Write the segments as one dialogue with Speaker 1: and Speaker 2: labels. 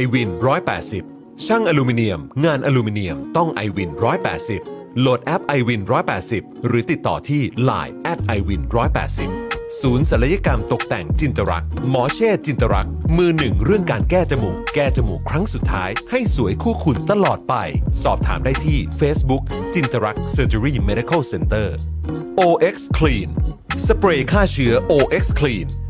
Speaker 1: i w วิน180 ช่างอลูมิเนียม งานอลูมิเนียมต้อง i w วิน180 โหลดแอป i w วิน180 หรือติดต่อที่ Line at i w วิน180 ศูนย์ศัลยกรรมตกแต่งจินตรัก หมอเช่จินตรัก มือหนึ่งเรื่องการแก้จมูก แก้จมูกครั้งสุดท้าย ให้สวยคู่คุณตลอดไป สอบถามได้ที่ Facebook จินตรัก Surgery Medical Center OX Clean สเปรย์ฆ่าเชื้อ OX Clean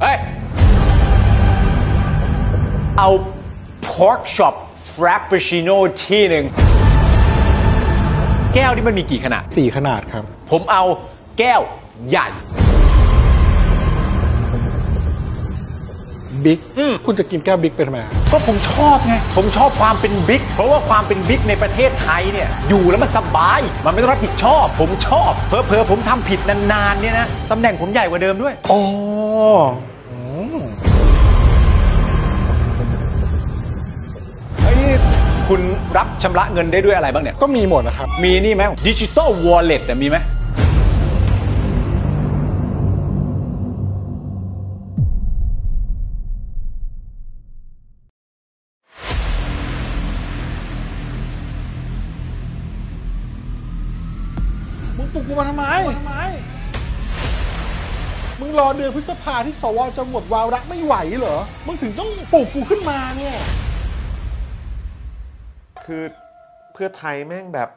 Speaker 2: เฮ้ย
Speaker 3: เอา pork chop frappuccino ที่หนึ่งแก้วนี่มันมีกี่ขนาด
Speaker 4: 4 ขนาดครับ
Speaker 3: ผมเอาแก้วใหญ่
Speaker 4: บิ๊ก
Speaker 3: อืม
Speaker 4: คุณจะกินแก้วบิ๊กไปทำไมครับ
Speaker 3: ก็ผมชอบไง ผมชอบความเป็นบิ๊ก เพราะว่าความเป็นบิ๊กในประเทศไทยเนี่ย อยู่แล้วมันสบาย มันไม่ต้องรับผิดชอบ ผมชอบ เพอเพอๆผมทำผิดนานๆเนี่ยนะ ตำแหน่งผมใหญ่กว่าเดิมด้วย
Speaker 4: อ๋ออืม
Speaker 3: ไอ้ยนี่คุณรับชำระเงินได้ด้วยอะไรบ้างเนี่ย
Speaker 4: ก็มีหมดนะครับ
Speaker 3: มีนี่ไหมดิจิตอลวอลเล็ตมีไหม
Speaker 4: มึงปลุกกูมาทำไม มึงรอเดือนพฤษภาที่สวจะหมดวาระไม่ไหวเหรอ มึงถึงต้องปลุกกูขึ้นมาเนี่ย
Speaker 2: คือเพื่อไทยแม่งแบบ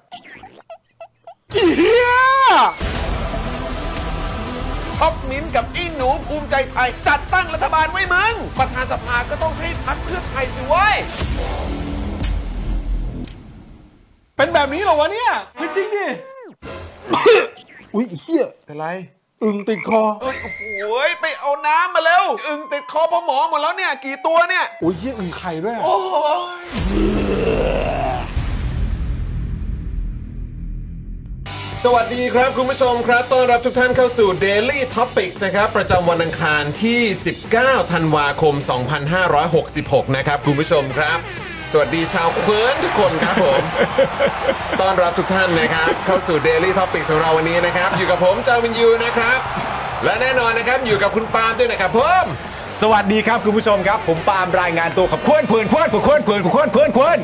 Speaker 2: ช็อปมิ้นท์กับอีหนูภูมิใจไทย จัดตั้งรัฐบาลไว้มึง ประธานสภาก็ต้องให้พักเพื่อไทยสิเว้ย
Speaker 4: เป็นแบบนี้เหรอวะเนี่ยเฮ้ยจริงดิ อุ้ยไอ้เฮีย
Speaker 2: เป็นไร
Speaker 4: อึงติดคอ
Speaker 2: เอ้ยโอ้โหยไปเอาน้ำมาเร็ว อึ่งติดคอพ่อหมอหมดแล้วเนี่ย กี่ตัวเนี่ย
Speaker 4: อุ้ยเฮียอึงไข่ด้วยอะ
Speaker 2: โอ้ย สวัสดีครับคุณผู้ชมครับ ต้อนรับทุกท่านเข้าสู่ Daily Topics นะครับ ประจำวันอังคารที่ 19 ธันวาคม 2566 นะครับ คุณผู้ชมครับ สวัสดีชาวเควิร์นทุกคนครับผม ต้อนรับทุกท่านนะครับ เข้าสู่ Daily Topics ของเราวันนี้นะครับ อยู่กับผมจาวินยูนะครับ และแน่นอนนะครับอยู่กับคุณปาล์มด้วยนะครับผม
Speaker 3: สวัสดีครับคุณผู้ชมครับ ผมปาล์มรายงานตัวขับเคลื่อนเพลินเคลื่อนเคลื่อนเคลื่อนเคลื่อนเคลื่อนเคลื่อน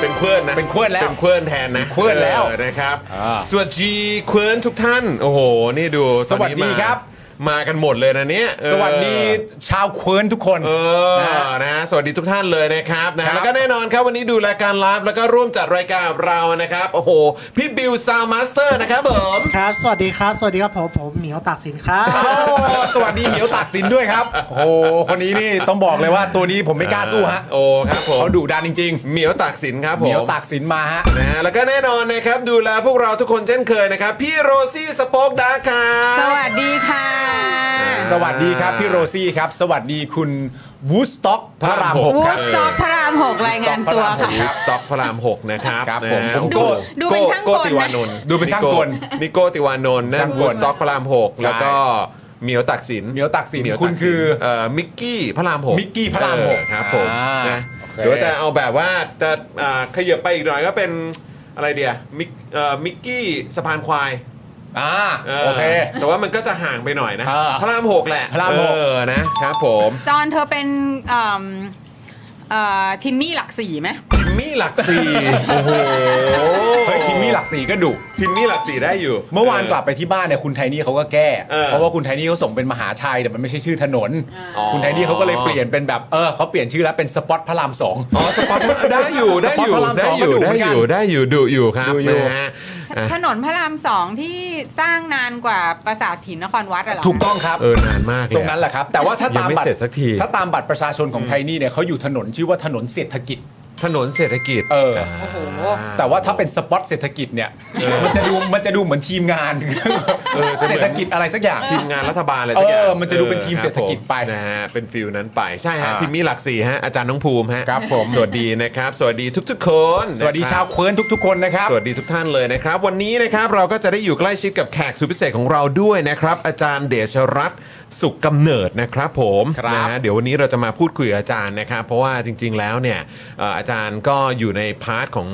Speaker 2: เป็นเคลื่อนนะ
Speaker 3: เป็นเคลื่อนแล้ว
Speaker 2: เป็นเคลื่อนแทนนะ
Speaker 3: เป็นเคลื่อนแล้ว
Speaker 2: ออนะครับ
Speaker 3: อ่า
Speaker 2: สวัสดีเคลื่อนทุกท่าน โอ้โห นี่ดูตอนนี้
Speaker 3: สวัสดีครับ
Speaker 2: มา มากันหมดเลยนะเนี่ยเออ
Speaker 3: สวัสดีชาวเควิร์นทุกคน
Speaker 2: เออ นะ สวัสดีทุกท่านเลยนะครับนะฮะ
Speaker 3: ครับ
Speaker 2: แล้วก็แน่นอนครับวันนี้ดูรายการไลฟ์แล้วก็ร่วมจัดรายการกับเรานะครับ โอ้โห พี่บิวซาวมาสเตอร์นะครับผม
Speaker 5: ครับ สวัสดีครับ สวัสดีครับผม ผมเหมียวตากสินครับ
Speaker 3: โอ้สวัสดีเหมียวตากสินด้วยครับ โอ้โหคนนี้นี่ต้องบอกเลยว่าตัวนี้ผมไม่กล้าสู้ฮะ
Speaker 2: โอ้ ครับผม
Speaker 3: เขาดุดันจริง
Speaker 2: เหมียวตากสินครับ
Speaker 3: ๆ
Speaker 2: ผม
Speaker 3: เหมียวตากสินมาฮะ
Speaker 2: นะฮะแล้วก็แน่นอนนะครับ ดูแลพวกเราทุกคนเช่นเคยนะครับ พี่โรซี่สป็อกดาร์ครั
Speaker 6: ส
Speaker 2: บ
Speaker 6: วัสดีค่ะ
Speaker 3: สวัสดีครับ พี่โรซี่ครับ สวัสดีคุณวูสต็อกพระรามหก
Speaker 2: วู
Speaker 7: วู
Speaker 3: ครับ
Speaker 7: ดสต็อกพระรามหกรายงานตัวค่ะ
Speaker 2: ครับสต็อกพระรามหกนะครับ
Speaker 3: ครับ
Speaker 2: นะ
Speaker 3: ผม
Speaker 2: ฮะ
Speaker 3: ผม
Speaker 2: โอ้โห
Speaker 7: ดูดูเป็นช่างกลนะ
Speaker 2: ติวานนท์
Speaker 3: ดูเป็นช่างกล
Speaker 2: นิโก้ติวานนท์นะ
Speaker 3: ช่างกล
Speaker 2: คุณสต็อกพระรามหก
Speaker 3: ใช่
Speaker 2: แล้วก็เหมียวตักสิน
Speaker 3: เหมียวตักสิน
Speaker 2: เหมียวตักสิน
Speaker 3: คุณคือ
Speaker 2: เอ่อมิกกี้พระรามหก
Speaker 3: มิกกี้พระรามหก
Speaker 2: เออครับผม
Speaker 3: อ่าน
Speaker 2: นะ
Speaker 3: โอเค
Speaker 2: เดี๋ยวจะเอาแบบว่าจะอ่าขยับไปอีกหน่อยก็เป็นอะไรเดียมิกเอ่อมิกกี้สะพานควาย
Speaker 3: อ่าโอเค
Speaker 2: แต่ว่ามันก็จะห่างไปหน่อยนะ
Speaker 3: อ่า
Speaker 2: พระรามหกแหละ
Speaker 3: พระรามหก
Speaker 2: เออนะครับผม
Speaker 7: จอนเธอเป็นเอิ่มเอ่อทิมมี่หลักสี่ไหม
Speaker 2: ทิมมี่หลักสี่โอ้โห
Speaker 3: เฮ้ยทีมมี่หลักสีก็ดุ
Speaker 2: ทิมมี่หลักสี่ได้อยู่
Speaker 3: เมื่อวานกลับไปที่บ้านเนี่ยคุณไทนี่เขาก็แก้
Speaker 2: เออ
Speaker 3: เพราะว่าคุณไทนี่เขาส่งเป็นมหาชัยแต่มันไม่ใช่ชื่อถนน
Speaker 2: อ๋อ
Speaker 3: คุณไทนี่เขาก็เลยเปลี่ยนเป็นแบบเออเขาเปลี่ยนชื่อแล้วเป็นสปอตพระรามสอง
Speaker 2: อ๋อสปอตได้อยู่ได้อยู่
Speaker 3: สปอตพระราม
Speaker 2: ได้
Speaker 3: สอง
Speaker 2: อยู่ได้
Speaker 3: ก็ดุเหมือน
Speaker 2: อ
Speaker 3: กัน
Speaker 2: ยู่ได้อยู่ดุอยู่ครับ
Speaker 3: ดุอยู่
Speaker 2: นะฮะอ่ะ
Speaker 7: ถนนพระรามสองที่สร้างนานกว่าปราสาทหินนครวัดอะเหรอ
Speaker 3: ถูกต้องครับ
Speaker 2: เออนานมากเลย
Speaker 3: ตรงนั้นแหละครับ แต่ว่าถ้า
Speaker 2: ยัง
Speaker 3: ตาม
Speaker 2: ไม่
Speaker 3: บัต
Speaker 2: เสร็จสักที
Speaker 3: ถ้าตามบัตรประชาชนของไทนี่เนี่ยเขาอยู่ถนนชื่อว่าถนนเศรษฐกิจ
Speaker 2: ถนนเศรษฐกิจ
Speaker 3: เออ
Speaker 2: า
Speaker 7: โอ้โห
Speaker 3: แต่ว่าถ้าเป็นสปอตเศรษฐกิจเนี่ยมันจะดูมันจะดูเหมือนทีมงานเศรษฐกิจอะไรสักอย่าง
Speaker 2: ทีมงานรัฐบาลอะไรสักอย่าง
Speaker 3: เออมันจะดูเป็นทีมเศรษฐกิจไป
Speaker 2: ครับผมนะฮะเป็นฟิลนั้นไปใช่ฮะ
Speaker 3: อ่า
Speaker 2: ทีมมี่หลักสี่ฮะอาจารย์น้องภูมิฮะ
Speaker 3: ครับผม
Speaker 2: สวัสดีนะครับ สวัสดีทุก ๆ คน
Speaker 3: สวัสดี
Speaker 2: นะครับ
Speaker 3: ชาวเควิร์นทุก ๆ คนนะครับ
Speaker 2: สวัสดีทุกท่านเลยนะครับ วันนี้นะครับเราก็จะได้อยู่ใกล้ชิดกับแขกสุดพิเศษของเราด้วยนะครับ อาจารย์เดชรัตน์สุขกำเนิดนะครับผม
Speaker 3: ครับ
Speaker 2: นะฮะเดี๋ยววันนี้เราจะมาพูดคุยกับอาจารย์นะครับ เพราะว่าจริง ๆ แล้วเนี่ยเอ่ออาจารย์ก็อยู่ในพาร์ทของ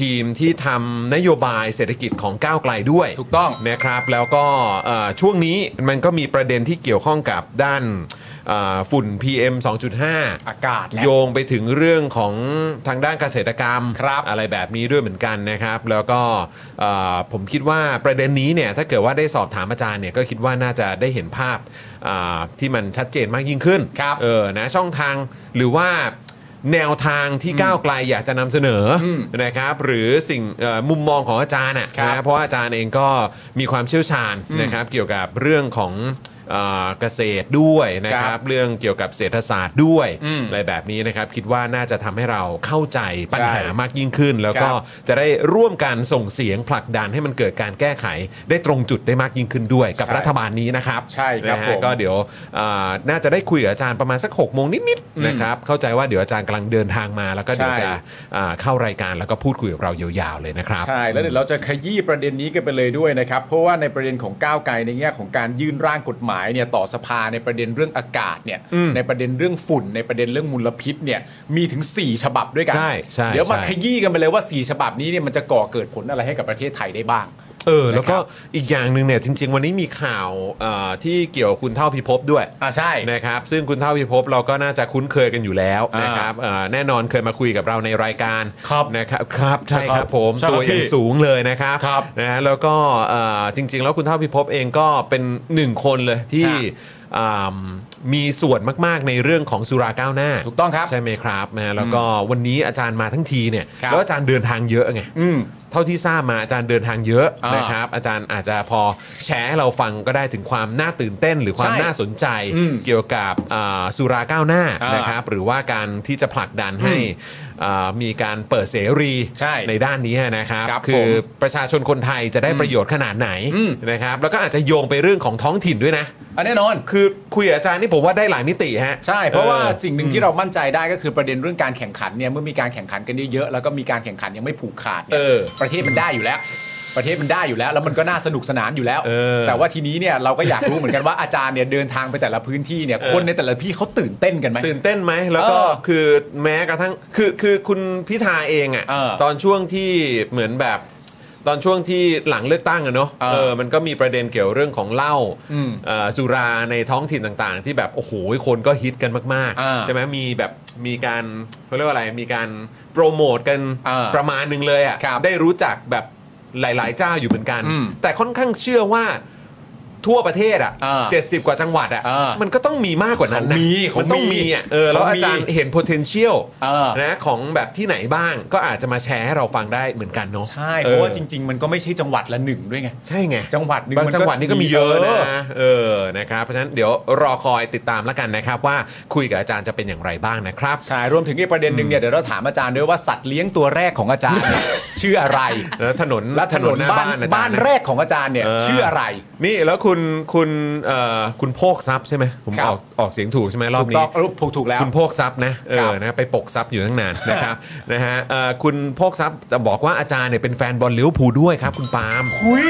Speaker 2: ทีมที่ทำนโยบายเศรษฐกิจของก้าวไกลด้วย
Speaker 3: ถูกต้อง
Speaker 2: นะครับ แล้วก็เอ่อช่วงนี้มันก็มีประเด็นที่เกี่ยวข้องกับด้านเอ่อฝุ่น PM 2.5
Speaker 3: อากาศและ
Speaker 2: โยงไปถึงเรื่องของทางด้านเกษตรกรรม
Speaker 3: ครับ
Speaker 2: อะไรแบบนี้ด้วยเหมือนกันนะครับ แล้วก็เอ่อผมคิดว่าประเด็นนี้เนี่ยถ้าเกิดว่าได้สอบถามอาจารย์เนี่ยก็คิดว่าน่าจะได้เห็นภาพอ่าที่มันชัดเจนมากยิ่งขึ้น
Speaker 3: ครับ
Speaker 2: เออนะช่องทางหรือว่าแนวทางที่ก้าวไกลอยากจะนำเสนออนะครับ หรือสิ่งเอ่อมุมมองของอาจารย์อะ
Speaker 3: ครับ
Speaker 2: นะเพราะว่าอาจารย์เองก็มีความเชี่ยวชาญนะครับ เกี่ยวกับเรื่องของเอ่อเกษตรด้วยนะค
Speaker 3: ครั
Speaker 2: รับ
Speaker 3: บ
Speaker 2: เรื่องเกี่ยวกับเศรษฐศาสตร์ด้วยอะไรแบบนี้นะครับ คิดว่าน่าจะทำให้เราเข้าใจปัญหามากยิ่งขึ้น แล้วก็
Speaker 3: ครับ
Speaker 2: จะได้ร่วมกันส่งเสียงผลักดันให้มันเกิดการแก้ไข ได้ตรงจุดได้มากยิ่งขึ้นด้วยกับรัฐบาลนี้นะครับ
Speaker 3: ใช่ครับ
Speaker 2: นะฮะ
Speaker 3: ผม
Speaker 2: ก็เดี๋ยวอ่าน่าจะได้คุยกับอาจารย์ประมาณสัก6กโมงนิดๆนะครับเข้าใจว่าเดี๋ยวอาจารย์กำลังเดินทางมาแล้วก็เดี๋ยว
Speaker 3: ใช่
Speaker 2: จะอ่าเข้ารายการแล้วก็พูดคุยกับเรายาวๆเลยนะครับ
Speaker 3: ใช่ แล้วเดี๋ยวเราจะขยี้ประเด็นนี้กันไปเลยด้วยนะครับ เพราะว่าในประเด็นของก้าวไกลในแง่ของการยื่นร่างกฎหมายเนี่ยต่อสภาในประเด็นเรื่องอากาศเนี่ยในประเด็นเรื่องฝุ่น ในประเด็นเรื่องมลพิษเนี่ยมีถึง 4 ฉบับด้วยกั
Speaker 2: ใช่ใช่
Speaker 3: เดี๋ยวมา
Speaker 2: ใช่
Speaker 3: ขยี้กันไปเลยว่า 4 ฉบับนี้เนี่ยมันจะก่อเกิดผลอะไรให้กับประเทศไทยได้บ้าง
Speaker 2: เออแล้วก็
Speaker 3: นะครับ
Speaker 2: อีกอย่างหนึ่งเนี่ยจริง ๆ วันนี้มีข่าวเอ่อที่เกี่ยวกับคุณเท่าพิภพด้วย
Speaker 3: อ่าใช่
Speaker 2: นะครับซึ่งคุณเท่าพิภพเราก็น่าจะคุ้นเคยกันอยู่แล้ว
Speaker 3: อ่าน
Speaker 2: นะครับเอ่อแน่นอนเคยมาคุยกับเราในรายการ
Speaker 3: ครับ
Speaker 2: นะครับครับใช่ค
Speaker 3: ครั
Speaker 2: รับบ ผม
Speaker 3: ใช่ครับ
Speaker 2: ตัวอ
Speaker 3: พี่
Speaker 2: ย่างสูงเลยนะครับ
Speaker 3: ครับ
Speaker 2: นะฮะแล้วก็เอ่อจริง ๆ แล้วคุณเท่าพิภพเองก็เป็นหนึ่งคนเลยที่
Speaker 3: ฮะ
Speaker 2: อ่ำมีส่วนมากๆในเรื่องของสุราก้าวหน้า
Speaker 3: ถูกต้องครับ
Speaker 2: ใช่ไหมครับนะฮะแล้วก็วันนี้อาจารย์มาทั้งทีเนี่ย
Speaker 3: ครับ
Speaker 2: แล้วอาจารย์เดินทางเยอะไง
Speaker 3: อืม
Speaker 2: เท่าที่ทราบมาอาจารย์เดินทางเยอะ
Speaker 3: อ่าน
Speaker 2: นะครับอาจารย์อาจจะพอแชร์ให้เราฟังก็ได้ถึงความน่าตื่นเต้น หรือความ
Speaker 3: ใช่
Speaker 2: น่าสนใจ
Speaker 3: อืม
Speaker 2: เกี่ยวกับอ่าสุราก้าวหน้า
Speaker 3: อ่าน
Speaker 2: นะครับหรือว่าการที่จะผลักดันให้อ่ามีการเปิดเสรี
Speaker 3: ใช่
Speaker 2: ด้านนี้นะครับ
Speaker 3: ครับ
Speaker 2: คือ
Speaker 3: ผม
Speaker 2: ประชาชนคนไทยจะได้ประโยชน์ขนาดไหน
Speaker 3: อืม
Speaker 2: นะครับแล้วก็อาจจะโยงไปเรื่องของท้องถิ่นด้วยนะ
Speaker 3: อันแน่นอน
Speaker 2: คือคุยกับอาจารย์นี่ผมว่าได้หลายมิติฮะ
Speaker 3: ใช่ เพราะว่าสิ่งหนึ่งที่เรามั่นใจได้ก็คือประเด็นเรื่องการแข่งขันเนี่ยเมื่อมีการแข่งขันกันเยอะๆแล้วก็มีการแข่งขันยังไม่ผูกขาดเนี่
Speaker 2: เอย อ
Speaker 3: ประเทศมันได้อยู่แล้ว ประเทศมันได้อยู่แล้ว แล้วมันก็น่าสนุกสนานอยู่แล้ว
Speaker 2: เออ
Speaker 3: แต่ว่าทีนี้เนี่ยเราก็อยากรู้เหมือนกันว่าอาจารย์เนี่ยเดินทางไปแต่ละพื้นที่เนี่ย
Speaker 2: เออ
Speaker 3: คนในแต่ละที่เขาตื่นเต้นกันไหม
Speaker 2: ตื่นเต้นไหมแล้วก็
Speaker 3: เออ
Speaker 2: คือแม้กระทั่งคือคือคุณพิธาเอง
Speaker 3: เออ
Speaker 2: อะ่ะตอนช่วงที่เหมือนแบบ ตอนช่วงที่หลังเลือกตั้งอะเนาะ
Speaker 3: เออ
Speaker 2: เออมันก็มีประเด็นเกี่ยวเรื่องของเหล้า
Speaker 3: อืม
Speaker 2: เอ่อสุราในท้องถิ่นต่างๆ ที่แบบโอ้โหคนก็ฮิตกันมาก
Speaker 3: อ่า
Speaker 2: ๆใช่ไหมมีแบบมีการเขาเรียกว่าอะไรมีการโปรโมทกัน
Speaker 3: เออ
Speaker 2: ประมาณหนึงเลย
Speaker 3: ครั
Speaker 2: อะ่ะ
Speaker 3: บ
Speaker 2: ได้รู้จักแบบหลาย ๆ เจ้าอยู่เหมือนกัน
Speaker 3: อืม
Speaker 2: แต่ค่อนข้างเชื่อว่า ทั่วประเทศอ่ะ
Speaker 3: อ่า
Speaker 2: เจ็ดสิบกว่าจังหวัดอ่ะ
Speaker 3: อ่ามั
Speaker 2: มันก็ต้องมีมากกว่านั้นนะ
Speaker 3: เขามีเขามี
Speaker 2: นต้องมีอ่ะเออแล้ว
Speaker 3: เขามี
Speaker 2: อาจารย์เห็น potential
Speaker 3: อ่าน
Speaker 2: นะของแบบที่ไหนบ้างก็อาจจะมาแชร์ให้เราฟังได้เหมือนกันเนาะ
Speaker 3: ใช่
Speaker 2: อ
Speaker 3: เพ
Speaker 2: อ
Speaker 3: ราะว่าจริง ๆ มันก็ไม่ใช่จังหวัดละหนึ่งด้วยไง
Speaker 2: ใช่ไง
Speaker 3: จังหวัดหนึ่ง
Speaker 2: บาง
Speaker 3: มันก็
Speaker 2: จังหวัดนี่ก็มีเยอะ
Speaker 3: เอ
Speaker 2: นะ
Speaker 3: อ
Speaker 2: เออนะครับเพราะฉะนั้นเดี๋ยวรอคอยติดตามแล้วกันนะครับ ว่าคุยกับอาจารย์จะเป็นอย่างไรบ้างนะครับ
Speaker 3: ใช่รวมถึงอีกประเด็นหนึ่งเนี่ยเดี๋ยวเราถามอาจารย์ด้วยว่าสัตว์เลี้ยงตัวแรกของอาจารย์เนี่ย ชื่ออะไร
Speaker 2: แล้วถนน
Speaker 3: และถนน
Speaker 2: ห
Speaker 3: บ้าน
Speaker 2: อจย์
Speaker 3: บ้านะ แรกของอาจารย์เนี่ย
Speaker 2: เออ
Speaker 3: ชื่ออะไร
Speaker 2: นี่แล้วคุณคุณเอ่อคุณโพกซับใช่ไหมผม
Speaker 3: ครับ
Speaker 2: ออกออกเสียงถูกใช่ไหมรอบ
Speaker 3: ถูกต้
Speaker 2: นี้
Speaker 3: องรูปถูกถูกแล้ว
Speaker 2: คุณโพกซับนะเอ
Speaker 3: ครั
Speaker 2: อบ นะไปปกซับอยู่ตั้งนาน นะครับนะฮะเอ่อคุณโพกซับจะบอกว่าอาจารย์เนี่ยเป็นแฟนบอลลิเวอร์พูลด้วยครับ คุณปาล์ม
Speaker 3: หุย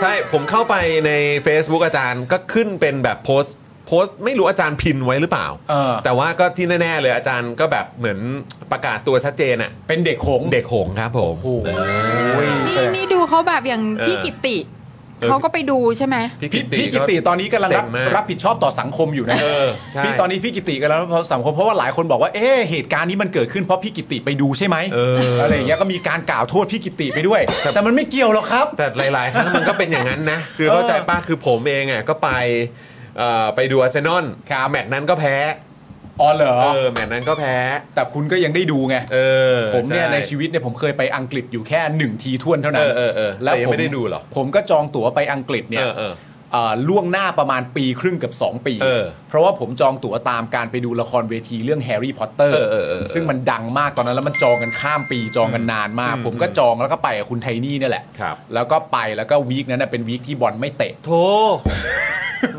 Speaker 2: ใช่ผมเข้าไปใน Facebook อาจารย์ก็ขึ้นเป็นแบบโพสต์โพสต์ไม่รู้อาจารย์พินไว้หรือเปล่า
Speaker 3: เออ
Speaker 2: แต่ว่าก็ที่แน่ๆเลยอาจารย์ก็แบบเหมือนประกาศตัวชัดเจนอะ
Speaker 3: เป็นเด็กหงส์
Speaker 2: เด็กหงส์ครับผม
Speaker 3: โอ้โหแสด
Speaker 7: นี่
Speaker 3: ง
Speaker 7: นี่ดูเขาแบบอย่าง
Speaker 2: เออ
Speaker 7: พี่กิตติ เขาก็ไปดูใช่ไหม
Speaker 3: พี่พี่กิติตอนนี้กำลังรับ
Speaker 2: เซ็งมาก
Speaker 3: รับผิดชอบต่อสังคมอยู่นะ
Speaker 2: เออใช่
Speaker 3: พี่ตอนนี้พี่กิติกำลังรับผิดชอบสังคมเพราะว่าหลายคนบอกว่าเอ๊ะเหตุการณ์นี้มันเกิดขึ้นเพราะพี่กิติไปดูใช่ไหม
Speaker 2: เอออ
Speaker 3: อะไรอย่างเงี้ยก็มีการกล่าวโทษพี่กิติไปด้วย แต่มันไม่เกี่ยวหรอกครับ
Speaker 2: แต่หลาย ๆ ครั้งมันก็เป็นอย่างนั้นนะ คือเข้าใจป้าคือผมเองอ่ะก็ไปเอ่อไปดูอาร์เซนอล
Speaker 3: ครับ
Speaker 2: แมตช์นั้นก็แพ้
Speaker 3: อ๋อเหรอ
Speaker 2: เออแมตช์นั้นก็แพ้
Speaker 3: แต่คุณก็ยังได้ดูไง
Speaker 2: เออ
Speaker 3: ผมเนี่ย
Speaker 2: ช่
Speaker 3: ในชีวิตเนี่ยผมเคยไปอังกฤษอยู่แค่หนึ่งทีท่วนเท่านั้น
Speaker 2: เออเออเออแต่ยัง
Speaker 3: ผ
Speaker 2: ไม่ได้ดูเหรอ
Speaker 3: ผมก็จองตั๋วไปอังกฤษเนี่ย
Speaker 2: เออเออ
Speaker 3: เอ่อล่วงหน้าประมาณปีครึ่งกับ 2 ปี
Speaker 2: เออ
Speaker 3: เพราะว่าผมจองตั๋วตามการไปดูละครเวทีเรื่องแฮร์รี่พอตเตอร์
Speaker 2: เออเออเออ
Speaker 3: ซึ่งมันดังมากตอนนั้นแล้วมันจองกันข้ามปีจองกันนานมาก ผมก็จองแล้วก็ไปกับคุณไทนี่เนี่ยแหละ
Speaker 2: ครับ
Speaker 3: แล้วก็ไปแล้วก็วีคนั้นนะเป็นวีคที่บอลไม่เตะ
Speaker 2: โท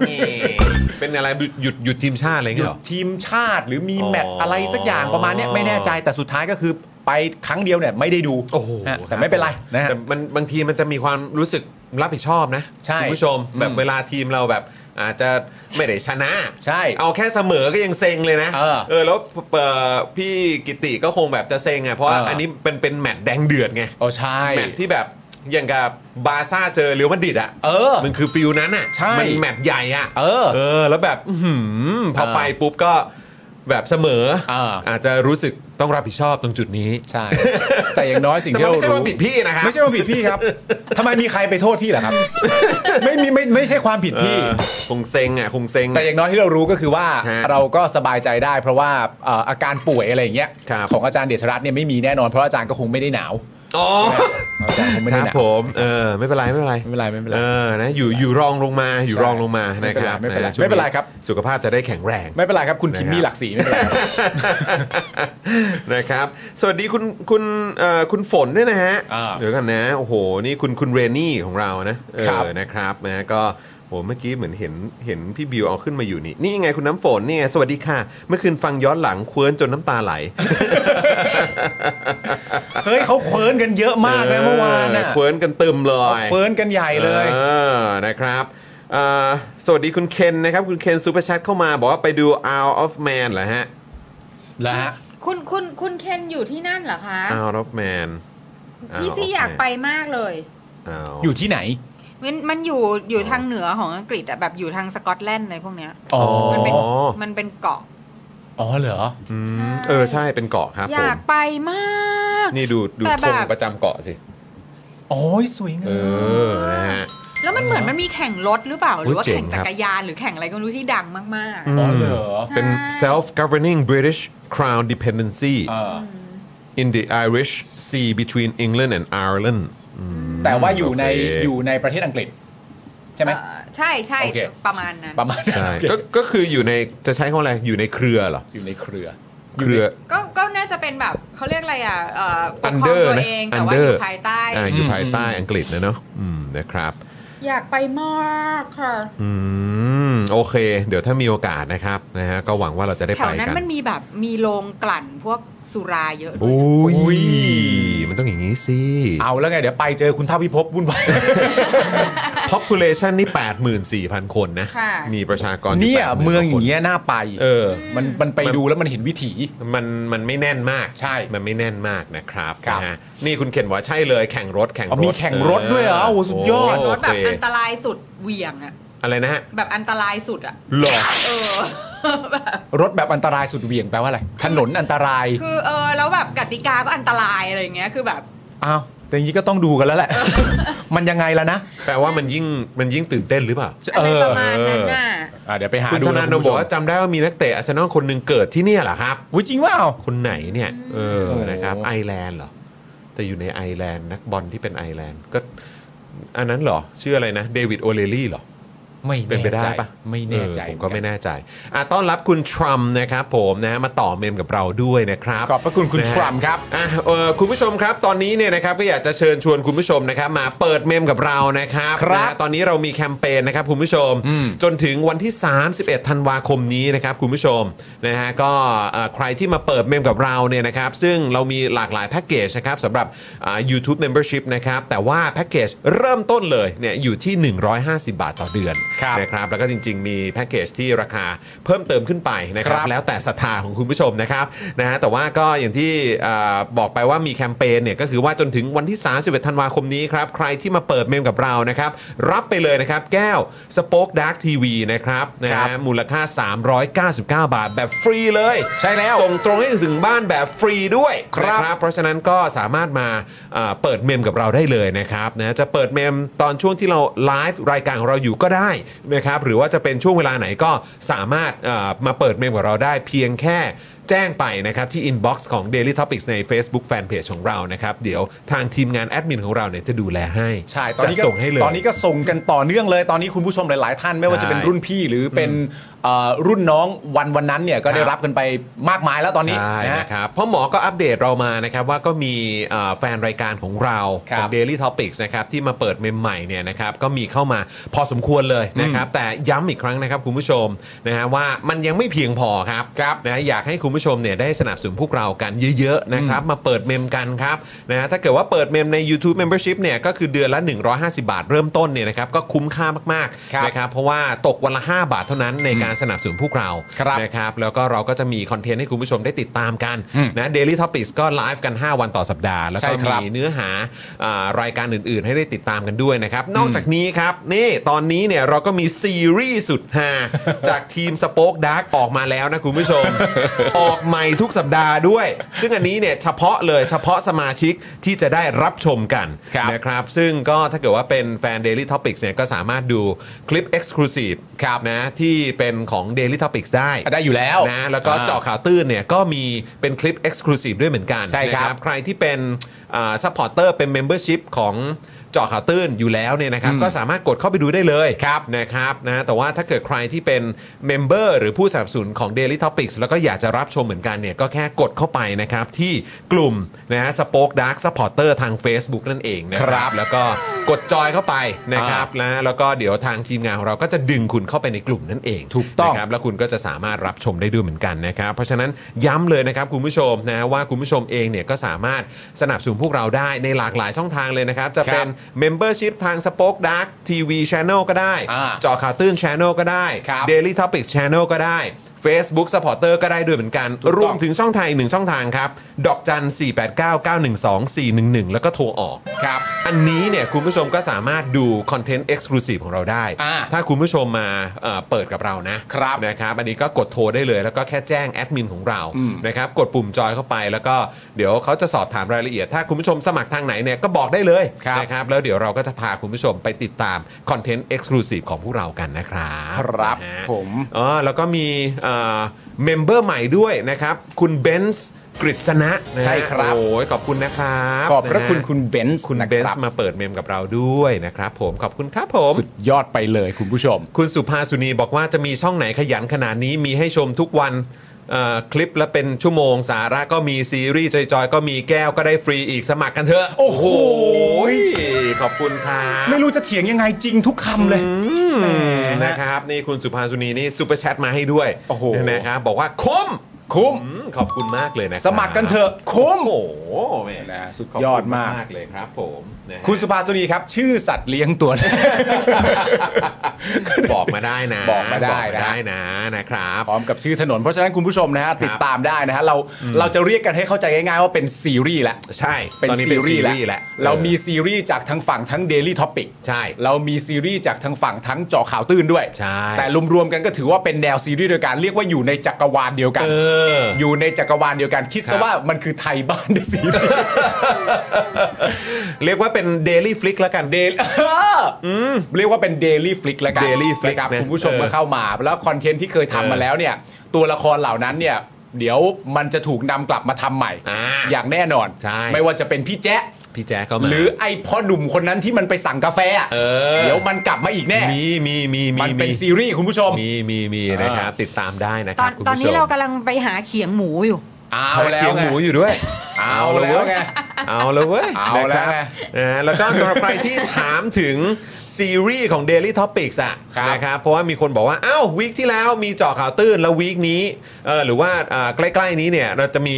Speaker 2: เป็นอะไรหยุดหยุดทีมชาติอะไรอย่าง
Speaker 3: หยุ
Speaker 2: เงี้ย
Speaker 3: ด
Speaker 2: เหรอ
Speaker 3: ทีมชาติหรือมี
Speaker 2: อ๋อ
Speaker 3: แมตช์อะไรสักอย่างประมาณเนี้ยไม่แน่ใจแต่สุดท้ายก็คือไปครั้งเดียวเนี่ยไม่ได้ดู
Speaker 2: โอ้โห
Speaker 3: ฮะ
Speaker 2: ครับ
Speaker 3: แต่ไม่เป็นไรนะฮะ
Speaker 2: แต่มันบางทีมันจะมีความรู้สึกรับผิดชอบนะ
Speaker 3: ใช่
Speaker 2: คุณผู้ชม แบบ
Speaker 3: อืม
Speaker 2: เวลาทีมเราแบบอาจจะไม่ได้ชนะ
Speaker 3: ใช่
Speaker 2: เอาแค่เสมอก็ยังเซ็งเลยนะ
Speaker 3: เออ
Speaker 2: แล้วเอ่อพี่กิติก็คงแบบจะเซ็งอ่ะเพราะว่า
Speaker 3: เอออั
Speaker 2: อันนี้เป็นเป็นแมตช์แดงเดือดไง
Speaker 3: อ๋อใช่
Speaker 2: แมตช์ที่แบบอย่างกับบาร์ซ่าเจอเรอัลมาดริดอ่ะ
Speaker 3: เออ
Speaker 2: มันคือฟิลนั้นอ่ะ
Speaker 3: ใช่
Speaker 2: มันแมตช์ใหญ่อ่ะ
Speaker 3: เออ
Speaker 2: เออ แล้วแบบอื้อหือพอ
Speaker 3: เออ
Speaker 2: ไปปุ๊บก็แบบเสมอ
Speaker 3: เอออ
Speaker 2: จจะรู้สึกต้องรับผิดชอบตรงจุดนี้
Speaker 3: ใช่ แต่อย่างน้อยสิ่ง
Speaker 2: แต่
Speaker 3: ที่
Speaker 2: มันไม่
Speaker 3: เรา
Speaker 2: ใช่
Speaker 3: รู้
Speaker 2: ว่าผิดพี่นะครับ
Speaker 3: ไม่ใช่ว่าผิดพี่ ครับทำไมมีใครไปโทษพี่เหรอครับ ไม่มีไม่ไม่ใช่ความผิด
Speaker 2: เอ
Speaker 3: พี่
Speaker 2: อคงเซ็งอ่ะคงเซ็ง
Speaker 3: แต่อย่างน้อยที่เรารู้ก็คือว่า
Speaker 2: ฮะ
Speaker 3: เราก็สบายใจได้ เพราะว่าเอ่ออาการป่วยอะไรอย่างเงี้ย
Speaker 2: ครับ
Speaker 3: ของอาจารย์เดชรัตน์เนี่ยไม่มีแน่นอนเพราะอาจารย์ก็คงไม่ได้หนาว
Speaker 2: อ๋อ
Speaker 3: อาจารย์คงไม่
Speaker 2: ค
Speaker 3: ได้
Speaker 2: รับ
Speaker 3: หนา
Speaker 2: ผ
Speaker 3: ว
Speaker 2: มเออไม่เป็นไรไม่เป็นไร
Speaker 3: ไม่เป็นไรไม่เป็นไร
Speaker 2: เออนะอยู่อยู่รองลงมาอยู่รองลงมา
Speaker 3: ใช่
Speaker 2: นะครับ
Speaker 3: ไม่เป็นไระ
Speaker 2: ช่วง
Speaker 3: ไม่เป็นไรครับ
Speaker 2: สุขภาพจะได้แข็งแรง
Speaker 3: ไม่เป็นไรครับคุณคิมมี่
Speaker 2: นะครับ
Speaker 3: หลักสีไม่เป็นไร
Speaker 2: นะครับ สวัสดีคุณคุณเอ่อคุณฝนด้วยนะฮะ
Speaker 3: อ่า
Speaker 2: เดี๋ยวกันนะ โอ้โห นี่คุณคุณเรนนี่ของเรานะเอ
Speaker 3: ครับ
Speaker 2: อนะครับนะก็โหเมื่อกี้เหมือนเห็นเห็นพี่บิวเอาขึ้นมาอยู่นี่ นี่ไงคุณน้ำฝนนี่ไงสวัสดีค่ะ เมื่อคืนฟังย้อนหลังเควิ้นจนน้ำตาไหล
Speaker 3: เฮ้ยเขาเควิร์นกันเยอะมากนะเมื่อวานน่ะ
Speaker 2: เควิ้นกันตึมเลย
Speaker 3: เควิร์นกันใหญ่เลย
Speaker 2: เออนะครับเอ่อสวัสดีคุณเคนนะครับ คุณเคนซูเปอร์แชทเข้ามาบอกว่าไปดู Out of Man เหรอฮะ
Speaker 3: แล้วฮะ
Speaker 7: คุณคุณคุณเคนอยู่ที่นั่นเหรอคะ
Speaker 2: Out of Man
Speaker 7: พี่ซี่อยากไปมากเลย
Speaker 2: Out
Speaker 3: อยู่ที่ไหน
Speaker 7: มันมันอยู่อยู่ทางเหนือของอังกฤษอะแบบอยู่ทางสกอตแลนด์อะไรพวกเนี้ย
Speaker 3: อ๋อ
Speaker 7: มันเป็น
Speaker 2: อ๋อ
Speaker 7: มันเป็นเกาะ
Speaker 3: อ๋อเหรอ
Speaker 2: อืม
Speaker 7: ใช่
Speaker 2: เออใช่เป็นเกาะครับ
Speaker 7: อ
Speaker 2: ผม
Speaker 7: ยากไปมาก
Speaker 2: นี่ดูดู
Speaker 7: แต่
Speaker 2: ธ
Speaker 7: แบบ
Speaker 2: งประจำเกาะสิ
Speaker 3: โอ้ยสวยงา
Speaker 2: เอ
Speaker 3: ม
Speaker 2: อนะฮะ
Speaker 7: แล้วมันเหมือนมันมีแข่งรถหรือเปล่า หรือว่า
Speaker 2: เจ๋
Speaker 7: แข่
Speaker 2: ง
Speaker 7: ง
Speaker 2: ครั
Speaker 7: จั
Speaker 2: บ
Speaker 7: กรยานหรือแข่งอะไรก็ไม่รู้ที่ดังมาก
Speaker 3: อ๋อเหรอ
Speaker 2: เป็น self governing British crown dependency
Speaker 3: เออ
Speaker 2: in the Irish Sea between England and Ireland อืม
Speaker 3: แต่ว่าอยู่ใน
Speaker 2: โอเค
Speaker 3: อยู่ในประเทศอังกฤษ
Speaker 7: ๆ
Speaker 3: ใช่ไหม
Speaker 7: เอ่อใช่ใช่
Speaker 3: โอเค
Speaker 7: ประมาณนั้น
Speaker 3: ประมาณนั้น
Speaker 2: ใช่
Speaker 3: โอเค
Speaker 2: ก็ก็คืออยู่ในจะใช้คำว่าอะไรอยู่ในเครือเหรอ
Speaker 3: อยู่ในเครือ
Speaker 2: เครือ
Speaker 7: ก็ก็น่าจะเป็นแบบเขาเรียกอะไรอ่ะเอ่อปกครอง
Speaker 2: under
Speaker 7: ตัว
Speaker 2: นะ
Speaker 7: เอง แต่ว่าอ
Speaker 2: under
Speaker 7: ยู่ภายใต้
Speaker 2: อ่าอยู่
Speaker 3: อืม
Speaker 2: ภายใต้อังกฤษนะเนาะอืมนะครับ
Speaker 7: อยากไปมากค่ะ
Speaker 2: อืมโอเค เดี๋ยวถ้ามีโอกาสนะครับนะฮะก็หวังว่าเราจะได้
Speaker 7: แถ
Speaker 2: ไป
Speaker 7: วนั้น
Speaker 2: กัน
Speaker 7: มันมีแบบมีโรงกลั่นพวกสุราเยอะด้วย
Speaker 2: อุ้ยมันต้องอย่างนี้สิ
Speaker 3: เอาแล้วไง เดี๋ยวไปเจอคุณเท่าพิภพวุ่นวาย
Speaker 2: population นี่ 84,000 คนนะ
Speaker 7: ค่ะ
Speaker 2: มีประชากร
Speaker 3: เนี่ย
Speaker 2: 80,000
Speaker 3: เมืองอย่าก
Speaker 2: ว่
Speaker 3: ง
Speaker 2: ค
Speaker 3: เงี้ยน่าไป
Speaker 2: นเออ
Speaker 3: มันมันไป
Speaker 2: มัน
Speaker 3: ดูแล้วมันเห็นวิถี
Speaker 2: มันมันไม่แน่นมาก
Speaker 3: ใช่
Speaker 2: มันไม่แน่นมากนะครับ
Speaker 3: ครับ
Speaker 2: นะฮะนี่คุณเข็นว่าใช่เลยแข่งรถแข่งร
Speaker 3: อ๋อ
Speaker 2: ถ
Speaker 3: มีแข่งรถด้วยเหรอโอ้โหสุดยอด
Speaker 2: โอ
Speaker 7: รถแบ
Speaker 2: เค
Speaker 7: บอันตรายสุดเหวี่ยงอ่ะ
Speaker 2: อะไรนะฮะ
Speaker 7: แบบอันตรายสุดอ่ะ
Speaker 2: หลอ
Speaker 7: เออ
Speaker 3: รถแบบอันตรายสุดเหวี่ยงแปลว่าอะไร ถนนอันตราย
Speaker 7: คือเออแล้วแบบกติกาก็อันตรายอะไรอย่างเงี้ยคือแบบ
Speaker 3: อ้าวแต่อย่างนี้ก็ต้องดูกันแล้วแหละ มันยังไงล่ะนะ
Speaker 2: แปลว่ามันยิ่งมันยิ่งตื่นเต้นหรือเปล่า
Speaker 6: อะไรประมาณนั้นน่ะ
Speaker 3: อ่ะเดี๋ยวไปหา
Speaker 2: คุณ
Speaker 3: ดู
Speaker 2: ธนาโน
Speaker 3: คุณ
Speaker 2: บ
Speaker 3: ผู้ช
Speaker 2: อก
Speaker 3: ม
Speaker 2: ว่าจำได้ว่ามีนักเตะอาร์เซนอลคนหนึ่งเกิดที่เนี่ยเหรอครับ
Speaker 3: อุ๊ยจริงเปล่า
Speaker 2: คนไหนเนี่ยเออ
Speaker 3: โอ้โห
Speaker 2: นะครับไอร์แลนด์เหรอ แต่อยู่ในไอร์แลนด์นักบอลที่เป็นไอร์แลนด์ก็อันนั้นเหรอ ชื่ออะไรนะ เดวิดโอเลลี่เหรอ
Speaker 3: ไม่
Speaker 2: เป็นไปได้ปะ
Speaker 3: ไม่แน่ใจ
Speaker 2: เออผมก็ไม่แน่ใจอ่ะต้อนรับคุณทรัมป์นะครับผมนะมาต่อเมมกับเราด้วยนะครับ
Speaker 3: ขอบพระคุณคุณ
Speaker 2: นะฮะ
Speaker 3: ทรัมป์ครับ
Speaker 2: อ่ะเอ่อคุณผู้ชมครับ ตอนนี้เนี่ยนะครับก็อยากจะเชิญชวนคุณผู้ชมนะครับ มาเปิดเมมกับเรานะครับ
Speaker 3: ครับ
Speaker 2: นะตอนนี้เรามีแคมเปญนะครับคุณผู้ชม
Speaker 3: อืม
Speaker 2: จนถึงวันที่ 31 ธันวาคมนี้นะครับคุณผู้ชมนะฮะก็เอ่อใครที่มาเปิดเมมกับเราเนี่ยนะครับซึ่งเรามีหลากหลายแพ็กเกจนะครับสำหรับอ่า YouTube Membership นะครับแต่ว่าแพ็กเกจเริ่มต้นเลยเนี่ยอยู่ที่ 150 บาทต่อเดือน
Speaker 3: ครับ
Speaker 2: นะครับแล้วก็จริง ๆ มีแพ็กเกจที่ราคาเพิ่มเติมขึ้นไปนะครับ
Speaker 3: ครับ
Speaker 2: แล้วแต่ศรัทธาของคุณผู้ชมนะครับนะฮะแต่ว่าก็อย่างที่เอ่อบอกไปว่ามีแคมเปญเนี่ยก็คือว่าจนถึงวันที่31ธันวาคมนี้ครับ ใครที่มาเปิดเมมกับเรานะครับ รับไปเลยนะครับ แก้วสป็อคดักทีวีนะครับนะ
Speaker 3: ครั
Speaker 2: ฮะ
Speaker 3: บ
Speaker 2: มูลค่า 399 บาทแบบฟรีเลย
Speaker 3: ใช่แล้ว
Speaker 2: ส่งตรงให้ถึงบ้านแบบฟรีด้วย
Speaker 3: ครับ
Speaker 2: นะเพราะฉะนั้นก็สามารถมาเอ่อเปิดเมมกับเราได้เลยนะครับนะจะเปิดเมมตอนช่วงที่เราไลฟ์รายการของเราอยู่ก็ได้นะครับหรือว่าจะเป็นช่วงเวลาไหนก็สามารถเอ่อมาเปิดเมมกับเราได้เพียงแค่แจ้งไปนะครับที่ inbox ของ Daily Topics ใน Facebook Fanpage ของเรานะครับ เดี๋ยวทางทีมงานแอดมินของเราเนี่ยจะดูแลให้
Speaker 3: ใช่ตอนนี้
Speaker 2: จะ
Speaker 3: ก็
Speaker 2: ส่งให้เลย
Speaker 3: ตอนนี้ก็ส่งกันต่อเนื่องเลย ตอนนี้คุณผู้ชมหลาย ๆ ท่านไม่ว่า
Speaker 2: ใช่
Speaker 3: จะเป็นรุ่นพี่หรือเป็นเอ่อรุ่นน้องวันวันนั้นเนี่ยก็ได้
Speaker 2: ครับ
Speaker 3: รับกันไปมากมายแล้วตอนนี้
Speaker 2: ใช่
Speaker 3: นะฮะ
Speaker 2: นะครับพ่อหมอก็อัปเดตเรามานะครับว่าก็มีเอ่อแฟนรายการของเรา
Speaker 3: ครั
Speaker 2: ข
Speaker 3: บ
Speaker 2: อง Daily Topics นะครับที่มาเปิดเมมใหม่เนี่ยนะครับก็มีเข้ามาพอสมควรเลยนะครับแต่ย้ำอีกครั้งนะครับคุณผู้ชมนะฮะว่ามันยังไม่เพียงพอครับ
Speaker 3: ครับ
Speaker 2: นะอยากให้คุณผู้ชมเนี่ยได้สนับสนุนพวกเรากันเยอะๆนะครับมาเปิดเมมกันครับนะฮะถ้าเกิดว่าเปิดเมมใน YouTube Membership เนี่ยก็คือเดือนละ 150 บาทเริ่มต้นเนี่ยนะครับก็คุ้มค่ามาก
Speaker 3: ครับ
Speaker 2: ๆนะครับเพราะว่าตกวันละ 5 บาทเท่านั้นในการสนับสนุนพวกเรา
Speaker 3: ครับ
Speaker 2: นะครับแล้วก็เราก็จะมีคอนเทนต์ให้คุณผู้ชมได้ติดตามกัน
Speaker 3: อืม
Speaker 2: นะ Daily Topics ก็ไลฟ์กัน 5 วันต่อสัปดาห์ แล้ว
Speaker 3: ใช่
Speaker 2: ก็
Speaker 3: ครับ
Speaker 2: มีเนื้อหาอ่ารายการอื่น ๆ ให้ได้ติดตามกันด้วยนะครับ นอกจากนี้ครับ นี่ตอนนี้เนี่ยเราก็มีซีรีส์สุด ฮา จากทีมสป็อคดาร์กออกมาแล้วนะคุณผู้ชม ออกใหม่ทุกสัปดาห์ด้วย ซึ่งอันนี้เนี่ยเฉพาะเลยเฉพาะสมาชิกที่จะได้รับชมกัน
Speaker 3: ครับ
Speaker 2: นะครับซึ่งก็ถ้าเกิดว่าเป็นแฟน Daily Topics เนี่ยก็สามารถดูคลิป Exclusive ครับนะที่เป็นของ Daily Topics ได้
Speaker 3: ได้อยู่แล้ว
Speaker 2: นะแล้วก็
Speaker 3: อ่า
Speaker 2: เจาะข่าวตื้นเนี่ยก็มีเป็นคลิป Exclusive ด้วยเหมือนกัน
Speaker 3: ใช่ครับ
Speaker 2: นะใครที่เป็นซัพพอร์เตอร์เป็น Membership ของเจาะข่าวตื้นอยู่แล้วเนี่ยนะครับก็สามารถกดเข้าไปดูได้เลยครับนะครับนะแต่ว่าถ้าเกิดใครที่เป็นเมมเบอร์หรือผู้สนับสนุนของ Daily Topics แล้วก็อยากจะรับชมเหมือนกันเนี่ยก็แค่กดเข้าไปนะครับ ที่กลุ่มนะฮะสป็อคดักซัพพอร์เตอร์ทาง Facebook นั่นเองนะค
Speaker 3: ครั
Speaker 2: รับ
Speaker 3: บ
Speaker 2: แล้วก็กดจอยเข้าไปนะครับนะแล้วก็เดี๋ยวทางทีมงานของเราก็จะดึงคุณเข้าไปในกลุ่มนั่นเอง
Speaker 3: ถูกต้อง
Speaker 2: นะครับ นะครับแล้วคุณก็จะสามารถรับชมได้ด้วยเหมือนกันนะครับ เพราะฉะนั้นย้ำเลยนะครับคุณผู้ชมนะว่าคุณผู้ชมเองเนี่ยก็สามารถสนับสนุนพวกเราได้ในหลากหลายช่องทางเลยนะครับ จะเป็น Membership ทาง Spoke Dark TV Channel ก็ได้
Speaker 3: อ่า
Speaker 2: เจอข่าวตื้น Channel ก็ได้
Speaker 3: ครับ
Speaker 2: Daily Topics Channel ก็ได้ Facebook Supporter ก็ได้ด้วยเหมือนกัน รวมถึงช่องทางอีกหนึ่งช่องทางครับ ดอกจัน 489912411 แล้วก็โทรออก
Speaker 3: ครับ
Speaker 2: อันนี้เนี่ยคุณผู้ชมก็สามารถดูคอนเทนต์เอ็กซ์คลูซีฟของเราได้
Speaker 3: อ่า
Speaker 2: ถ้าคุณผู้ชมมาเอ่อเปิดกับเรานะครับ นะครับ อันนี้ก็กดโทรได้เลยแล้วก็แค่แจ้งแอดมินของเรา
Speaker 3: อืม
Speaker 2: นะครับ กดปุ่มจอยเข้าไปแล้วก็เดี๋ยวเขาจะสอบถามรายละเอียด ถ้าคุณผู้ชมสมัครทางไหนเนี่ยก็บอกได้เลย
Speaker 3: ครับ
Speaker 2: นะครับ แล้วเดี๋ยวเราก็จะพาคุณผู้ชมไปติดตามคอนเทนต์เอ็กซ์คลูซีฟของพวกเรากันนะครับ
Speaker 3: ครับ
Speaker 2: นะฮะ
Speaker 3: ผม
Speaker 2: อ๋อแล้วก็มีเมมเบอร์ใหม่ด้วยนะครับ คุณเบนซ์กฤษณะนะฮะ
Speaker 3: ใช่ครับ
Speaker 2: โอ้ยขอบคุณนะครับ
Speaker 3: ขอบพระคุณ
Speaker 2: นฮ
Speaker 3: คุณเบนซ์
Speaker 2: คุณ
Speaker 3: นะ
Speaker 2: เบน
Speaker 3: รับ
Speaker 2: ซ์มาเปิดเมมกับเราด้วยนะครับผมขอบคุณครับผม
Speaker 3: สุดยอดไปเลยคุณผู้ชม
Speaker 2: คุณสุภาสุนีบอกว่าจะมีช่องไหนขยันขนาดนี้มีให้ชมทุกวันเอ่อคลิปละเป็นชั่วโมง สาระก็มีซีรีส์จอยๆ ก็มีแก้วก็ได้ฟรีอีกสมัครกันเถอะ โอ้โห ขอบคุณครับ
Speaker 3: ไม่รู้จะเถียงยังไงจริงทุกคำเลย
Speaker 2: แหมนะครับนี่คุณสุภาสุนีนี่ซูเปอร์แชทมาให้ด้วย
Speaker 3: โอ้โห
Speaker 2: นะครับบอกว่าคุ้ม
Speaker 3: คุ้ม
Speaker 2: อืมขอบคุณมากเลยนะคบ
Speaker 3: สมัครกันเถอะคุ้ม
Speaker 2: โอ้โหแหม
Speaker 3: นะสุด
Speaker 2: ขบคุณ
Speaker 3: ยอดมาก
Speaker 2: เลยครับผมนะฮะ
Speaker 3: คุณสุภาสุนีครับ ชื่อสัตว์เลี้ยงตัวนั้น
Speaker 2: บอกมาได้นะ
Speaker 3: บอกมาได้นะ
Speaker 2: นะนะครับ
Speaker 3: พร้อมกับชื่อถนนเพราะฉะนั้นคุณผู้ชมนะฮะติดตามได้นะฮะเราเราจะเรียกกันให้เข้าใจง่ายๆว่าเป็นซีรีส์ละ
Speaker 2: ใช่
Speaker 3: เป็น
Speaker 2: ตอนนี้
Speaker 3: ซี
Speaker 2: เป็น
Speaker 3: รีส์
Speaker 2: ซีรีส์ละ
Speaker 3: ละเรามีซีรีส์จากทั้งฝั่งทั้ง Daily Topic
Speaker 2: ใช่
Speaker 3: เรามีซีรีส์จากทั้งฝั่งทั้งเจาะข่าวตื้นด้วย
Speaker 2: ใช่
Speaker 3: แต่รวมๆกันก็ถือว่าเป็นแนวซีรีส์โดยการเรียกว่าอยู่ในจักรวาลเดียวกัน
Speaker 2: เออ อ
Speaker 3: อยู่ในจักรวาลเดียวกันคิด
Speaker 2: ครั
Speaker 3: ซะ
Speaker 2: บ
Speaker 3: ว่ามันคือไทยบ้านได้ สิ
Speaker 2: เรียกว่าเป็น Daily Flick แล้วกัน
Speaker 3: เดลเรียกว่าเป็นเดลี่ฟลิกแล้วกัน
Speaker 2: Daily Flick
Speaker 3: นะครับ
Speaker 2: นะ
Speaker 3: คุณผู้ชม
Speaker 2: เออ
Speaker 3: มาเข้ามา แล้วคอนเทนต์ที่เคยทำ
Speaker 2: เออ
Speaker 3: มาแล้วเนี่ย ตัวละครเหล่านั้นเนี่ย เดี๋ยวมันจะถูกนำกลับมาทำใหม่
Speaker 2: อ่า
Speaker 3: อย่างแน่นอน
Speaker 2: ใช่
Speaker 3: ไม่ว่าจะเป็นพี่แจ๊ะ
Speaker 2: พี่แจ๊คเข้ามา
Speaker 3: หรือไอ้พ่อหนุ่มคนนั้นที่มันไปสั่งกาแฟอะ
Speaker 2: เออ
Speaker 3: เดี๋ยวมันกลับมาอีกแน่
Speaker 2: มีมีมีมี
Speaker 3: มันเป็นซีรีส์คุณผู้ชม
Speaker 2: มีมีมีนะครับ ติดตามได้นะค
Speaker 7: ตอ
Speaker 2: รั
Speaker 7: น
Speaker 2: บคุณ
Speaker 7: ตอน
Speaker 2: ผู้ช
Speaker 7: นี้
Speaker 2: ม
Speaker 7: เรากำลังไปหาเขียงหมูอยู่
Speaker 3: เอา
Speaker 2: เอา
Speaker 3: แล้
Speaker 2: เคี
Speaker 3: วย
Speaker 2: ง
Speaker 3: ไง
Speaker 2: หมูอยู่ด้วย
Speaker 3: เอา
Speaker 2: ะ
Speaker 3: แล้วไง
Speaker 2: ยเอาแล้วเว้ย
Speaker 3: เอาแล้วไง
Speaker 2: นะครับนะฮะแล้วก็สำหรับใครที่ถามถึงซีรีส์ของ Daily Topics อะ
Speaker 3: ครับ
Speaker 2: นะครับเพราะว่ามีคนบอกว่า อ้าววีคที่แล้วมีเจาะข่าวตื้นแล้ววีคนี้เออหรือว่าอ่าใกล้ ๆ นี้เนี่ยเราจะมี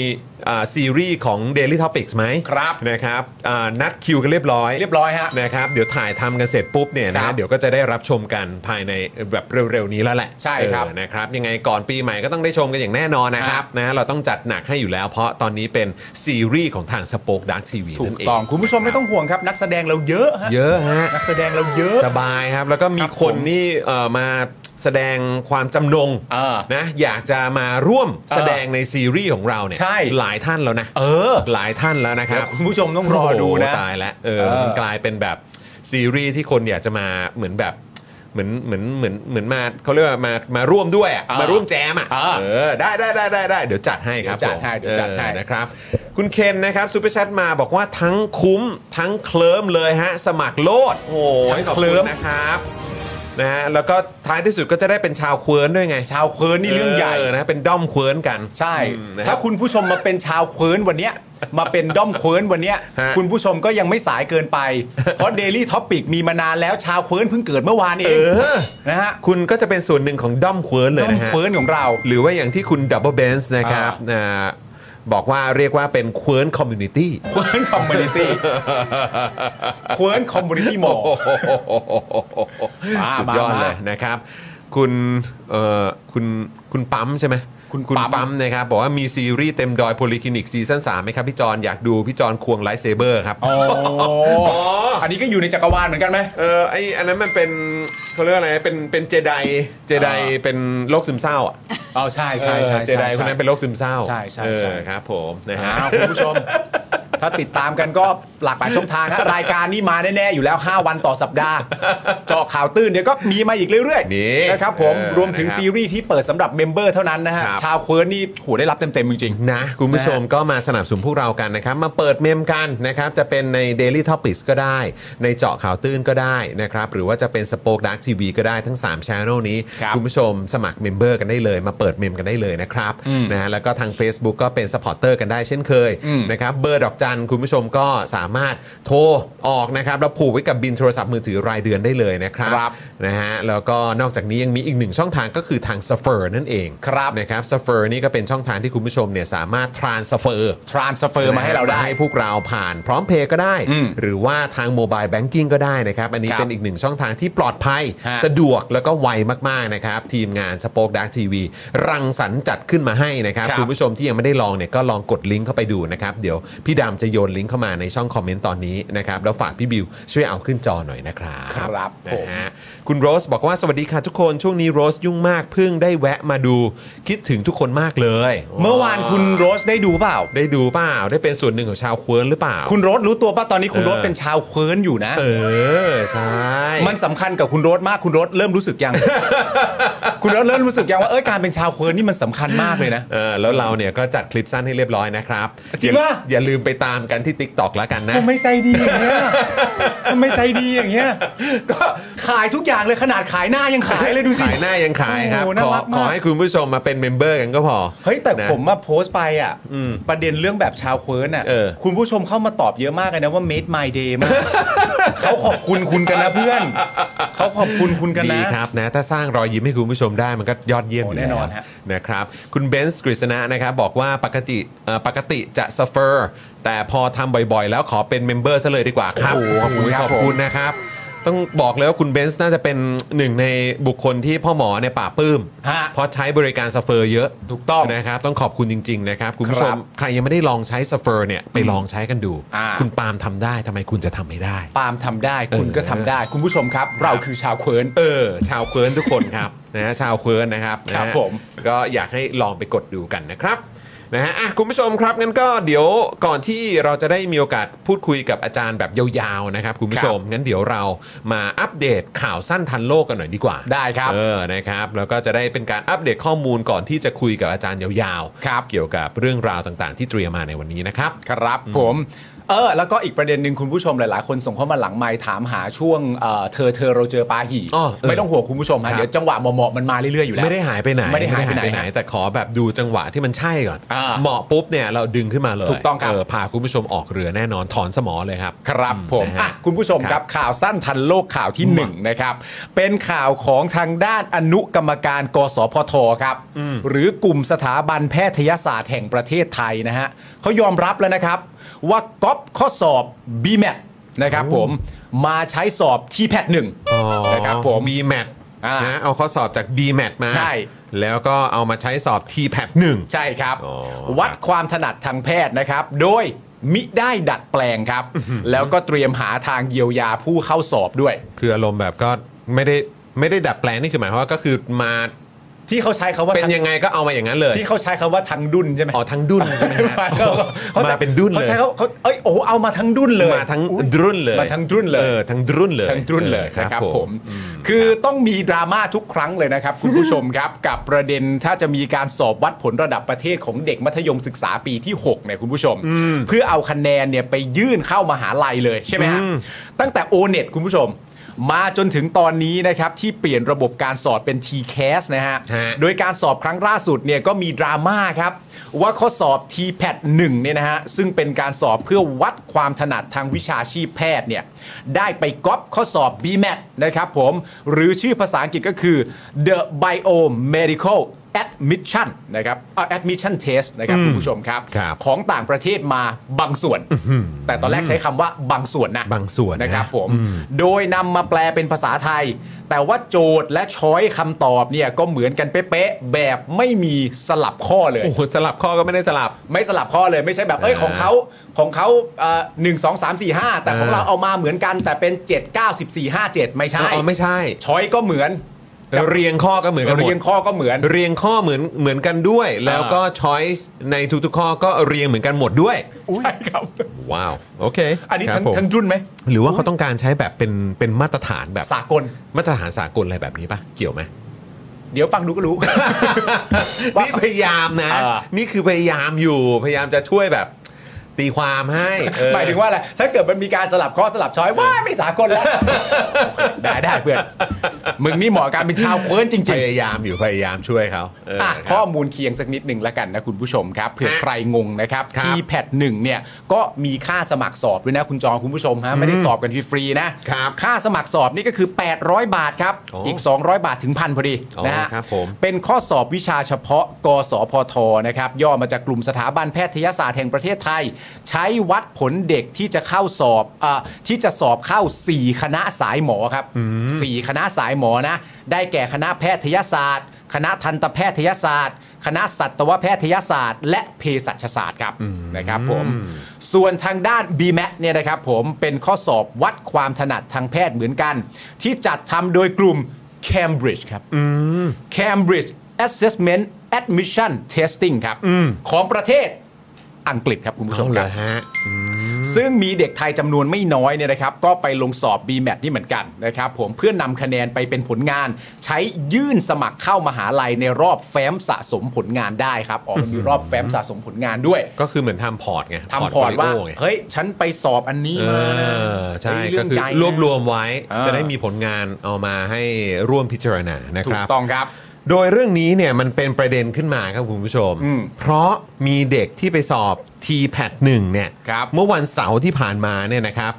Speaker 2: อ่าซีรีส์ของ Daily Topics ไหม
Speaker 3: ครับ
Speaker 2: นะครับอ่านัดคิวกันเรียบร้อย
Speaker 3: เรียบร้อยฮะ
Speaker 2: นะครับเดี๋ยวถ่ายทำกันเสร็จปุ๊บเนี่ย
Speaker 3: ครั
Speaker 2: นะ
Speaker 3: บ
Speaker 2: เดี๋ยวก็จะได้รับชมกันภายในแบบเร็วๆนี้แล้วแหละ
Speaker 3: ใช่ครับ
Speaker 2: เออนะครับยังไงก่อนปีใหม่ก็ต้องได้ชมกันอย่างแน่นอนนะครับนะเราต้องจัดหนักให้อยู่แล้ว เพราะตอนนี้เป็นซีรีส์ของทางสป o อ e ดักทีวี
Speaker 3: ถูกต้องคุณผู้ชมไม่ต้องห่วงครับ นักแสดงเราเยอะฮะ
Speaker 2: เยอะฮะ
Speaker 3: นักแสดงเราเยอะ
Speaker 2: สบายครับ แล้วก็มี
Speaker 3: ครับ
Speaker 2: คน
Speaker 3: ผม
Speaker 2: นี่เอ่อมาแสดงความจำนง
Speaker 3: เออ
Speaker 2: นะอยากจะมาร่วมแสดง
Speaker 3: เออ
Speaker 2: ในซีรีส์ของเราเนี่ย
Speaker 3: ใช่
Speaker 2: หลายท่านแล้วนะ
Speaker 3: เออ
Speaker 2: หลายท่านแล้วนะค
Speaker 3: แล้
Speaker 2: รั
Speaker 3: ว
Speaker 2: บ
Speaker 3: คุณผู้ชมต้องรอดูนะ
Speaker 2: โโหตายแล้วเออ
Speaker 3: เออ
Speaker 2: มันกลายเป็นแบบซีรีส์ที่คนอยากจะมาเหมือนแบบเหมือนเหมือนเหมือนเหมือนมาเขาเรียกว่ามามาร่วมด้วยอะ
Speaker 3: อ่า
Speaker 2: มาร่วมแจมอ่ะ
Speaker 3: อ่า
Speaker 2: เออได้ได้ได้ได้ได้เดี๋ยวจัดให้ครับ
Speaker 3: เดี๋ยว
Speaker 2: ผม
Speaker 3: จัดให้เดี๋ยวจัดให้
Speaker 2: ออนะครับ คุณเคนนะครับซูเปอร์แชทมาบอกว่าทั้งคุ้มทั้งเคลิ้มเลยฮะ สมัครโลดโอ้ยขอบคุณนะครับนะฮะแล้วก็ท้ายที่สุดก็จะได้เป็นชาวเควิร์นด้วยไง
Speaker 3: ชาวเคิร์นนี่เรื่องใหญ่
Speaker 2: นะเป็นด้อมเควิร์นกัน
Speaker 3: ใช่
Speaker 2: อืมนะค
Speaker 3: ถ้า
Speaker 2: รับ
Speaker 3: คุณผู้ชมมาเป็นชาวเควิร์นวันเนี้ย มาเป็นด้อมเควิร์นวันเนี้ย
Speaker 2: ฮะ
Speaker 3: คุณผู้ชมก็ยังไม่สายเกินไป เพราะ Daily Topic มีมานานแล้วชาวเควิร์นเพิ่งเกิดเมื่อวานเอ
Speaker 2: เอง อ
Speaker 3: นะฮะ
Speaker 2: คุณก็จะเป็นส่วนหนึ่งของด้อมเควิร์นเลย
Speaker 3: ด้อม
Speaker 2: นะฮะ
Speaker 3: เควิร์นของเรา
Speaker 2: หรือว่าอย่างที่คุณดับเบิลเบนส์นะครับอ่าบอกว่าเรียกว่าเป็นควิร์นคอมมูนิตี้
Speaker 3: เควิร์นคอมมูนิตี้เควิร์นคอมมูนิตี้หมอ มา
Speaker 2: สุดยอด
Speaker 3: มา
Speaker 2: เลยนะครับ คุณเอ่อคุณคุณปั๊มใช่ไหม
Speaker 3: คุณ
Speaker 2: คุณ
Speaker 3: ปั๊ม
Speaker 2: ปั๊มนะครับ บอกว่ามีซีรีส์เต็มดอยโพลิคลินิกซีซั่น3ไหมครับพี่จอนอยากดูพี่จอนควงไลท์เซเบอร์ครับ
Speaker 3: อ๋ออันนี้ก็อยู่ในจักรวาลเหมือนกันไหม
Speaker 2: เออไออันนั้นมันเป็นเขาเรียกว่าอะไรเป็นเป็นเจไดเจได
Speaker 3: อ่า
Speaker 2: เป็นโรคซึมเศร้าอ่ะ
Speaker 3: อ๋อใช่ใช่ใช่
Speaker 2: เออ
Speaker 3: ใช่
Speaker 2: เจไดคนนั้นเป็นโรคซึมเศร้า
Speaker 3: ใช่ใช่
Speaker 2: เออ
Speaker 3: ใช่
Speaker 2: ครับผมนะฮะ
Speaker 3: อ้าวคุณผู้ชม ถ้าติดตามกันก็หลากหลายช่องทาง ฮะรายการนี้มาแน่ ๆ อยู่แล้ว 5 วันต่อสัปดาห์ เจาะข่าวตื้นเดี๋ยวก็มีมาอีกเรื่อย
Speaker 2: นี่
Speaker 3: ๆนะครับผม
Speaker 2: เออ
Speaker 3: รวมถึง
Speaker 2: นะครับ
Speaker 3: ซีรีส์ที่เปิดสำหรับเมมเบอร์เท่านั้นนะฮะ
Speaker 2: ครับ
Speaker 3: ชาวเคิร์นนี่โหได้รับเต็ม ๆ จริง
Speaker 2: นะคุณผู้ชมก็มาสนับสนุนพวกเรากันนะครับ มาเปิดเมมกันนะครับ จะเป็นใน Daily Topics ก็ได้ ในเจาะข่าวตื้นก็ได้นะครับ หรือว่าจะเป็น Spoke Dark TV ก็ได้ทั้ง 3 Channel นี้
Speaker 3: ครับ
Speaker 2: คุณผู้ชมสมัครเมมเบอร์กันได้เลย มาเปิดเมมกันได้เลยนะครับนะฮะแล้วก็ทาง Facebook ก็เป็นสปอร์เตอร์กันได้เช่นเคย
Speaker 3: อืม
Speaker 2: นะครับเบอร์ดอกจันคุณผู้ชมก็สามารถโทรออกนะครับแล้วผูกไว้กับบินโทรศัพท์มือถือรายเดือนได้เลยนะครับ
Speaker 3: ครับ
Speaker 2: นะฮะแล้วก็นอกจากนี้ยังมีอีกหนึ่งช่องทางก็คือทาง s เฟอร์นั่นเองครับนะครับสเฟอร์นี่ก็เป็นช่องทางที่คุณผู้ชมเนี่ยสามารถ transfer
Speaker 3: ๆ ทรานสเฟอร์มาให้เราได้
Speaker 2: ให้พวกเราผ่านพร้อมเพย์ก็ได้
Speaker 3: อืม
Speaker 2: หรือว่าทางโมบายแบงกิ้งก็ได้นะครับ อันนี้
Speaker 3: ครับ
Speaker 2: เป็นอีกหนึ่งช่องทางที่ปลอดภัย
Speaker 3: ฮะ
Speaker 2: สะดวกแล้วก็ไวมาก ๆ นะครับ ทีมงานสป o อ e ดักทีวีรังสรรค์จัดขึ้นมาให้นะครับ
Speaker 3: ครับ
Speaker 2: คุณผู้ชมที่ยังไม่ได้ลองเนี่ยก็ลองกดลิงก์เข้าไปดูนะครับ เดี๋ยวพี่ดำจะโยนลิงก์เข้ามาในช่องคอมเมนต์ตอนนี้นะครับ แล้วฝากพี่บิวช่วยเอาขึ้นจอหน่อยนะครับ
Speaker 3: ครับผม
Speaker 2: นะฮะ คุณโรสบอกว่าสวัสดีค่ะทุกคนช่วงนี้โรสยุ่งมากเพิ่งได้แวะมาดูคิดถึงทุกคนมากเลย
Speaker 3: เมื่อวานคุณโรสได้ดูเปล่า
Speaker 2: ได้ดูเปล่าได้เป็นส่วนหนึ่งของชาวควิร์นหรือเปล่า
Speaker 3: คุณโรสรู้ตัวป่ะตอนนี้คุณ
Speaker 2: เออ
Speaker 3: โรสเป็นชาวเคิร์นอยู่นะ
Speaker 2: เออ ใช่
Speaker 3: มันสำคัญกับคุณโรสมากคุณโรสเริ่มรู้สึกยัง คุณโรสเริ่มรู้สึกยังว่าเอ้ยการเป็นชาวเคิร์นนี่มันสำคัญมากเลยนะ
Speaker 2: เออแล้วเราเนี่ยก็จัดคลิปสั้นให้เรียบร้อยนะครับ
Speaker 3: จริง
Speaker 2: อย่า
Speaker 3: ปะ
Speaker 2: อย่าลืมไปตามกันที่ TikTok แล้วกันนะ
Speaker 3: ทำไมใจดีอย่างเงี้ยทำไมใจดีอย่างเงี้ย ก็ขายทุกอย่างเลยขนาดขายหน้ายังขายเลยดูสิ
Speaker 2: ขายหน้ายังขายครับ
Speaker 3: โอ้โหน่า
Speaker 2: ขอ
Speaker 3: รักมาก
Speaker 2: ขอให้คุณผู้ชมมาเป็นเมมเบอร์กันก็พอ
Speaker 3: เฮ้ยแต่
Speaker 2: นะ
Speaker 3: ผมมาโพสต์ไปอ่ะประเด็นเรื่องแบบชาวเคิร์นอ่ะ
Speaker 2: เออ
Speaker 3: คุณผู้ชมเข้ามาตอบเยอะมากเลยนะว่า made my day มาก เขาขอบคุณคุณกันนะเพื่อน เขาขอบคุณคุณกัน
Speaker 2: ดี
Speaker 3: นะ
Speaker 2: ครับนะถ้าสร้างรอยยิ้มให้คุณผู้ชมได้มันก็ยอดเยี่ยม
Speaker 3: โอ้
Speaker 2: ยู่
Speaker 3: แน่นอน
Speaker 2: ล้ว
Speaker 3: ฮะ
Speaker 2: นะครับ คุณเบนซ์กฤษณะนะครับบอกว่าปกติเอ่อปกติจะสเฟอร์ แต่พอทำบ่อยๆ แล้วขอเป็นเมมเบอร์ซะเลยดีกว่าครับ
Speaker 3: โอ้โหขอบคุณครับ
Speaker 2: ขอบคุณนะครับ ต้องบอกเลยว่าคุณเบนซ์น่าจะเป็นหนึ่งในบุคคลที่พ่อหมอเนี่ยป่าปลื้ม
Speaker 3: ฮะ
Speaker 2: เพราะใช้บริการสเฟอร์เยอะ
Speaker 3: ถูกต้อง
Speaker 2: นะครับต้องขอบคุณจริง ๆ นะครับ คุณผู้ชม
Speaker 3: ครับ
Speaker 2: ใครยังไม่ได้ลองใช้สเฟอร์เนี่ยไปลองใช้กันดู
Speaker 3: อ่า
Speaker 2: คุณปาล์มทำได้ทำไมคุณจะทำไม่ได้
Speaker 3: ปาล์มทำได้คุณก็ทำได้ คุณผู้ชมครับ เราคือชาวเควิร์น
Speaker 2: เออ ชาวเควิร์นทุกคนครับ นะฮะชาวเควิร์นนะครับ
Speaker 3: ครั
Speaker 2: นะ
Speaker 3: บ
Speaker 2: ฮะ
Speaker 3: ผม
Speaker 2: ก็อยากให้ลองไปกดดูกันนะครับนะฮะอ่ะคุณผู้ชมครับงั้นก็เดี๋ยวก่อนที่เราจะได้มีโอกาสพูดคุยกับอาจารย์แบบยาวๆนะครับคุณผู้ชมงั้นเดี๋ยวเรามาอัปเดตข่าวสั้นทันโลกกันหน่อยดีกว่า
Speaker 3: ได้ครับ
Speaker 2: เออ นะครับ แล้วก็จะได้เป็นการอัปเดตข้อมูลก่อนที่จะคุยกับอาจารย์ยาวๆ
Speaker 3: ครับ
Speaker 2: เกี่ยวกับเรื่องราวต่างๆ ที่เตรียมมาในวันนี้นะครับ
Speaker 3: ครับผมเออแล้วก็อีกประเด็นหนึ่งคุณผู้ชมหลาย ๆ คนส่งเข้ามาหลังไมค์ถามหาช่วงเอ่อเธอเธอเราเจอปาหี
Speaker 2: อ้อเออ
Speaker 3: ไม่ต้องห่วงคุณผู้ชม
Speaker 2: ครับ
Speaker 3: ฮะเดี๋ยวจังหวะเหมาะๆมันมาเรื่อย ๆ อยู่แล้ว
Speaker 2: ไม่ได้หายไปไหน
Speaker 3: ไม่ได้หายไปไหนฮะ
Speaker 2: แต่ขอแบบดูจังหวะที่มันใช่ก่อน
Speaker 3: อ่า
Speaker 2: เหมาะปุ๊บเนี่ยเราดึงขึ้นมาเลย
Speaker 3: ถูกต้องครับ
Speaker 2: เพาคุณผู้ชมออกเรือแน่นอนถอนสมอเลยครับ
Speaker 3: ครับผม
Speaker 2: นะฮะ
Speaker 3: อ่ะคุณผู้ชม
Speaker 2: ค
Speaker 3: ค
Speaker 2: รั
Speaker 3: รั
Speaker 2: บบ
Speaker 3: ข่าวสั้นทันโลกข่าวที่หนึ่งนะครับ เป็นข่าวของทางด้านอนุกรรมการ กสพทครับ หรือกลุ่มสถาบันแพทยศาสตร์แห่งประเทศไทยนะฮะเขายอมรับแล้วนะครับ ว่าก๊อปข้อสอบ b m a t นะครับผมมาใช้สอบที่แพทย์หนึ่งนะครับผม
Speaker 2: ีแมท
Speaker 3: อ่าน
Speaker 2: นะเอาข้อสอบจาก b m a t มา
Speaker 3: ใช่
Speaker 2: แล้วก็เอามาใช้สอบ t p a t หนึ่ง
Speaker 3: ใช่ครับ
Speaker 2: อ๋อ
Speaker 3: วัดความถนัดทางแพทย์นะครับ โดยมิได้ดัดแปลงครับ แล้วก็เตรียมหาทางเยียวยาผู้เข้าสอบด้วย
Speaker 2: คืออารมณ์แบบก็ไม่ได้ไม่ได้ดัดแปลงนี่คือหมายความว่าก็คือมา
Speaker 3: ที่เขาใช้คาว่า
Speaker 2: เป็น
Speaker 3: ทาง
Speaker 2: ยังไงก็เอามาอย่างนั้นเลย
Speaker 3: ที่เขาใช้คำว่าทางดุนใช่ไหม
Speaker 2: อ๋อทั้งดุนใช่ไหมฮะมาเป็นดุน
Speaker 3: เขา
Speaker 2: เลย
Speaker 3: ใช้เขาเขาเอ้ยโอ้โหเอามาทั้งดุนเลย
Speaker 2: มาทั้ง
Speaker 3: อุ๊ย
Speaker 2: รุ่นเลย
Speaker 3: มาทั้งรุ่นเลย
Speaker 2: ออทั้งรุ่นเลย
Speaker 3: ทั้งรุ่นเล
Speaker 2: อ
Speaker 3: ย
Speaker 2: อ
Speaker 3: นะครับผม คือต้องมีดราม่าทุกครั้งเลยนะครับ คุณผู้ชมครับ กับประเด็นถ้าจะมีการสอบวัดผลระดับประเทศของเด็กมัธยมศึกษาปีที่6เนี่ยคุณผู้ชม เพื่อเอาคะแนนเนี่ยไปยื่นเข้ามหาลัยเลยใช่ไหมฮะตั้งแต่ o n e t คุณผู้ชม มาจนถึงตอนนี้นะครับที่เปลี่ยนระบบการสอบเป็น TCAS นะฮะ
Speaker 2: ฮะ
Speaker 3: โดยการสอบครั้งล่าสุดเนี่ยก็มีดราม่าครับ ว่าข้อสอบ t p a t 1เนี่ยนะฮะ ซึ่งเป็นการสอบเพื่อวัดความถนัดทางวิชาชีพแพทย์เนี่ยได้ไปก๊อปข้อสอบ b m a t นะครับผม หรือชื่อภาษาอังกฤษก็คือ the biomedical admission นะครับเอ่อ admission test นะครับคุณผู้ชมครับ
Speaker 2: ครับ
Speaker 3: ของต่างประเทศมาบางส่วน แต่ตอนแรกใช้คำว่าบางส่วนนะ
Speaker 2: บางส่วนนะ
Speaker 3: นะครับ ผมโดยนำมาแปลเป็นภาษาไทย แต่ว่าโจทย์และช้อยคำตอบเนี่ยก็เหมือนกันเป๊ะๆแบบไม่มีสลับข้อเลย
Speaker 2: โอ้โหสลับข้อก็ไม่ได้สลับ
Speaker 3: ไม่สลับข้อเลยไม่ใช่แบบเอ้ย
Speaker 2: อ่า
Speaker 3: ของเขาของเขาเอ่อหนึ่งสองสามสี่ห้าแต่ของ
Speaker 2: อ่า
Speaker 3: เราเอามาเหมือนกันแต่เป็นเจ็ดเก้าสิบสี่ห้าเจ็ดไม่ใช่
Speaker 2: อ๋อไม่ใช่
Speaker 3: ช้อยก็เหมือน
Speaker 2: จะเรียงข้อก็เหมือนกันหมด
Speaker 3: เรียงข้อก็เหมือน
Speaker 2: เรียงข้อเหมือนเหมือนกันด้วย แล้วก็ choice ในทุกๆข้อก็เรียงเหมือนกันหมดด้วย
Speaker 3: ใช่ครับ
Speaker 2: ว้าวโอเค
Speaker 3: อันนี้
Speaker 2: ครับ
Speaker 3: ทั้ง
Speaker 2: ผม
Speaker 3: ทั้งรุ่นไหม
Speaker 2: หรือว่าเขาต้องการใช้แบบเป็นเป็นมาตรฐานแบบ
Speaker 3: สากล
Speaker 2: มาตรฐานสากลอะไรแบบนี้ปะเกี่ยวไหม
Speaker 3: เดี๋ยวฟังดู ก็รู้ ว่า
Speaker 2: นี่พยายามนะ
Speaker 3: เออ
Speaker 2: นี่คือพยายามอยู่พยายามจะช่วยแบบตีความให้เออ
Speaker 3: หมายถึงว่าอะไร ถ้าเกิดมันมีการสลับข้อสลับช้อยว่าไม่สากลแล้ว ได้ได้เพื่อน มึงนี่เหมาะกับการเป็นชาวเฟิร์นจริ
Speaker 2: พ
Speaker 3: ง
Speaker 2: ยายามอยู่พยายามช่วยเขาเออ
Speaker 3: ๆอ่ะ
Speaker 2: ครับ
Speaker 3: ข้อมูลเคียงสักนิดหนึ่งละกันนะคุณผู้ชมครับ เผื่อใครงงนะครับ
Speaker 2: ครับ
Speaker 3: ที่แพทหนึ่งเนี่ย ก็มีค่าสมัครสอบด้วยนะคุณจองคุณผู้ชมฮะ ไม่ได้สอบกันฟรีๆนะ
Speaker 2: ครับ
Speaker 3: ค่าสมัครสอบนี่ก็คือ 800 บาทครับ
Speaker 2: โอ้
Speaker 3: อีก 200 บาทถึงพันพอดีนะฮะ
Speaker 2: โอ้ครับผม
Speaker 3: เป็นข้อสอบวิชาเฉพาะ กสพทนะครับ ย่อมาจากกลุ่มสถาบันแพทยศาสตร์แห่งประเทศไทย ใช้วัดผลเด็กที่จะเข้าสอบเออที่จะสอบเข้า 4 คณะสายหมอครับ 4 คณะสายหมอนะ ได้แก่คณะแพทยศาสตร์ คณะทันตแพทยศาสตร์ คณะสัตวแพทยศาสตร์ และเภสัชศาสตร์ครับนะครับผม ส่วนทางด้าน b m a t เนี่ยนะครับผมเป็นข้อสอบวัดความถนัดทางแพทย์เหมือนกัน ที่จัดทำโดยกลุ่ม Cambridge ครับ Cambridge Assessment Admission Testing ครับ ของประเทศอังกฤษครับคุณผู้ชม
Speaker 2: เอา
Speaker 3: ค
Speaker 2: เล
Speaker 3: รั
Speaker 2: ย
Speaker 3: บ
Speaker 2: ฮะ
Speaker 3: ซึ่งมีเด็กไทยจำนวนไม่น้อยเนี่ยนะครับ ก็ไปลงสอบ b m a t นี่เหมือนกันนะครับผมเพื่อนำคะแนนไปเป็นผลงาน ใช้ยื่นสมัครเข้ามหาลัยในรอบแฟ้มสะสมผลงานได้ครับออกมีรอบแฟ้มสะสมผลงานด้วย
Speaker 2: ก็คือเหมือนทำพอร์ตไง
Speaker 3: ทำพอร์ตว่า
Speaker 2: โฟลิโไง
Speaker 3: เฮ้ย ฉันไปสอบอันนี้
Speaker 2: เอ
Speaker 3: มา
Speaker 2: อใช่
Speaker 3: เฮ้ย
Speaker 2: ก็
Speaker 3: เรื่อง
Speaker 2: คือ
Speaker 3: ใจนะ
Speaker 2: รวบรวมไว้
Speaker 3: เออ
Speaker 2: จะได้มีผลงานเอามาให้ร่วมพิจารณานะค
Speaker 3: ถู
Speaker 2: รั
Speaker 3: ก
Speaker 2: บ
Speaker 3: ต้องครับ
Speaker 2: โดยเรื่องนี้เนี่ยมันเป็นประเด็นขึ้นมาครับคุณผู้ชม
Speaker 3: อืม
Speaker 2: เพราะมีเด็กที่ไปสอบ t p a t 1เนี่ย
Speaker 3: ครับ
Speaker 2: เมื่อวันเสาร์ที่ผ่านมาเนี่ยนะครับ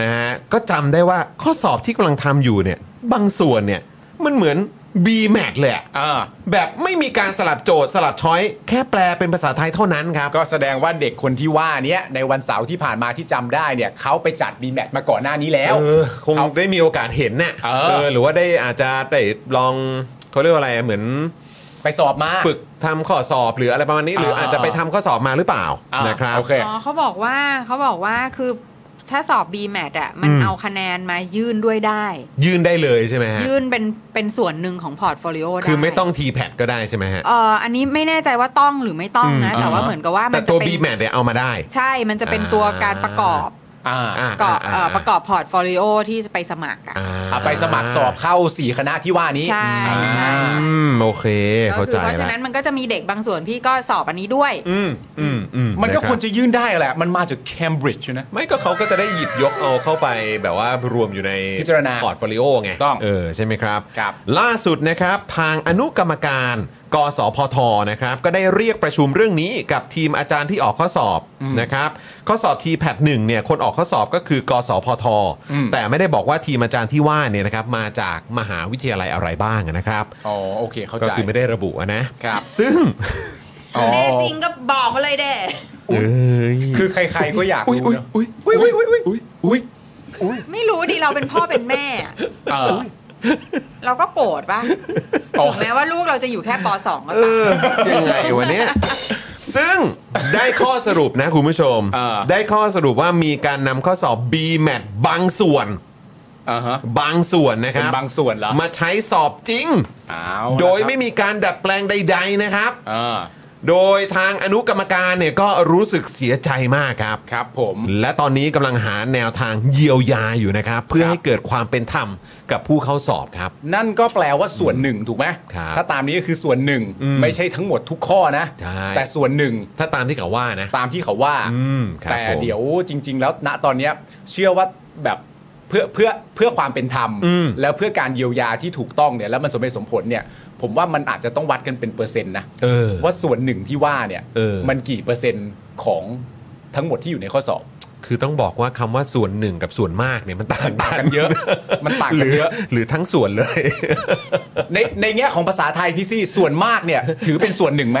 Speaker 2: นะฮะก็จำได้ว่าข้อสอบที่กำลังทำอยู่เนี่ยบางส่วนเนี่ยมันเหมือน B m a t เลยอะ
Speaker 3: อ่า
Speaker 2: แบบไม่มีการสลับโจทย์สลับช้อยแค่แปลเป็นภาษาไทยเท่านั้นครับ
Speaker 3: ก็แสดงว่าเด็กคนที่ว่าเนี้ยในวันเสาร์ที่ผ่านมาที่จำได้เนี่ยเขาไปจัดบีแมทมาก่อนหน้านี้แล้ว
Speaker 2: เออคงได้มีโอกาสเห็นน่ะ
Speaker 3: เออ
Speaker 2: หรือว่าได้อาจจะได้ลองเขาเรียกว่าอะไรอะเหมือน
Speaker 3: ไปสอบมา
Speaker 2: ฝึกทำข้อสอบหรืออะไรประมาณนี้หรืออาจจะไปทำข้อสอบมาหรือเปล่า
Speaker 3: อ่าน
Speaker 2: นะครับ
Speaker 3: โอเค
Speaker 7: อ๋อเขาบอกว่าเขาบอกว่าคือถ้าสอบ BMAT อ่ะมัน
Speaker 2: อืม
Speaker 7: เอาคะแนนมายื่นด้วยได้
Speaker 2: ยื่นได้เลยใช่ไหมฮะ
Speaker 7: ยื่นเป็นเป็นส่วนหนึ่งของพอร์ตโฟลิโอได้
Speaker 2: คือไม่ต้องทีแพดก็ได้ใช่ไหมฮะ
Speaker 7: เอ่ออันนี้ไม่แน่ใจว่าต้องหรือไม่ต้องนะ
Speaker 3: อืม
Speaker 7: แต่ว่า
Speaker 3: อ่า
Speaker 7: เหมือนกับว่ามั
Speaker 2: แต่
Speaker 7: นจะ
Speaker 2: ตัว
Speaker 7: เป็น
Speaker 2: B m a t เนี่ยเอามาได้
Speaker 7: ใช่มันจะเป็นตัวการประกอบ
Speaker 3: อ่า
Speaker 2: อ่า
Speaker 7: เกาะเอ่อ
Speaker 2: อ่า
Speaker 7: ประกอบพอร์ตโฟลิโอที่จะไปสมัครอ่ะ
Speaker 2: อ่า
Speaker 3: อ่ะไปสมัครสอบเข้าสี่คณะที่ว่านี้
Speaker 7: ใช่ใช่
Speaker 3: อ่า
Speaker 2: อืมโอเค
Speaker 7: ก็
Speaker 2: เข้า
Speaker 7: คื
Speaker 2: ใจ
Speaker 7: อเพราะฉะ
Speaker 2: ละ
Speaker 7: นั้นมันก็จะมีเด็กบางส่วนที่ก็สอบอันนี้ด้วย
Speaker 2: อืมอืมอืม
Speaker 3: มันก็
Speaker 2: นรับ
Speaker 3: ควรจะยื่นได้แหละ มันมาจาก Cambridge อยู่นะ
Speaker 2: ไม่ก็เขาก็จะได้หยิบยกเอาเข้าไปแบบว่ารวมอยู่ใน
Speaker 3: พิจารณา
Speaker 2: พอร์ตโฟลิโอไง
Speaker 3: ต้อง
Speaker 2: เออใช่ไหมครับ
Speaker 3: ครับ
Speaker 2: ล่าสุดนะครับทางอนุกรรมการกสพทนะครับก็ได้เรียกประชุมเรื่องนี้กับทีมอาจารย์ที่ออกข้อสอบนะครับข้อสอบทีแพทหนึ่งเนี่ยคนออกข้อสอบก็คือกสพท แต่ไม่ได้บอกว่าทีมอาจารย์ที่ว่าเนี่ยนะครับมาจากมหาวิทยาลัยอะไรบ้างนะครับ
Speaker 3: อ๋อ โอเคเข้า
Speaker 2: ก็
Speaker 3: ใจ
Speaker 2: คือไม่ได้ระบุอะนะครับ ซึ่ง
Speaker 3: อ๋อ
Speaker 7: แน่จริงก็บอกมาเลยเด้
Speaker 2: เอ้ย
Speaker 3: คือใครๆก็อยาก
Speaker 2: อุ้ย
Speaker 3: รู้
Speaker 2: อุ้ย
Speaker 3: เนอะ
Speaker 2: อุ้ยอุ้ยอุ้ยอุ้ยอุ้ยอุ้ย
Speaker 7: ไม่รู้ดิเราเป็นพ่อเป็นแม่อะ
Speaker 3: เออ
Speaker 7: เราก็โกรธป่ะ
Speaker 3: อ๋อ
Speaker 7: ถึงแม้ว่าลูกเราจะอยู่แค่ป .2 ก็ตาม
Speaker 2: ยังไงวะเนี่ยซึ่งได้ข้อสรุปนะคุณผู้ชม
Speaker 3: อ่า
Speaker 2: ได้ข้อสรุปว่ามีการนำข้อสอบ B m a t บางส่วน
Speaker 3: อ่าฮะ
Speaker 2: บางส่วนนะค
Speaker 3: เป็
Speaker 2: รับบ
Speaker 3: นางส่วนเหรอ
Speaker 2: มาใช้สอบจริง
Speaker 3: อ้าว
Speaker 2: โดยไม่มีการดัดแปลงใด ๆนะครับ
Speaker 3: อ่า
Speaker 2: โดยทางอนุกรรมการเนี่ยก็รู้สึกเสียใจมากครับ
Speaker 3: ครับผม
Speaker 2: และตอนนี้กำลังหาแนวทางเยียวยาอยู่นะครับ เพื่อ
Speaker 3: ครับ
Speaker 2: ให้เกิดความเป็นธรรมกับผู้เข้าสอบครับ
Speaker 3: นั่นก็แปลว่าส่วนหนึ่งถูกไหม
Speaker 2: ครับ
Speaker 3: ถ้าตามนี้ก็คือส่วนหนึ่ง
Speaker 2: อืม
Speaker 3: ไม่ใช่ทั้งหมดทุกข้อนะ
Speaker 2: ใช่
Speaker 3: แต่ส่วนหนึ่ง
Speaker 2: ถ้าตามที่เขาว่านะ
Speaker 3: ตามที่เขาว่า
Speaker 2: อืมครับ
Speaker 3: แต่
Speaker 2: ผม
Speaker 3: เดี๋ยวจริง ๆ แล้วณตอนเนี้ยเชื่อว่าแบบเพื่อเพื่อเพื่อความเป็นธรรม
Speaker 2: อืม
Speaker 3: แล้วเพื่อการเยียวยาที่ถูกต้องเนี่ยแล้วมันสมเหตุสมผลเนี่ย ผมว่ามันอาจจะต้องวัดกันเป็นเปอร์เซ็นต์นะ
Speaker 2: เออ
Speaker 3: ว่าส่วนหนึ่งที่ว่าเนี่ย
Speaker 2: เออ
Speaker 3: มันกี่เปอร์เซ็นต์ของทั้งหมดที่อยู่ในข้อสอบ
Speaker 2: คือต้องบอกว่าคำว่าส่วนหนึ่งกับส่วนมากเนี่ยมันต่าง
Speaker 3: ต่างกันเยอะมันต่าง
Speaker 2: ห
Speaker 3: กั
Speaker 2: รื
Speaker 3: น
Speaker 2: อ
Speaker 3: เยอะ
Speaker 2: หรือทั้งส่วนเลย
Speaker 3: ในในแง่ของภาษาไทยพี่ซี่ส่วนมากเนี่ย ถือเป็นส่วนหนึ่งไหม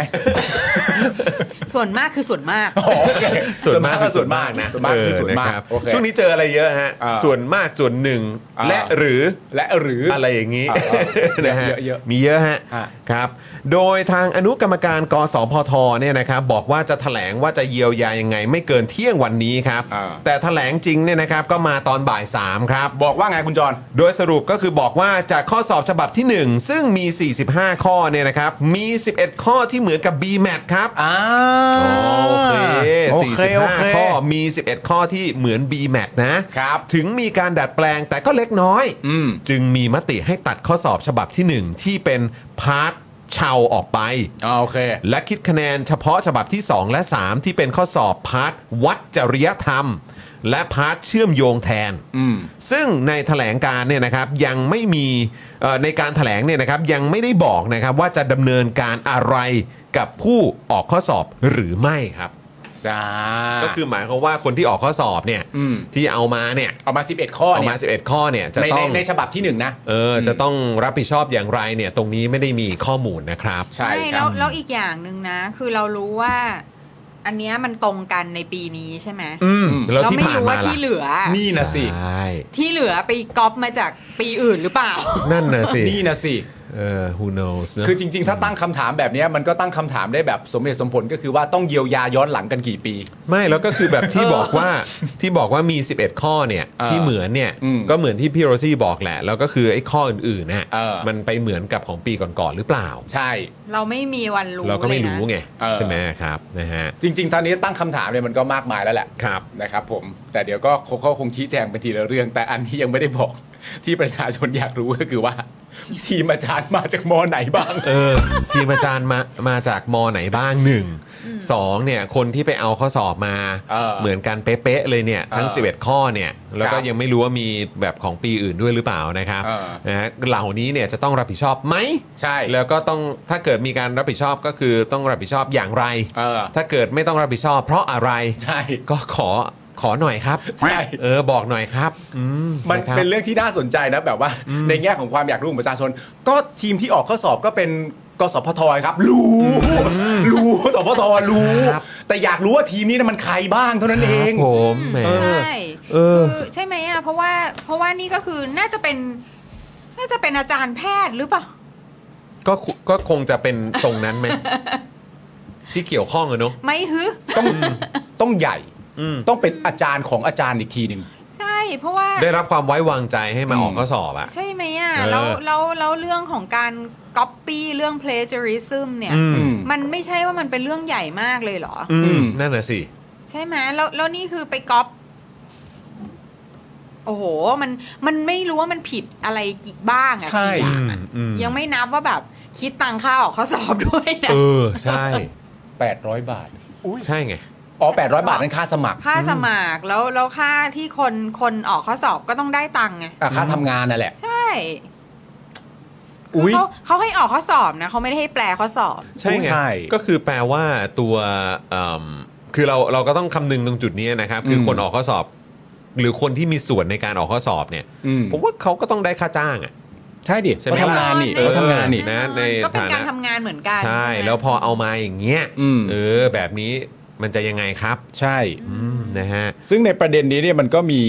Speaker 7: ส่วนมากคือส่วนมาก
Speaker 3: อ๋อโอเค
Speaker 2: ส่วนมาก
Speaker 3: ก็ส่วนมากนะส่วนมากคือส่วนมาก
Speaker 2: เะรับ
Speaker 3: โอเค
Speaker 2: ช่วงนี้เจออะไรเยอะฮะ
Speaker 3: อ่า
Speaker 2: ส่วนมากส่วนหนึ่ง
Speaker 3: อ่า
Speaker 2: และหรือ
Speaker 3: และหรืออ
Speaker 2: อะไรอย่างนี้
Speaker 3: อ่าอ่า
Speaker 2: นะฮะ
Speaker 3: เยอะเยอะ
Speaker 2: มีเยอะฮะ
Speaker 3: อ่า
Speaker 2: ครับ โดยทางอนุกรรมการกสพทเนี่ยนะครับบอกว่าจะแถลงว่าจะเยียวยายังไงไม่เกินเที่ยงวันนี้ครับ
Speaker 3: อ่า
Speaker 2: แต่แถลงจริงเนี่ยนะครับก็มาตอนบ่าย3ครับ
Speaker 3: บอกว่าไงคุณจร
Speaker 2: โดยสรุปก็คือบอกว่าจากข้อสอบฉบับที่ 1 ซึ่งมี 45 ข้อเนี่ยนะครับ มี 11 ข้อที่เหมือนกับ BMAT ครับ
Speaker 3: อ่า
Speaker 2: โอเค
Speaker 3: โอเคโอเค
Speaker 2: 45 ข้อมี 11 ข้อที่เหมือน BMAT นะครับ ถึงมีการดัดแปลงแต่ก็เล็กน้อย
Speaker 3: อืม
Speaker 2: จึงมีมติให้ตัดข้อสอบฉบับทีหนึ่1 ที่เป็นพาร์ทเชาออกไป
Speaker 3: อ่าโอเค
Speaker 2: และคิดคะแนนเฉพาะฉบับที่ 2 และ 3 ที่เป็นข้อสอบพาร์ทวัดจริยธรรม และพาร์ทเชื่อมโยงแทน
Speaker 3: อืม
Speaker 2: ซึ่งในแถลงการเนี่ยนะครับยังไม่มีเอ่อในการแถลงเนี่ยนะครับยังไม่ได้บอกนะครับว่าจะดำเนินการอะไรกับผู้ออกข้อสอบหรือไม่ครับ
Speaker 3: จ้า
Speaker 2: ก็คือหมายความว่าคนที่ออกข้อสอบเนี่ย
Speaker 3: ม
Speaker 2: ที่เอามาเนี่ย
Speaker 3: เอามา 11 ข้อ
Speaker 2: เอา
Speaker 3: เนี่
Speaker 2: มา
Speaker 3: ย
Speaker 2: 11 ข้อเนี่ยจะ
Speaker 3: ใน
Speaker 2: ต้
Speaker 3: ใน
Speaker 2: อง
Speaker 3: ในฉบับที่หนึ่งนะ
Speaker 2: เออจะต้องรับผิดชอบอย่างไรเนี่ยตรงนี้ไม่ได้มีข้อมูลนะครับ
Speaker 3: ใช่
Speaker 7: ใช่
Speaker 3: ค
Speaker 7: แล้
Speaker 3: รั
Speaker 7: ว
Speaker 3: บ
Speaker 7: แล้วอีกอย่างหนึ่งนะ คือเรารู้ว่า อันเนี้ยมันตรงกันในปีนี้ใช่ไหม
Speaker 2: อืม
Speaker 3: อืม
Speaker 2: แล้ว
Speaker 7: เรา
Speaker 2: ที่
Speaker 7: ไม่
Speaker 2: ผ่าน
Speaker 7: รู้
Speaker 2: มา
Speaker 7: ว่า
Speaker 2: ล่ะ
Speaker 7: ที่เหลือ
Speaker 3: นี่นะสิ
Speaker 2: ใช่
Speaker 7: ที่เหลือไปก๊อปมาจากปีอื่นหรือเปล่า
Speaker 2: นั่นนะสิ
Speaker 3: นี่นะสิ
Speaker 2: เออ who knows นะ
Speaker 3: คือจริง ๆ ถ้าตั้งคำถามแบบเนี้ยมันก็ตั้งคำถามได้แบบสมเหตุสมผลก็คือว่าต้องเยียวยาย้อนหลังกันกี่ปี
Speaker 2: ไม่แล้วก็คือแบบที่บอกว่าที่บอกว่ามี 11 ข้อเนี่ย
Speaker 3: อ่า
Speaker 2: ที่เหมือนเนี่ย
Speaker 3: อืม
Speaker 2: ก็เหมือนที่พี่โรซี่บอกแหละ แล้วก็คือไอ้ข้ออื่นๆน่ะ
Speaker 3: เออ
Speaker 2: มันไปเหมือนกับของปีก่อนๆหรือเปล่า
Speaker 3: ใช่
Speaker 7: เราไม่มีวันรู้
Speaker 2: เราก็ไม่
Speaker 7: เลยนะ
Speaker 2: รู้ไง
Speaker 3: เออ
Speaker 2: ใช่ไหมครับนะฮะ
Speaker 3: จริง ๆ ตอนนี้ตั้งคำถามเนี่ยมันก็มากมายแล้วแหละ
Speaker 2: ครับ
Speaker 3: นะครับผมแต่เดี๋ยวก็เขาเขาคงชี้แจงเป็นทีละเรื่อง แต่อันที่ยังไม่ได้บอก ที่ประชาชนอยากรู้ก็คือว่า ทีมอาจารย์มาจากมอไหนบ้าง
Speaker 2: เออทีมอาจารย์มามาจากมอไหนบ้างหนึ่งสองเนี่ยคนที่ไปเอาข้อสอบมา
Speaker 3: เออ
Speaker 2: มือนกันเป๊ะๆเลยเนี่ยทั้ง
Speaker 3: เออ
Speaker 2: 11 ข้อเนี่ยแล้วก็
Speaker 3: ครับ
Speaker 2: ยังไม่รู้ว่ามีแบบของปีอื่นด้วยหรือเปล่านะครับ
Speaker 3: เออ
Speaker 2: นะฮะเหล่านี้เนี่ยจะต้องรับผิดชอบไหม
Speaker 3: ใช่
Speaker 2: แล้วก็ต้องถ้าเกิดมีการรับผิดชอบก็คือต้องรับผิดชอบอย่างไร
Speaker 3: เออ
Speaker 2: ถ้าเกิดไม่ต้องรับผิดชอบเพราะอะไร
Speaker 3: ใช่
Speaker 2: ก็ขอ ขอหน่อยครับ
Speaker 3: ใช่
Speaker 2: เออบอกหน่อยครับอืม
Speaker 3: มัน
Speaker 2: นะครับ
Speaker 3: เป็นเรื่องที่น่าสนใจนะแบบว่าในแง่ของความอยากรู้ของประชาชน ก็ทีมที่ออกข้อสอบก็เป็นกสพทครับ รู้รู้สพทรู้
Speaker 2: ครับ
Speaker 3: แต่อยากรู้ว่าทีมนี้นะมันใครบ้างเท่านั้นเอง
Speaker 2: ครับผมแหม
Speaker 7: ใช่
Speaker 2: เออ
Speaker 7: คือใช่ไหมอ่ะเพราะว่าเพราะว่านี่ก็คือน่าจะเป็น น่าจะเป็นอาจารย์แพทย์หรือเปล่า
Speaker 2: ก็คุก็คงจะเป็นทรงนั้นไหม ที่เกี่ยวข้องอะเนอะ
Speaker 7: ไม่ฮึ
Speaker 3: ต้องต้องใหญ่
Speaker 2: อืม
Speaker 3: ต้องเป็นอาจารย์ของอาจารย์อีกทีหนึ่ง
Speaker 7: ใช่เพราะว่า
Speaker 2: ได้รับความไว้วางใจให้มา
Speaker 3: อืม
Speaker 2: ออกข้อสอบอะ
Speaker 7: ใช่ไหมอ่ะ
Speaker 2: เออ
Speaker 7: แล้วแล้วแล้วเรื่องของการก๊อปปี้เรื่อง plagiarism เนี่ย
Speaker 2: อืม
Speaker 7: มันไม่ใช่ว่ามันเป็นเรื่องใหญ่มากเลยเหรอ
Speaker 2: อื
Speaker 3: อื
Speaker 2: ม
Speaker 3: ม
Speaker 2: นั่นน่ะสิ
Speaker 7: ใช่ไหมแล้วแล้วนี่คือไปก๊อป โอ้โห มันมันไม่รู้ว่ามันผิดอะไรกี่บ้างอะ
Speaker 3: ใช่
Speaker 7: กี่อย่างอะ
Speaker 2: อืมอืม
Speaker 7: ยังไม่นับว่าแบบคิดตังค่าออกข้อสอบด้วยนะ
Speaker 2: เออ ใช่
Speaker 3: 800 บาท
Speaker 2: ใช่ไง
Speaker 3: อ๋อ 800 บาทนั่นค่าสมัคร
Speaker 7: ค่าสมัครแล้วแล้วค่าที่คนคนออกข้อสอบก็ต้องได้ตังค์ไง
Speaker 3: อ่ะค่าทำงานนั่นแหละ
Speaker 7: ใช่คื
Speaker 3: อุ๊ย
Speaker 7: เขาเขาให้ออกข้อสอบนะเขาไม่ได้ให้แปลข้อสอบ
Speaker 2: ใช่ไง
Speaker 3: ใช่
Speaker 2: ก็คือแปลว่าตัวเอิ่มคือเราเราก็ต้องคำนึงตรงจุดนี้นะครับ คืออ
Speaker 3: ม
Speaker 2: คนออกข้อสอบ หรือคนที่มีส่วนในการออกข้อสอบเนี่ย
Speaker 3: อืม
Speaker 2: ผมว่าเขาก็ต้องได้ค่าจ้างอะ
Speaker 3: ใช่ดิ
Speaker 2: ใช่ไหม
Speaker 3: เขาทำงานนี่
Speaker 7: เออ
Speaker 3: เขาทำงานนี่
Speaker 2: นะใน
Speaker 7: ก็เป็น
Speaker 2: ฐานะ
Speaker 7: การทำงานเหมือนกัน
Speaker 2: ใช่
Speaker 7: ไหม
Speaker 2: แล้วพอเอามาอย่างเงี้ย
Speaker 3: อืม
Speaker 2: เออ แบบนี้มันจะยังไงครับ
Speaker 3: ใช่
Speaker 2: อืมนะฮะ
Speaker 3: ซึ่งในประเด็นนี้เนี่ยมันก็มี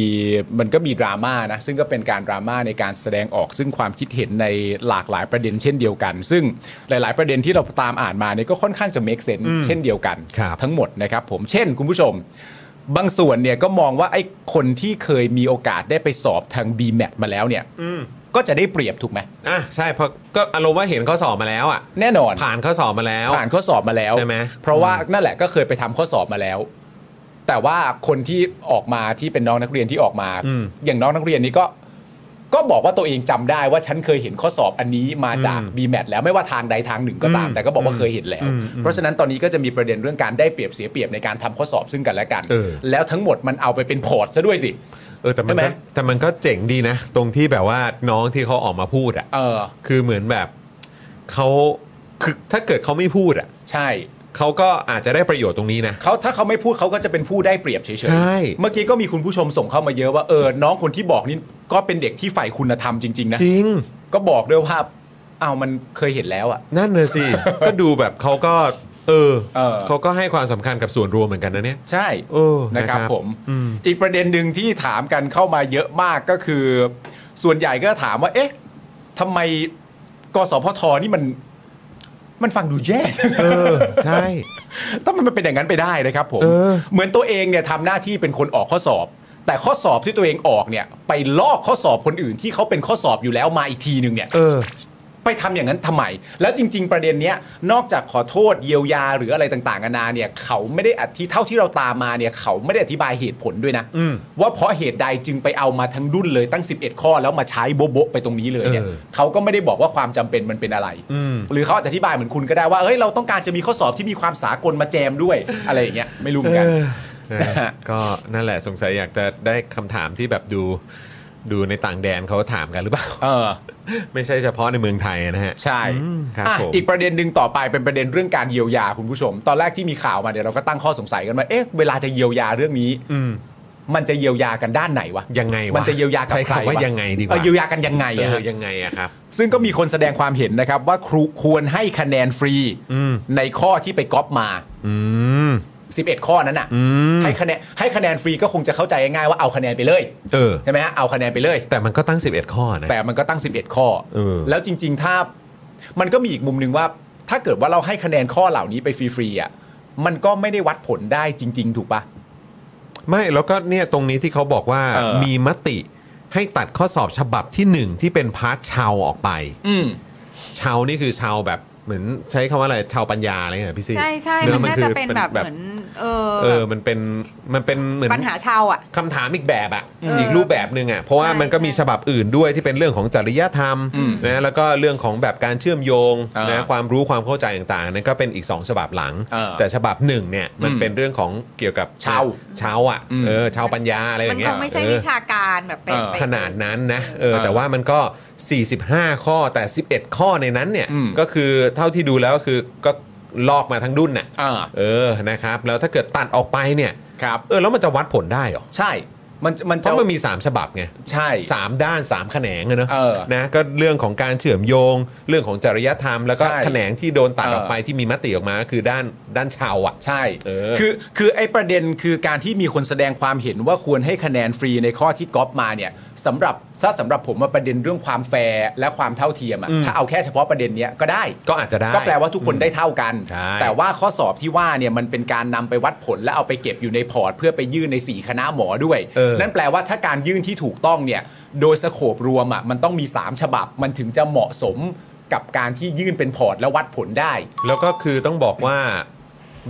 Speaker 3: มันก็มีดราม่านะซึ่งก็เป็นการดราม่าในการแสดงออกซึ่งความคิดเห็นในหลากหลายประเด็นเช่นเดียวกัน ซึ่งหลาย ๆ ประเด็นที่เราตามอ่านมาเนี่ยก็ค่อนข้างจะ make sense เช่นเดียวกัน
Speaker 2: ครับ
Speaker 3: ทั้งหมดนะครับผมเช่นคุณผู้ชม บางส่วนเนี่ยก็มองว่าไอ้คนที่เคยมีโอกาสได้ไปสอบทาง b m a t มาแล้วเนี่ยก็จะได้เปรียบถูกไหม
Speaker 2: อ่ะใช่เพราะก็อารมณ์ว่าเห็นข้อสอบมาแล้วอ่ะ
Speaker 3: แน่นอน
Speaker 2: ผ่านข้อสอบมาแล้ว
Speaker 3: ผ่านข้อสอบมาแล้ว
Speaker 2: ใช่ไหม
Speaker 3: เพราะว่านั่นแหละก็เคยไปทำข้อสอบมาแล้ว แต่ว่าคนที่ออกมาที่เป็นน้องนักเรียนที่ออกมา
Speaker 2: อืม
Speaker 3: อย่างน้องนักเรียนนี้ก็ ก็บอกว่าตัวเองจำได้ว่าฉันเคยเห็นข้อสอบอันนี้มาจาก
Speaker 2: อืม
Speaker 3: b m a t แล้วไม่ว่าทางใดทางหนึ่งก็ตาม
Speaker 2: อืม
Speaker 3: แต่ก็บอกว่าเคยเห็นแล้ว
Speaker 2: อืม
Speaker 3: เพราะฉะนั้นตอนนี้ก็จะมีประเด็นเรื่องการได้เปรียบเสียเปรียบในการทำข้อสอบซึ่งกันและกัน
Speaker 2: เออ
Speaker 3: แล้วทั้งหมดมันเอาไปเป็นพอร์ตซะด้วยสิ
Speaker 2: เออแต่มัน
Speaker 3: ใช่ไหม
Speaker 2: ก็แต่มันก็เจ๋งดีนะ ตรงที่แบบว่าน้องที่เขาออกมาพูดอ่ะ
Speaker 3: เออ
Speaker 2: คือเหมือนแบบเขาคือถ้าเกิดเขาไม่พูดอ่ะ
Speaker 3: ใช่
Speaker 2: เขาก็อาจจะได้ประโยชน์ตรงนี้นะ
Speaker 3: เขาถ้าเขาไม่พูดเขาก็จะเป็นผู้ได้เปรียบเฉย
Speaker 2: ใช่
Speaker 3: ๆ เมื่อกี้ก็มีคุณผู้ชมส่งเข้ามาเยอะว่าเออน้องคนที่บอกนี่ก็เป็นเด็กที่ใฝ่ายคุณธรรมจริง ๆ นะ
Speaker 2: จริง
Speaker 3: ก็บอกด้วยว่าเอาวมันเคยเห็นแล้วอ่ะ
Speaker 2: นั่นเลย สิ ก็ดูแบบเขาก็ เออ
Speaker 3: เออ
Speaker 2: เขาก็ให้ความสำคัญกับส่วนรวมเหมือนกันนะเนี่ย
Speaker 3: ใช่
Speaker 2: เออ
Speaker 3: นะครับ
Speaker 2: นะครับ
Speaker 3: ผม
Speaker 2: อืม
Speaker 3: อีกประเด็นหนึ่งที่ถามกันเข้ามาเยอะมากก็คือ ส่วนใหญ่ก็ถามว่า เอ๊ะทำไมกสพทนี่มัน มันฟังดูแย่
Speaker 2: เออ ใช่
Speaker 3: ถ้ามันเป็นอย่างนั้นไปได้นะครับผม
Speaker 2: เออ
Speaker 3: เหมือนตัวเองเนี่ยทำหน้าที่เป็นคนออกข้อสอบ แต่ข้อสอบที่ตัวเองออกเนี่ย ไปลอกข้อสอบคนอื่นที่เขาเป็นข้อสอบอยู่แล้วมาอีกทีหนึ่งเนี่ย
Speaker 2: เออ
Speaker 3: ไปทำอย่างนั้นทำไม แล้วจริง ๆ ประเด็นเนี้ยนอกจากขอโทษเยียวยาหรืออะไรต่างๆนานาเนี่ย เขาไม่ได้อธิเท่าที่เราตามมาเนี่ย เขาไม่ได้อธิบายเหตุผลด้วยนะ
Speaker 2: อืม
Speaker 3: ว่าเพราะเหตุใดจึงไปเอามาทั้งดุนเลยตั้ง 11 ข้อแล้วมาใช้โบ๊ะๆไปตรงนี้เลยเนี่ย
Speaker 2: เออ
Speaker 3: เขาก็ไม่ได้บอกว่าความจำเป็นมันเป็นอะไร
Speaker 2: อืม
Speaker 3: หรือเขาอาจจะอธิบายเหมือนคุณก็ได้ว่าเฮ้ยเราต้องการจะมีข้อสอบที่มีความสากลมาแจมด้วย อะไรอย่างเงี้ยไม่รู้เหมือนกัน
Speaker 2: เออนะ ฮะก็นั่นแหละสงสัยอยากจะได้คำถามที่แบบดูดูในต่างแดนเขาถามกันหรือเปล่า
Speaker 3: เออ
Speaker 2: ไม่ใช่เฉพาะในเมืองไทยนะฮะ
Speaker 3: ใช่
Speaker 2: อืมครับ
Speaker 3: อ่ะ
Speaker 2: ผม
Speaker 3: อีกประเด็นหนึ่งต่อไปเป็นประเด็นเรื่องการเยียวยาคุณผู้ชม ตอนแรกที่มีข่าวมาเนี่ยเราก็ตั้งข้อสงสัยกันว่าเอ๊ะเวลาจะเยียวยาเรื่องนี้
Speaker 2: อืม
Speaker 3: มันจะเยียวยากันด้านไหนวะ
Speaker 2: ยังไงวะ
Speaker 3: มันจะเยียวยากับ
Speaker 2: ใช้
Speaker 3: ใคร
Speaker 2: คำว่ายังไงดีกว่า
Speaker 3: เออเยียวยากันยังไง
Speaker 2: เอ
Speaker 3: อะ
Speaker 2: อยังไงอะครับ
Speaker 3: ซึ่งก็มีคนแสดงความเห็นนะครับ ว่าครูควรให้คะแนนฟรี
Speaker 2: อืม
Speaker 3: ในข้อที่ไปก๊อปมา
Speaker 2: อืม
Speaker 3: 11 ข้อนั้นอ่ะ
Speaker 2: อืม
Speaker 3: ให้คะแนนให้คะแนนฟรีก็คงจะเข้าใจง่ายๆว่าเอาคะแนนไปเลย
Speaker 2: เออ
Speaker 3: ใช่ไหมฮะเอาคะแนนไปเลย
Speaker 2: แต่มันก็ตั้ง 11 ข้อนะ
Speaker 3: แต่มันก็ตั้ง 11 ข้อ
Speaker 2: เออ
Speaker 3: แล้วจริง ๆ ถ้า มันก็มีอีกมุมหนึ่งว่า ถ้าเกิดว่าเราให้คะแนนข้อเหล่านี้ไปฟรีๆอ่ะ มันก็ไม่ได้วัดผลได้จริง ๆ ถูกปะ
Speaker 2: ไม่แล้วก็เนี่ยตรงนี้ที่เขาบอกว่า
Speaker 3: เออ
Speaker 2: มีมติให้ตัดข้อสอบฉบับที่หนึ่งที่เป็นพาร์ทชาวออกไป
Speaker 3: อืม
Speaker 2: ชาวนี่คือชาวแบบเหมือนใช้คำว่าอะไรชาวปัญญาอะไรเงี้ยพี่ซี่
Speaker 7: ใช่ใช่
Speaker 2: เอ
Speaker 7: มันน่า
Speaker 2: คือ
Speaker 7: จะเป็นแบบเหมือน เออ
Speaker 2: เออมันเป็นมันเป็นเหมือน
Speaker 7: ปัญหาชาวอ่ะ
Speaker 2: คำถามอีกแบบอะ
Speaker 7: อืม
Speaker 2: อีกรูปแบบหนึ่งอะเพราะว่า
Speaker 7: ใช่
Speaker 2: มันก็มี
Speaker 7: ใช่
Speaker 2: ฉบับอื่นด้วยที่เป็นเรื่องของจริยธรรม
Speaker 3: อืม
Speaker 2: นะแล้วก็เรื่องของแบบการเชื่อมโยง
Speaker 3: อ่าน
Speaker 2: นะความรู้ความเข้าใจต่างๆนั่นก็เป็นอีก 2 ฉบับหลัง
Speaker 3: อ่า
Speaker 2: แต่ฉบับหนึ่งเนี่ยมัน
Speaker 3: อืม
Speaker 2: เป็นเรื่องของเกี่ยวกับ
Speaker 3: ชาว
Speaker 2: ชาวอะ
Speaker 3: อืม
Speaker 2: เออชาวปัญญาอะไรอ
Speaker 7: มัน
Speaker 2: ย่างเงี้
Speaker 7: ค
Speaker 2: ย
Speaker 7: งไม่ใช่
Speaker 2: เออ
Speaker 7: วิชาการแบบเป็น
Speaker 3: เออ
Speaker 7: ไป
Speaker 2: ขนาดนั้นนะเออ
Speaker 3: เออ
Speaker 2: แต่ว่ามันก็ 45 ข้อแต่ 11 ข้อในนั้นเนี่ย
Speaker 3: อืม
Speaker 2: ก็คือเท่าที่ดูแล้วก็คือก็ลอกมาทั้งดุนน่ะ
Speaker 3: อ่า
Speaker 2: เออ นะครับ แล้วถ้าเกิดตัดออกไปเนี่ย
Speaker 3: ครับ
Speaker 2: เออแล้วมันจะวัดผลได้เหรอ
Speaker 3: ใช่ มันมัน
Speaker 2: เพ
Speaker 3: จะ
Speaker 2: ราะมันมี 3 ฉบับไง
Speaker 3: ใช่
Speaker 2: สามด้านสามแขนงอะเนอะ
Speaker 3: เออ
Speaker 2: นะก็เรื่องของการเชื่อมโยง เรื่องของจริยธรรม แล้วก็
Speaker 3: ใช่
Speaker 2: แขนงที่โดนตัด
Speaker 3: เออ
Speaker 2: ออกไปที่มีมติออกมาก็คือด้านด้านชาวอ่ะ
Speaker 3: ใช่
Speaker 2: เออ
Speaker 3: คือ คือไอ้ประเด็นคือการที่มีคนแสดงความเห็นว่าควรให้คะแนนฟรีในข้อที่ก๊อปมาเนี่ยสำหรับถ้าสำหรับผมว่าประเด็นเรื่องความแฟร์และความเท่าเทียมอะ
Speaker 2: อืม
Speaker 3: ถ้าเอาแค่เฉพาะประเด็นเนี้ยก็ได้
Speaker 2: ก็อาจจะได้
Speaker 3: ก็แปลว่าทุกคนได้เท่ากัน
Speaker 2: ใช่
Speaker 3: แต่ว่าข้อสอบที่ว่าเนี่ยมันเป็นการนำไปวัดผลและเอาไปเก็บอยู่ในพอร์ต เพื่อไปยื่นใน 4 คณะหมอด้วย นั่นแปลว่าถ้าการยื่นที่ถูกต้องเนี่ย โดยสโคปรวมอ่ะมันต้องมี 3 ฉบับ มันถึงจะเหมาะสมกับการที่ยื่นเป็นพอร์ตและวัดผลได้
Speaker 2: แล้วก็คือต้องบอกว่า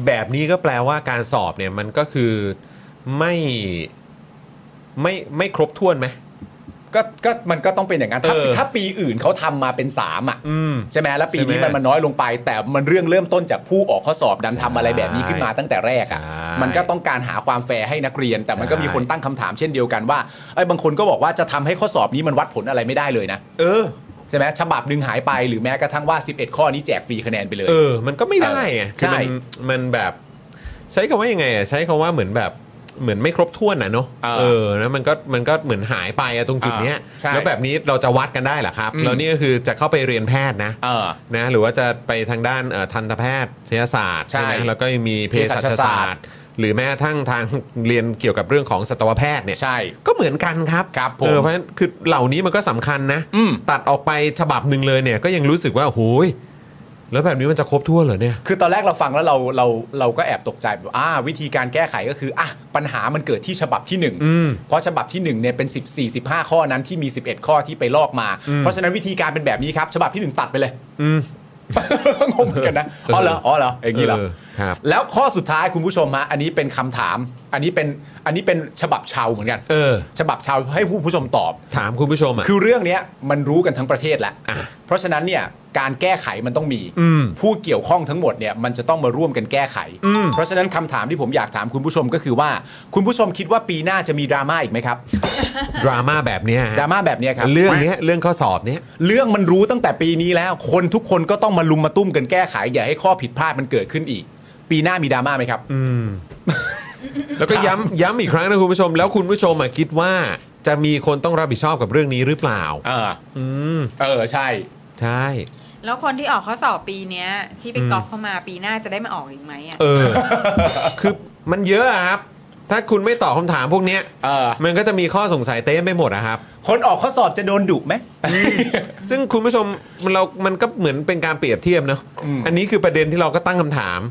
Speaker 2: แบบนี้ก็แปลว่าการสอบเนี่ยมันก็คือไม่ไม่ไม่ครบถ้วนไหม
Speaker 3: ก็ก็มันก็ต้องเป็นอย่างนั้นถ้า
Speaker 2: เออ
Speaker 3: ถ้าปีอื่นเขาทำมาเป็นสามอ่ะ
Speaker 2: อืม
Speaker 3: ใช่ไหมแล้วปีนี้
Speaker 2: ใช่ไหม
Speaker 3: มันมันน้อยลงไป แต่มันเรื่องเริ่มต้นจากผู้ออกข้อสอบดันทำอะไรแบบนี้ขึ้นมาตั้งแต่แรกอ่ะ
Speaker 2: ใช่
Speaker 3: มันก็ต้องการหาความแฟร์ให้นักเรียน แต่มันก็
Speaker 2: ใช่
Speaker 3: มีคนตั้งคำถามเช่นเดียวกันว่าไอ้ยบางคนก็บอกว่าจะทำให้ข้อสอบนี้มันวัดผลอะไรไม่ได้เลยนะ
Speaker 2: เออ
Speaker 3: ใช่ไหมฉบับหนึ่งหายไปหรือแม้กระทั่งว่า 11 ข้อนี้แจกฟรีคะแนนไปเลย
Speaker 2: เออ มันก็ไม่ได้ไงคือ
Speaker 3: ใช่
Speaker 2: มันมันแบบ ใช้คำว่ายังไงอ่ะ ใช้คำว่าเหมือนแบบ เหมือนไม่ครบถ้วนนะเนาะ เออ นะมันก็มันก็เหมือนหายไปอะตรงจุดเนี้ย
Speaker 3: ใช่
Speaker 2: แล้วแบบนี้เราจะวัดกันได้เหรอครับ แล้วนี่ก็คือจะเข้าไปเรียนแพทย์นะ
Speaker 3: เออ
Speaker 2: นะ หรือว่าจะไปทางด้านเอ่อทันตแพทย์ศยศาสตร์
Speaker 3: ใช่
Speaker 2: ไหมแล้วก็ยังมีเภสัช
Speaker 3: เภสัช
Speaker 2: ศา
Speaker 3: ศา
Speaker 2: ส
Speaker 3: ส
Speaker 2: ต
Speaker 3: ตร์
Speaker 2: ร์ หรือแม้กระทั่งทางเรียนเกี่ยวกับเรื่องของสัตวแพทย์เนี่ย
Speaker 3: ใช่
Speaker 2: ก็เหมือนกันครับ
Speaker 3: ครับผม
Speaker 2: เออเพราะฉะนั้นคือเหล่านี้มันก็สำคัญนะ
Speaker 3: อืม
Speaker 2: ตัดออกไปฉบับหนึ่งเลยเนี่ย ก็ยังรู้สึกว่าโอ้ยแล้วแบบนี้มันจะครบถ้วนเหรอเนี่ย
Speaker 3: คือตอนแรกเราฟังแล้วเราเราเราก็แอบตกใจแบบอ่าวิธีการแก้ไขก็คืออ่ะปัญหามันเกิดที่ฉบับที่หนึ่ง
Speaker 2: อืม
Speaker 3: เพราะฉบับที่หนึ่งเนี่ยเป็น14 15 ข้อนั้นที่มี 11 ข้อที่ไปลอกมา เพราะฉะนั้นวิธีการเป็นแบบนี้ครับ ฉบับที่หนึ่งตัดไปเลย
Speaker 2: อืม
Speaker 3: งงเหมือนกันนะอ๋อเหรออ๋อเหรออย่างนี้เหรอ
Speaker 2: ครับ
Speaker 3: แล้วข้อสุดท้ายคุณผู้ชมฮะอันนี้เป็นคำถาม อันนี้เป็นอันนี้เป็นฉบับชาวเหมือนกัน
Speaker 2: เออ
Speaker 3: ฉบับชาวให้ผู้ผู้ชมตอบ
Speaker 2: ถามคุณผู้ชมอ่ะ
Speaker 3: คือเรื่องเนี้ยมันรู้กันทั้งประเทศแล้ว
Speaker 2: อ่ะ
Speaker 3: เพราะฉะนั้นเนี่ยการแก้ไขมันต้องมี
Speaker 2: อืม
Speaker 3: ผู้เกี่ยวข้องทั้งหมดเนี่ยมันจะต้องมาร่วมกันแก้ไข
Speaker 2: อืม
Speaker 3: เพราะฉะนั้นคำถามที่ผมอยากถามคุณผู้ชมก็คือว่า คุณผู้ชมคิดว่าปีหน้าจะมีดราม่าอีกไหมครับ
Speaker 2: ดราม่าแบบเนี้ยฮะ
Speaker 3: ดราม่าแบบเนี้ยครับ
Speaker 2: เรื่องเนี้ยเรื่องข้อสอบเนี้ย
Speaker 3: เรื่องมันรู้ตั้งแต่ปีนี้แล้ว คนทุกคนก็ต้องมาลุมมาตุ้มกันแก้ไข อย่าให้ข้อผิดพลาดมันเกิดขึ้นอีก ปีหน้ามีดราม่าไหมครับ
Speaker 2: แล้วก็ย้ำย้ำอีกครั้งนะคุณผู้ชม แล้วคุณผู้ชมอะคิดว่าจะมีคนต้องรับผิดชอบกับเรื่องนี้หรือเปล่า
Speaker 3: เออ
Speaker 2: อืม
Speaker 3: เออใช่
Speaker 2: ใช่
Speaker 7: แล้วคนที่ออกข้อสอบปีเนี้ย ที่ไปก๊อปเข้ามาปีหน้าจะได้มาออกอีกไหมอ่ะ
Speaker 2: เออ คือมันเยอะอะครับ ถ้าคุณไม่ตอบคำถามพวกเนี้ย
Speaker 3: เออ
Speaker 2: มันก็จะมีข้อสงสัยเต็มไปหมดนะครับ
Speaker 3: คนออกข้อสอบจะโดนดุไหม
Speaker 2: ซึ่งคุณผู้ชมมันเรา มันก็เหมือนเป็นการเปรียบเทียบเนอะ
Speaker 3: อืม
Speaker 2: อันนี้คือประเด็นที่เราก็ตั้งคำถาม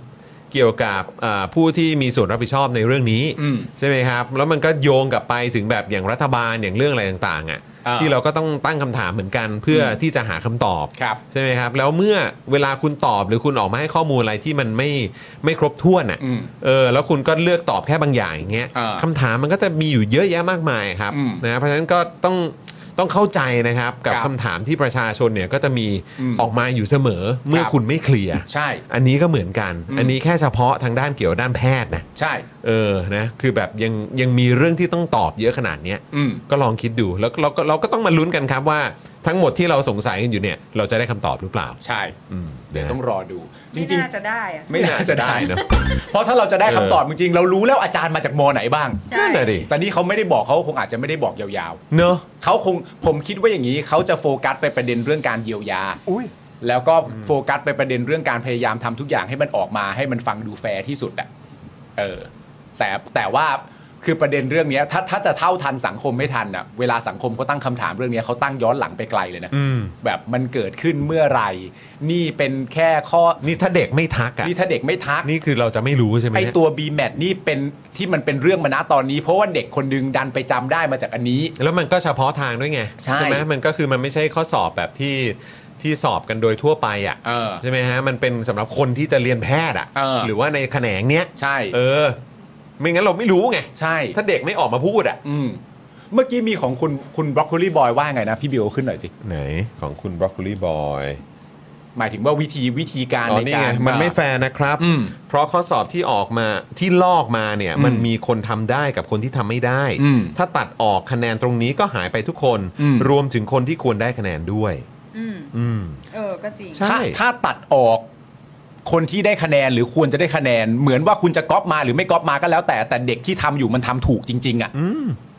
Speaker 2: เกี่ยวกับเอ่อผู้ที่มีส่วนรับผิดชอบในเรื่องนี้
Speaker 3: อืม
Speaker 2: ใช่ไหมครับ แล้วมันก็โยงกลับไปถึงแบบอย่างรัฐบาลอย่างเรื่องอะไรต่างๆอ่ะ
Speaker 3: อ่า
Speaker 2: ที่เราก็ต้องตั้งคำถามเหมือนกันเพื่ออที่จะหาคำตอบ
Speaker 3: ครับ
Speaker 2: ใช่ไหมครับ แล้วเมื่อเวลาคุณตอบหรือคุณออกมาให้ข้อมูลอะไรที่มันไม่ไม่ครบถ้วนอ่ะ
Speaker 3: อืม
Speaker 2: เออแล้วคุณก็เลือกตอบแค่บางอย่างอย่างเงี้ย
Speaker 3: อ่า
Speaker 2: คำถามมันก็จะมีอยู่เยอะแยะมากมายครับ
Speaker 3: อืม
Speaker 2: นะเพราะฉะนั้นก็ต้องต้องเข้าใจนะครับกับ
Speaker 3: ครับ
Speaker 2: คำ ถามที่ประชาชนเนี่ยก็จะมี
Speaker 3: อืม
Speaker 2: ออกมาอยู่เสมอเมื่อ
Speaker 3: ครับ
Speaker 2: คุณไม่เคลียร์
Speaker 3: ใช่
Speaker 2: อันนี้ก็เหมือนกัน
Speaker 3: อืม
Speaker 2: อันนี้แค่เฉพาะทางด้านเกี่ยวด้านแพทย์นะ
Speaker 3: ใช่
Speaker 2: เออนะคือแบบยังยังมีเรื่องที่ต้องตอบเยอะขนาดเนี้ย
Speaker 3: อืม
Speaker 2: ก็ลองคิดดูแล้วเราก็เราก็ต้องมาลุ้นกันครับว่าทั้งหมดที่เราสงสัยกันอยู่เนี่ยเราจะได้คำตอบหรือเปล่า
Speaker 3: ใช่
Speaker 2: อืม
Speaker 3: เดี๋ยว
Speaker 2: นะ
Speaker 3: ต้องรอดู จ
Speaker 7: ไม่
Speaker 3: ริง
Speaker 7: น่าจะได้อ่ะ
Speaker 3: ๆ ไม่น่าจะได้
Speaker 2: เนอะ
Speaker 3: เพราะถ้าเราจะได้
Speaker 2: เออ
Speaker 3: คำตอบจริงๆ เรารู้แล้วอาจารย์มาจากมอไหนบ้าง
Speaker 7: ใช่
Speaker 2: นั่นแหละดิ
Speaker 3: แต่นี่เขาไม่ได้บอกเขาคงอาจจะไม่ได้บอกยาว
Speaker 2: เนอะ
Speaker 3: ๆ เขาคงผมคิดว่าอย่างนี้เขาจะโฟกัสไปประเด็นเรื่องการเยียวยา
Speaker 4: อุ้ย
Speaker 3: แล้วก็โฟกัสไปประเด็นเรื่องการพยายามทำทุกอย่างให้มันออกมาให้มันฟังดูแฟร์ที่สุดอะเออ แต่แต่ว่าคือประเด็นเรื่องเนี้ยถ้าถ้าจะเท่าทันสังคมไม่ทันอะเวลาสังคมก็ตั้งคำถามเรื่องเนี้ยเขาตั้งย้อนหลังไปไกลเลยนะ
Speaker 2: อืม
Speaker 3: แบบมันเกิดขึ้นเมื่อไหร่ นี่เป็นแค่ข้อ
Speaker 2: นี่ถ้าเด็กไม่ทักอ่ะ
Speaker 3: นี่ถ้าเด็กไม่ทัก
Speaker 2: นี่คือเราจะไม่รู้ใช่ไหม
Speaker 3: ไอ
Speaker 2: เนี่ย
Speaker 3: ตัว B m a t นี่เป็นที่มันเป็นเรื่องมานะตอนนี้ เพราะว่าเด็กคนดึงดันไปจำได้มาจากอันนี้
Speaker 2: แล้วมันก็เฉพาะทางด้วยไง
Speaker 3: ใช่
Speaker 2: ไหมมันก็คือมันไม่ใช่ข้อสอบแบบที่ที่สอบกันโดยทั่วไปอ่ะ
Speaker 3: เออ
Speaker 2: ใช่ไหมฮะมันเป็นสำหรับคนที่จะเรียนแพทย์อ่ะ
Speaker 3: เออ
Speaker 2: หรือว่าในแขนงเนี้ย
Speaker 3: ใช่
Speaker 2: เออ ไม่งั้นเราไม่รู้ไง
Speaker 3: ใช่
Speaker 2: ถ้าเด็กไม่ออกมาพูดอ่ะ
Speaker 3: อืมเมื่อกี้มีของคุณคุณบรอกโคลีบอยว่าไงนะพี่บิวขึ้นหน่อยสิ
Speaker 2: ไหนของคุณบรอกโคลีบอย
Speaker 3: หมายถึงว่าวิธีวิธีการ
Speaker 2: อ๋อ
Speaker 3: ใน
Speaker 2: นี่
Speaker 3: กา
Speaker 2: ไง
Speaker 3: ร
Speaker 2: มันไม่แฟร์นะครับ
Speaker 3: อืม
Speaker 2: เพราะข้อสอบที่ออกมาที่ลอกมาเนี่ย
Speaker 3: อืม
Speaker 2: มันมีคนทำได้กับคนที่ทำไม่ได้
Speaker 3: อืม
Speaker 2: ถ้าตัดออกคะแนนตรงนี้ก็หายไปทุกคน
Speaker 3: อืม
Speaker 2: รวมถึงคนที่ควรได้คะแนนด้วย
Speaker 7: อืม
Speaker 2: อืม
Speaker 7: เออก็จริง
Speaker 2: ใช่
Speaker 3: ถ้าถ้าตัดออก คนที่ได้คะแนนหรือควรจะได้คะแนน เหมือนว่าคุณจะก๊อปมาหรือไม่ก๊อปมาก็แล้วแต่แต่เด็กที่ทำอยู่มันทำถูกจริง ๆอะ่ะ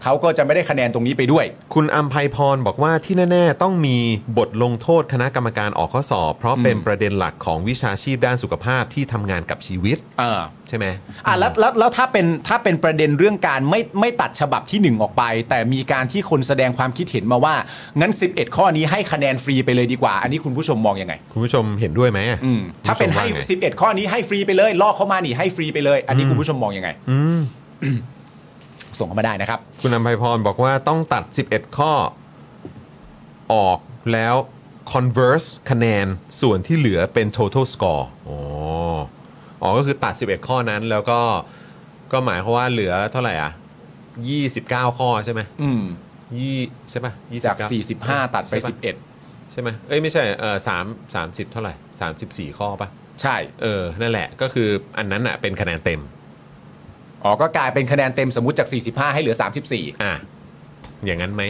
Speaker 3: เขาก็จะไม่ได้คะแนนตรงนี้ไปด้วย
Speaker 2: คุณอัมภัยพรบอกว่าที่แน่ ๆ ต้องมีบทลงโทษคณะกรรมการออกข้อสอบ เพราะเป็นประเด็นหลักของวิชาชีพด้านสุขภาพที่ทำงานกับชีวิต
Speaker 3: เออ
Speaker 2: ใช่ไหม
Speaker 3: อ่ะแล้วแล้วแล้วถ้าเป็นถ้าเป็นประเด็นเรื่องการไม่ไม่ตัดฉบับที่หนึ่งออกไป แต่มีการที่คนแสดงความคิดเห็นมาว่า งั้น 11 ข้อนี้ให้คะแนนฟรีไปเลยดีกว่า อันนี้คุณผู้ชมมองยังไง
Speaker 2: คุณผู้ชมเห็นด้วยไหมอะ
Speaker 3: อืมถ้าเป็นให้
Speaker 2: คุณผู้ชมว่ไง
Speaker 3: 11 ข้อนี้ให้ฟรีไปเลยลอกเข้ามานี่ให้ฟรีไปเลย อันนี้คุณผู้ชมมองยังไง
Speaker 2: อืม
Speaker 3: ส่งเข้ามาได้นะครับ
Speaker 2: คุณอัมภัยพรบอกว่าต้องตัด 11 ข้อออกแล้ว converse คะแนนส่วนที่เหลือเป็น total score อ๋ออ๋อก็คือตัด 11 ข้อนั้นแล้วก็ก็หมายความว่าเหลือเท่าไหร่อ่ะ 29 ข้อใช่ไหม
Speaker 3: อืม
Speaker 2: ยี่ใช่ป่ะยี่
Speaker 3: จาก
Speaker 2: เ
Speaker 3: 45 ตัดไป
Speaker 2: ใช่ะใช่ไหมเอ้ยไม่ใช่เออสามสามสิบเท่าไหร่สามสิบสี่ข้อป่ะ
Speaker 3: 11 ใช่
Speaker 2: เออนั่นแหละก็คืออันนั้นอ่ะเป็นคะแนนเต็ม
Speaker 3: อ๋อ ก็กลายเป็นคะแนนเต็มสมมติจาก 45 ให้เหลือ 34
Speaker 2: อ่ะอย่างนั้นไหม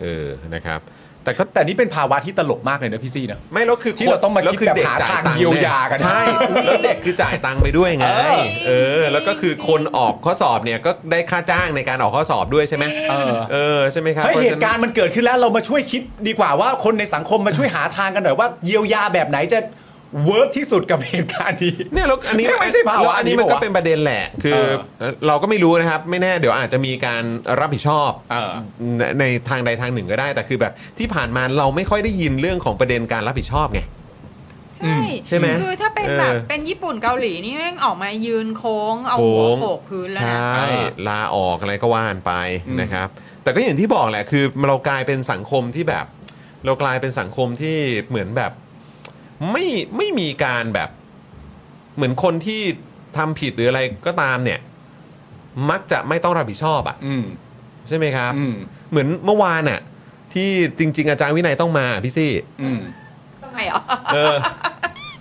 Speaker 2: เออนะครับแต่ก็
Speaker 3: แต่แต่นี่เป็นภาวะที่ตลกมากเลยนะพี่ซี่นะ
Speaker 2: ไม่แล้วคือ
Speaker 3: ที่เราต้องมาคิดแบบหาทางเยียวยากัน
Speaker 2: ใช่แล้วเด็กคือจ่ายตังค์ไปด้วยไง
Speaker 3: เออ
Speaker 2: เออ แล้วก็คือคนออกข้อสอบเนี่ยก็ได้ค่าจ้างในการออกข้อสอบด้วยใช่ไหม
Speaker 3: เออ
Speaker 2: เออใช่ไหมครับ
Speaker 3: เฮ้ย
Speaker 2: พะฉะ
Speaker 3: เห
Speaker 2: นั้น
Speaker 3: ตุการณ์มันเกิดขึ้นแล้วเรามาช่วยคิดดีกว่าว่าคนในสังคมมาช่วยหาทางกันหน่อยว่าเยียวยาแบบไหนจะเวิร์กที่สุดกับเหตุการ ณ์นี้
Speaker 2: เนี่ยแล้วอันนี้
Speaker 3: ไม่ใช่ภาวะ
Speaker 2: แล้วอันนี้
Speaker 3: นี้
Speaker 2: มันก็
Speaker 3: ปะวะ
Speaker 2: เป็นประเด็นแหละ คือเอ่อเราก็ไม่รู้นะครับ ไม่แน่เดี๋ยวอาจจะมีการรับผิดชอบ
Speaker 3: เออ
Speaker 2: ในในทางใดทางหนึ่งก็ได้ แต่คือแบบที่ผ่านมาเราไม่ค่อยได้ยินเรื่องของประเด็นการรับผิดชอบไง
Speaker 7: ใช่
Speaker 2: ใช่ไหม
Speaker 7: คือถ้าเป็นแบบ
Speaker 2: เออ
Speaker 7: เป็นญี่ปุ่นเกาหลีนี่แม่งออกมายืนโค้งเอาหัวโขกพื้นแล้ว
Speaker 2: ใช
Speaker 7: นะ
Speaker 2: ่ ลาออกอะไรก็ว่านไปนะครับ แต่ก็อย่างที่บอกแหละคือเรากลายเป็นสังคมที่แบบ เรากลายเป็นสังคมที่เหมือนแบบ ไม่ไม่มีการแบบ เหมือนคนที่ทำผิดหรืออะไรก็ตามเนี่ย มักจะไม่ต้องรับผิดชอบอ่ะ
Speaker 3: อืม
Speaker 2: ใช่ไหมครับ
Speaker 3: อืม
Speaker 2: เหมือนเมื่อวานน่ะที่จริง ๆ อาจารย์วินัยต้องมาพี่ซี่
Speaker 3: อืม
Speaker 7: ทำไมอ่ะ
Speaker 2: เออ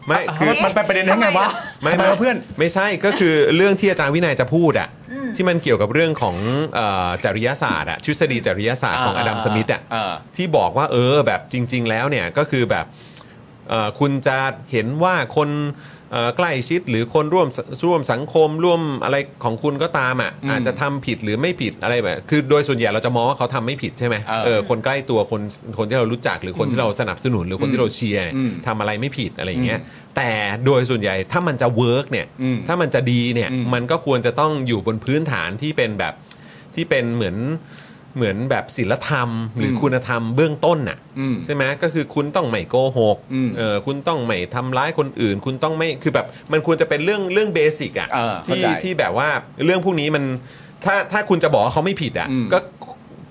Speaker 2: ไม่คือ
Speaker 3: มันเป็นประเด็นยังไงวะ
Speaker 2: ไม่
Speaker 3: ทำ
Speaker 2: ไม่
Speaker 3: วะเพื่อน
Speaker 2: ไม่ใช่ก็คือเรื่องที่อาจารย์วินัยจะพูดอะที่มันเกี่ยวกับเรื่องของเอ่อจริยศาสตร์อะทฤษฎีจริยศาสตร์ของอดัมสมิธอะ
Speaker 3: อ่า
Speaker 2: ที่บอกว่าเออแบบจริง ๆ แล้วเนี่ยก็คือแบบเอ่อคุณจะเห็นว่าคนเอ่อใกล้ชิดหรือคนร่วมร่วมสังคมร่วมอะไรของคุณก็ตามอ่ะอาจจะทำผิดหรือไม่ผิดอะไรแบบคือโดยส่วนใหญ่เราจะมองว่าเขาทำไม่ผิดใช่ไหม
Speaker 3: เออ
Speaker 2: เออ คนใกล้ตัวคนคนที่เรารู้จักหรือคนที่เราสนับสนุนหรือคนที่เราเชียร์เนี่ย
Speaker 3: อืม
Speaker 2: ทำอะไรไม่ผิดอะไรอย่างเงี้ยแต่โดยส่วนใหญ่ถ้ามันจะเวิร์กเนี่ย
Speaker 3: อืม
Speaker 2: ถ้ามันจะดีเนี่ย
Speaker 3: อืม
Speaker 2: มันก็ควรจะต้องอยู่บนพื้นฐานที่เป็นแบบที่เป็นเหมือนเหมือนแบบศีลธรรม หรืออ
Speaker 3: ม
Speaker 2: คุณธรรมเบื้องต้นน่ะ
Speaker 3: อืม
Speaker 2: ใช่ไหมก็คือคุณต้องไม่โกหก
Speaker 3: อืม
Speaker 2: เออคุณต้องไม่ทำร้ายคนอื่น คุณต้องไม่คือแบบมันควรจะเป็นเรื่องเรื่องเบสิกอ่ะ
Speaker 3: เออเข้า
Speaker 2: ที่
Speaker 3: ใจ
Speaker 2: ที่แบบว่าเรื่องพวกนี้มันถ้าถ้าคุณจะบอกว่าเขาไม่ผิดอ่ะ
Speaker 3: อืม
Speaker 2: ก็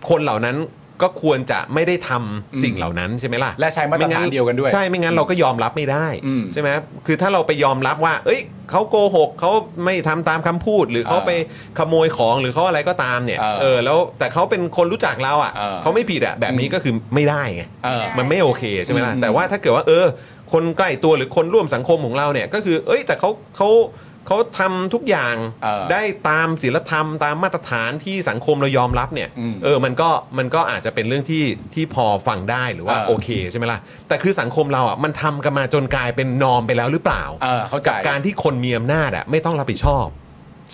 Speaker 2: คนเหล่านั้นก็ควรจะไม่ได้ทำสิ่งเหล่านั้นใช่ไหมล่ะ
Speaker 3: และใช้มาตร
Speaker 2: ไงั้
Speaker 3: ฐานเดียวกันด้วย
Speaker 2: ใช่ไม่งั้นเราก็ยอมรับไม่ได้
Speaker 3: อืม
Speaker 2: ใช่ไหมคือถ้าเราไปยอมรับว่า เอ้ยเขาโกหกเขาไม่ทำตามคำพูด หรือเขา
Speaker 3: เออ
Speaker 2: ไปขโมยของหรือเขาอะไรก็ตามเนี่ย
Speaker 3: เออ
Speaker 2: แล้วแต่เขาเป็นคนรู้จักเราอ่ะ
Speaker 3: เออ
Speaker 2: เขาไม่ผิดอ่ะแบบนี้ก็คือไม่ได้ไง
Speaker 3: เออ
Speaker 2: มันไม่โอเคใช่ไหมล่ะ
Speaker 3: อืม
Speaker 2: แต่ว่าถ้าเกิดว่า เออ คนใกล้ตัวหรือคนร่วมสังคมของเราเนี่ยก็คือ เอ้ย แต่เขาเขาเขาทำทุกอย่าง
Speaker 3: เออ
Speaker 2: ได้ตามศีลธรรมตามมาตรฐานที่สังคมเรายอมรับเนี่ย
Speaker 3: อืม
Speaker 2: เออมันก็มันก็อาจจะเป็นเรื่องที่ที่พอฟังได้หรือว่า
Speaker 3: เออ
Speaker 2: โอเคใช่ไหมล่ะแต่คือสังคมเราอ่ะมันทำกันมาจนกลายเป็นนอมไปแล้วหรือเปล่า
Speaker 3: เออเข้าใจ
Speaker 2: การที่คนมีอำนาจอ่ะไม่ต้องรับผิดชอบ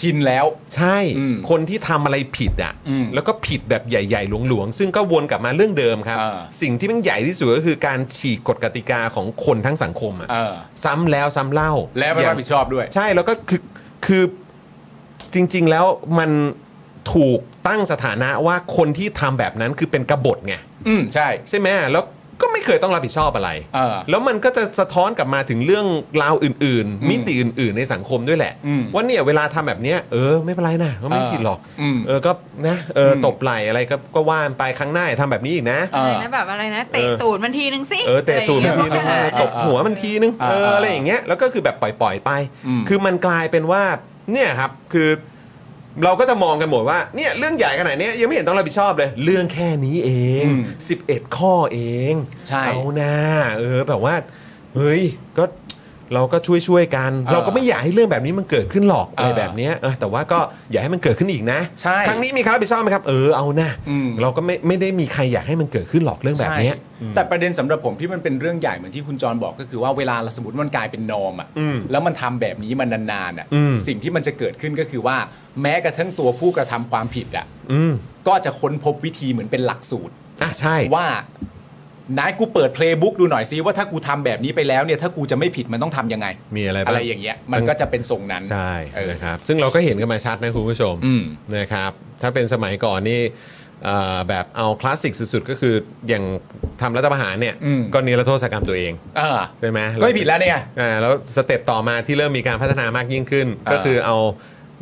Speaker 3: ชินแล้ว
Speaker 2: ใช่
Speaker 3: อืม
Speaker 2: คนที่ทำอะไรผิดอ่ะ
Speaker 3: อืม
Speaker 2: แล้วก็ผิดแบบใหญ่ ๆ หลวงๆ ซึ่งก็วนกลับมาเรื่องเดิมครับ
Speaker 3: เออ
Speaker 2: สิ่งที่มันใหญ่ที่สุดก็คือการฉีกกฎกติกาของคนทั้งสังคมอ่ะ
Speaker 3: เออ
Speaker 2: ซ้ำแล้วซ้ำเล่า
Speaker 3: และไม่รับผิดชอบด้วย
Speaker 2: ใช่แล้วก็คือคือจริง ๆ แล้วมันถูกตั้งสถานะว่าคนที่ทำแบบนั้นคือเป็นกบฏไง
Speaker 3: อืมใช่
Speaker 2: ใช่ไหมแล้วก็ไม่เคยต้องรับผิดชอบอะไร
Speaker 3: เออ
Speaker 2: แล้วมันก็จะสะท้อนกลับมาถึงเรื่องราวอื่น ๆ มิติอื่น ๆ ในสังคมด้วยแหละ
Speaker 3: อืม
Speaker 2: ว่าเนี่ยเวลาทำแบบเนี้ยเออไม่เป็นไรนะก็ไม่
Speaker 3: เออ
Speaker 2: ผิดหรอก
Speaker 3: อืม
Speaker 2: เออก็นะเอออ
Speaker 3: ม
Speaker 2: ตบไหลอะไรก็ก็ว่านไปครั้งหน้าอย่าทำแบบนี้อีกนะ
Speaker 3: เอ
Speaker 7: อะไร
Speaker 3: อ
Speaker 7: นะแบบอะไรนะ
Speaker 2: เอ
Speaker 7: เตะ
Speaker 2: อ
Speaker 7: ตูดมันทีนึงสิ
Speaker 2: เออเตะตูดมันทีนึง
Speaker 7: อะไรอย่างเงี้ย
Speaker 2: ตบหัวมันทีนึง
Speaker 3: อ่า
Speaker 2: เออ
Speaker 3: อ่า
Speaker 2: อะไรอย่างเงี้ยแล้วก็คือแบบปล่อยๆไป
Speaker 3: อืม
Speaker 2: คือมันกลายเป็นว่าเนี่ยครับคือเราก็จะมองกันหมดว่าเนี่ยเรื่องใหญ่ขนาดเนี้ยยังไม่เห็นต้องรับผิดชอบเลย เรื่องแค่นี้เอง
Speaker 3: อืม
Speaker 2: 11 ข้อเอง
Speaker 3: ใช่
Speaker 2: เอานะเออแบบว่าเฮ้ยก็ เราก็ช่วยช่วยๆกัน
Speaker 3: เออ
Speaker 2: เราก็ไม่อยากให้เรื่องแบบนี้มันเกิดขึ้นหรอกอะไร
Speaker 3: เออ
Speaker 2: แบบเนี้ยเออแต่ว่าก็อย่าให้มันเกิดขึ้นอีกนะ
Speaker 3: ใช่
Speaker 2: ครั้งนี้มีใครรับผิดชอบไหมครับเออเอานะ
Speaker 3: อืม
Speaker 2: เราก็ไม่ไม่ได้มีใครอยากให้มันเกิดขึ้นหรอกเรื่องแบบเนี้ย
Speaker 3: ใช่แต่ประเด็นสำหรับผมที่มันเป็นเรื่องใหญ่เหมือนที่คุณจรบอกก็คือว่าเวลาเราสมมติมันกลายเป็นนอมอ่ะแล้วมันทำแบบนี้มานานๆอ่ะ
Speaker 2: อืม
Speaker 3: สิ่งที่มันจะเกิดขึ้นก็คือว่า แม้กระทั่งตัวผู้กระทำความผิดอ่ะ
Speaker 2: อืม
Speaker 3: ก็จะค้นพบวิธีเหมือนเป็นหลักสูตร
Speaker 2: อ่ะใช่
Speaker 3: ว่านายกูเปิดเพลย์บุ๊กดูหน่อยซิว่าถ้ากูทำแบบนี้ไปแล้วเนี่ยถ้ากูจะไม่ผิดมันต้องทำยังไง
Speaker 2: มีอะไรบ้าง
Speaker 3: อะไรอย่างเงี้ยมันก็จะเป็นทรงนั้น
Speaker 2: ใช่
Speaker 3: เออ
Speaker 2: นะครับซึ่งเราก็เห็นกันมาชัดนะคุณผู้ชม
Speaker 3: อืม
Speaker 2: นะครับ ถ้าเป็นสมัยก่อนนี่เอ่อแบบเอาคลาสสิกสุดๆ ก็คืออย่างทำรัฐประหารเนี่ย
Speaker 3: อืม
Speaker 2: ก็นิรโทษกรรมตัวเอง
Speaker 3: อ่า
Speaker 2: ใช่ไหม
Speaker 3: ก็ไม่ผิดแล้วเนี่ย
Speaker 2: อ่าแล้วสเต็ปต่อมาที่เริ่มมีการพัฒนามากยิ่งขึ้น ก็คือเอา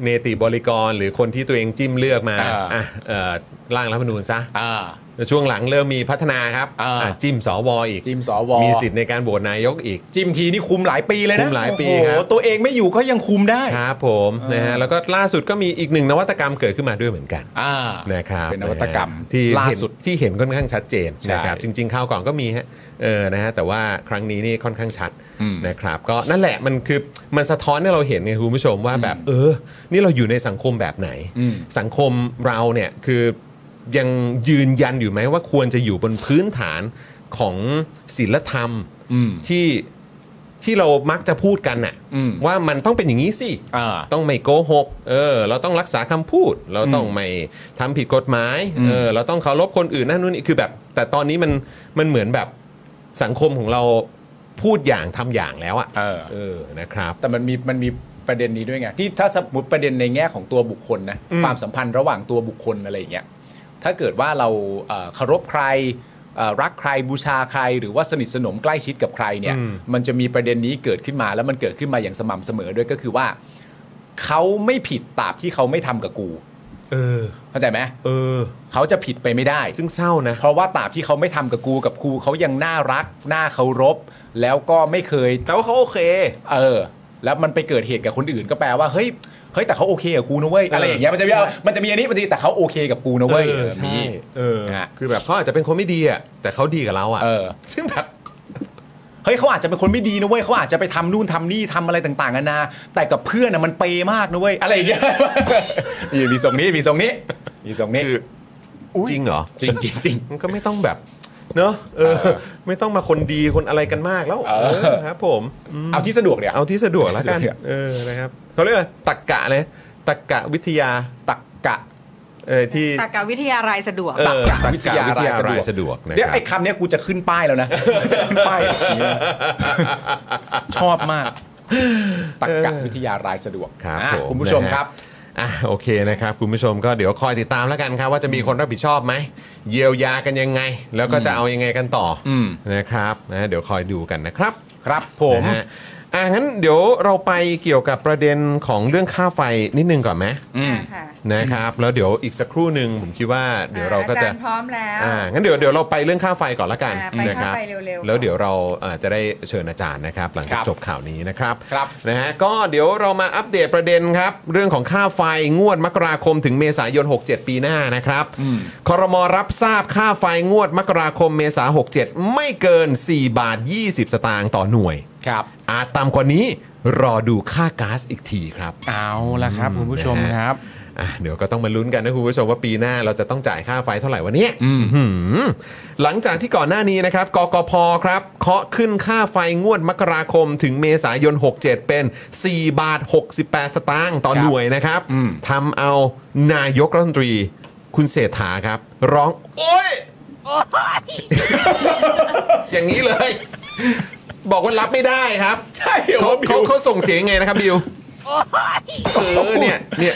Speaker 2: เนติบริกรหรือคนที่ตัวเองจิ้มเลือกมา
Speaker 3: อ่า
Speaker 2: อ่ะเอ่อร่างรัฐธรรมนูญซะ
Speaker 3: อ่า
Speaker 2: แล้วช่วงหลังเริ่มมีพัฒนาครับ
Speaker 3: อ่า
Speaker 2: อ่ะจิ้มสวอีก
Speaker 3: จิมสว
Speaker 2: มีสิทธิ์ในการโหวตนายกอีก
Speaker 3: จิมทีนี่คุมหลายปีเลยนะ
Speaker 2: คุมหลายปี
Speaker 3: โอ้
Speaker 2: ค
Speaker 3: โห
Speaker 2: รับ
Speaker 3: ตัวเองไม่อยู่ก็ยังคุมได้
Speaker 2: ครับผมนะฮะแล้วก็ล่าสุดก็มีอีกหนึ่งนวัตกรรมเกิดขึ้นมาด้วยเหมือนกัน
Speaker 3: อ่า
Speaker 2: นะครับ
Speaker 3: เป็นนวัตกรรม
Speaker 2: นะฮะที่
Speaker 3: ล่า
Speaker 2: เห็น
Speaker 3: สุด
Speaker 2: ที่เห็นค่อนข้างชัดเจน
Speaker 3: ใช่
Speaker 2: นะครับจริงๆข้าวก่อนก็มีฮะเออนะฮะแต่ว่าครั้งนี้นี่ค่อนข้างชัด
Speaker 3: อืม
Speaker 2: นะครับก็นั่นแหละมันคือมันสะท้อนให้เราเห็นไงคุณผู้ชมว่าแบบเออ นี่เราอยู่ในสังคมแบบไหน
Speaker 3: อืม
Speaker 2: สังคมเราเนี่ยคือยังยืนยันอยู่ไหมว่าควรจะอยู่บนพื้นฐานของศีลธรรม
Speaker 3: อืม
Speaker 2: ที่ที่เรามักจะพูดกันน่ะ
Speaker 3: อืม
Speaker 2: ว่ามันต้องเป็นอย่างนี้สิ
Speaker 3: อ่า
Speaker 2: ต้องไม่โกหก เออ เราต้องรักษาคำพูด เราต้องไม่ทำผิดกฎหมาย
Speaker 3: อืม
Speaker 2: เออ เราต้องเคารพคนอื่นนั่นนู่นนี่ คือแบบ แต่ตอนนี้มันมันเหมือนแบบสังคมของเราพูดอย่างทำอย่างแล้วอะ
Speaker 3: เออ
Speaker 2: เออ นะครับ
Speaker 3: แต่มันมีมันมีประเด็นนี้ด้วยไงที่ถ้าสมมติประเด็นในแง่ของตัวบุคคลนะ
Speaker 2: อืม
Speaker 3: ความสัมพันธ์ระหว่างตัวบุคคลอะไรอย่างเงี้ยถ้าเกิดว่าเราเอ่อเคารพใครเอ่อรักใครบูชาใคร หรือว่าสนิทสนมใกล้ชิดกับใครเนี่ย
Speaker 2: อืม
Speaker 3: มันจะมีประเด็นนี้เกิดขึ้นมาแล้วมันเกิดขึ้นมาอย่างสม่ำเสมอด้วยก็คือว่าเขาไม่ผิดตราบที่เขาไม่ทำกับกู
Speaker 2: เออ
Speaker 3: เข้าใจไหม
Speaker 2: เออ
Speaker 3: เขาจะผิดไปไม่ได้
Speaker 2: ซึ่งเศร้านะ
Speaker 3: เพราะว่าตราบที่เขาไม่ทำกับกูกับครูเขายังน่ารักน่าเคารพ แล้วก็ไม่เคย
Speaker 2: แต่ว่าเขาโอเค
Speaker 3: เออ แล้วมันไปเกิดเหตุกับคนอื่นก็แปลว่า เฮ้ย เฮ้ย แต่เขาโอเคกับกูนะเว้ย อะไรอย่างเงี้ย มันจะมีเอามันจะมีอันนี้มันจะมีแต่เขาโอเคกับกูนะเว้ย
Speaker 2: เออ
Speaker 3: มี
Speaker 2: ใช่ เออ
Speaker 3: ฮะ
Speaker 2: คือแบบเขาอาจจะเป็นคนไม่ดีอะแต่เขาดีกับเราอะ
Speaker 3: เออ
Speaker 2: ซึ่งแบบ
Speaker 3: เฮ้ยเขาอาจจะเป็นคนไม่ดีนะเว้ยเขาอาจจะไปทำนู่นทำนี่ทำอะไรต่างๆนานา แต่กับเพื่อนน่ะมันเปย์มากนะเว้ย อะไรอย่า งเงี้ย นี่มีทรงนี้ มีทรงนี้ มีทรงนี้
Speaker 2: คือจริงเหรอ
Speaker 3: จริงจริงจริง
Speaker 2: มันก็ไม่ต้องแบบ เนอะเออ ไม่ต้องมาคนดีคนอะไรกันมากแล้ว
Speaker 3: เออ
Speaker 2: เออครับผม
Speaker 3: เอาที่สะดวกเนี่ย
Speaker 2: เอาที่สะดวกแล้วกัน
Speaker 3: สะดวก
Speaker 2: เออ นะครับ เขาเรียกว่าตักกะเลยตักกะวิทยา
Speaker 3: ตักกะ
Speaker 2: เออที่
Speaker 7: ตากาวิทยารายสะดวก
Speaker 2: เออ
Speaker 3: ตักกะวิทยารายสะดวก
Speaker 2: สะดวกนะ
Speaker 3: เดี๋ยว
Speaker 2: ครับ
Speaker 3: ไอ้คำเนี้ยกูจะขึ้นป้ายแล้ว นะ จะขึ้นป้ายอย่างเงี้ยชอบมาก ตักกะวิทยารายสะดวก
Speaker 2: ครับ
Speaker 3: อ่ะ
Speaker 2: ผม
Speaker 3: คุณผู้ชม
Speaker 2: นะฮะ
Speaker 3: ครับ
Speaker 2: อ่ะโอเคนะครับ คุณผู้ชมก็เดี๋ยวคอยติดตามแล้วกันครับ ว่าจะมีคนรับผิดชอบไหม เยียวยากันยังไง แล้วก็จะเอายังไงกันต่ออ
Speaker 3: ม
Speaker 2: นะครับนะเดี๋ยวคอยดูกันนะครับ
Speaker 3: ครับผม
Speaker 2: นะฮะอ่ะงั้นเดี๋ยวเราไปเกี่ยวกับประเด็นของเรื่องค่าไฟนิดนึงก่อนไหม
Speaker 7: ค่ะ
Speaker 2: นะครับแล้วเดี๋ยวอีกสักครู่หนึ่งผมคิดว่าเดี๋ยวเราก็จะ
Speaker 7: อจย์พร้อมแล้ว
Speaker 2: อ่างั้นเดี๋ยวเดี๋ยวเราไปเรื่องค่าไฟก่อนละกัน
Speaker 7: อ่าไป
Speaker 2: นะครั
Speaker 7: ค่าไฟเร็วๆ
Speaker 2: แล้วเดี๋ยวเราเอ่อจะได้เชิญอาจารย์นะครับ หลัง
Speaker 3: ค
Speaker 2: จา
Speaker 3: รั
Speaker 2: ก
Speaker 3: บ
Speaker 2: จบข่าวนี้นะครับ
Speaker 3: ครับ
Speaker 2: นะฮะก็เดี๋ยวเรามาอัปเดตประเด็นครับ เรื่องของค่าไฟงวดมกราคมถึงเมษายน 67 ปีหน้านะครับคอรมอรับทราบค่าไฟงวดมกราคมเมษา67 ไม่เกิน 4 บาท 20 สตางค์ต่อหน่วย
Speaker 3: ครับ
Speaker 2: อาจต่ำกว่านี้รอดูค่าก๊าซอีกทีครับ
Speaker 3: เอาละครับ คุณผู้ชมครับ
Speaker 2: อ่ะเดี๋ยวก็ต้องมาลุ้นกันนะคุณผู้ชมว่าปีหน้าเราจะต้องจ่ายค่าไฟเท่าไหร่วันนี้อหือหลังจากที่ก่อนหน้านี้นะครับกกพครับเคาะขึ้นค่าไฟงวดมกราคมถึงเมษายน 67 เป็น 4 บาท 68 สตางค์ต่อ
Speaker 3: ครับ
Speaker 2: หน่วยนะครับ
Speaker 3: อืม
Speaker 2: ทำเอานายกรัฐมนตรีคุณเศรษฐาครับ ร้องโอ๊ย อย่างนี้เลย บอกว่ารับไม่ได้ครับ
Speaker 3: ใช่เหร
Speaker 2: เขา
Speaker 3: อบิ
Speaker 2: เขา
Speaker 3: ว
Speaker 2: เขาส่งเสียงไงนะครับบิวเออเนี่ยเนี่ย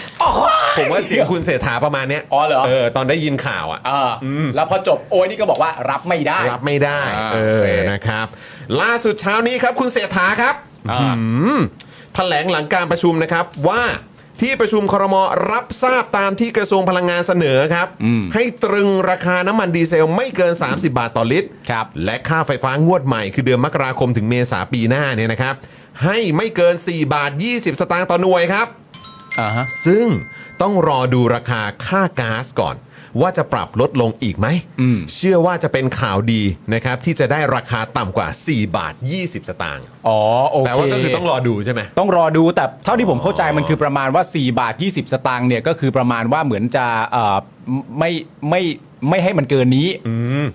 Speaker 2: ผมว่าเสียงคุณเสถาประมาณเนี้ย
Speaker 3: อ๋อเหรอ
Speaker 2: เออตอนได้ยินข่าวอ่ะ
Speaker 3: เอออแล้วพอจบโอ้ยนี่ก็บอกว่ารับไม่ได้
Speaker 2: รับไม่ได้
Speaker 3: อ่า
Speaker 2: เอ
Speaker 3: โอ
Speaker 2: อ
Speaker 3: เค
Speaker 2: นะครับ ล่าสุดเช้านี้ครับคุณเสถาครับ
Speaker 3: อ่า
Speaker 2: อืมแถลงหลังการประชุมนะครับว่าที่ประชุมครมรับทราบตามที่กระทรวงพลังงานเสนอครับ ให้ตรึงราคาน้ำมันดีเซลไม่เกิน 30 บาทต่อลิตร
Speaker 3: ครับ
Speaker 2: และค่าไฟฟ้างวดใหม่คือเดือนมกราคมถึงเมษาปีหน้าเนี่ยนะครับ ให้ไม่เกิน 4 บาท 20 สตางค์ต่อหน่วยครับ
Speaker 3: อ่าฮะ
Speaker 2: ซึ่งต้องรอดูราคาค่าก๊าซก่อน ว่าจะปรับลดลงอีกไหม เชื่อว่าจะเป็นข่าวดีนะครับที่จะได้ราคาต่ำกว่า 4 บาท 20 สตางค์
Speaker 3: อ๋อโอเค
Speaker 2: แปลว่าก็คือต้องรอดูใช่ไหม
Speaker 3: ต้องรอดูแต่เท่าที่ผมเข้าใจมันคือประมาณว่า 4 บาท 20 สตางค์เนี่ยก็คือประมาณว่าเหมือนจะเอ่อไม่ไม่ไม่ให้มันเกินนี้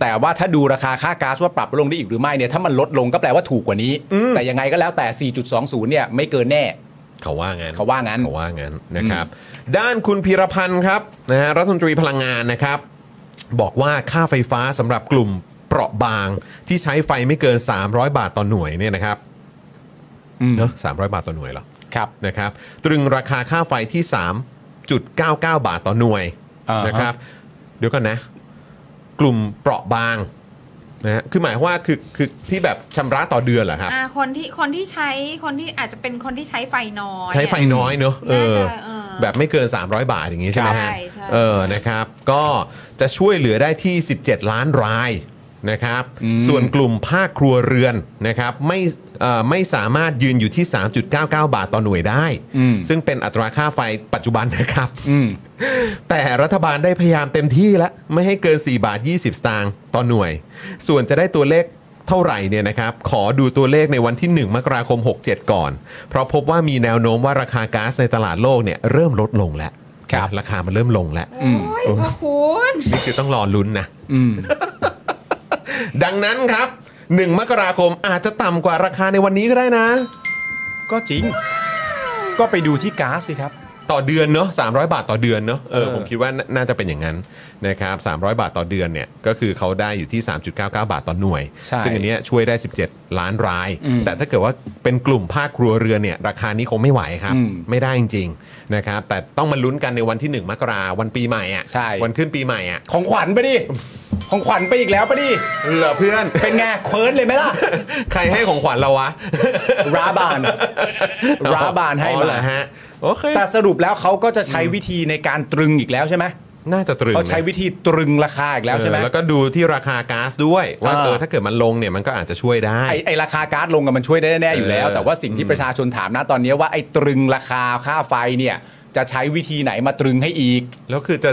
Speaker 3: แต่ว่าถ้าดูราคาค่าก๊าซว่าปรับลงได้อีกหรือไม่เนี่ยถ้ามันลดลงก็แปลว่าถูกกว่านี้ แต่ยังไงก็แล้วแต่ 4.20 เนี่ยไม่เกินแน่
Speaker 2: เขาว่างั้น
Speaker 3: เขาว่างั้น
Speaker 2: เขาว่างั้นนะครับ ด้านคุณพีรพันธ์ครับนะฮะรัฐมนตรีพลังงานนะครับ บอกว่าค่าไฟฟ้าสำหรับกลุ่มเปราะบางที่ใช้ไฟไม่เกิน 300 บาทต่อหน่วยเนี่ยนะครับ
Speaker 3: อืม
Speaker 2: เนอะ300 บาทต่อหน่วยเหรอ
Speaker 3: ครับ
Speaker 2: นะครับตรึงราคาค่าไฟที่ 3.99 บาทต่อหน่วย
Speaker 3: อ่าฮะ
Speaker 2: นะครับ เดี๋ยวก่อนนะ กลุ่มเปราะบางนะฮะคือหมายความว่าคือคือที่แบบชำระต่อเดือนเหรอครับ
Speaker 7: อ่าคนที่คนที่ใช้คนที่อาจจะเป็นคนที่ใช้ไฟน้อย
Speaker 2: ใช้ไฟ
Speaker 7: อะ
Speaker 2: น้อยเนอะเออ
Speaker 7: น่าจะเออ
Speaker 2: แบบไม่เกิน 300 บาทอย่างนี้ใช่ไหมฮะ
Speaker 7: ใช่ใช่
Speaker 2: เออนะครับ ก็จะช่วยเหลือได้ที่ 17 ล้านรายนะครับ ส่วนกลุ่มภาคครัวเรือนนะครับไม่เอ่อไม่สามารถยืนอยู่ที่ 3.99 บาทต่อหน่วยได้
Speaker 3: อืม
Speaker 2: ซึ่งเป็นอัตราค่าไฟปัจจุบันนะครับ
Speaker 3: อืม
Speaker 2: แต่รัฐบาลได้พยายามเต็มที่แล้ว ไม่ให้เกิน 4 บาท 20 สตางค์ต่อหน่วย ส่วนจะได้ตัวเลขเท่าไหร่เนี่ยนะครับ ขอดูตัวเลขในวันที่ 1 มกราคม 67 ก่อน เพราะพบว่ามีแนวโน้มว่าราคาก๊าซในตลาดโลกเนี่ยเริ่มลดลงแล้ว
Speaker 3: ครับ
Speaker 2: นะราคามันเริ่มลงแล้ว
Speaker 7: โอ้ยพระคุณ
Speaker 2: นี่คือต้องรอลุ้นนะ
Speaker 3: อืม
Speaker 2: ดังนั้นครับ 1 มกราคมอาจจะต่ำกว่าราคาในวันนี้ก็ได้นะ
Speaker 3: ก็จริง ก็ไปดูที่ก๊าซสิครับ
Speaker 2: ต่อเดือนเนาะ300 บาทต่อเดือนเนาะเออ
Speaker 3: เออ
Speaker 2: ผมคิดว่าน่าน่าจะเป็นอย่างนั้นนะครับ300 บาทต่อเดือนเนี่ยก็คือเขาได้อยู่ที่ 3.99 บาทต่อหน่วย ซึ่งอันเนี้ยช่วยได้ 17 ล้านราย แต่ถ้าเกิดว่าเป็นกลุ่มภาคครัวเรือนเนี่ยราคานี้คงไม่ไหวครับ ไม่ได้จริงๆนะครับแต่ต้องมาลุ้นกันในวันที่ 1 มกราวันปีใหม่อ่ะ
Speaker 3: ใช่
Speaker 2: วันขึ้นปีใหม่อ่ะ
Speaker 3: ของขวัญไปดิ ของขวัญไปอีกแล้วไปดิ
Speaker 2: เหรอเพื่อน
Speaker 3: เป็นไงเคิร์นเลยไหมล่ะ
Speaker 2: ใครให้ของขวัญเราวะ
Speaker 3: ราบาน ราบานให้
Speaker 2: อ๋อเหร
Speaker 3: มา
Speaker 2: อฮะโอเค
Speaker 3: แต่สรุปแล้วเขาก็จะใช้วิธีในการตรึงอีกแล้วใช่ไหม
Speaker 2: น่าจะตรึง
Speaker 3: เขาใช้
Speaker 2: นะ
Speaker 3: วิธีตรึงราคาอีกแล้วใช่ไหม
Speaker 2: เออแล้วก็ดูที่ราคาก๊าซด้วย ว่า
Speaker 3: อ่า
Speaker 2: เออถ้าเกิดมันลงเนี่ยมันก็อาจจะช่วยได้
Speaker 3: ไอ้ไอราคาก๊าซลงกับมันช่วยได้แน่ๆอยู่แล้ว
Speaker 2: เออ
Speaker 3: แต่ว่าสิ่งที่ประชาชนถามนะตอนนี้ว่าไอ้ตรึงราคาค่าไฟเนี่ย จะใช้วิธีไหนมาตรึงให้อีก
Speaker 2: แล้วคือจะ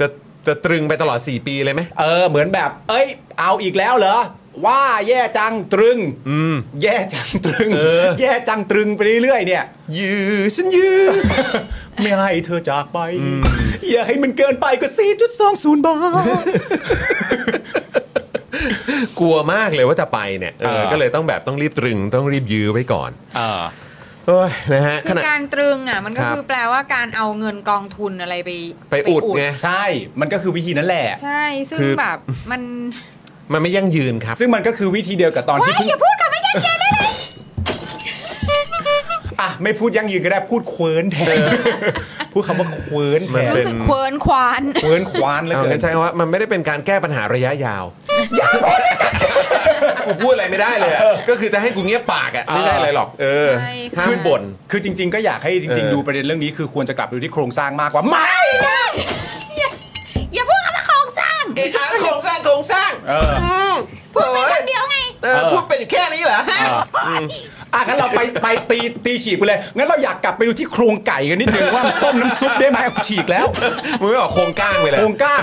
Speaker 2: จะจะตรึงไปตลอด 4 ปีเลยไหม
Speaker 3: เออเหมือนแบบ เอ้ย เอาอีกแล้วเหรอ ว่าแย่จังตรึงแย่จังตรึง
Speaker 2: อ
Speaker 3: แย่จังตรึงไปเรื่อยๆเนี่ย
Speaker 2: ยื้อฉันยื้อ
Speaker 3: ไม่ให้เธอจากไป อย่าให้มันเกินไปก็ 4.20 บาท
Speaker 2: กลัวมากเลยว่าจะไปเนี่ยเออ
Speaker 3: เออ
Speaker 2: ก็เลยต้องแบบต้องรีบตรึงต้องรีบยื้อไว้ก่อน
Speaker 3: อ่า
Speaker 2: เอ้ยนะฮะข
Speaker 7: คือ
Speaker 2: ณะ
Speaker 7: การตรึงอ่ะ มันก็
Speaker 2: ครับ
Speaker 7: คือแปลว่าการเอาเงินกองทุนอะไรไป
Speaker 2: ไปอุดไง
Speaker 3: ใช่ มันก็คือวิธีนั่นแหละ
Speaker 7: ใช่ซึ่ง
Speaker 2: คือ
Speaker 7: แบบมัน
Speaker 2: มันไม่ยั่งยืนครับ
Speaker 3: ซึ่งมันก็คือวิธีเดียวกับตอนที่
Speaker 7: ว้าย
Speaker 3: เพิ่ง
Speaker 7: อย่าพูดกับไม่ยันเย็นได้ไหม
Speaker 3: อ่ะ ไม่พูดยั่งยืนก็ได้พูดเควินแทนพูดคำว่าเควินแท
Speaker 2: มัน
Speaker 3: น
Speaker 2: เป็
Speaker 7: รู้
Speaker 2: น
Speaker 7: สึกเควินควาน
Speaker 3: เควินควานแล้ว
Speaker 2: เอา
Speaker 3: เกิ
Speaker 2: งั้
Speaker 3: น
Speaker 2: นใช่ว่ามันไม่ได้เป็นการแก้ปัญหาระยะย าวอย่าพูดกูพูดอะไรไม่ได้เลยอะก็คือจะให้กูเงียบปากอ่ะไม่ใช่อะไรหรอก เออห้ามบ่น
Speaker 3: คือจริง ๆ ก็อยากให้จริง
Speaker 2: เออ
Speaker 3: ๆ ดูประเด็นเรื่องนี้คือควรจะกลับดูที่โครงสร้างมากกว่าไม่
Speaker 7: อย่าพูดกับโครงสร้าง
Speaker 2: เอกขาโครงสร้างโครงสร้าง
Speaker 3: เออ
Speaker 2: ม
Speaker 7: พูดไปคนเดียวไง
Speaker 2: เออพูดเป็นแค่นี้เหรอฮะ
Speaker 3: อ่ะงั้นเราไปไปตีตีฉีกไปเลยงั้นเราอยากกลับไปดูที่โครงไก่กันนิดนึงว่าต้มน้ำซุปได้ไหมฉีกแล้ว
Speaker 2: มึงไม่บอกโครงก้างไปเลย
Speaker 3: โครงกล้าง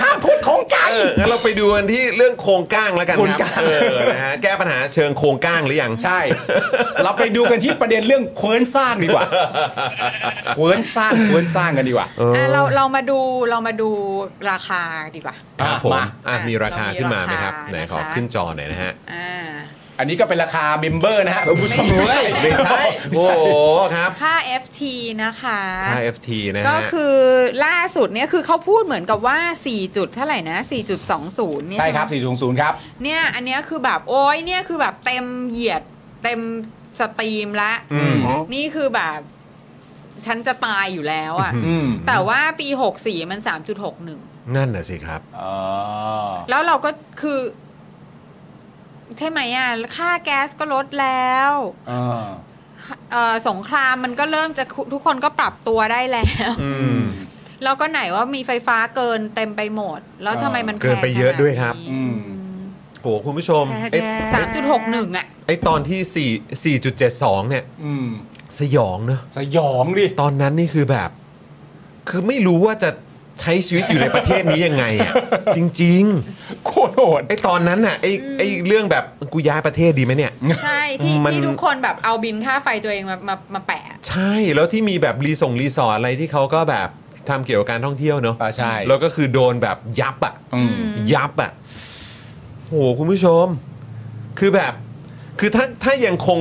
Speaker 3: ห้ามพูดโครงไก่
Speaker 2: เอองั้นเราไปดูกันที่เรื่องโครงก้างแล้วกัน
Speaker 3: โครง
Speaker 2: ครั
Speaker 3: ก้า
Speaker 2: บ
Speaker 3: ง
Speaker 2: เออนะฮะแก้ปัญหาเชิงโครงก้างหรือยัง
Speaker 3: ใช่ เราไปดูกันที่ประเด็นเรื่องเควินสร้างดีกว่าเควินสร้างเควินสร้างกันดีกว่า
Speaker 7: อ่ะเราเรามาดูเรามาดูราคาดีกว่า
Speaker 2: ครับผม
Speaker 3: มา
Speaker 2: อ่ะมีราคาขึ้นมาไหมครับ
Speaker 7: เรามีราคา
Speaker 2: ไหนขอ
Speaker 7: นะคะ
Speaker 2: ขึ้นจอหน่อยนะฮะ
Speaker 7: อ่า
Speaker 3: อันนี้ก็เป็นราคาเมมเบอร์นะฮะคุณผู้ชม
Speaker 7: ไม่ใช่
Speaker 2: ไม่ใช่โอ้โหครับ
Speaker 7: ค่า FT นะคะ
Speaker 2: ค่า FT นะฮะ
Speaker 7: ก็คือล่าสุดเนี่ยคือเขาพูดเหมือนกับว่า 4 จุดเท่าไหร่นะ 4.20เนี่ย
Speaker 3: ใช่ครับ
Speaker 7: ไหม
Speaker 3: 400ครับ
Speaker 7: เนี่ยอันเนี้ยคือแบบโอ้ยเนี่ยคือแบบเต็มเหยียดเต็มสตรีมละ
Speaker 2: อืม
Speaker 7: นี่คือแบบฉันจะตายอยู่แล้วอะ่ะ
Speaker 3: อืม
Speaker 7: แต่ว่าปี 64 มัน 3.61
Speaker 2: นั่นน่ะสิครับ
Speaker 3: อ๋อ
Speaker 7: แล้วเราก็คือ ใช่ไหมอ่ะ ค่าแก๊สก็ลดแล้ว
Speaker 3: อ่า
Speaker 7: เอ่อสงครามมันก็เริ่มจะทุกคนก็ปรับตัวได้แล้ว
Speaker 2: อืม
Speaker 7: แล้วก็ไหนว่ามีไฟฟ้าเกินเต็มไปหมด แล้วทำไมมัน
Speaker 2: เกินไปเยอะด้วยครับ
Speaker 3: อืม
Speaker 2: โหคุณผู้ชมไอ้
Speaker 7: สามจุดหกหนึ่งอ่ะ
Speaker 2: ไอ้ตอนที่4 4.72 เนี่ย
Speaker 3: อืม
Speaker 2: สยองเนอะ
Speaker 3: สยองดิ
Speaker 2: ตอนนั้นนี่คือแบบ คือไม่รู้ว่าจะ ใช้ชีวิตอยู่ในประเทศนี้ยังไง อ่ะ จริง
Speaker 3: โคตรโหด
Speaker 2: ๆ ไอ้ตอนนั้นน่ะไอ้ไอ้เรื่องแบบกูย้ายประเทศดีไหมเนี่ย
Speaker 7: ใช่ที่
Speaker 2: มัน
Speaker 7: ที่ทุกคนแบบเอาบินค่าไฟตัวเองมามามาแปะ
Speaker 2: ใช่แล้วที่มีแบบรีส่งรีสอร์ทอะไรที่เขาก็แบบทำเกี่ยวกับการท่องเที่ยวเนอะ
Speaker 3: อ่าใช่
Speaker 2: แล้วก็คือโดนแบบยับอ่ะ
Speaker 3: อืม
Speaker 2: ยับอ่ะโหคุณผู้ชม คือแบบ คือถ้าถ้ายังคง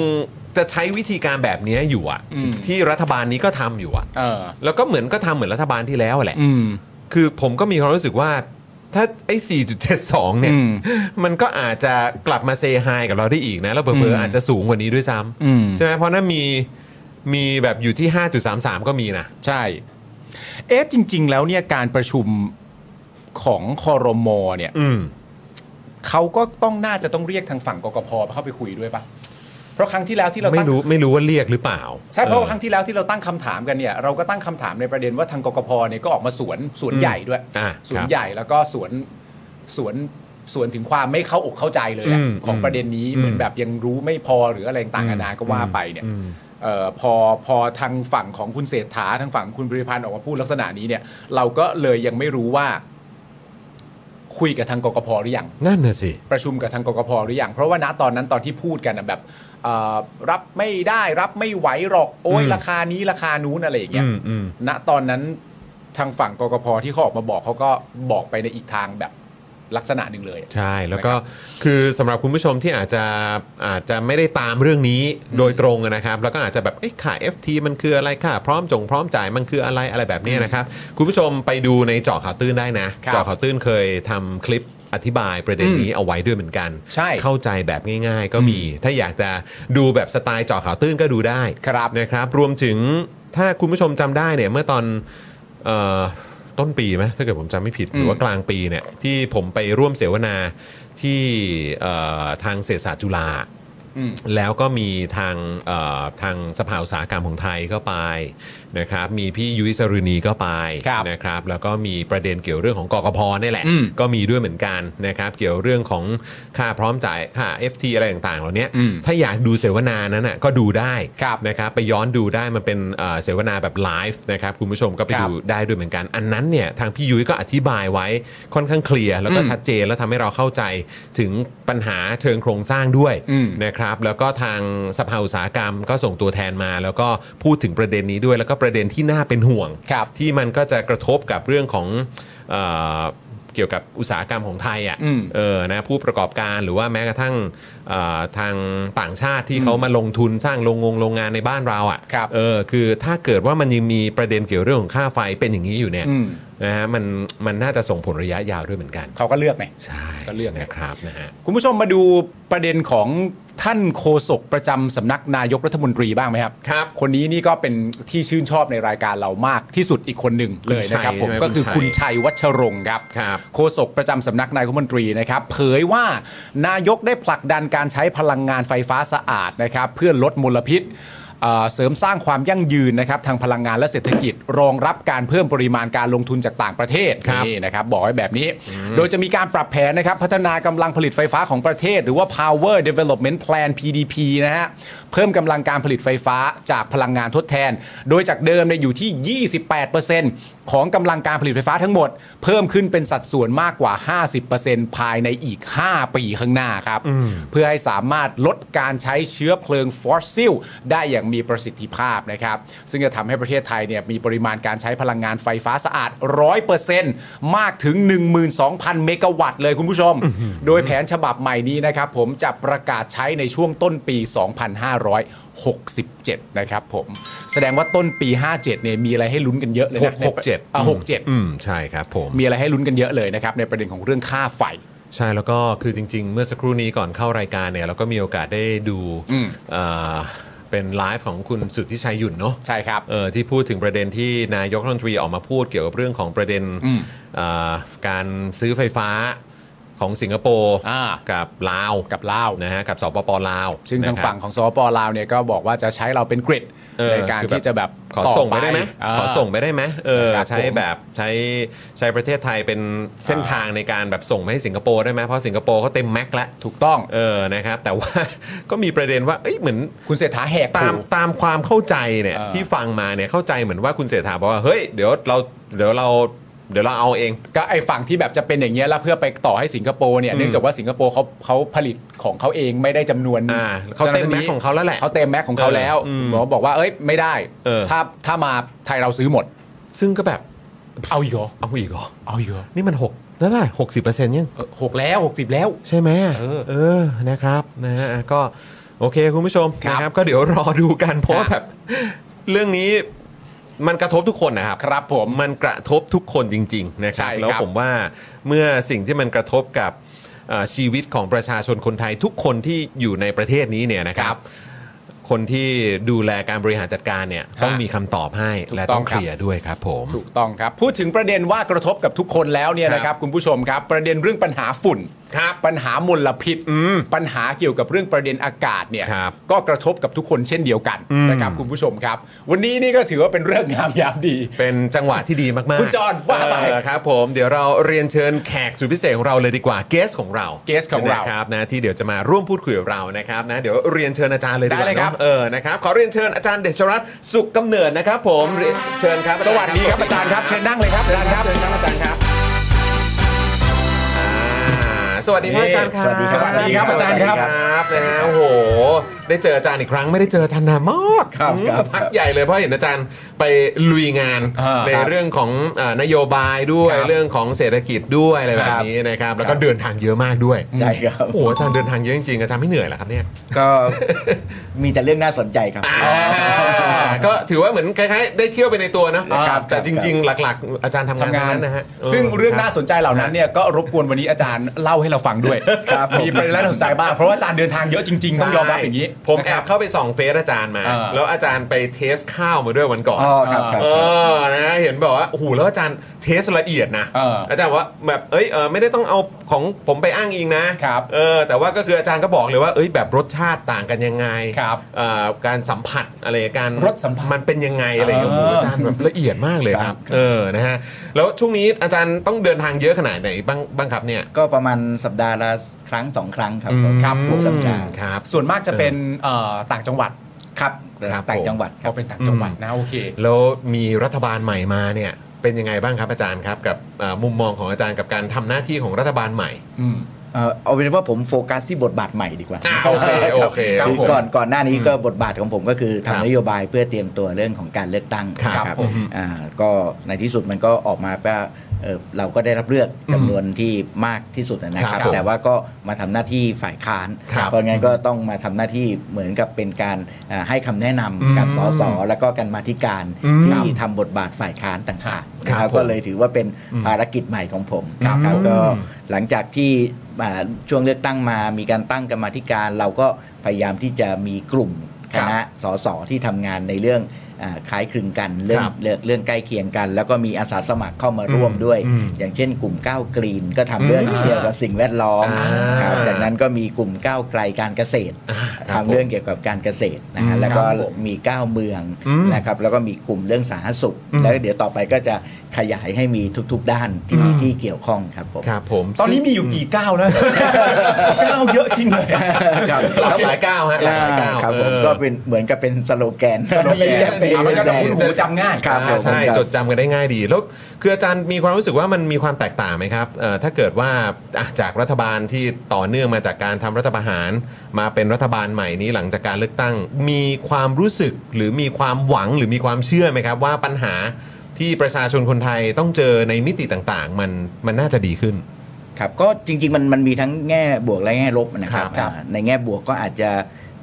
Speaker 2: จะใช้วิธีการแบบนี้อยู่อ่ะ
Speaker 3: อืม
Speaker 2: ที่รัฐบาลนี้ก็ทำอยู่อ่ะ
Speaker 3: เออ
Speaker 2: แล้วก็เหมือนก็ทำเหมือนรัฐบาลที่แล้วแหละ
Speaker 3: อืม
Speaker 2: คือผมก็มีความรู้สึกว่า ถ้าไอ้ 4.72 เนี่ย
Speaker 3: อืม
Speaker 2: มันก็อาจจะกลับมาเซฮายกับเราได้อีกนะ แล้วเผลอ
Speaker 3: ม
Speaker 2: ๆอาจจะสูงกว่านี้ด้วยซ้
Speaker 3: อืม
Speaker 2: ำใช่ไหมเพราะนั้นมีมีแบบอยู่ที่ 5.33 ก็มีนะ
Speaker 3: ใช่ เอ๊ะจริง ๆ แล้วเนี่ยการประชุมของคอรมอเนี่ย
Speaker 2: อืม
Speaker 3: เขาก็ต้องน่าจะต้องเรียกทางฝั่งกกพเข้าไปคุยด้วยปะเพราะครั้งที่แล้วที่เรา
Speaker 2: ไม่
Speaker 3: ตั้ง
Speaker 2: รู้ไม่รู้ว่าเรียกหรือเปล่า
Speaker 3: ใช่เพราะ
Speaker 2: อ
Speaker 3: ว่า
Speaker 2: อ
Speaker 3: ครั้งที่แล้วที่เราตั้งคำถามกันเนี่ยเราก็ตั้งคำถามในประเด็นว่าทางกกพเนี่ยก็ออกมาสวนสวน
Speaker 2: อืม
Speaker 3: ใหญ่ด้วย
Speaker 2: อ่า
Speaker 3: ส
Speaker 2: คน
Speaker 3: ว
Speaker 2: รับ
Speaker 3: ใหญ่แล้วก็สวนสวนสวนถึงความไม่เข้าอกเข้าใจเลยแหละ
Speaker 2: อืม
Speaker 3: ของประเด็นนี้
Speaker 2: อืม
Speaker 3: เหมือนแบบยังรู้ไม่พอหรืออะไรต่างๆนานาก็ว่าไปเนี่ย
Speaker 2: อืม
Speaker 3: เออพอพอทางฝั่งของคุณเศรษฐาทางฝั่งคุณบริพันธ์ออกมาพูดลักษณะนี้เนี่ย เราก็เลยยังไม่รู้ว่า คุยกับทางกกพหรือยัง
Speaker 2: นั่นน่ะสิ
Speaker 3: ประชุมกับทางกกพหรือยังเพราะว่าณตอนนั้นตอนที่พูดกันน่ะแบบเอ่อรับไม่ได้รับไม่ไหวหรอกโอ้ย
Speaker 2: อืม
Speaker 3: ราคานี้ราคานู้นอะไรอย่างเงี้ย
Speaker 2: อืมอืม
Speaker 3: ณตอนนั้นทางฝั่งกกพที่เขาออกมาบอกเขาก็บอกไปในอีกทางแบบลักษณะหนึ่งเลย
Speaker 2: ใช่แล้วก็คือสำหรับคุณผู้ชมที่อาจจะอาจจะไม่ได้ตามเรื่องนี้โดยตรงนะครับ แล้วก็อาจจะแบบเอ๊ะค่า FT มันคืออะไรค่าพร้อมจงพร้อมจ่ายมันคืออะไรอะไรแบบนี้นะครับ คุณผู้ชมไปดูในเจาะข่าวตื้นได้นะครับ เจาะข่าวตื้นเคยทำคลิปอธิบายประเด็นนี้เอาไว้ด้วยเหมือนกัน
Speaker 3: ใช่
Speaker 2: เข้าใจแบบง่ายๆ ก็มี ถ้าอยากจะดูแบบสไตล์เจาะข่าวตื้นก็ดูได้
Speaker 3: ครับ
Speaker 2: นะครับ รวมถึงถ้าคุณผู้ชมจำได้เนี่ยเมื่อตอน เอ่อต้นปีไหมถ้าเกิดผมจำไม่ผิดหรือว่ากลางปีเนี่ยที่ผมไปร่วมเสวนาที่เอ่อทางเศรษฐศาสตร์จุฬา
Speaker 3: อืม
Speaker 2: แล้วก็มีทางเอ่อทางสภาอุตสาหกรรมของไทยก็ไปนะครับมีพี่ยุ้ยสรุณีก็ไป
Speaker 3: ครับ
Speaker 2: นะครับแล้วก็มีประเด็นเกี่ยวเรื่องของกกพนี่แหละ
Speaker 3: อืม
Speaker 2: ก็มีด้วยเหมือนกันนะครับเกี่ยวเรื่องของค่าพร้อมจ่ายค่า FT อะไรต่างๆเหล่านี้
Speaker 3: อืม
Speaker 2: ถ้าอยากดูเสวนานั้นน่ะก็ดูได้
Speaker 3: ครับ
Speaker 2: นะครับไปย้อนดูได้มันเป็นเอ่อเสวนาแบบไลฟ์นะครับคุณผู้ชมก็ไป
Speaker 3: ครับ
Speaker 2: ดู ได้ด้วยเหมือนกันอันนั้นเนี่ยทางพี่ยุ้ยก็อธิบายไว้ค่อนข้างเคลียร์แล้วก็ชัดเจนแล้วทำให้เราเข้าใจถึงปัญหาเชิงโครงสร้างด้วย
Speaker 3: อืม
Speaker 2: นะครับ แล้วก็ทางสภาอุตสาหกรรมก็ส่งตัวแทนมา แล้วก็พูดถึงประเด็นนี้ด้วย แล้วก็ประเด็นที่น่าเป็นห่วง
Speaker 3: ครับ
Speaker 2: ที่มันก็จะกระทบกับเรื่องของเอ่อเกี่ยวกับอุตสาหกรรมของไทยอ่ะ
Speaker 3: อืม
Speaker 2: เออนะผู้ประกอบการหรือว่าแม้กระทั่งเอ่อทางต่างชาติที่เขามาลงทุนสร้างโรงงงโรงงานในบ้านเราอ่ะ
Speaker 3: ครับ
Speaker 2: เออคือถ้าเกิดว่ามันยังมีประเด็นเกี่ยวเรื่องของค่าไฟเป็นอย่างนี้อยู่เนี่ย
Speaker 3: อืม
Speaker 2: นะฮะมันมันน่าจะส่งผลระยะยาวด้วยเหมือนกัน
Speaker 3: เขาก็เลือกไหม
Speaker 2: ใช่
Speaker 3: ก็เลือก
Speaker 2: นะครับนะฮะ
Speaker 3: คุณผู้ชมมาดูประเด็นของท่านโฆษกประจำสำนักนายกรัฐมนตรีบ้างไหมครับ
Speaker 2: ครับ
Speaker 3: คนนี้นี่ก็เป็นที่ชื่นชอบในรายการเรามากที่สุดอีกคนหนึ่งเลยนะครับ
Speaker 2: คุ
Speaker 3: ผ
Speaker 2: ณ
Speaker 3: ม
Speaker 2: ชัย
Speaker 3: ก็คือ
Speaker 2: คุ
Speaker 3: คุณ
Speaker 2: ณชั
Speaker 3: ชั
Speaker 2: ย
Speaker 3: ยวัชรงค์ครับ
Speaker 2: ครับ
Speaker 3: โฆษกประจำสำนักนายกรัฐมนตรีนะครับเผยว่านายกได้ผลักดันการใช้พลังงานไฟฟ้าสะอาดนะครับเพื่อลดมลพิษเอ่อเสริมสร้างความยั่งยืนนะครับทางพลังงานและเศรษฐกิจ รองรับการเพิ่มปริมาณการลงทุนจากต่างประเทศ
Speaker 2: ครับ
Speaker 3: นี่นะครับบอกไว้แบบนี้ โดยจะมีการปรับแผนนะครับพัฒนากำลังผลิตไฟฟ้าของประเทศ หรือว่า power development plan PDP นะฮะ เพิ่มกำลังการผลิตไฟฟ้าจากพลังงานทดแทน โดยจากเดิมเนี่ยอยู่ที่ 28%ของกำลังการผลิตไฟฟ้าทั้งหมด เพิ่มขึ้นเป็นสัดส่วนมากกว่า 50%ภายในอีก 5 ปีข้างหน้าครับ เพื่อให้สามารถลดการใช้เชื้อเพลิงฟอสซิล ได้อย่างมีประสิทธิภาพนะครับ ซึ่งจะทำให้ประเทศไทยเนี่ยมีปริมาณการใช้พลังงานไฟฟ้าสะอาด 100%มากถึง 12,000 เมกะวัตต์เลยคุณผู้ชม โดยแผนฉบับใหม่นี้นะครับ ผมจะประกาศใช้ในช่วงต้นปี 2567 นะครับผม แสดงว่าต้นปี 57 เนี่ยมีอะไรให้ลุ้นกันเยอะเลยนะ
Speaker 2: หกหกเจ็ด
Speaker 3: อ่ะ67
Speaker 2: อืมใช่ครับผม
Speaker 3: มีอะไรให้ลุ้นกันเยอะเลยนะครับในประเด็นของเรื่องค่าไฟ
Speaker 2: ใช่แล้วก็คือจริง ๆ เมื่อสักครู่นี้ก่อนเข้ารายการเนี่ยเราก็มีโอกาสได้ดู
Speaker 3: อืม
Speaker 2: เอ่อเป็นไลฟ์ของคุณสุทธิชัยหยุ่นเนาะ
Speaker 3: ใช่ครับ
Speaker 2: เออที่พูดถึงประเด็นที่นายกรัฐมนตรีออกมาพูดเกี่ยวกับเรื่องของประเด็น
Speaker 3: อืม
Speaker 2: เอ่อการซื้อไฟฟ้าของสิงคโปร์
Speaker 3: อ่า
Speaker 2: กับลาว
Speaker 3: กับลาว
Speaker 2: นะฮะกับสปปลาว
Speaker 3: ซึ่งทาง
Speaker 2: นะครับ
Speaker 3: ฝั่งของสปปลาวเนี่ยก็บอกว่าจะใช้เราเป็นกริด
Speaker 2: เออ
Speaker 3: ในการ
Speaker 2: คือ
Speaker 3: ที่จะแบบ
Speaker 2: ขอ
Speaker 3: ต่
Speaker 2: ส่งไปได้ไหม
Speaker 3: เอ
Speaker 2: ขอส่งไปได้ไหมเออ
Speaker 3: ครับ
Speaker 2: ใช้แบบใช้ใช้ประเทศไทยเป็นเส้น
Speaker 3: อ่า
Speaker 2: ทางในการแบบส่งไปให้สิงคโปร์ได้ไหมเพราะสิงคโปร์เขาเต็มแม็กซ์แล้ว
Speaker 3: ถูกต้อง
Speaker 2: เออนะครับแต่ว่า ก็มีประเด็นว่าเอ้ยเหมือน
Speaker 3: คุณเศรษฐาแหก
Speaker 2: ตาม
Speaker 3: ขู่
Speaker 2: ตามความเข้าใจเนี่ย
Speaker 3: เออ
Speaker 2: ที่ฟังมาเนี่ยเข้าใจเหมือนว่าคุณเศรษฐาบอกว่าเฮ้ยเดี๋ยวเราเดี๋ยวเรา เดี๋ยวเราเอาเอง
Speaker 3: ก็ไอ้ฝั่งที่แบบจะเป็นอย่างเงี้ยแล้วเพื่อไปต่อให้สิงคโปร์เนี่ยเนื่องจากว่าสิงคโปร์เขาเขาผลิตของเขาเองไม่ได้จำนวน
Speaker 2: อ่าเขาเต็มแม็กซ์ของเขาแล้วแหละ
Speaker 3: เขาเต็มแม็กซ์ของเขาแล้ว
Speaker 2: เอออืม
Speaker 3: หมอบอกว่าเอ้ยไม่ได้
Speaker 2: เออ
Speaker 3: ถ้าถ้ามาไทยเราซื้อหมด
Speaker 2: ซึ่งก็แบบ
Speaker 3: เอาอีกเหรอ
Speaker 2: เอาอีกเหรอ
Speaker 3: เอาอีกเหรอ
Speaker 2: นี่มันหกเท่าไหร่หกสิบเปอร์เซ็นต์ยัง
Speaker 3: เออหกแล้วหกสิบแล้ว
Speaker 2: ใช่ไหม
Speaker 3: เออ
Speaker 2: เออนะครับนะฮะก็โอเคคุณผู้ชม
Speaker 3: ครับ
Speaker 2: นะครับ ก็เดี๋ยวรอดูกันเพราะว่า
Speaker 3: ค
Speaker 2: แบ
Speaker 3: รั
Speaker 2: บบ เรื่องนี้มันกระทบทุกคนนะครับ
Speaker 3: ครับผม
Speaker 2: มันกระทบทุกคนจริง ๆ นะครับ
Speaker 3: ใช่ครับ
Speaker 2: แล้วผมว่าเมื่อสิ่งที่มันกระทบกับเอ่อชีวิตของประชาชนคนไทยทุกคนที่อยู่ในประเทศนี้เนี่ยนะค
Speaker 3: ค
Speaker 2: รั
Speaker 3: รับ บ
Speaker 2: คนที่ดูแลการบริหารจัดการเนี่ยต้องมีคำตอบให้
Speaker 3: ถูก
Speaker 2: และ
Speaker 3: ต้
Speaker 2: ต้
Speaker 3: อ
Speaker 2: อง
Speaker 3: ง
Speaker 2: เค
Speaker 3: ครับ
Speaker 2: ลียร์ด้วยครับผม
Speaker 3: ถูกต้องครับ พูดถึงประเด็นว่ากระทบกับทุกคนแล้วเนี่ยนะ
Speaker 2: ค
Speaker 3: ค
Speaker 2: รั
Speaker 3: รั
Speaker 2: บบ
Speaker 3: คุณผู้ชมครับ ประเด็นเรื่องปัญหาฝุ่น
Speaker 2: ครับ
Speaker 3: ปัญหามลพิษ ปัญหาเกี่ยวกับเรื่องประเด็นอากาศเนี่ย
Speaker 2: ครับ
Speaker 3: ก็กระทบกับทุกคนเช่นเดียวกันนะครับคุณผู้ชมครับ วันนี้นี่ก็ถือว่าเป็นเรื่องงามยามดี
Speaker 2: เป็นจังหวะที่ดีมากๆ
Speaker 3: คุณจอห์นว่าไป
Speaker 2: เออครับผมเดี๋ยวเราเรียนเชิญแขกสุดพิเศษของเราเลยดีกว่าเกสของเรา
Speaker 3: guest ของเรา
Speaker 2: นะครับนะที่เดี๋ยวจะมาร่วมพูดคุยกับเรานะครับนะเดี๋ยวเรียนเชิญอาจารย์เลยดีกว่า
Speaker 3: ได้เลยครับ
Speaker 2: นอะเออนะครับขอเรียนเชิญอาจารย์เดชรัตน์สุขกำเนิดนะครับ ผมเรียนเชิญครับ
Speaker 3: สวัสดีครับอาจารย์ครับเชิญนั่งเลยครับอาจารย์ครับ
Speaker 2: เชิญครับอาจารย์ครับอ่าสวัสดีครับอาจารย์ครับ
Speaker 8: สวัสดีครับ
Speaker 3: สวัสดีครับอาจารย์ครับ
Speaker 2: บนะโอ้โห ได้เจออาจารย์อีกครั้งไม่ได้เจออาจารย์นานมาก
Speaker 8: ครับครับ
Speaker 2: พักใหญ่เลยเพราะเห็นอาจารย์ไปลุยงาน
Speaker 3: อ่า
Speaker 2: ใน
Speaker 3: ครับ
Speaker 2: เรื่องของเออนโยบายด้วย
Speaker 3: ครับ
Speaker 2: เรื่องของเศรษฐกิจด้วยอะไรแบบ
Speaker 3: ครับ
Speaker 2: นี้นะครับแล้วก็เดินทางเยอะมากด้วย
Speaker 8: ใช่ครับ
Speaker 2: โอ้โหอาจารย์เดินทางเยอะจริงๆอาจารย์ไม่เหนื่อยเหรอครับเนี่ย
Speaker 8: ก็ มีแต่เรื่องน่าสนใจครับ
Speaker 2: อ่าก็ถือว่าเหมือนคล้ายๆ ได้เที่ยวไปในตัวนะครับ แต่
Speaker 8: ครับ
Speaker 2: จริง ๆ หลักๆ อาจารย์ทำงาน
Speaker 3: ทำ
Speaker 2: ทั้
Speaker 3: งาน
Speaker 2: งนั้นนะฮะ
Speaker 3: ซึ่งเรื่อง
Speaker 2: คบ
Speaker 3: น่าสนใจเหล่านั้นเนี่ยก็รบกวนวันนี้อาจารย์เล่าให้เราฟังด้วย
Speaker 8: ครับผม
Speaker 3: มีประเด็นน่าสนใจบ้างเพราะว่าอาจารย์เดินทางเยอะจริงๆต้องยอมรับอย่างนี้
Speaker 2: นี้ ผมแอบเข้าไปส่องเฟซอาจารย์มา
Speaker 3: เออ
Speaker 2: แล้วอาจารย์ไปเทสข้าวมาด้วยวันก่อน
Speaker 8: อ๋อครับครับ
Speaker 2: เออ นะ เห็นบอกว่า โอ้โห แล้วอาจารย์เทสละเอียดนะ
Speaker 3: เอออ
Speaker 2: จารย์บอกว่าแบบ เอ้ย เออไม่ได้ต้องเอาของผมไปอ้างอิงนะ
Speaker 3: ครับ
Speaker 2: เออ แต่ว่าก็คืออาจารย์ก็บอกเลยว่า เอ้ย แบบรสชาติต่างกันยังไง
Speaker 3: ครับ
Speaker 2: เอ่อการสัมผัสอะไร การ
Speaker 3: รสสัมผัส
Speaker 2: มันเป็นยังไงอะไรอย่างเงี้ยโอ้
Speaker 3: เออ
Speaker 2: โหอาจารย์แบบละเอียดมากเลยครับ เออ นะฮะ แล้วช่วงนี้อาจารย์ต้องเดินทางเยอะขนาดไหนบ้าง บ้างครับเนี่ย
Speaker 8: ก็ประมาณสัปดาห์ละครั้งสองครั้งครับผม
Speaker 3: ครับ
Speaker 8: ทุกสัป
Speaker 3: ค
Speaker 8: ดา
Speaker 3: รั
Speaker 8: ห์
Speaker 3: บ
Speaker 2: ครับ
Speaker 3: ส่วนมากจะเป็นเอ่อต่างจังหวัด
Speaker 8: ครับ
Speaker 2: ครับ
Speaker 8: ต่า
Speaker 2: ผ
Speaker 8: ง
Speaker 2: ม
Speaker 8: จังหวัดครั
Speaker 3: เอา
Speaker 8: บ
Speaker 3: เป็นต่างจังหวัดนะโอเค
Speaker 2: แล้วมีรัฐบาลใหม่มาเนี่ย เป็นยังไงบ้างครับอาจารย์ครับ กับเอ่อมุมมองของอาจารย์กับการทำหน้าที่ของรัฐบาลใหม่
Speaker 3: อืม
Speaker 8: เอ่อเอาเป็นว่าผมโฟกัสที่บทบาทใหม่ดีกว่า
Speaker 2: อ่ะโอเคโอเค
Speaker 8: ครับ
Speaker 2: ครับผม
Speaker 8: ก่อนก่อนหน้านี้ก็บทบาทของผมก็คือ
Speaker 2: ครับ
Speaker 8: ทำนโยบายเพื่อเตรียมตัวเรื่องของการเลือกตั้ง
Speaker 2: ครับ
Speaker 8: นะครับ
Speaker 2: ผม
Speaker 8: อ่าก็ในที่สุดมันก็ออกมาว่าเอ่อเราก็ได้รับเลือกจำนวนที่มากที่สุดนะค
Speaker 2: ครั
Speaker 8: รั
Speaker 2: บบ ผม
Speaker 8: แต่ว่าก็มาทำหน้าที่ฝ่ายค้าน
Speaker 2: ครับ
Speaker 8: เพราะงั้นก็ต้องมาทำหน้าที่เหมือนกับเป็นการอ่าให้คำแนะนำกับสสแล้วก็การมาธิการ
Speaker 2: อืม
Speaker 8: ที่ทำบทบาทฝ่ายค้านต่างๆ
Speaker 2: ครั
Speaker 8: นะ
Speaker 2: บ
Speaker 8: ครับ
Speaker 2: ผม
Speaker 8: ก็เลยถือว่าเป็นภารกิจใหม่ของผม
Speaker 2: ครับ
Speaker 8: ครับ
Speaker 2: อื
Speaker 8: ก็
Speaker 2: ม
Speaker 8: หลังจากที่อ่าช่วงเลือกตั้งมามีการตั้งกรรมาธิการ เราก็พยายามที่จะมีกลุ่มคณะสสที่ทำงานในเรื่องอ่าคล้ายคลึงกัน เรื่อง
Speaker 2: ครับ
Speaker 8: เรื่องเรื่องใกล้เคียงกัน แล้วก็มีอาสาสมัครเข้ามาร่วมด้วย
Speaker 2: อืม
Speaker 8: อย่างเช่นกลุ่มก้าวกรีนก็ทำเรื่องเกี่ยวกับสิ่งแวดล้อม
Speaker 2: อ่า
Speaker 8: ครับจากนั้นก็มีกลุ่มก้าวไกลการเกษตร
Speaker 2: อ่าครับ
Speaker 8: ทำเรื่องเกี่ยวกับการเกษตรนะฮะ
Speaker 2: อืม
Speaker 8: แล้วก็
Speaker 2: ครับผม
Speaker 8: มีก้าวเมือง
Speaker 2: อืม
Speaker 8: นะครับแล้วก็มีกลุ่มเรื่องสาธารณสุข
Speaker 2: อืม
Speaker 8: แล้วเดี๋ยวต่อไปก็จะขยายให้มีทุก ๆ ด้านที่ที่เกี่ยวข้องครับผม
Speaker 2: ครับผม
Speaker 3: ตอนนี้มีอยู่กี่ก้าวแล้ว ก้าวเยอะจริงเลยอะ
Speaker 8: ครับ
Speaker 2: หลากหลายก้าวฮะหลากหลายก้าว
Speaker 8: ครับผม
Speaker 2: เออ
Speaker 8: ก็เป็นเหมือนกับเป็นสโลแกน
Speaker 2: แกน
Speaker 8: เป็น
Speaker 3: มันก็จะคุ้นหูจำง่าย
Speaker 8: ครับผ
Speaker 2: อ่าม ใช่
Speaker 8: ครับ
Speaker 2: จดจำกันได้ง่ายดี แล้วคืออาจารย์มีความรู้สึกว่ามันมีความแตกต่างไหมครับเอ่อถ้าเกิดว่าอ่ะจากรัฐบาลที่ต่อเนื่องมาจากการทำรัฐประหาร มาเป็นรัฐบาลใหม่นี้หลังจากการเลือกตั้ง มีความรู้สึกหรือมีความหวังหรือมีความเชื่อไหมครับ ว่าปัญหาที่ประชาชนคนไทยต้องเจอในมิติต่างๆ มันมันน่าจะดีขึ้น
Speaker 8: ครับก็จริงๆมันมันมีทั้งแง่บวกและแง่ลบนะครับ
Speaker 2: ครับ
Speaker 8: อ่าในแง่บวกก็อาจจะ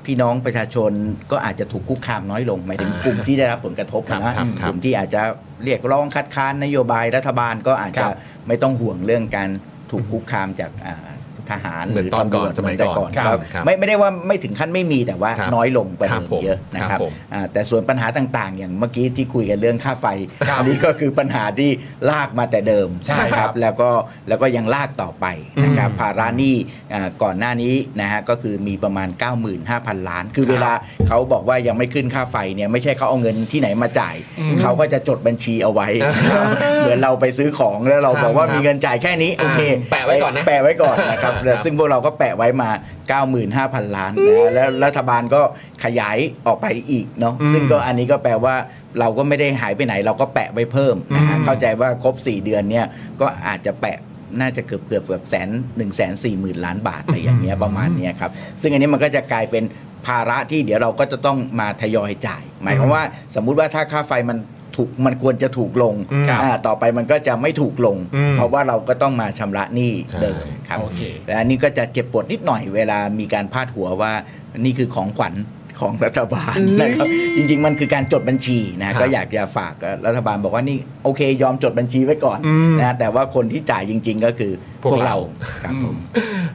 Speaker 8: พี่น้องประชาชนก็อาจจะถูกคุกคามน้อยลงหมายถึงกลุ่มที่ได้รับผลกระทบ
Speaker 2: ครับ
Speaker 8: นะครับ
Speaker 2: ครับ
Speaker 8: กลุ่มที่อาจจะเรียกร้องคัดค้านนโยบายรัฐบาลก็อาจ
Speaker 3: ครั
Speaker 8: จะ
Speaker 3: บ
Speaker 8: ไม่ต้องห่วงเรื่องการถูกคุกคามจากอ่าทหาร
Speaker 2: เหมื
Speaker 8: ห
Speaker 2: อน
Speaker 8: รือ
Speaker 2: ตอน
Speaker 8: ตำร
Speaker 2: ก่
Speaker 8: วจ
Speaker 2: อนสมัย
Speaker 8: เหแต่
Speaker 2: ก่อน
Speaker 8: ครับ
Speaker 2: ครับ
Speaker 8: ไม่ไม่ได้ว่าไม่ถึงขั้นไม่มีแต่ว่า
Speaker 2: ครับ
Speaker 8: น้อยลงไป
Speaker 2: ครับผม
Speaker 8: เยอะนะค
Speaker 2: ครั
Speaker 8: รับบ
Speaker 2: ผม
Speaker 8: อ่าแต่ส่วนปัญหาต่างๆ อย่างเมื่อกี้ที่คุยกันเรื่องค่าไฟอันนี้ก็คือปัญหาที่ลากมาแต่เดิม
Speaker 3: ใช่
Speaker 8: นะครับ แล้วก็แล้วก็ยังลากต่อไปนะครับ
Speaker 2: อืม
Speaker 8: ภาระหนี้อ่าก่อนหน้านี้นะฮะก็คือมีประมาณ 95,000 ล้าน คือเวลาเขาบอกว่ายังไม่ขึ้นค่าไฟเนี่ยไม่ใช่เขาเอาเงินที่ไหนมาจ่าย เขาก็จะจดบัญชีเอาไว้นะครับเหมือนเราไปซื้อของแล้วเราบอกว่ามีเงินจ่ายแค่นี้โอเค
Speaker 2: อ่าแปะไว้ก่อนนะ
Speaker 8: แปะไว้ก่อนนะครับ แล้วซึ่งพวกเราก็แปะไว้มา 95,000 ล้านนะแล้วรัฐบาลก็ขยายออกไปอีกเนาะซึ่งก็อันนี้ก็แปลว่าเราก็ไม่ได้หายไปไหน เราก็แปะไว้เพิ่มนะฮะเข้าใจว่าครบ 4 เดือนเนี่ยก็อาจจะแปะน่าจะเกือบเกือบเกือบแสนหนึ่งแสนสี่หมื่นล้านบาทอะไรอย่างเงี้ยประมาณเนี้ยครับซึ่งอันนี้มันก็จะกลายเป็นภาระที่เดี๋ยวเราก็จะต้องมาทยอยจ่าย หมายความว่าสมมุติว่าถ้าค่าไฟมันถูกมันควรจะถูกลง
Speaker 3: ครับ
Speaker 8: อ่าต่อไปมันก็จะไม่ถูกลง
Speaker 2: อืม
Speaker 8: เพราะว่าเราก็ต้องมาชำระหนี้
Speaker 2: ใช่
Speaker 8: เดิมครับ
Speaker 3: โอเค
Speaker 8: และอันนี้ก็จะเจ็บปวดนิดหน่อยเวลามีการพาดหัวว่านี่คือของขวัญของรัฐบาลนะครับจริง ๆ มันคือการจดบัญชีนะก็อยากจะฝากรัฐบาลบอกว่านี่โอเค ยอมจดบัญชีไว้ก่อนนะแต่ว่าคนที่จ่ายจริง ๆ ก็คือพวกเราครับผม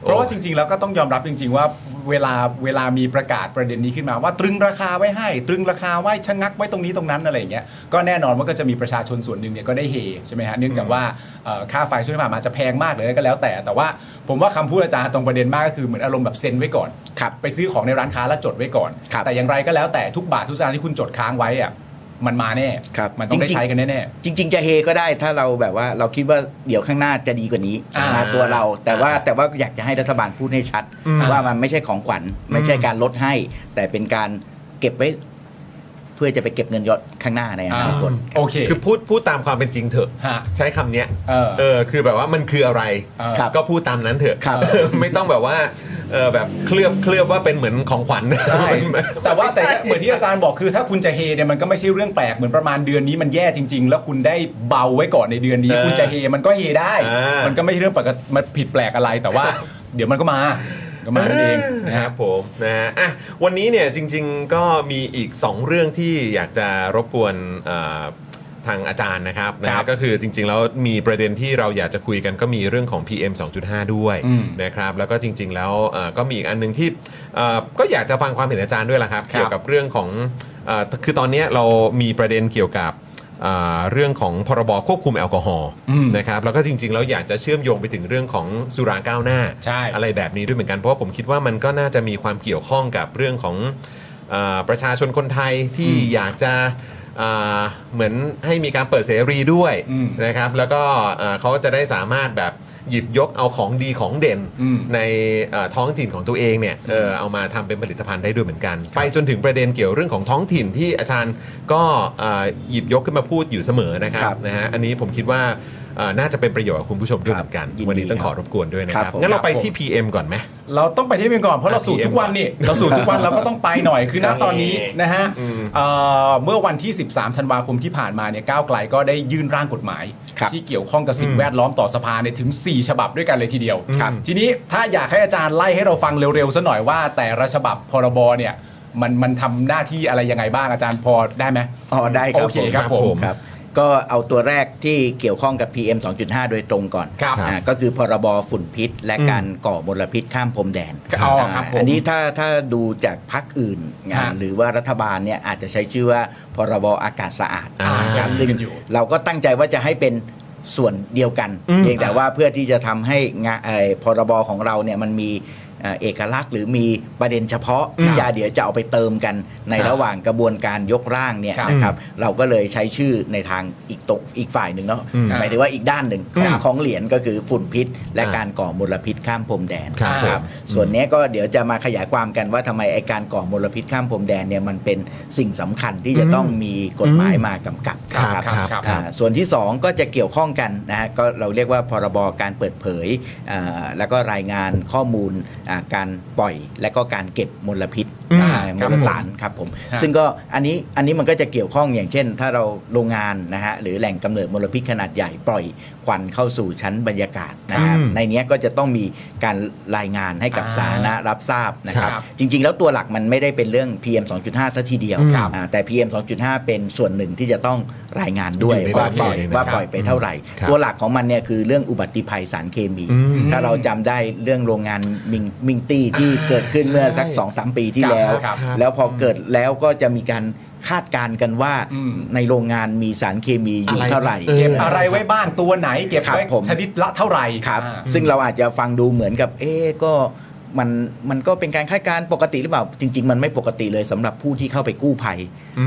Speaker 3: เพราะว่าจริงๆ แล้วก็ต้องยอมรับจริง ๆ ว่าเวลาเวลามีประกาศประเด็นนี้ขึ้นมาว่าตรึงราคาไว้ให้ ตรึงราคาไว้ชะงักไว้ตรงนี้ตรงนั้นอะไรอย่างเงี้ยก็แน่นอนว่าก็จะมีประชาชนส่วนหนึ่งเนี่ยก็ได้เฮใช่ไหมฮะเนื่องจากว่าเอ่อค่าไฟช่วงที่ผ่านมาจะแพงมากเลยก็แล้วแต่ แต่ว่าผมว่าคำพูดอาจารย์ตรงประเด็นมากก็คือเหมือนอารมณ์แบบเซ็นไว้ก่อน
Speaker 8: ครับ
Speaker 3: ไปซื้อของในร้านค้าแล้วจดไว้ก่อน
Speaker 8: ครับ
Speaker 3: แต่อย่างไรก็แล้วแต่ทุกบาททุกสตางค์ที่คุณจดค้างไว้อะมันมาแน่
Speaker 8: ครับ
Speaker 3: มันต้องได้
Speaker 8: จริงๆ
Speaker 3: ใช้กันแน่
Speaker 8: จริง ๆ จะเฮก็ได้ถ้าเราแบบว่าเราคิดว่าเดี๋ยวข้างหน้าจะดีกว่านี้
Speaker 3: อ่า
Speaker 8: นะตัวเรา แต่ว่าแต่ว่าอยากจะให้รัฐบาลพูดให้ชัด ว่ามันไม่ใช่ของขวัญไม่ใช่การลดให้ แต่เป็นการเก็บไว้ เพื่อจะไปเก็บเงินยอดข้างหน้าในอนาคต
Speaker 3: าโอเค
Speaker 2: คือพูดพูดตามความเป็นจริงเถอะ
Speaker 3: ฮะ
Speaker 2: ใช้คำเนี้ย
Speaker 3: เออ
Speaker 2: เออคือแบบว่ามันคืออะไร
Speaker 3: เออ
Speaker 2: ก็พูดตามนั้นเถอะ
Speaker 8: ครับ
Speaker 2: ไม่ต้องแบบว่าเออแบบเคลือบเคลือบว่าเป็นเหมือนของขวัญ
Speaker 3: ใช่
Speaker 2: มัน
Speaker 3: แต่ว่าแต่เหมือนที่อาจารย์บอกคือถ้าคุณจะเฮเนี่ยมันก็ไม่ใช่เรื่องแปลกเหมือนประมาณเดือนนี้มันแย่จริง ๆ แล้วคุณได้เบาไว้ก่อนในเดื อนนี้
Speaker 2: เออ
Speaker 3: คุณจะเฮมันก็เฮได้
Speaker 2: อ่ามั
Speaker 3: มันก็ไม่ใช่เรื่องปกติมันผิดแปลกอะไรแต่ว่า เดี๋ยวมันก็มาก็มานั่นเองนะ
Speaker 2: นะ
Speaker 3: ค
Speaker 2: ค
Speaker 3: รั
Speaker 2: รับ บผมนะฮะอ่ะวันนี้เนี่ยจริง ๆ ก็มีอีก 2 เรื่องที่อยากจะรบกวนเอ่อทางอาจารย์นะครับนะ
Speaker 3: ครั
Speaker 2: ฮะ
Speaker 3: บ
Speaker 2: ก็คือจริง ๆ แล้วมีประเด็นที่เราอยากจะคุยกันก็มีเรื่องของ PM 2.5 ด้วย
Speaker 3: อืม
Speaker 2: นะครับแล้วก็จริง ๆ แล้วเอ่อก็มีอีกอันหนึงที่เอ่อก็อยากจะฟังความเห็นอาจารย์ด้วยละครับ
Speaker 3: ครับ
Speaker 2: เกี่ยวกับเรื่องของเอ่อคือตอนเนี้ยเรามีประเด็นเกี่ยวกับเอ่อเรื่องของพรบควบคุมแอลกอฮอล์นะครับแล้วก็จริง ๆ แล้วอยากจะเชื่อมโยงไปถึงเรื่องของสุราก้าวหน้า
Speaker 3: ใช่
Speaker 2: อะไรแบบนี้ด้วยเหมือนกันเพราะว่าผมคิดว่ามันก็น่าจะมีความเกี่ยวข้องกับเรื่องของเออประชาชนคนไทยที่อยากจะเอ่อเหมือนให้มีการเปิดเสรีด้วย
Speaker 3: อืม
Speaker 2: นะครับ แล้วก็เอ่อเขาจะได้สามารถแบบหยิบยกเอาของดีของเด่น
Speaker 3: อืม
Speaker 2: ในเอ่อท้องถิ่นของตัวเองเนี่ยเออเอามาทำเป็นผลิตภัณฑ์ได้ด้วยเหมือนกัน ไปจนถึงประเด็นเกี่ยวเรื่องของท้องถิ่นที่อาจารย์ก็เอ่อหยิบยกขึ้นมาพูดอยู่เสมอนะครับ
Speaker 8: ครับ
Speaker 2: นะฮะอันนี้ผมคิดว่าเอ่อน่าจะเป็นประโยชน์กับคุณผู้ชมด้วยเหมือนกัน
Speaker 8: ครับยินดี
Speaker 2: วันนี้ต้องขอรบกวนด้วยนะค
Speaker 8: ค
Speaker 2: รั
Speaker 8: รั
Speaker 2: บบ
Speaker 8: ผม
Speaker 2: งั้นเราไป
Speaker 3: ครับผม
Speaker 2: ที่ PM ก่อนไหม
Speaker 3: เราต้องไปที่เป็นก่อนเพราะเราสูบทุกวันนี่เราสูบทุ กวันเราก็ต้องไปหน่อยคือณตอนนี้นะฮะเอ่อเมื่อวันที่ 13 ธันวาคมที่ผ่านมาเนี่ยก้าวไกลก็ได้ยื่นร่างกฎหมาย
Speaker 8: ครับ
Speaker 3: ที่เกี่ยวข้องกับสิ่งแวดล้อมต่อสภาเนี่ยถึง 4 ฉบับด้วยกันเลยทีเดียว
Speaker 2: ครับ
Speaker 3: ทีนี้ถ้าอยากให้อาจารย์ไล่ให้เราฟังเร็วๆซะหน่อยว่า แต่ละฉบับพรบเนี่ยมันมันทำหน้าที่อะไรยังไงบ้างอาจารย์พอได้ไหม
Speaker 8: อ๋อได้ครับ
Speaker 3: โอเคครับผม
Speaker 8: ครับก็เอาตัวแรกที่เกี่ยวข้องกับ PM 2.5 โดยตรงก่อน
Speaker 3: ครับ
Speaker 8: อ่าก็คือพรบฝุ่นพิษ และการก่อมลพิษข้ามพรมแดน
Speaker 3: อ๋อครับผม
Speaker 8: อันนี้ถ้าถ้าดูจากพักอื่นนะ
Speaker 3: ฮะ
Speaker 8: หรือว่ารัฐบาลเนี่ยอาจจะใช้ชื่อว่าพรบอากาศสะอาด
Speaker 3: อ่า
Speaker 8: ครับ
Speaker 3: ยังมี
Speaker 8: ซึ่ง
Speaker 3: กันอยู่
Speaker 8: เราก็ตั้งใจว่าจะให้เป็นส่วนเดียวกันเพียงแต่ว่าเพื่อที่จะทำให้งานเอ่อพรบของเราเนี่ยมันมีเอ่อเอกลักษณ์ หรือมีประเด็นเฉพาะที่จะเดี๋ยวจะเอาไปเติมกันในระหว่างกระบวนการยกร่างเนี่ย
Speaker 3: ครับ
Speaker 8: นะครับเราก็เลยใช้ชื่อในทางอีกตกอีกฝ่ายหนึ่งเนาะหมายถึงว่าอีกด้านหนึ่งของ
Speaker 3: ครับ
Speaker 8: ของเหรียญก็คือฝุ่นพิษ และ
Speaker 2: ครับ
Speaker 8: การก่อมลพิษข้ามพรมแดน
Speaker 2: ครับ
Speaker 8: นะครับส่วนเนี้ยก็เดี๋ยวจะมาขยายความกันว่าทำไมไอการก่อมลพิษข้ามพรมแดนเนี่ยมันเป็นสิ่งสำคัญที่จะต้องมีกฎหมายมากำกับ
Speaker 3: ครับ
Speaker 8: นะครับ
Speaker 3: ครับ
Speaker 8: อ่าส่วนที่สองก็จะเกี่ยวข้องกันนะฮะก็เราเรียกว่าพรบการเปิดเผยอ่าแล้วก็รายงานข้อมูลอ่าการปล่อยและก็การเก็บมลพิษอ่ามลสาร ครับผม
Speaker 3: ฮะ
Speaker 8: ซึ่งก็อันนี้อันนี้มันก็จะเกี่ยวข้องอย่างเช่น ถ้าเราโรงงานนะฮะหรือแหล่งกำเนิดมลพิษขนาดใหญ่ปล่อยควันเข้าสู่ชั้นบรรยากาศนะฮะในเนี้ยก็จะต้องมีการรายงานให้กับ
Speaker 3: อ่า
Speaker 8: สาธารณรับทราบนะครับ
Speaker 3: ครับ
Speaker 8: จริง ๆ แล้วตัวหลักมันไม่ได้เป็นเรื่อง PM 2.5ซะทีเดียว
Speaker 3: ครับ
Speaker 8: อ่าแต่ PM 2.5 เป็นส่วนหนึ่งที่จะต้องรายงานด้วย
Speaker 2: อยู่ใน
Speaker 8: ว่าปล่อย
Speaker 2: รายงาน
Speaker 8: ว่า
Speaker 2: ครับ
Speaker 8: ปล่อยไปเท่าไหร่
Speaker 2: ครับ
Speaker 8: ตัวหลักของมันเนี่ยคือเรื่องอุบัติภัยสารเคมี
Speaker 2: อืม
Speaker 8: ถ้าเราจำได้เรื่องโรงงานมิงมิงตี้ที่เกิดขึ้นเมื่อสักสองสามปีที่แล้ว
Speaker 3: ครับ
Speaker 8: แล้วพอเกิดแล้วก็จะมีการคาดการณ์กันว่า
Speaker 3: อืม
Speaker 8: ในโรงงานมีสารเคมีอยู่เท่าไหร่
Speaker 3: เก็บอะไรไว้บ้างตัวไหน เก็บไว้
Speaker 8: ครับผม
Speaker 3: ชนิดละเท่าไหร่
Speaker 8: ครับ
Speaker 3: อ่า
Speaker 8: ซึ่งเราอาจจะฟังดูเหมือนกับ เอ๊ะก็ มันมันก็เป็นการคาดการณ์ปกติหรือเปล่า จริง ๆ มันไม่ปกติเลยสำหรับผู้ที่เข้าไปกู้ภัย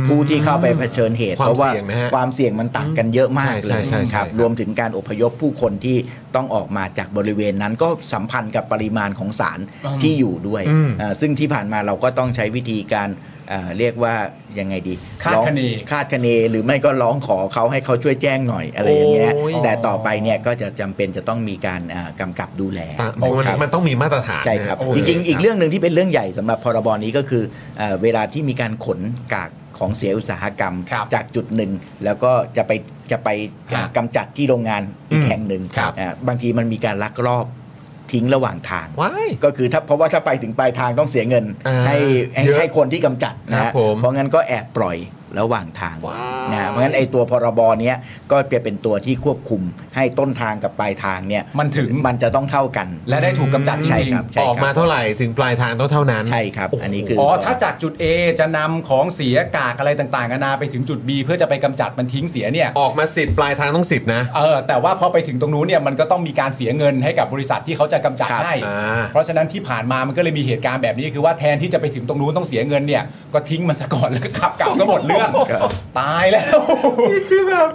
Speaker 8: ผู้ที่เข้าไปเผชิญเหตุ
Speaker 2: ความ
Speaker 8: เพราะว่า
Speaker 2: เสี่ยงนะฮะ
Speaker 8: ความเสี่ยงมันต่างกันเยอะมากเล
Speaker 2: ใช่
Speaker 8: ย
Speaker 2: ใช่ใช่ใช่
Speaker 8: ครับ
Speaker 2: ครับ
Speaker 8: รวมถึงการอพยพผู้คนที่ต้องออกมาจากบริเวณนั้นก็สัมพันธ์กับปริมาณของสารที่อยู่ด้วยเอ่อซึ่งที่ผ่านมาเราก็ต้องใช้วิธีการเอ่อเรียกว่ายังไงดี
Speaker 3: คาด
Speaker 8: ร้อง
Speaker 3: คะเน
Speaker 8: คาดคะเนหรือไม่ก็ร้องขอเขาให้เขาช่วยแจ้งหน่อยอะไรอย่างเงี้ย
Speaker 2: โอ้ย
Speaker 8: แต่ต่อไปเนี่ยก็จะจำเป็นจะต้องมีการเอ่อกำกับดูแล
Speaker 2: ต่างมัน
Speaker 8: ครับ
Speaker 2: มันต้องมีมาตรฐาน
Speaker 8: ใช่ครับ
Speaker 2: นะโ
Speaker 8: จริง ๆ อีกเรื่องหนึ่งที่เป็นเรื่องใหญ่สำหรับพรบนี้ก็คือเอ่อเวลาที่มีการขนกากของเสียอุตสาหกรรม
Speaker 3: ครับ
Speaker 8: จากจุดหนึ่ง แล้วก็จะไปจะไป
Speaker 3: ครับ
Speaker 8: กำจัดที่โรงงานอี
Speaker 2: อื
Speaker 8: ก
Speaker 2: ม
Speaker 8: แห่งหนึ่ง
Speaker 3: ครับ
Speaker 8: อ่าบางทีมันมีการลักลอบทิ้งระหว่างทาง
Speaker 2: ว้าย
Speaker 8: ก็คือถ้าเพราะว่าถ้าไปถึงปลายทางต้องเสียเงิน
Speaker 2: อ่า
Speaker 8: ให้ให้
Speaker 2: เยอะ
Speaker 8: ให้คนที่กำจัดนะ
Speaker 2: ครั
Speaker 8: ฮะ
Speaker 2: บผม
Speaker 8: เพราะงั้นก็แอบปล่อยระหว่างทาง
Speaker 2: ว้าว
Speaker 8: นะฮะเพราะงั้นไอ้ตัวพรบเนี้ยก็จะเป็นตัวที่ควบคุมให้ต้นทางกับปลายทางเนี่ย
Speaker 3: มันถึง
Speaker 8: มันจะต้องเท่ากัน
Speaker 3: และได้ถูกกำจัดจ
Speaker 8: ใช่
Speaker 3: ริง
Speaker 8: ครับ
Speaker 3: ๆ
Speaker 8: ใช่
Speaker 2: ออกมาเท่าไหร่ถึงปลายทางต้องเท่านั้น
Speaker 8: ใช่ครับ อันนี้คือ
Speaker 3: อ๋
Speaker 8: อ๋
Speaker 3: อ ถ้าจากจุด A จะนำของเสียกากอะไรต่างๆนานาไปถึงจุด B เพื่อจะไปกำจัดมันทิ้งเสียเนี่ย
Speaker 2: ออกมา 10 ปลายทางต้อง 10 นะ
Speaker 3: เออ แต่ว่าพอไปถึงตรงนู้นเนี่ยมันก็ต้องมีการเสียเงินให้กับบริษัทที่เขาจะกำจัดให้
Speaker 2: ครับอ่า
Speaker 3: เพราะฉะนั้นที่ผ่านมามันก็เลยมีเหตุการณ์แบบนี้คือว่าแทนที่จะไปถึงตรงนู้นต้องเสียเงินเนี่ย ก็ทิ้งมันซะก่อนแล้วก็ขับกลับก็หมดเรื่อง ตายแล้ว
Speaker 2: คือแบบ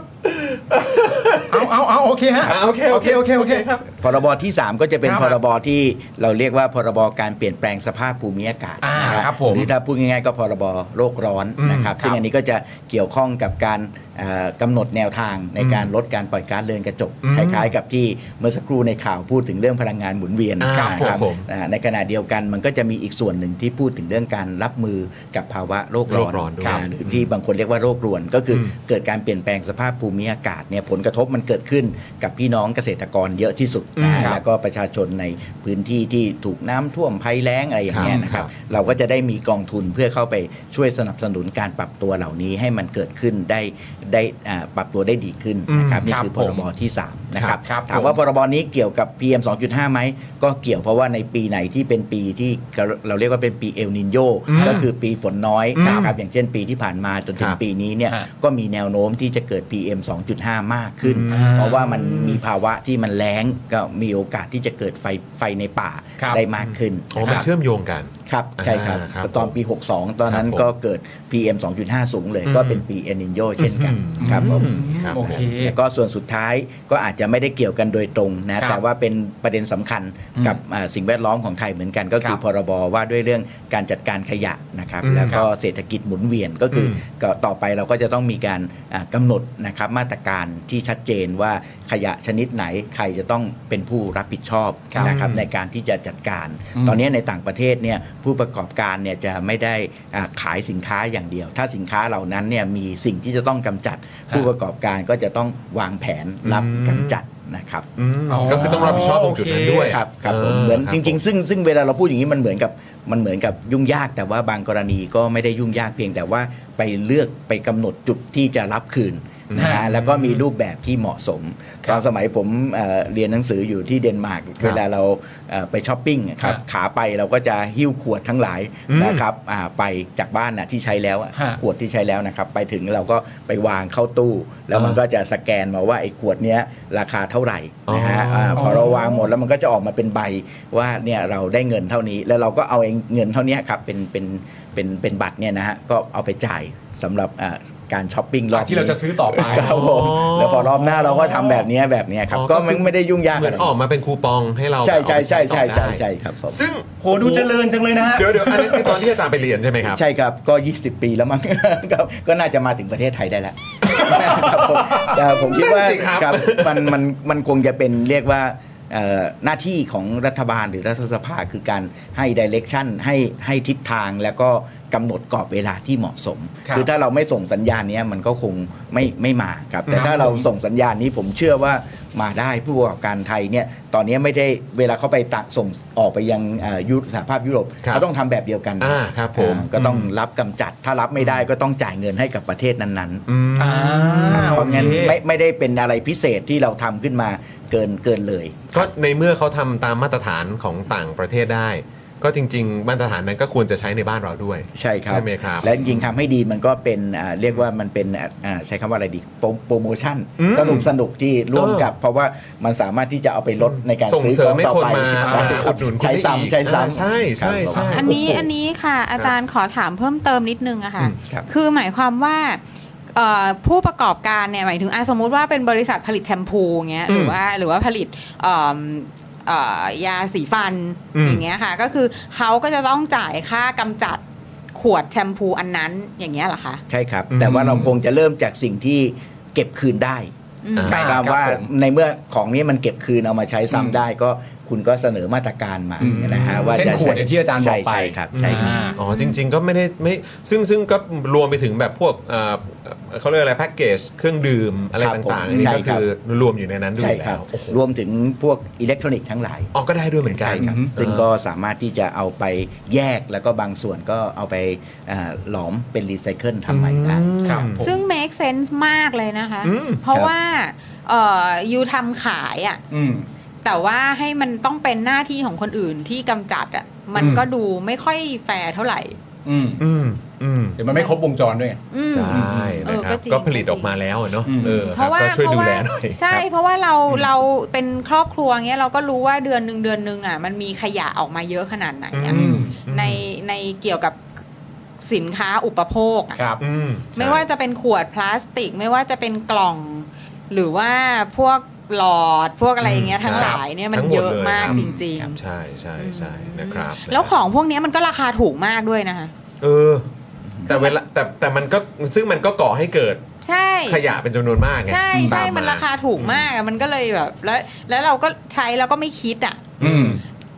Speaker 3: เอาเอาเอาโอเคฮะ
Speaker 2: อ่าโอเค โอเค โอเค โอเคครับ
Speaker 8: พรบที่ 3 ก็จะเป็น
Speaker 3: ครับ
Speaker 8: พรบที่เราเรียกว่าพรบการเปลี่ยนแปลงสภาพภูมิอากาศ
Speaker 3: อ่า
Speaker 8: นะฮะ
Speaker 3: ครับผม
Speaker 8: หรือถ้าพูดง่ายๆก็พรบโลกร้อนนะครับ ซึ่งอันนี้ก็จะเกี่ยวข้องกับการเอ่อกำหนดแนวทางในการลดการปล่อยก๊าซเรือนกระจก คล้ายๆ กับที่เมื่อสักครู่ในข่าวพูดถึงเรื่องพลังงานหมุนเวียน
Speaker 2: อ่าครับ
Speaker 8: นะ
Speaker 2: ผม
Speaker 8: อ่าในขณะเดียวกันมันก็จะมีอีกส่วนหนึ่งที่พูดถึงเรื่องการรับมือกับภาวะโลกร้อน
Speaker 2: โลกร้อนด้วย
Speaker 8: หรือที่บางคนเรียกว่าโรครวน ก็คืออเกิดการเปลี่ยนแปลงสภาพภูมิอากาศเนี่ยผลกระทบมันเกิดขึ้นกับพี่น้องเกษตรกรเยอะที่สุดนะฮะแล้วก็ประชาชนในพื้นที่ที่ถูกน้ำท่วมภัยแล้งอะไรอย่างเงี้ยนะครับ เราก็จะได้มีกองทุนเพื่อเข้าไปช่วยสนับสนุนการปรับตัวเหล่านี้ให้มันเกิดขึ้นได้ได้อ่าปรับตัวได้ดีขึ้นนะครับ
Speaker 3: อืม
Speaker 8: นี่
Speaker 3: ครับ
Speaker 8: คือพ
Speaker 3: ผม
Speaker 8: รบที่3นะครับ
Speaker 3: ครับครับ
Speaker 8: ถามว่า
Speaker 3: ผม
Speaker 8: พรบนี้เกี่ยวกับ PM 2.5ไหมก็เกี่ยวเพราะว่าในปีไหนที่เป็นปีที่เราเรียกว่าเป็นปีเอลนินโยก็คือปีฝนน้อยนะครับอย่างเช่นปีที่ผ่านมาจนถึ
Speaker 2: ค
Speaker 8: ง
Speaker 2: รับ
Speaker 8: ปีนี้เนี่ย
Speaker 3: ฮะ
Speaker 8: ก็มีแนวโน้มที่จะเกิด PM 2.5 มากขึ้น เพราะว่ามันมีภาวะที่มันแล้งก็มีโอกาสที่จะเกิดไฟไฟในป่า
Speaker 3: ครับ
Speaker 8: ได้มากขึ้น
Speaker 2: อ๋อมัน
Speaker 8: นะครับ
Speaker 2: เชื่อมโยงกัน
Speaker 8: ครับ ใช่ครับ
Speaker 2: อ่าครับ
Speaker 8: ตอนปี 62 ตอนนั้
Speaker 2: ค
Speaker 8: น
Speaker 2: รับผม
Speaker 8: ก็เกิด PM 2.5 สูงเลย ก็เป็นปีเอนินโยเช่นกัน
Speaker 2: อืม
Speaker 8: ครับผม
Speaker 2: ครับ
Speaker 3: โอเค
Speaker 8: แล้วก็ส่วนสุดท้ายก็อาจจะไม่ได้เกี่ยวกันโดยตรง
Speaker 3: ครั
Speaker 8: นะ
Speaker 3: บ
Speaker 8: แต่ว่าเป็นประเด็นสำคัญกับอ่าสิ่งแวดล้อมของไทยเหมือนกันก็คื
Speaker 3: ครั
Speaker 8: อบ พรบว่าด้วยเรื่องการจัดการขยะนะครับ
Speaker 2: อืม
Speaker 8: แล้วก็เศรษฐกิจหมุนเวียนก็คืออก็ต่อไปเราก็จะต้องมีการอ่ากำหนดนะครับมาตรการที่ชัดเจนว่าขยะชนิดไหนใครจะต้องเป็นผู้รับผิดชอบ
Speaker 3: ครับ
Speaker 8: นะครับในการที่จะจัดการ ตอนนี้ในต่างประเทศเนี่ยผู้ประกอบการเนี่ยจะไม่ได้อ่าขายสินค้าอย่างเดียว ถ้าสินค้าเหล่านั้นเนี่ยมีสิ่งที่จะต้องกำจัด ผู้ประกอบการก็จะต้องวางแผนรับกำจัดนะครับ
Speaker 2: อืมก็คือต้องรับผิดชอบตรงจุดนั้นด้วย
Speaker 8: ครับครับผมเหมือนจริง ๆ ซึ่งซึ่งเวลาเราพูดอย่างนี้มันเหมือนกับมันเหมือนกับยุ่งยาก แต่ว่าบางกรณีก็ไม่ได้ยุ่งยากเพียงแต่ว่าไปเลือกไปกำหนดจุดที่จะรับคืนนะฮะแล้วก็มีรูปแบบที่เหมาะสมตอนสมัยผมเอ่อเรียนหนังสืออยู่ที่เดนมาร์กเวลาเราเอ่อไปช้อปปิ้งอะครับ
Speaker 3: ฮะ
Speaker 8: ขาไปเราก็จะหิ้วขวดทั้งหลายนะครับอ่าไปจากบ้านนะที่ใช้แล้วอะ
Speaker 3: ฮะ
Speaker 8: ขวดที่ใช้แล้วนะครับ ไปถึงเราก็ไปวางเข้าตู้ แล้วมันก็จะสแกนมาว่าไอ้ขวดเนี้ยราคาเท่าไหร่นะฮะาพอเราวางหมดแล้วมันก็จะออกมาเป็นใบว่าเนี่ยเราได้เงินเท่านี้ แล้วเราก็เอาไอ้เงินเท่านี้ครับเป็นเป็นเป็นเป็นบัตรเนี่ยนะฮะก็เอาไปจ่ายสำหรับอ่าการช้อปปิ้งรอบ
Speaker 3: ที่เราจะซื้อต่อไป
Speaker 8: ครับผมแล้วพอรอบหน้าเราก็ทำแบบเนี้ยแบบเนี้ยครับ
Speaker 2: อ๋อ
Speaker 8: ก็
Speaker 2: คือ
Speaker 8: ไม่ไม่ได้ยุ่งยาก
Speaker 2: เหมือนออกมาเป็นคูปองให้เรา
Speaker 8: ใช่ใช่ใช่ใช่
Speaker 2: เอาไป
Speaker 8: ใช่
Speaker 2: ต่อได้
Speaker 8: ใช่ครับผม
Speaker 2: ซึ่ง
Speaker 3: โหดูเจริญจังเลยนะฮะ
Speaker 2: เดี๋ยวเดี๋ยวอันนี้คือตอนที่อาจารย์ไปเรียนใช่ไหมครับ
Speaker 8: ใช่ครับ ก็ 20 ปีแล้วมั้ง ครับก็น่าจะมาถึงประเทศไทยได้แล้ว ครับผมแต่ผมคิดว่า
Speaker 2: นั่นสิครับ
Speaker 8: ครับมันมันมันคงจะเป็นเรียกว่าเอ่อหน้าที่ของรัฐบาลหรือรัฐสภาคือการให้ดิเรกชันให้ให้ทิศทางแล้วก็กำหนดกรอบเวลาที่เหมาะสม
Speaker 3: ครับ
Speaker 8: อถ้าเราไม่ส่งสัญญาณเนี้ยมันก็คงไม่ไม่มาครับ แต่ถ้าเราส่งสัญญาณนี้ผมเชื่อว่ามาได้ผู้ประกอบการไทยเนี่ยตอนนี้ไม่ได้เวลาเขาไปตะส่งออกไปยังเอ่อยุโรปสหภาพยุโรป
Speaker 2: ครับ
Speaker 8: เขาต้องทำแบบเดียวกัน
Speaker 2: อ่าครับผม
Speaker 8: อ่าก็ต้องรับกำจัดถ้ารับไม่ได้ก็ต้องจ่ายเงินให้กับประเทศนั้น
Speaker 3: อ่า
Speaker 8: ๆเพราะงั้น
Speaker 3: โอเค
Speaker 8: ไม่ไม่ได้เป็นอะไรพิเศษที่เราทำขึ้นมาเกินเกินเลย
Speaker 2: ก็ในเมื่อเขาทำตามมาตรฐานของต่างประเทศได้ ก็จริง ๆ มาตรฐานนั้นก็ควรจะใช้ในบ้านเราด้วย
Speaker 8: ใช่ครับ
Speaker 2: ใช่ไหมครับ
Speaker 8: และจริงๆทำให้ดีมันก็เป็นอ่าเรียกว่ามันเป็นอ่าอ่าใช้คำว่าอะไรดีโปรโปรโมชั่น
Speaker 2: อืม
Speaker 8: สนุกสนุกที่ร่วมกับ
Speaker 2: เออ
Speaker 8: เพราะว่ามันสามารถที่จะเอาไปลดในการ
Speaker 2: ส่ง
Speaker 8: ซื้อ
Speaker 2: เสริ
Speaker 8: ขอ
Speaker 2: ม
Speaker 8: ง
Speaker 2: ให้
Speaker 8: ต่อ
Speaker 2: คน
Speaker 8: ไป
Speaker 2: มา
Speaker 8: ใช่ค
Speaker 2: อุ
Speaker 8: รับ
Speaker 2: ดหนุนคน
Speaker 8: ใช้
Speaker 2: ได้อีก
Speaker 8: ซ้ำใช้ซ้ำ
Speaker 2: ใช่ใช่ใช่
Speaker 8: ครับ
Speaker 7: อันนี้
Speaker 2: โอ้โห
Speaker 7: อันนี้ค่ะ อาจารย์ขอถามเพิ่มเติมนิดนึงอะค่ะ
Speaker 2: อืมครับ
Speaker 7: คือหมายความว่าเอ่อผู้ประกอบการเนี่ยหมายถึงอ่ะสมมุติว่าเป็นบริษัทผลิตแชมพูเงี้ยหรือว่าหรือว่าผลิตเอิ่มเอ่อยาสีฟัน
Speaker 2: อืม
Speaker 7: อย่างเงี้ยค่ะ ก็คือเขาก็จะต้องจ่ายค่ากำจัดขวดแชมพูอันนั้นอย่างเงี้ยเหรอคะ
Speaker 8: ใช่ครับ
Speaker 2: อืม
Speaker 8: แต่ว่าเราคงจะเริ่มจากสิ่งที่เก็บคืนได้
Speaker 7: อืม
Speaker 8: หมายความว่า
Speaker 3: ครับผม
Speaker 8: ในเมื่อของนี้มันเก็บคืนเอามาใช้
Speaker 3: อืม
Speaker 8: ซ้ำได้ก็คุณก็เสนอมาตรการมา
Speaker 3: อืม
Speaker 8: นะฮะว่า
Speaker 3: เช่น
Speaker 8: จะ
Speaker 3: ขวดเนี่ยที่อาจารย์บอกไป
Speaker 8: ใช่ครับใช่ครับ
Speaker 3: อ่า
Speaker 2: อ๋อจริง ๆ ก็ไม่ได้ไม่ซึ่งซึ่งก็รวมไปถึงแบบพวกเอ่อเขาเรียกอะไรแพ็กเกจเครื่องดื่มอะไร
Speaker 8: ครับผม
Speaker 2: ต่างๆอันนี่
Speaker 8: ใช่
Speaker 2: ก็
Speaker 8: ครั
Speaker 2: คื
Speaker 8: บ
Speaker 2: อรวมอยู่ในนั้นด้วย
Speaker 8: ใช่
Speaker 2: อยู่
Speaker 8: ค
Speaker 2: แล้
Speaker 8: รับ
Speaker 2: วโอ้โห
Speaker 8: รวมถึงพวกอิเล็กทรอนิกส์ทั้งหลาย
Speaker 2: อ๋อก็ได้ด้วยเหมือนกัน
Speaker 8: ใช่ครับซึ่งก็สามารถที่จะเอาไปแยกแล้วก็บางส่วนก็เอาไปเอ่อหลอมเป็นรีไซเคิลทำใหม่ได้
Speaker 3: ครับ
Speaker 7: ซึ่ง make sense มากเลยนะคะ
Speaker 2: อืม
Speaker 7: เพราะว่าเอ่อยูทำขายอะ่ะแต่ว่าให้มันต้องเป็นหน้าที่ของคนอื่นที่กำจัดอะ่ะ มันก็ดูไม่ค่อยแฟร์เท่าไหร่
Speaker 3: อืม
Speaker 2: อืมอืม
Speaker 3: เดี๋ยวมันไม่ครบวงจรด้วยไง
Speaker 7: อืม
Speaker 2: ใช่
Speaker 7: เอ
Speaker 2: นะ
Speaker 7: อ
Speaker 2: ค
Speaker 7: ก็
Speaker 2: รับ
Speaker 7: จริง
Speaker 2: ก็ผลิตออกมาแล้วอะเนาะ
Speaker 3: อืม
Speaker 2: เออ
Speaker 7: เพ
Speaker 2: ครับ
Speaker 7: ราะว่า
Speaker 2: ก็ช่วย
Speaker 7: เพราะ
Speaker 2: ดู
Speaker 7: ว่า
Speaker 2: แลหน่อย
Speaker 7: ใช่
Speaker 2: ครับ
Speaker 7: เพราะว่าเราเราเป็นครอบครัวเงี้ยเราก็รู้ว่าเดือนหนึ่งเดือนหนึ่งอ่ะมันมีขยะออกมาเยอะขนาดไหนอะ
Speaker 2: อืม
Speaker 7: ในในเกี่ยวกับสินค้าอุปโภคอะ
Speaker 3: ครับ
Speaker 2: อืม
Speaker 7: ไม่ว่า
Speaker 2: ใช่
Speaker 7: จะเป็นขวดพลาสติก ไม่ว่าจะเป็นกล่อง หรือว่าพวกหลอดพวกอะไรอย่างเงี้ย
Speaker 2: อืม
Speaker 7: ทั้ง
Speaker 2: ครับ
Speaker 7: หลายเนี่ยมั
Speaker 2: ทั้
Speaker 7: น
Speaker 2: งหมด
Speaker 7: เยอะมาก
Speaker 2: เลยครับ
Speaker 7: จริง
Speaker 2: ครับใช่ใช่ใช่
Speaker 7: ๆ
Speaker 2: นะครับ
Speaker 7: แล้วของพวกเนี้ยมันก็ราคาถูกมากด้วยนะคะ
Speaker 2: เออ แต่เวลาแต่แต่มันก็ซึ่งมันก็ก่อให้เกิด
Speaker 7: ใช่
Speaker 2: ขยะเป็นจำนวนมากไง
Speaker 7: ใช่ใช่
Speaker 2: ต
Speaker 7: มันราคาถูกมากอะมันก็เลยแบบแล้วแล้วเราก็ใช้แล้วก็ไม่คิดอ่ะ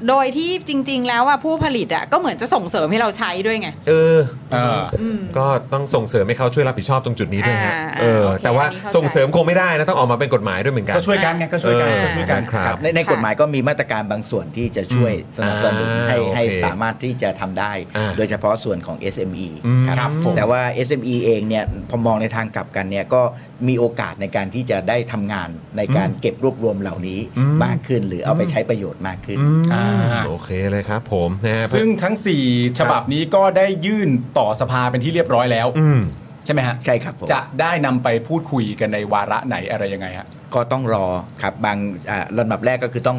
Speaker 7: โดยที่จริง ๆ แล้วอ่ะผู้ผลิตอ่ะก็เหมือนจะส่งเสริมให้เราใช้ด้วยไง
Speaker 2: เออ
Speaker 3: เออ
Speaker 7: อืม
Speaker 2: ก็ต้องส่งเสริมให้เขาช่วยรับผิดชอบตรงจุดนี้ด้วยฮะ
Speaker 7: อ่า
Speaker 2: เออ
Speaker 7: โอเค
Speaker 2: แต่ว่า
Speaker 7: อันนี้เข้าใจ
Speaker 2: ส่งเสริมคงไม่ได้นะต้องออกมาเป็นกฎหมายด้วยเหมือนกัน
Speaker 3: ก็ช่วยกันไงก็ช่วยกันก็ช่วยกัน
Speaker 2: เออค
Speaker 8: ค
Speaker 2: รั
Speaker 8: รับ บในในกฎหมายก็มีมาตรการบางส่วนที่จะช่วยสนับสนุน
Speaker 2: อ่า
Speaker 8: ให้ให้
Speaker 2: โอเค
Speaker 8: สามารถที่จะทำได้
Speaker 2: อ่า
Speaker 8: โดยเฉพาะส่วนของ SME
Speaker 2: อืม
Speaker 3: ค
Speaker 8: ค
Speaker 3: รั
Speaker 8: รั
Speaker 3: บบ ผม
Speaker 8: แต่ว่า SME เองเนี่ยพอมองในทางกลับกันเนี่ยก็มีโอกาสในการที่จะได้ทำงานในการเก็บรวบรวมเหล่านี้
Speaker 2: อืม
Speaker 8: มากขึ้น หรือเอาไปใช้ประโยชน์มากขึ้น
Speaker 2: อืม
Speaker 3: อ่า
Speaker 2: โอเคเลยครับผมนะฮะ
Speaker 3: ซึ่งทั้ง 4 ฉบับนี้ก็ได้ยื่นต่อสภาเป็นที่เรียบร้อยแล้ว
Speaker 2: อืม
Speaker 3: ใช่ไหมฮะ
Speaker 8: ใช่ครับผม
Speaker 3: จะได้นำไปพูดคุยกันในวาระไหนอะไรยังไงฮะ
Speaker 8: ก็ต้องรอครับบางอ่าลำดับแรกก็คือต้อง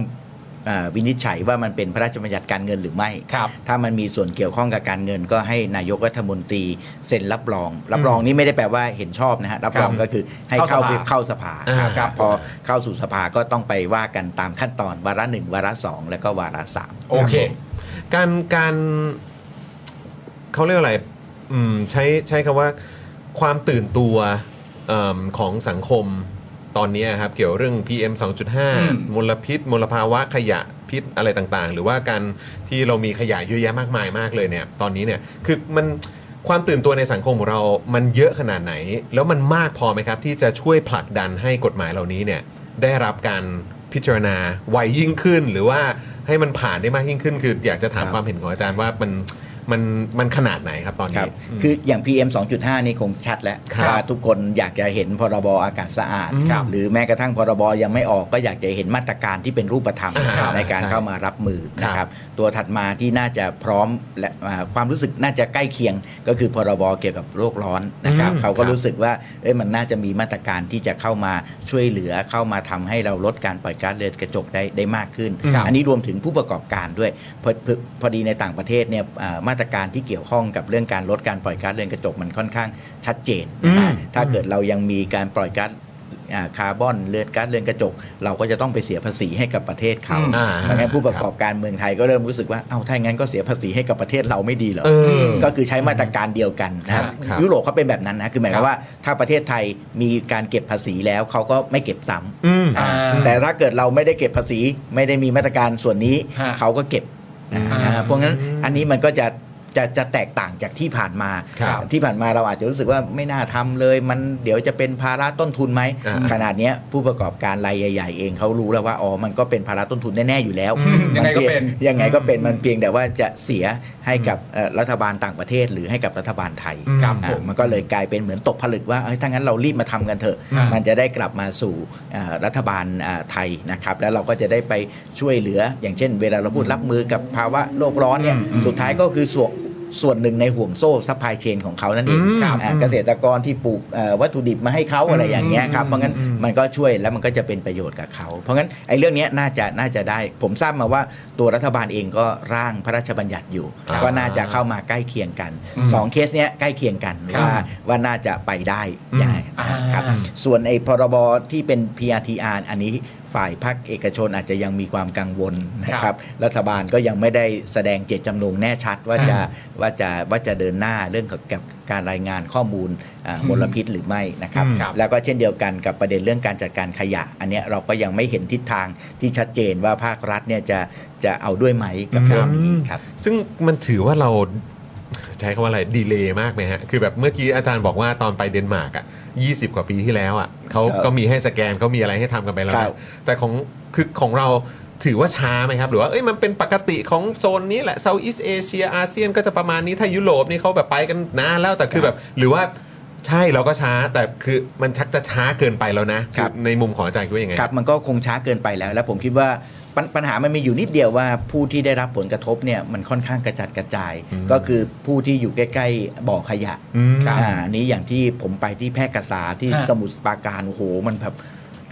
Speaker 8: อ่าวินิจฉัยว่ามันเป็นพระราชบัญญัติการเงินหรือไม่
Speaker 3: ครับ
Speaker 8: ถ้ามันมีส่วนเกี่ยวข้องกับการเงินก็ให้นายกรัฐมนตรีเซ็นรับรอง รับรองนี่ไม่ได้แปลว่าเห็นชอบนะฮะรับรอง
Speaker 3: ครับ
Speaker 8: ก็คือให้
Speaker 3: เข้า
Speaker 8: เข้า
Speaker 3: ส
Speaker 8: ไป
Speaker 3: ภา
Speaker 8: เข้าสภา
Speaker 2: อ่า
Speaker 3: ครับ
Speaker 8: พอเข้าสู่สภาก็ต้องไปว่ากันตามขั้นตอนวาระหนึ่งวาระสองแล้วก็วาระสาม
Speaker 3: โอเค
Speaker 2: การการเขาเรียกอะไรอืมใช้ใช้คำว่าความตื่นตัวเอมของสังคมตอนนี้ครับ เกี่ยวเรื่อง PM
Speaker 3: ม
Speaker 2: 2.5 มลพิษ มลภาวะขยะพิษอะไรต่างๆ หรือว่าการที่เรามีขยะเยอะแยะมากมายมากเลยเนี่ยตอนนี้เนี่ยคือมันความตื่นตัวในสังคมของเรามันเยอะขนาดไหน แล้วมันมากพอไหมครับ ที่จะช่วยผลักดันให้กฎหมายเหล่านี้เนี่ยได้รับการพิจารณาไวยิ่งขึ้น หรือว่าให้มันผ่านได้มากยิ่งขึ้น คืออยากจะถาม
Speaker 8: ครับ
Speaker 2: ความเห็นของอาจารย์ว่ามันมันมันขนาดไหนครับตอน
Speaker 8: ค
Speaker 2: นี้
Speaker 8: รับ
Speaker 2: อืม
Speaker 8: คืออย่าง PM 2.5 นี่คงชัดแล้ว
Speaker 2: ครับ
Speaker 8: ว่าทุกคนอยากจะเห็นพรบอากาศสะอาด
Speaker 2: ครับ
Speaker 8: หรือแม้กระทั่งพรบยังไม่ออกก็อยากจะเห็นมาตรการที่เป็นรูปธรรม
Speaker 2: ครับ
Speaker 8: ในการ
Speaker 2: ใช่
Speaker 8: เข้ามารับมือนะ
Speaker 2: ค
Speaker 8: ค
Speaker 2: รั
Speaker 8: รั
Speaker 2: บบ
Speaker 8: ตัวถัดมาที่น่าจะพร้อมและอ่าความรู้สึกน่าจะใกล้เคียงก็คือพรบเกี่ยวกับโลกร้อนนะครับ
Speaker 2: อืม
Speaker 8: เขาก็
Speaker 2: ครับ
Speaker 8: รู้สึกว่าเอ้ยมันน่าจะมีมาตรการที่จะเข้ามาช่วยเหลือเข้ามาทำให้เราลดการปล่อยก๊าซเรือนกระจกได้ได้มากขึ้น
Speaker 2: ครับ
Speaker 8: อันนี้รวมถึงผู้ประกอบการด้วยพอพอพอดีในต่างประเทศเนี่ยอ่ามาตรการที่เกี่ยวข้องกับเรื่องการลดการปล่อยก๊าซเรือนกระจกมันค่อนข้างชัดเจนนะฮะ
Speaker 2: อืม
Speaker 8: ถ้าเกิดเรายังมีการปล่อยก๊าซอ่าคาร์บอนเลือดก๊าซเรือนกระจก เราก็จะต้องไปเสียภาษีให้กับประเทศเขา
Speaker 3: อืม
Speaker 2: อ่า
Speaker 8: เพราะงั้นผู้ประกอบการเมืองไทยก็เริ่มรู้สึกว่าเอ้าถ้าอย่างนั้นก็เสียภาษีให้กับประเทศเราไม่ดีเหรอ
Speaker 2: เออ
Speaker 8: ก็คือใช้มาตรการเดียวกันนะครับ
Speaker 2: ครับ
Speaker 8: ยุโรปเขาเป็นแบบนั้นนะ คือหมายค
Speaker 3: ครั
Speaker 8: วา
Speaker 3: บ
Speaker 8: มว่าถ้าประเทศไทยมีการเก็บภาษีแล้วเขาก็ไม่เก็บซ้
Speaker 2: อืม
Speaker 8: ำอ่าแต่ถ้าเกิดเราไม่ได้เก็บภาษี ไม่ได้มีมาตรการส่วนนี้
Speaker 3: ฮะ
Speaker 8: เขาก็เก็บ
Speaker 3: อ่า
Speaker 8: อ่าเพราะงั้นอันนี้มันก็จะ จะจะแตกต่างจากที่ผ่านมา
Speaker 2: ครับ
Speaker 8: ที่ผ่านมาเราอาจจะรู้สึกว่าไม่น่าทำเลยมันเดี๋ยวจะเป็นภาระต้นทุนไหม
Speaker 2: อ่า
Speaker 8: ขนาดเนี้ยผู้ประกอบการรายใหญ่ๆเองเขารู้แล้วว่าอ๋อมันก็เป็นภาระต้นทุนแน่ๆอยู่แล้ว
Speaker 3: อืมยังไงก็เป็น
Speaker 8: มัพียงยังไงก็เป็นมันเพียงแต่ว่าจะเสียให้กับเอ่อรัฐบาลต่างประเทศ หรือให้กับรัฐบาลไทย
Speaker 3: ครับ
Speaker 8: อ่ะ
Speaker 3: ผม
Speaker 8: มันก็เลยกลายเป็นเหมือนตกผลึกว่าเอ้ยถ้างั้นเรารีบมาทำกันเถอะ
Speaker 3: อ่ามั
Speaker 8: มันจะได้กลับมาสู่อ่ารัฐบาลอ่าไทยนะครับ แล้วเราก็จะได้ไปช่วยเหลือ อย่างเช่น เวลาเราพูดรับมือกับภาวะโลกร้อนเนี่ย
Speaker 3: อืมอืม
Speaker 8: สุดท้ายก็คือส่วนส่วนหนึ่งในห่วงโซ่ซัพพลายเชนของเขานั่นเอง
Speaker 3: อืมครับ
Speaker 8: อ่าเกษตรกรที่ปลูกเอ่อวัตถุดิบมาให้เขาอะไรอย่างเงี้ยครับ เพราะงั้น
Speaker 3: อืม
Speaker 8: มันก็ช่วยแล้วมันก็จะเป็นประโยชน์กับเขา เพราะงั้นไอ้เรื่องเนี้ยน่าจะน่าจะได้ ผมทราบมาว่าตัวรัฐบาลเองก็ร่างพระราชบัญญัติอยู่
Speaker 2: อ่า
Speaker 8: ก็น่าจะเข้ามาใกล้เคียงกัน
Speaker 3: อืม
Speaker 8: สอง เคสเนี้ยใกล้เคียงกัน
Speaker 3: ครับ
Speaker 8: ว่าว่าน่าจะไปได้
Speaker 3: อืม
Speaker 8: ยังไงนะครับ
Speaker 3: อ่า
Speaker 8: ส่วนไอ้พรบที่เป็น PRTR อันนี้ฝ่ายภาคเอกชนอาจจะยังมีความกังวลนะค
Speaker 3: ครั
Speaker 8: รั
Speaker 3: บบ
Speaker 8: รัฐบาลก็ยังไม่ได้แสดงเจตจำนงแน่ชัดว่าจะ
Speaker 3: อ่า
Speaker 8: ว่าจะว่าจะเดินหน้าเรื่องเกี่ยวกับการรายงานข้อมูลอ่ามลพิษหรือไม่นะครับ
Speaker 3: อืมครับ
Speaker 8: แล้วก็เช่นเดียวกันกับประเด็นเรื่องการจัดการขยะ อันเนี้ยเราก็ยังไม่เห็นทิศทางที่ชัดเจนว่าภาครัฐเนี่ยจะจะเอาด้วยไหมกับเรื่องนี้ครับ
Speaker 2: ซึ่งมันถือว่าเราใช้คำว่าอะไรดีเลย์มากไหมฮะ คือแบบเมื่อกี้อาจารย์บอกว่าตอนไปเดนมาร์กอ่ะ20 กว่าปีที่แล้วอ่ะเขา
Speaker 8: ครับ
Speaker 2: ก็มีให้สแกนเขามีอะไรให้ทำกันไปแล้วนะครับ แต่ของคือของเราถือว่าช้าไหมครับ หรือว่าเอ้ยมันเป็นปกติของโซนนี้แหละเซาท์อีสเอเชียอาเซียนก็จะประมาณนี้ถ้ายุโรปนี่เขาแบบไปกันนานแล้วแต่คือแบบ หรือว่าใช่เราก็ช้าแต่คือมันชักจะช้าเกินไปแล้วนะอในมุมของอาจารย์คิดว่ายังไง
Speaker 8: ครับมันก็คงช้าเกินไปแล้ว แล้วผมคิดว่าปญปัญหามันมีอยู่นิดเดียวว่าผู้ที่ได้รับผลกระทบเนี่ยมันค่อนข้างกระจัดกระจาย
Speaker 2: อืม
Speaker 8: ก็คือผู้ที่อยู่ใกล้ๆบ่อขยะ
Speaker 2: อืม
Speaker 3: ครับ
Speaker 8: อ่าอันนี้อย่างที่ผมไปที่แพร่กษาที่
Speaker 3: ฮะ
Speaker 8: สมุทรปราการโอ้โหมันแบบ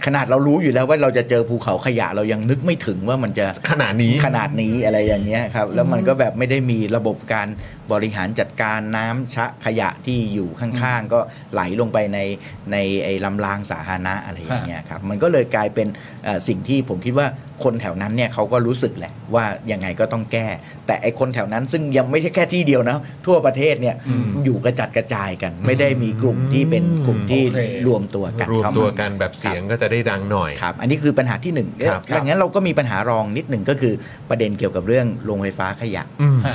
Speaker 8: ขนาดเรารู้อยู่แล้วว่าเราจะเจอภูเขาขยะเรายังนึกไม่ถึงว่ามันจะ
Speaker 2: ขนาดนี้
Speaker 8: ขนาดนี้อะไรอย่างเงี้ยครับ แล้วมันก็แบบไม่ได้มีระบบการบริหารจัดการน้ำชะขยะที่อยู่ข้างๆ ก็ไหลลงไปในในไอ้ลำรางสาธารณะอะไรอย่างเงี้ยครับ มันก็เลยกลายเป็นเอ่อสิ่งที่ผมคิดว่าคนแถวนั้นเนี่ยเขาก็รู้สึกแหละว่ายังไงก็ต้องแก้ แต่ไอ้คนแถวนั้นซึ่งยังไม่ใช่แค่ที่เดียวนะทั่วประเทศเนี่ย
Speaker 3: อืม
Speaker 8: อยู่กระจัดกระจายกัน ไม่ได้มีกลุ่มที่เป็นกลุ่มที่
Speaker 3: โอเค
Speaker 8: รวมตัวกัน
Speaker 2: รวม
Speaker 8: เข้าา
Speaker 2: ตัวกันแบบเสียงก็จะได้ดังหน่อย
Speaker 8: ครับ อันนี้คือปัญหาที่หนึ่ง
Speaker 2: ครับ
Speaker 8: ดังนั้นเราก็มีปัญหารองนิดหนึ่งก็คือประเด็นเกี่ยวกับเรื่องโรงไฟฟ้าขยะ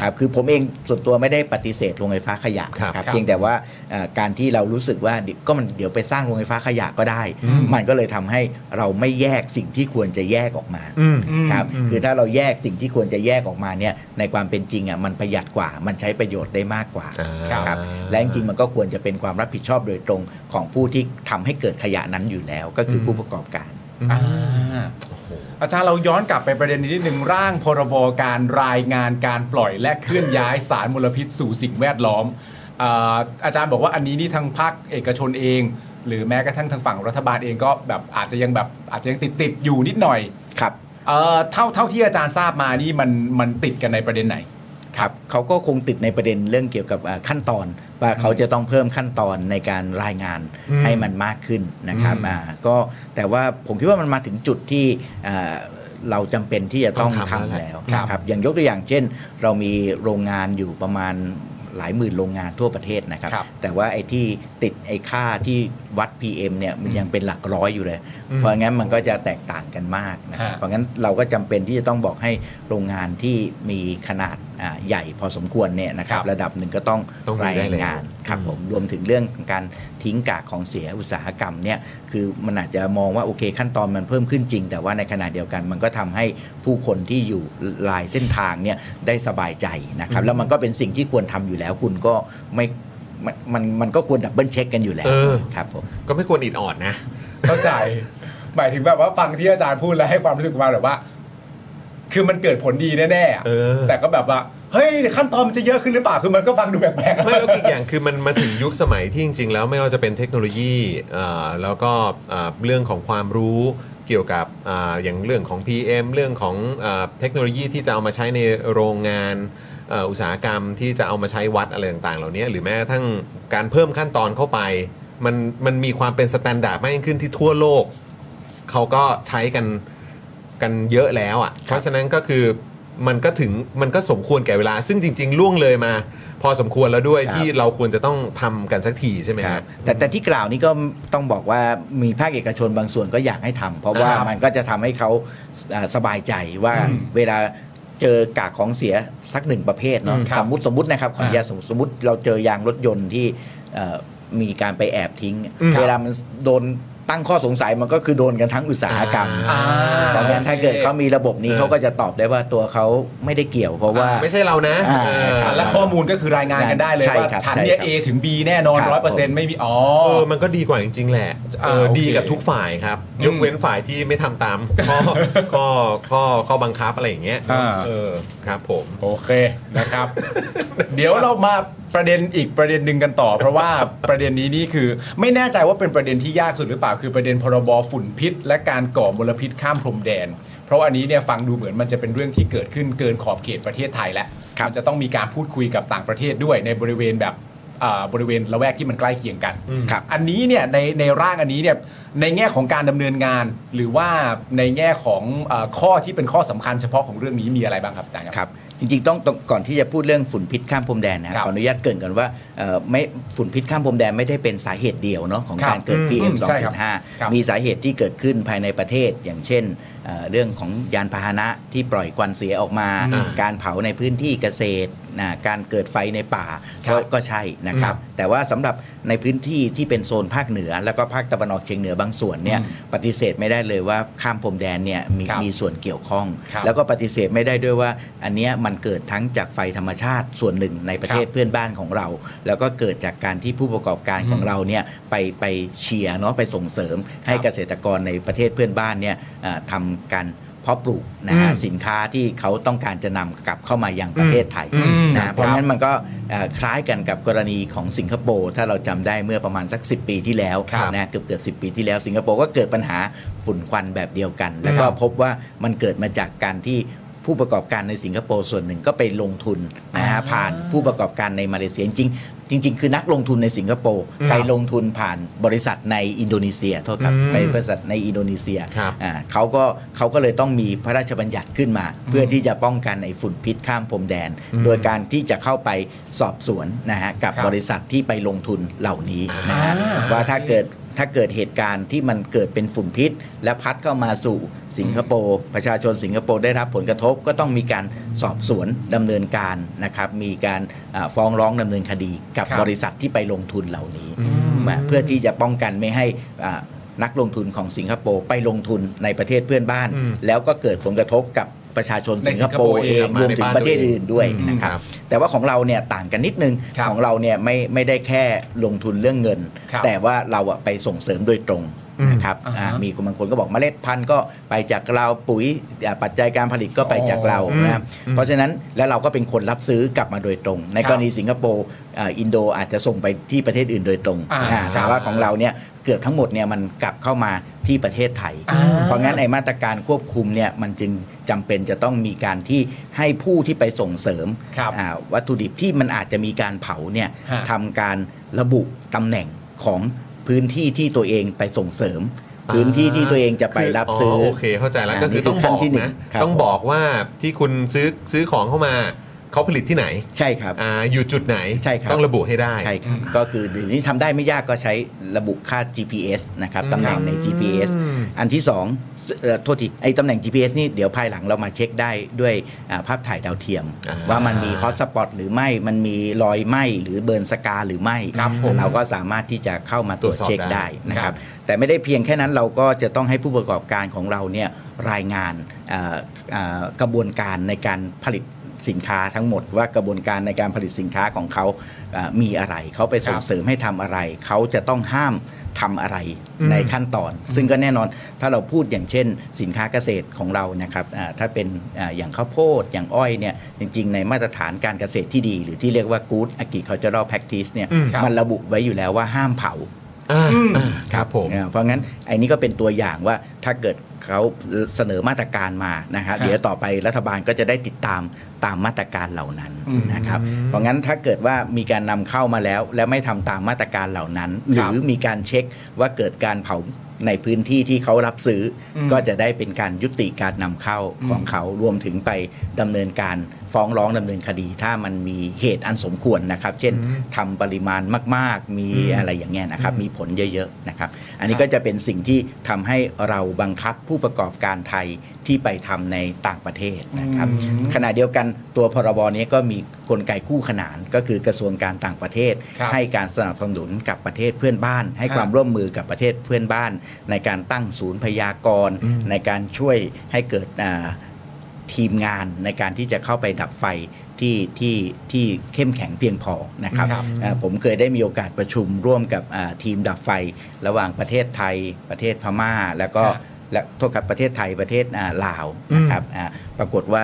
Speaker 8: ครับ คือผมเองส่วนตัวไม่ได้ปฏิเสธโรงไฟฟ้าขยะ
Speaker 2: ครับ
Speaker 8: ครับ เพียงแต่ว่าเอ่อการที่เรารู้สึกว่าเดี๋ยวก็มันเดี๋ยวไปสร้างโรงไฟฟ้าขยะก็ได้
Speaker 2: อืม
Speaker 8: มันก็เลยทำให้เราไม่แยกสิ่งที่ควรจะแยกออกมา
Speaker 2: อืม
Speaker 8: ครับ
Speaker 2: อืม
Speaker 8: คือถ้าเราแยกสิ่งที่ควรจะแยกออกมาเนี่ย ในความเป็นจริงอ่ะมันประหยัดกว่า มันใช้ประโยชน์ได้มากกว่า
Speaker 2: อ่า
Speaker 8: ครับ และจริงๆมันก็ควรจะเป็นความรับผิดชอบโดยตรงของผู้ที่ทำให้เกิดขยะนั้นอยู่แล้ว ก็คืออ
Speaker 2: ม
Speaker 8: ผู้ประกอบการ
Speaker 3: อ่าอาจารย์เราย้อนกลับไปประเด็นนี้นิดหนึ่งร่างพรบการรายงานการปล่อยและเคลื่อนย้ายสารมลพิษสู่สิ่งแวดล้อมอ่าอาจารย์บอกว่าอันนี้นี่ทางภาคเอกชนเอง หรือแม้กระทั่งทางฝั่งรัฐบาลเองก็แบบอาจจะยังแบบอาจจะยังติดติดๆอยู่นิดหน่อย
Speaker 8: ครับ
Speaker 3: เอ่อเท่าเท่าที่อาจารย์ทราบมานี่มันมันติดกันในประเด็นไหน
Speaker 8: ครับเขาก็คงติดในประเด็นเรื่องเกี่ยวกับอ่าขั้นตอน ว่าเขาจะต้องเพิ่มขั้นตอนในการรายงานให้มันมากขึ้นนะครับ
Speaker 3: อืม
Speaker 8: อ่าก็แต่ว่าผมคิดว่ามันมาถึงจุดที่อ่าเราจำเป็นที่จะต้อง
Speaker 2: ต้องทำ
Speaker 8: ทำ
Speaker 2: แล้
Speaker 8: แล้ว ว
Speaker 3: ครับ
Speaker 8: ครับอย่างยกตัวอย่างเช่น เรามีโรงงานอยู่ประมาณหลายหมื่นโรงงานทั่วประเทศนะครับ
Speaker 3: ครับ
Speaker 8: แต่ว่าไอ้ที่ติดไอ้ค่าที่วัด PM เนี่ยมันยังเป็นหลักร้อยอยู่เลย
Speaker 2: อืม
Speaker 8: เพราะงั้นมันก็จะแตกต่างกันมากนะครับ
Speaker 3: ฮะ
Speaker 8: เพราะงั้นเราก็จำเป็นที่จะต้องบอกให้โรงงานที่มีขนาดอ่าใหญ่พอสมควรเนี่ยนะครั
Speaker 3: ค
Speaker 8: บ
Speaker 3: รับ
Speaker 8: ระดับหนึ่งก็ต้อง
Speaker 2: ต้องมี
Speaker 8: ราย
Speaker 2: ได้แล้ว
Speaker 8: งานครับ
Speaker 2: อืม
Speaker 8: ผมรวมถึงเรื่องของการทิ้งกากของเสียอุตสาหกรรมเนี่ยคือมันอาจจะมองว่าโอเคขั้นตอนมันเพิ่มขึ้นจริง แต่ว่าในขณะเดียวกันมันก็ทำให้ผู้คนที่อยู่หลายเส้นทางเนี่ยได้สบายใจนะครับ แล้วมันก็เป็นสิ่งที่ควรทำอยู่แล้วคุณก็ไม่มันมันมันก็ควรดับเบิลเช็คกันอยู่แล้ว
Speaker 2: เออ
Speaker 8: ครับผม
Speaker 2: ก็ไม่ควรอิดออดนะ
Speaker 3: เข้าใจ หมายถึงแบบว่าฟังที่อาจารย์พูดแล้วให้ความรู้สึกมาแบบว่า คือมันเกิดผลดีแน่ๆอะ
Speaker 2: เออ
Speaker 3: แต่ก็แบบว่าเฮ้ยขั้นตอนมันจะเยอะขึ้นหรือเปล่าคือมันก็ฟังดูแปลกๆ
Speaker 2: ไม่แล้วอีกอย่างคือ มันมาถึงยุคสมัยที่จริง ๆ แล้วไม่ว่าจะเป็นเทคโนโลยีเอ่อแล้วก็เอ่อเรื่องของความรู้เกี่ยวกับอ่าอย่างเรื่องของ PM เรื่องของเอ่อเทคโนโลยีที่จะเอามาใช้ในโรงงานเอ่ออุตสาหกรรมที่จะเอามาใช้วัดอะไรต่างๆ เหล่านี้หรือแม้กระทั่งการเพิ่มขั้นตอนเข้าไป มันมันมีความเป็นสแตนดาร์ดมากยิ่งขึ้นที่ทั่วโลก เขาก็ใช้กันกันเยอะแล้วอะ่ะ เพราะฉะนั้นก็คือมันก็ถึงมันก็สมควรแก่เวลา ซึ่งจริง ๆ ล่วงเลยมา พอสมควรแล้วด้วย
Speaker 8: ครับ
Speaker 2: ที่เราควรจะต้องทำกันสักทีใช่ไหม
Speaker 8: ค
Speaker 2: ค
Speaker 8: รั
Speaker 2: รั
Speaker 8: บบ แต่แต่ที่กล่าวนี้ก็ต้องบอกว่ามีภาคเอกชนบางส่วนก็อยากให้ทำเพราะว่า
Speaker 3: ครับ
Speaker 8: มันก็จะทำให้เขาอ่าสบายใจว่า
Speaker 3: อืม
Speaker 8: เวลา เจอกากของเสียสักหนึ่งประเภทเนาะ
Speaker 3: อืมครับ
Speaker 8: สมมติสมมตินะครับขออนุญาตสมมติสมมติเราเจอยางรถยนต์ที่เอ่อมีการไปแอบทิ้ง
Speaker 3: อืมครับ
Speaker 8: เวลามันโดนตั้งข้อสงสัยมันก็คือโดนกันทั้งอุตสาหกรรม
Speaker 3: อ่า
Speaker 8: เพราะงั้นถ้าเกิดเขามีระบบนี้เขาก็จะตอบได้ว่าตัวเขาไม่ได้เกี่ยวเพราะว่า
Speaker 2: ไม่ใช่เรานะ
Speaker 8: อ่า
Speaker 2: เออ
Speaker 3: อ่ะและข้อมูลก็คือรายงานกันได้เลย
Speaker 8: ใช่
Speaker 3: ว่า
Speaker 8: ครับ
Speaker 3: ฉันเนี่ย
Speaker 8: ใช่
Speaker 3: A
Speaker 8: ครับ
Speaker 3: ถึง B แน่นอน
Speaker 8: ครับ
Speaker 3: ร้อยเปอร์เซ็นต์ไม่มีอ๋อ
Speaker 2: เออ มันก็ดีกว่าจริง ๆ แหละเออ
Speaker 3: โอเค
Speaker 2: ดีกับทุกฝ่ายครับ
Speaker 3: อืม
Speaker 2: ยกเว้นฝ่ายที่ไม่ทำตาม ข้อข้อข้อข้อบังคับอะไรอย่างเงี้ย
Speaker 3: อ่า
Speaker 2: เออครับผม
Speaker 3: โอเค นะครับ เดี๋ยวเรามาประเด็นอีกประเด็นหนึ่งกันต่อ เพราะว่าประเด็นนี้นี่คือ ไม่แน่ใจว่าเป็นประเด็นที่ยากสุดหรือเปล่าคือประเด็นพรบฝุ่นพิษ และการก่อมลพิษข้ามพรมแดน เพราะอันนี้เนี่ยฟังดูเหมือนมันจะเป็นเรื่องที่เกิดขึ้นเกินขอบเขตประเทศไทยแล้วมันจะต้องมีการพูดคุยกับต่างประเทศด้วยในบริเวณแบบอ่าบริเวณละแวกที่มันใกล้เคียงกัน
Speaker 8: ครับ
Speaker 3: อันนี้เนี่ยในในร่างอันนี้เนี่ยในแง่ของการดำเนินงาน หรือว่าในแง่ของเออข้อที่เป็นข้อสำคัญเฉพาะของเรื่องนี้มีอะไรบ้างครับอาจารย์ครับ
Speaker 8: ครับจริงๆต้องต้องก่อนที่จะพูดเรื่องฝุ่นพิษข้ามพรมแดนนะครับ
Speaker 3: ครับ
Speaker 8: ขออนุญาตเกริ่นก่อนว่าเอ่อไม่ฝุ่นพิษข้ามพรมแดนไม่ได้เป็นสาเหตุเดียวเนาะของ
Speaker 3: ครับ
Speaker 8: การเกิด
Speaker 3: อืม
Speaker 8: PM
Speaker 3: อืมใช่ครับครับ
Speaker 8: 2.5 มีสาเหตุที่เกิดขึ้นภายในประเทศ อย่างเช่นเอ่อเรื่องของยานพาหนะที่ปล่อยควันเสียออกมา
Speaker 2: อืม
Speaker 8: การเผาในพื้นที่เกษตรนะการเกิดไฟในป่า
Speaker 3: ครับ
Speaker 8: ก็ก็ใช่นะครับ แต่ว่าสำหรับในพื้นที่ที่เป็นโซนภาคเหนือ แล้วก็ภาคตะวันออกเฉียงเหนือบางส่วนเนี่ยปฏิเสธไม่ได้เลยว่าข้ามพรมแดนเนี่ยมี
Speaker 3: ครับ
Speaker 8: มีส่วนเกี่ยวข้อง
Speaker 3: ครับ
Speaker 8: แล้วก็ปฏิเสธไม่ได้ด้วยว่า อันเนี้ยมันเกิดทั้งจากไฟธรรมชาติส่วนหนึ่งในประเทศ
Speaker 3: ครับ
Speaker 8: เพื่อนบ้านของเรา แล้วก็เกิดจากการที่ผู้ประกอบการของเราเนี่ยไปไปเชียร์เนาะไปส่งเสริมให้เกษตรกรในประเทศเพื่อนบ้านเนี่ยเอ่อทำการเพาะปลูกนะฮะ
Speaker 3: อืม
Speaker 8: สินค้าที่เขาต้องการจะนำกลับเข้ามายังประเทศไทย
Speaker 3: อืม
Speaker 8: นะ
Speaker 3: ครับ
Speaker 8: ฮะเพราะงั้นมันก็เอ่อคล้ายกันกับกรณีของสิงคโปร์ถ้าเราจำได้เมื่อประมาณสัก 10 ปีที่แล้ว
Speaker 2: ครับ
Speaker 8: นะเกือบเกือบสิปีที่แล้วสิงคโปร์ก็เกิดปัญหาฝุ่นควันแบบเดียวกัน แล้วก็
Speaker 3: ครับ
Speaker 8: พบว่ามันเกิดมาจากการที่ผู้ประกอบการในสิงคโปร์ส่วนหนึ่งก็ไปลงทุนนะฮะผ่านผู้ประกอบการในมาเลเซียจริงๆจริง ๆ คือนักลงทุนในสิงคโปร์ไปลงทุนผ่านบริษัทในอินโดนีเซียโทษครับ
Speaker 2: อืม
Speaker 8: ไปบริษัทในอินโดนีเซีย
Speaker 2: ครับ
Speaker 8: อ่าเขาก็เขาก็เลยต้องมีพระราชบัญญัติขึ้นมา เพื่อที่จะป้องกันไอ้ฝุ่นพิษข้ามพรมแดน โดยการที่จะเข้าไปสอบสวนนะฮะกับ
Speaker 3: ครับ
Speaker 8: บริษัทที่ไปลงทุนเหล่านี้นะฮะว่าถ้าเกิด ถ้าเกิดเหตุการณ์ที่มันเกิดเป็นฝุ่นพิษ และพัดเข้ามาสู่สิงคโปร์ประชาชนสิงคโปร์ได้รับผลกระทบก็ต้องมีการสอบสวนดำเนินการนะครับมีการอ่าฟ้องร้องดำเนินคดีกับ
Speaker 3: ครับ
Speaker 8: บริษัทที่ไปลงทุนเหล่านี้มาเพื่อที่จะป้องกันไม่ให้อ่านักลงทุนของสิงคโปร์ไปลงทุนในประเทศเพื่อนบ้าน แล้วก็เกิดผลกระทบกับประชาชน
Speaker 3: ใน
Speaker 8: สิง
Speaker 3: สิ
Speaker 8: ค
Speaker 3: งค
Speaker 8: โป
Speaker 3: โปร์
Speaker 8: ร์เอง
Speaker 3: เอง
Speaker 8: รวมถึง
Speaker 3: มาในบ้าน
Speaker 8: ประเทศอื่นด้วย
Speaker 3: อืม
Speaker 8: นะ
Speaker 2: ค
Speaker 8: ค
Speaker 2: รั
Speaker 8: รับ บ แต่ว่าของเราเนี่ยต่างกันนิดนึง
Speaker 3: ครับ
Speaker 8: ของเราเนี่ยไม่ไม่ได้แค่ลงทุนเรื่องเงิน
Speaker 3: ครับ
Speaker 8: แต่ว่าเราอะไปส่งเสริมโดยตรงนะครับ
Speaker 3: อ่าฮะ
Speaker 8: อ่ามีบางคนก็บอกเมล็ดพันธุ์ก็ไปจากเราปุ๋ยอ่าปัจจัยการผลิตก็ไปจากเรา
Speaker 3: อ๋อ
Speaker 8: นะครับเพราะฉะนั้นแล้วเราก็เป็นคนรับซื้อกลับมาโดยตรง ใน
Speaker 3: ครับ
Speaker 8: กรณีสิงคโปร์อ่าอินโดอาจจะส่งไปที่ประเทศอื่นโดยตรง
Speaker 3: อ่า
Speaker 8: อ่า
Speaker 3: ครั
Speaker 8: แต่
Speaker 3: บ
Speaker 8: ว่าของเราเนี่ยเกือบทั้งหมดเนี่ยมันกลับเข้ามาที่ประเทศไทย
Speaker 3: อ่า
Speaker 8: เพราะงั้น ไอมาตรการควบคุมเนี่ยมันจึงจำเป็นจะต้องมีการที่ให้ผู้ที่ไปส่งเสริม
Speaker 3: ครับ
Speaker 8: อ่าวัตถุดิบที่มันอาจจะมีการเผาเนี่ย
Speaker 3: ฮะ
Speaker 8: ทำการระบุตำแหน่งของพื้นที่ที่ตัวเองไปส่งเสริม พื้นที่ที่ตัวเองจะไปรับซื้อ
Speaker 2: โอเคเข้าใจแล้วก็คือต้อง
Speaker 8: ขั้
Speaker 2: บ
Speaker 8: น
Speaker 2: อก
Speaker 8: ที่หง
Speaker 2: นะครับ ต้องบอกว่าที่คุณซื้อซื้อของเข้ามาเขาผลิตที่ไหน
Speaker 8: ใช่ครับ
Speaker 2: อ่าอยู่จุดไหน
Speaker 8: ใช่ครับ
Speaker 2: ต้องระบุให้ได้
Speaker 8: ใช่ครับ ก็คือเดี๋ยวนี้ทำได้ไม่ยากก็ใช้ระบุค่า GPS นะครับตำแหน่งใน GPS อันที่สองเอ่อโทษทีไอ้ตำแหน่ง GPS นี่เดี๋ยวภายหลังเรามาเช็คได้ด้วยอ่าภาพถ่ายดาวเทียม
Speaker 2: อ่า
Speaker 8: ว่ามันมีฮอตสปอตหรือไม่มันมีรอยไหมหรือเบิร์นสกาหรือไม่
Speaker 3: ครับผม
Speaker 8: เราก็สามารถที่จะเข้ามาตรวจเช็คได้นะค
Speaker 3: ครั
Speaker 8: รับ บ แต่ไม่ได้เพียงแค่นั้นเราก็จะต้องให้ผู้ประกอบการของเราเนี่ยรายงานอ่าอ่ากระบวนการในการผลิตสินค้าทั้งหมด ว่ากระบวนการในการผลิตสินค้าของเขาอ่ามีอะไร เขาไปส่งเสริมให้ทำอะไร เขาจะต้องห้ามทำอะไรในขั้นตอน ซึ่งก็แน่นอนถ้าเราพูดอย่างเช่น สินค้าเกษตรของเรานะครับอ่าถ้าเป็นอาอย่างข้าวโพดอย่างอ้อยเนี่ยจริงๆ ในมาตรฐานการเกษตรที่ดี หรือที่เรียกว่า good agricultural practice เนี่ย
Speaker 3: อืมครับ
Speaker 8: มันระบุไว้อยู่แล้วว่าห้ามเผา
Speaker 2: อ่าอ่าครับผม
Speaker 8: อ่าเพราะงั้นไอ้นี้ก็เป็นตัวอย่างว่าถ้าเกิดเขาเสนอมาตรการมานะครับ
Speaker 3: ครับ
Speaker 8: เดี๋ยวต่อไปรัฐบาลก็จะได้ติดตามตามมาตรการเหล่านั้น
Speaker 3: อืม
Speaker 8: นะครับเพราะงั้นถ้าเกิดว่ามีการนำเข้ามาแล้ว และไม่ทำตามมาตรการเหล่านั้น ห
Speaker 3: ครั
Speaker 8: รื
Speaker 3: บ
Speaker 8: อมีการเช็คว่าเกิดการเผาในพื้นที่ที่เขารับซื้ออ
Speaker 3: ม
Speaker 8: ก็จะได้เป็นการยุติการนำเข้าของเขารวมถึงไปดำเนินการฟ้องร้องดำเนินคดี ถ้ามันมีเหตุอันสมควรนะครับ เช่นทำปริมาณมาก ๆ มีอะไรอย่างเงี้ยนะครับมีผลเยอะๆนะครับ อันนี้
Speaker 3: ครับ
Speaker 8: ก็จะเป็นสิ่งที่ทำให้เราบังคับ ผู้ประกอบการไทยที่ไปทำในต่างประเทศนะครับ ขณะเดียวกันตัวพรบนี้ก็มีกลไกคู่ขนานก็คือกระทรวงการต่างประเทศ
Speaker 3: ครับ
Speaker 8: ให้การสนับสนุนกับประเทศเพื่อนบ้าน ให้
Speaker 3: ครับ
Speaker 8: ความร่วมมือกับประเทศเพื่อนบ้าน ในการตั้งศูนย์พยากรณ์ในการช่วยให้เกิดอ่าทีมงานในการที่จะเข้าไปดับไฟที่ที่ที่เข้มแข็งเพียงพอนะครับอ่าผมเคยได้มีโอกาสประชุมร่วมกับอ่าทีมดับไฟ ระหว่างประเทศไทย ประเทศพม่า แล้วก็
Speaker 3: ครับ
Speaker 8: และโทษครับประเทศไทยประเทศอ่าลาวนะครับอ่าปรากฏว่า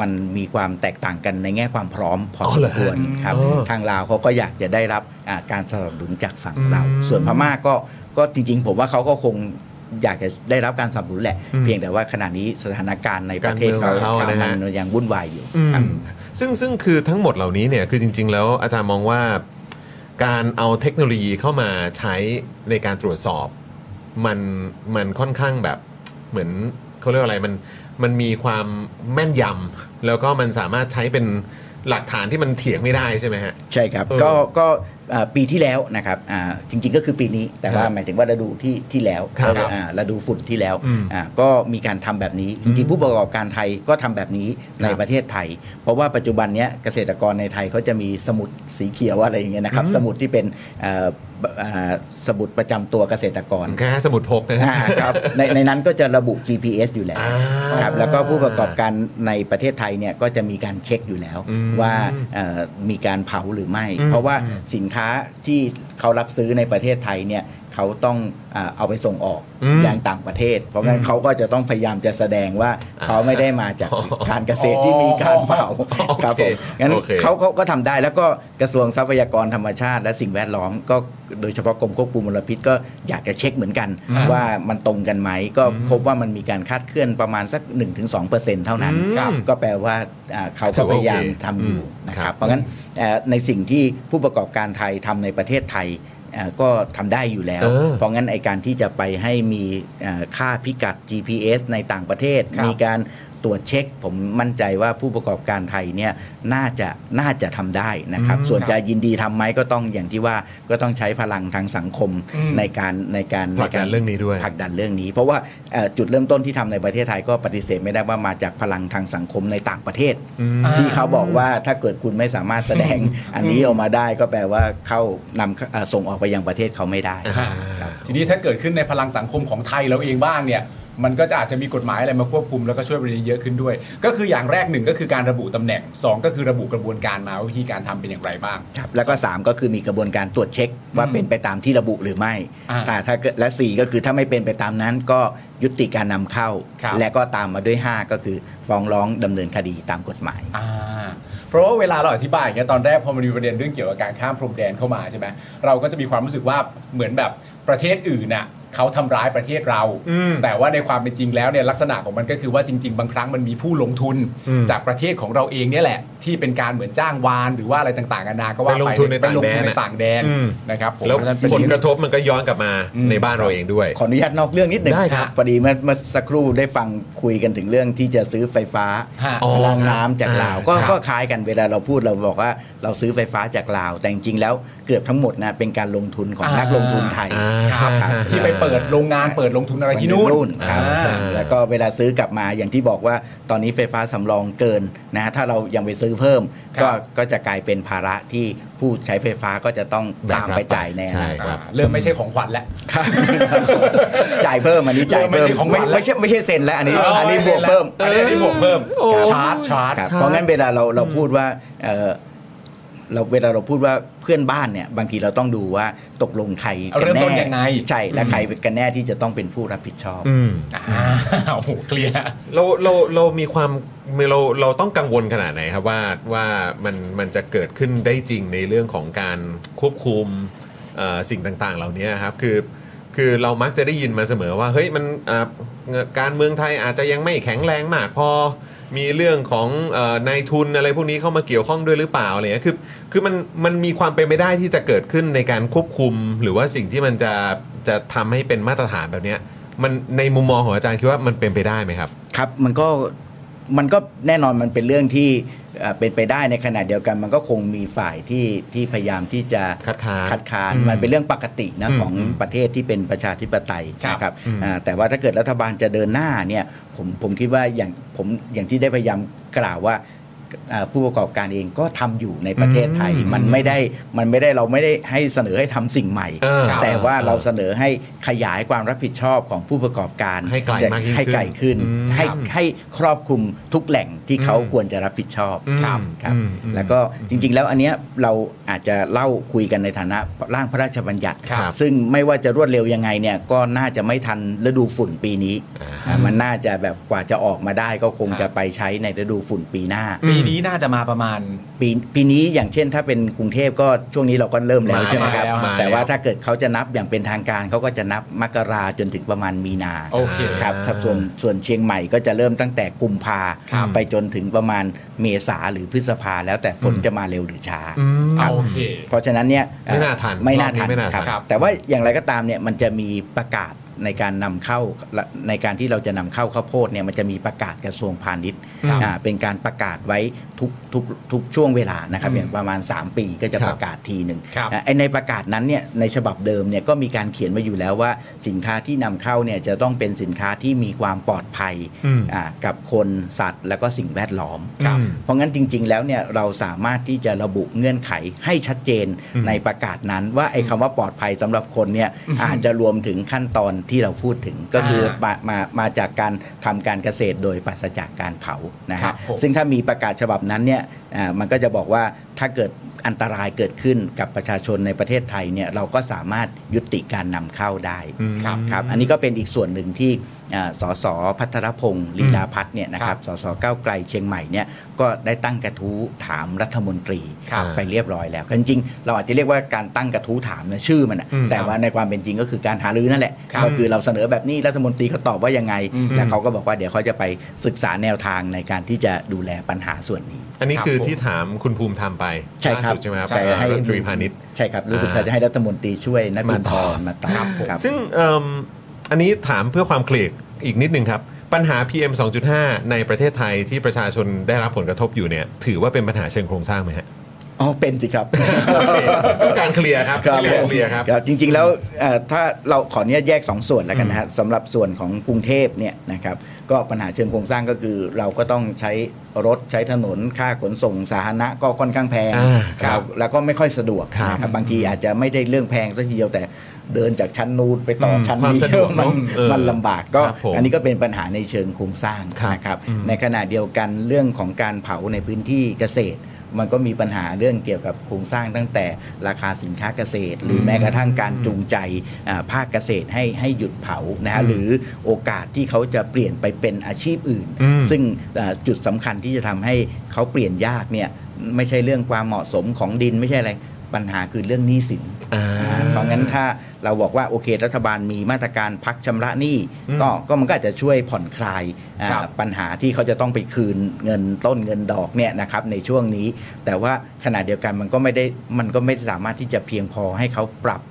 Speaker 8: มันมีความแตกต่างกันในแง่ความพร้อมพอสมควรครับทางลาวเขาก็อยากจะได้รับอ่าการสนับสนุนจากฝั่งเรา ส่วนพม่าก็ก็จริงๆ ผมว่าเขาก็คงอยากจะได้รับการสนับสนุนแหละ เพียงแต่ว่าขณะนี้สถานการณ์ในประเทศ
Speaker 2: การเมืองของ
Speaker 8: เขา
Speaker 2: เขานะฮะ
Speaker 8: มันยังวุ่นวายอยู่
Speaker 2: อืมซึ่งซึ่งคือทั้งหมดเหล่านี้เนี่ยคือจริง ๆ แล้วอาจารย์มองว่าการเอาเทคโนโลยีเข้ามาใช้ในการตรวจสอบ มันมันค่อนข้างแบบเหมือนเขาเรียกว่าอะไรมันมันมีความแม่นยำแล้วก็มันสามารถใช้เป็นหลักฐานที่มันเถียงไม่ได้ใช่ไหมฮะ
Speaker 8: ใช่ครับ
Speaker 2: เออ
Speaker 8: ก็ก็อ่าปีที่แล้วนะครับอ่าจริง ๆ ก็คือปีนี้แต่ว่า
Speaker 2: ครับ
Speaker 8: หมายถึงว่าฤดูที่ที่แล้ว
Speaker 2: ครับ
Speaker 8: อ่าฤดูฝุ่นที่แล้ว
Speaker 2: อืม
Speaker 8: อ่าก็มีการทำแบบนี้ จริงๆ ผู้ประกอบการไทยก็ทำแบบนี้ในประเทศไทย เพราะว่าปัจจุบันเนี้ยเกษตรกรในไทยเขาจะมีสมุดสีเขียวอะไรอย่างเงี้ยนะครับ สมุดที่เป็นอ่าอ่าสมุดประจำตัวเกษตรกร
Speaker 2: แค่สมุดพกนะฮะ
Speaker 8: อ่าครับในในนั้นก็จะระบุ GPS อยู่แล้ว
Speaker 2: อ่า
Speaker 8: ครับแล้วก็ผู้ประกอบการในประเทศไทยเนี่ยก็จะมีการเช็คอยู่แล้ว
Speaker 2: อืม
Speaker 8: ว่าเอ่อมีการเผาหรือไม่
Speaker 2: อืม
Speaker 8: เพราะว่าสินค้าที่เขารับซื้อในประเทศไทยเนี่ยเขาต้องอ่าเอาไปส่งออก
Speaker 2: อืม
Speaker 8: ยังต่างประเทศ เพราะงั้นเขาก็จะต้องพยายามจะแสดงว่าเขาไม่ได้มาจาก
Speaker 2: อ๋อ
Speaker 8: การเกษตรที่มีการเผา
Speaker 2: โอเค
Speaker 8: ครับผมงั้น
Speaker 2: โอเค
Speaker 8: เขา เขาก็ทำได้แล้วก็กระทรวงทรัพยากรธรรมชาติ และสิ่งแวดล้อมก็โดยเฉพาะกรมควบคุมมลพิษก็อยากจะเช็คเหมือนกัน ว่ามันตรงกันไหมก็พบว่ามันมีการคาดเคลื่อนประมาณสัก 1-2%เท่านั้น
Speaker 2: อืมครับ
Speaker 8: ก็แปลว่าอ่าเขาก็พยายาม
Speaker 2: ถือว่าโอเค
Speaker 8: ทำอยู่
Speaker 2: อืม
Speaker 8: นะ
Speaker 2: ค
Speaker 8: ค
Speaker 2: รั
Speaker 8: รับ บ เพราะงั้นเอ่อในสิ่งที่ผู้ประกอบการไทยทำในประเทศไทยเอ่อก็ทำได้อยู่แล้ว
Speaker 2: เออ
Speaker 8: เพราะงั้นไอการที่จะไปให้มีเอ่อค่าพิกัด GPS ในต่างประเทศ
Speaker 3: ครับ
Speaker 8: มีการตรวจเช็ค ผมมั่นใจว่าผู้ประกอบการไทยเนี่ยน่าจะน่าจะทำได้นะครับ ส่วนจะยินดีทำไหมก็ต้องอย่างที่ว่าก็ต้องใช้พลังทางสังคมในการในการ
Speaker 2: ผลักดันเรื่องนี้ด้วย
Speaker 8: ผลักดันเรื่องนี้ เพราะว่าเอ่อจุดเริ่มต้นที่ทำในประเทศไทยก็ปฏิเสธไม่ได้ว่ามาจากพลังทางสังคมในต่างประเทศ ที่เขาบอกว่าถ้าเกิดคุณไม่สามารถแสดงอันนี้ออกมาได้ก็แปลว่าเข้านำเอ่อส่งออกไปยังประเทศเขาไม่ได้
Speaker 2: อ่า
Speaker 3: ทีนี้ถ้าเกิดขึ้นในพลังสังคมของไทยเราเองบ้างเนี่ย มันก็จะอาจจะมีกฎหมายอะไรมาควบคุมแล้วก็ช่วยประเด็นเยอะขึ้นด้วย ก็คืออย่างแรกหนึ่งก็คือการระบุตำแหน่งสองก็คือระบุกระบวนการมาว่าวิธีการทำเป็นอย่างไรบ้าง
Speaker 8: ครับแล้วก็ 3 ก็คือมีกระบวนการตรวจเช็คว่าเป็นไปตามที่ระบุหรือไม่
Speaker 3: อ่า
Speaker 8: แต่ถ้าเกิดและ 4 ก็คือถ้าไม่เป็นไปตามนั้นก็ยุติการนำเข้า
Speaker 3: ครับ
Speaker 8: และก็ตามมาด้วย 5 ก็คือฟ้องร้องดำเนินคดีตามกฎหมาย
Speaker 3: อ่าเพราะว่าเวลาเราอธิบายอย่างเงี้ยตอนแรกพอมันมีประเด็นเรื่องเกี่ยวกับการข้ามพรมแดนเข้ามาใช่ไหมเราก็จะมีความรู้สึกว่าเหมือนแบบประเทศอื่นน่ะเขาทำร้ายประเทศเรา แต่ว่าในความเป็นจริงแล้วเนี่ยลักษณะของมันก็คือว่าจริง ๆ บางครั้งมันมีผู้ลงทุน จากประเทศของเราเองเนี่ยแหละ ที่เป็นการเหมือนจ้างวาน หรือว่าอะไรต่างๆนานาก็ว่า
Speaker 2: ไปลงทุนใน
Speaker 3: ไปลงทุนใน
Speaker 2: ต่า
Speaker 3: ต่าง ง
Speaker 2: แด
Speaker 3: แด
Speaker 2: น
Speaker 3: น
Speaker 2: อืม
Speaker 3: นะครับผม
Speaker 2: แล้ว
Speaker 3: เพราะฉะนั้นเป็น
Speaker 2: ผล
Speaker 3: เรื่อง
Speaker 2: กระทบมันก็ย้อนกลับมา
Speaker 3: อืม
Speaker 2: ในบ้านเราเองด้วย
Speaker 8: ขออนุญาตนอกเรื่องนิดหนึ่ง
Speaker 2: ได้ครับ
Speaker 8: พอดีเมื่อเมื่อสักครู่ได้ฟังคุยกันถึงเรื่องที่จะซื้อไฟฟ้า
Speaker 3: ฮะ
Speaker 2: อ๋อ
Speaker 8: พลังน้ำจากลาว
Speaker 2: อ่า
Speaker 8: ก็
Speaker 2: ครับ
Speaker 8: ก็คล้ายกันเวลาเราพูดเราบอกว่าเราซื้อไฟฟ้าจากลาว แต่จริงๆแล้วเกือบทั้งหมดนะเป็นการลงทุนของนักลงทุนไทย
Speaker 2: อ่า
Speaker 3: ครับที่ไปเปิดโรงงานเปิดลงทุนอะไรที่นู่น
Speaker 8: ครับ
Speaker 3: อ่า
Speaker 8: แล้วก็เวลาซื้อกลับมาอย่างที่บอกว่าตอนนี้ไฟฟ้าสำรองเกินนะฮะถ้าเรายังไปซื้อเพิ่ม
Speaker 3: ครับ
Speaker 8: ก็ก็จะกลายเป็นภาระที่ผู้ใช้ไฟฟ้าก็จะต้อง
Speaker 2: แบกรับ
Speaker 8: ตามไปจ่ายในอ
Speaker 2: ใช่
Speaker 8: นาค
Speaker 3: อ่า
Speaker 8: ต
Speaker 3: เริ่มไม่ใช่ของขวัญแล้ว
Speaker 8: จ่ายเพิ่มอันนี้จ่ายเพิ่ม
Speaker 3: ไม่ใช่ของขวัญ
Speaker 8: ไม่
Speaker 3: แล้ว
Speaker 8: ไม่ใช่ไม่ใช่เซ็นแล้วอันนี้
Speaker 3: เ
Speaker 8: อันนี้บวกเพิ่ม
Speaker 3: อันนี้อันนี้บวกเพิ่มชาร์จชาร์จ
Speaker 8: ครับเพราะงั้นเวลาเราเราพูดว่าเอ่อเราเวลาเราพูดว่าเพื่อนบ้านเนี่ยบางทีเราต้องดูว่าตกลงใครกั
Speaker 3: เริ่ม
Speaker 8: นแน่
Speaker 3: ต้นยังไง
Speaker 8: ใช่และใครกันแน่ที่จะต้องเป็นผู้รับผิดชอบ
Speaker 2: อืม
Speaker 3: อ่าโอ้โหเคลียร์
Speaker 2: เราเราเรามีความเราเราต้องกังวลขนาดไหนครับว่าว่ามันมันจะเกิดขึ้นได้จริงในเรื่องของการควบคุมเอ่อสิ่งต่างๆ เหล่านี้ครับคือคือเรามักจะได้ยินมาเสมอว่าเฮ้ยมันอ่ะการเมืองไทยอาจจะยังไม่แข็งแรงมากพอมีเรื่องของเออนายทุนอะไรพวกนี้เข้ามาเกี่ยวข้องด้วยหรือเปล่าอะไรเงี้ยคือคือมันมันมีความเป็นไปได้ที่จะเกิดขึ้นในการควบคุม หรือว่าสิ่งที่มันจะจะทำให้เป็นมาตรฐานแบบเนี้ยมันในมุมมองของอาจารย์คิดว่ามันเป็นไปได้ไหมครับ
Speaker 8: ครับมันก็ มันก็แน่นอนมันเป็นเรื่องที่เอ่อเป็นไปได้ในขณะเดียวกัน มันก็คงมีฝ่ายที่ที่พยายามที่จะ
Speaker 2: คัดค้าน
Speaker 8: ดค้าน
Speaker 2: อืม
Speaker 8: มันเป็นเรื่องปกตินะ
Speaker 2: อืม
Speaker 8: ของประเทศที่เป็นประชาธิปไตย
Speaker 3: ครับ
Speaker 8: นะครับ
Speaker 2: อืม
Speaker 8: อ่าแต่ว่าถ้าเกิดรัฐบาลจะเดินหน้าเนี่ยผมผมคิดว่าอย่างผมอย่างที่ได้พยายามกล่าวว่าอ่าผู้ประกอบการเองก็ทำอยู่ในประเทศไทย มันไม่ได้มันไม่ได้เราไม่ได้ให้เสนอให้ทำสิ่งใหม่
Speaker 2: เออ
Speaker 8: แต่ว่า
Speaker 2: ออ
Speaker 8: เราเสนอให้ขยายความรับผิดชอบของผู้ประกอบการ
Speaker 2: ให้ไกลมากยิ่งขึ้น
Speaker 8: ให้ไกลขึ้น
Speaker 2: อืม
Speaker 8: ให้
Speaker 2: ครับ
Speaker 8: ให้ครอบคลุมทุกแหล่งที่เขา
Speaker 2: อืม
Speaker 8: ควรจะรับผิดชอบ
Speaker 2: ครับ
Speaker 8: ครับ
Speaker 2: อืมอืม
Speaker 8: แล้วก็จริงๆแล้วอันเนี้ยเราอาจจะเล่าคุยกันในฐานะร่างพระราชบัญญัติ
Speaker 2: ครับ
Speaker 8: ซึ่งไม่ว่าจะรวดเร็วยังไงเนี่ยก็น่าจะไม่ทันฤดูฝุ่นปีนี้อ่ามันน่าจะแบบกว่าจะออกมาได้ก็คง
Speaker 3: ครับ
Speaker 8: จะไปใช้ในฤดูฝุ่นปีหน้า
Speaker 3: ปีนี้น่าจะมาประมาณ
Speaker 8: ปีปีนี้อย่างเช่นถ้าเป็นกรุงเทพก็ช่วงนี้เราก็เริ่มแล้ว
Speaker 3: มา
Speaker 8: ใช่ไหมครับ
Speaker 3: แล้วมา
Speaker 8: แต่ว่า
Speaker 3: แล้ว
Speaker 8: ถ้าเกิดเขาจะนับอย่างเป็นทางการเขาก็จะนับมกราจนถึงประมาณมีนา
Speaker 3: โอเค
Speaker 8: ครับถ้าส่วนส่วนเชียงใหม่ก็จะเริ่มตั้งแต่กุมภา
Speaker 3: ครับ
Speaker 8: ไปจนถึงประมาณเมษาหรือพฤษภาแล้วแต่ฝนจะมาเร็วหรือช้าครับ
Speaker 3: โอเค
Speaker 8: เพราะฉะนั้นเนี่ย
Speaker 2: ไม่น่าทัน
Speaker 8: ไม่น่าทัน
Speaker 2: รอบนี้ไม่น่าทัน
Speaker 8: ครับแต่ว่าอย่างไรก็ตามเนี่ยมันจะมีประกาศในการนำเข้าในการที่เราจะนำเข้าข้าวโพดเนี่ยมันจะมีประกาศกระทรวงพาณิชย์
Speaker 3: ครับ
Speaker 8: อ่า อ่าเป็นการประกาศไว้ทุกทุกทุกช่วงเวลานะครับอย่างประมาณ 3 ปีก็จะ
Speaker 2: ครับ
Speaker 8: ประกาศทีหนึ่ง
Speaker 3: ครับ
Speaker 8: อ่ะไอ้ในประกาศนั้นเนี่ยในฉบับเดิมเนี่ยก็มีการเขียนไว้อยู่แล้วว่าสินค้าที่นำเข้าเนี่ยจะต้องเป็นสินค้าที่มีความปลอดภัย
Speaker 2: อืม
Speaker 8: อ่ากับคนสัตว์ แล้วก็สิ่งแวดล้อม
Speaker 2: ครับ
Speaker 8: เพราะงั้นจริง ๆ แล้วเนี่ยเราสามารถที่จะระบุเงื่อนไขให้ชัดเจนในประกาศนั้น ว่าไอ้คำว่าปลอดภัยสำหรับคนเนี่ยอาจจะรวมถึงขั้นตอนที่เราพูดถึงก็คือ
Speaker 3: อ่า
Speaker 8: มามามาจากการทำการเกษตรโดยปราศจากการเผานะ
Speaker 3: ครั
Speaker 8: ฮะ
Speaker 3: บผม
Speaker 8: ซึ่งถ้ามีประกาศฉบับนั้นเนี่ยอ่ามันก็จะบอกว่าถ้าเกิดอันตรายเกิดขึ้นกับประชาชนในประเทศไทยเนี่ยเราก็สามารถยุติการนำเข้าได้ครับครับ อันนี้ก็เป็นอีกส่วนหนึ่งที่อ่าสสพัทรพงศ์ลีลาพัฒน์เนี่ยนะครับสสก้าวไกลเชียงใหม่เนี่ยก็ได้ตั้งกระทู้ถามรัฐมนตรี
Speaker 2: ครับ
Speaker 8: ไปเรียบร้อยแล้วจริงๆเราอาจจะเรียกว่าการตั้งกระทู้ถามนะชื่อมันนะแต่ว่าในความเป็นจริงก็คือการหารือนั่นแหละ
Speaker 3: ครับ
Speaker 8: ก็คือเราเสนอแบบนี้รัฐมนตรีเขาตอบว่ายังไง แล้วเขาก็บอกว่าเดี๋ยวเขาจะไปศึกษาแนวทางในการที่จะดูแลปัญหาส่วนนี้
Speaker 2: อันนี้คือ
Speaker 3: ครับ
Speaker 2: ที่ถามคุณภูมิธรรมไป
Speaker 8: ใช่ครั
Speaker 2: ล่า
Speaker 8: บ
Speaker 2: สุดใช่ไหมครับ
Speaker 8: แต่ให้
Speaker 2: รัฐมนตรีพาณิชย์
Speaker 8: ใช่ครับ รู้สึกว่าจะให้รัฐมนตรีช่วยนักบินทรมาตอบครับ
Speaker 2: ซึ่งเอิ่มอันนี้ถามเพื่อความเคลียร์อีกนิดนึงครับ ปัญหา PM 2.5 ในประเทศไทยที่ประชาชนได้รับผลกระทบอยู่เนี่ย ถือว่าเป็นปัญหาเชิงโครงสร้างไหมฮะ
Speaker 8: อ๋อเป็นสิครับ
Speaker 2: ต้องการเคลียร์ครับ
Speaker 8: ครับ
Speaker 2: เคลียร์เคลียร์ครับ
Speaker 8: ครับจริงๆแล้วเอ่อถ้าเราขออนุญาตแยก 2 ส่วนแล้วกันนะฮะสำหรับส่วนของกรุงเทพเนี่ยนะครับก็ปัญหาเชิงโครงสร้างก็คือ เราก็ต้องใช้รถใช้ถนนค่าขนส่งสาธารณะก็ค่อนข้างแพง
Speaker 2: อ่าครับ
Speaker 8: แล้วแล้วก็ไม่ค่อยสะดวก
Speaker 2: ครับ
Speaker 8: นะครับบางทีอาจจะไม่ได้เรื่องแพงสักทีเดียวแต่เดินจากชั้นนูนไปต่ออ
Speaker 2: ม
Speaker 8: ชั้น
Speaker 2: ความ
Speaker 8: นี้
Speaker 2: สะดวกเน
Speaker 8: มั
Speaker 2: อะ
Speaker 8: น
Speaker 2: เออ
Speaker 8: มันลำบากก็
Speaker 2: ครับผม
Speaker 8: อันนี้ก็เป็นปัญหาในเชิงโครงสร้าง
Speaker 2: ครับ
Speaker 8: นะครับ
Speaker 2: อืม
Speaker 8: ในขณะเดียวกันเรื่องของการเผาในพื้นที่เกษตร มันก็มีปัญหาเรื่องเกี่ยวกับโครงสร้างตั้งแต่ราคาสินค้าเกษตร หรือแม้กระทั่งการจูงใจอ่าภาคเกษตรให้ให้หยุดเผานะฮะหรือโอกาสที่เขาจะเปลี่ยนไปเป็นอาชีพอื่น
Speaker 2: อืม
Speaker 8: ซึ่งอ่าจุดสำคัญที่จะทำให้เขาเปลี่ยนยากเนี่ยไม่ใช่เรื่องความเหมาะสมของดินไม่ใช่อะไรปัญหาคือเรื่องหนี้สิน
Speaker 2: อ่า
Speaker 8: เพราะงั้นถ้าเราบอกว่าโอเครัฐบาลมีมาตรการพักชำระหนี้ก็ก็มันก็อาจจะช่วยผ่อนคลายอ่า
Speaker 3: ครับ
Speaker 8: ปัญหาที่เขาจะต้องไปคืนเงินต้นเงินดอกเนี่ยนะครับในช่วงนี้ แต่ว่าขณะเดียวกันมันก็ไม่ได้มันก็ไม่สามารถที่จะเพียงพอให้เขาปรับ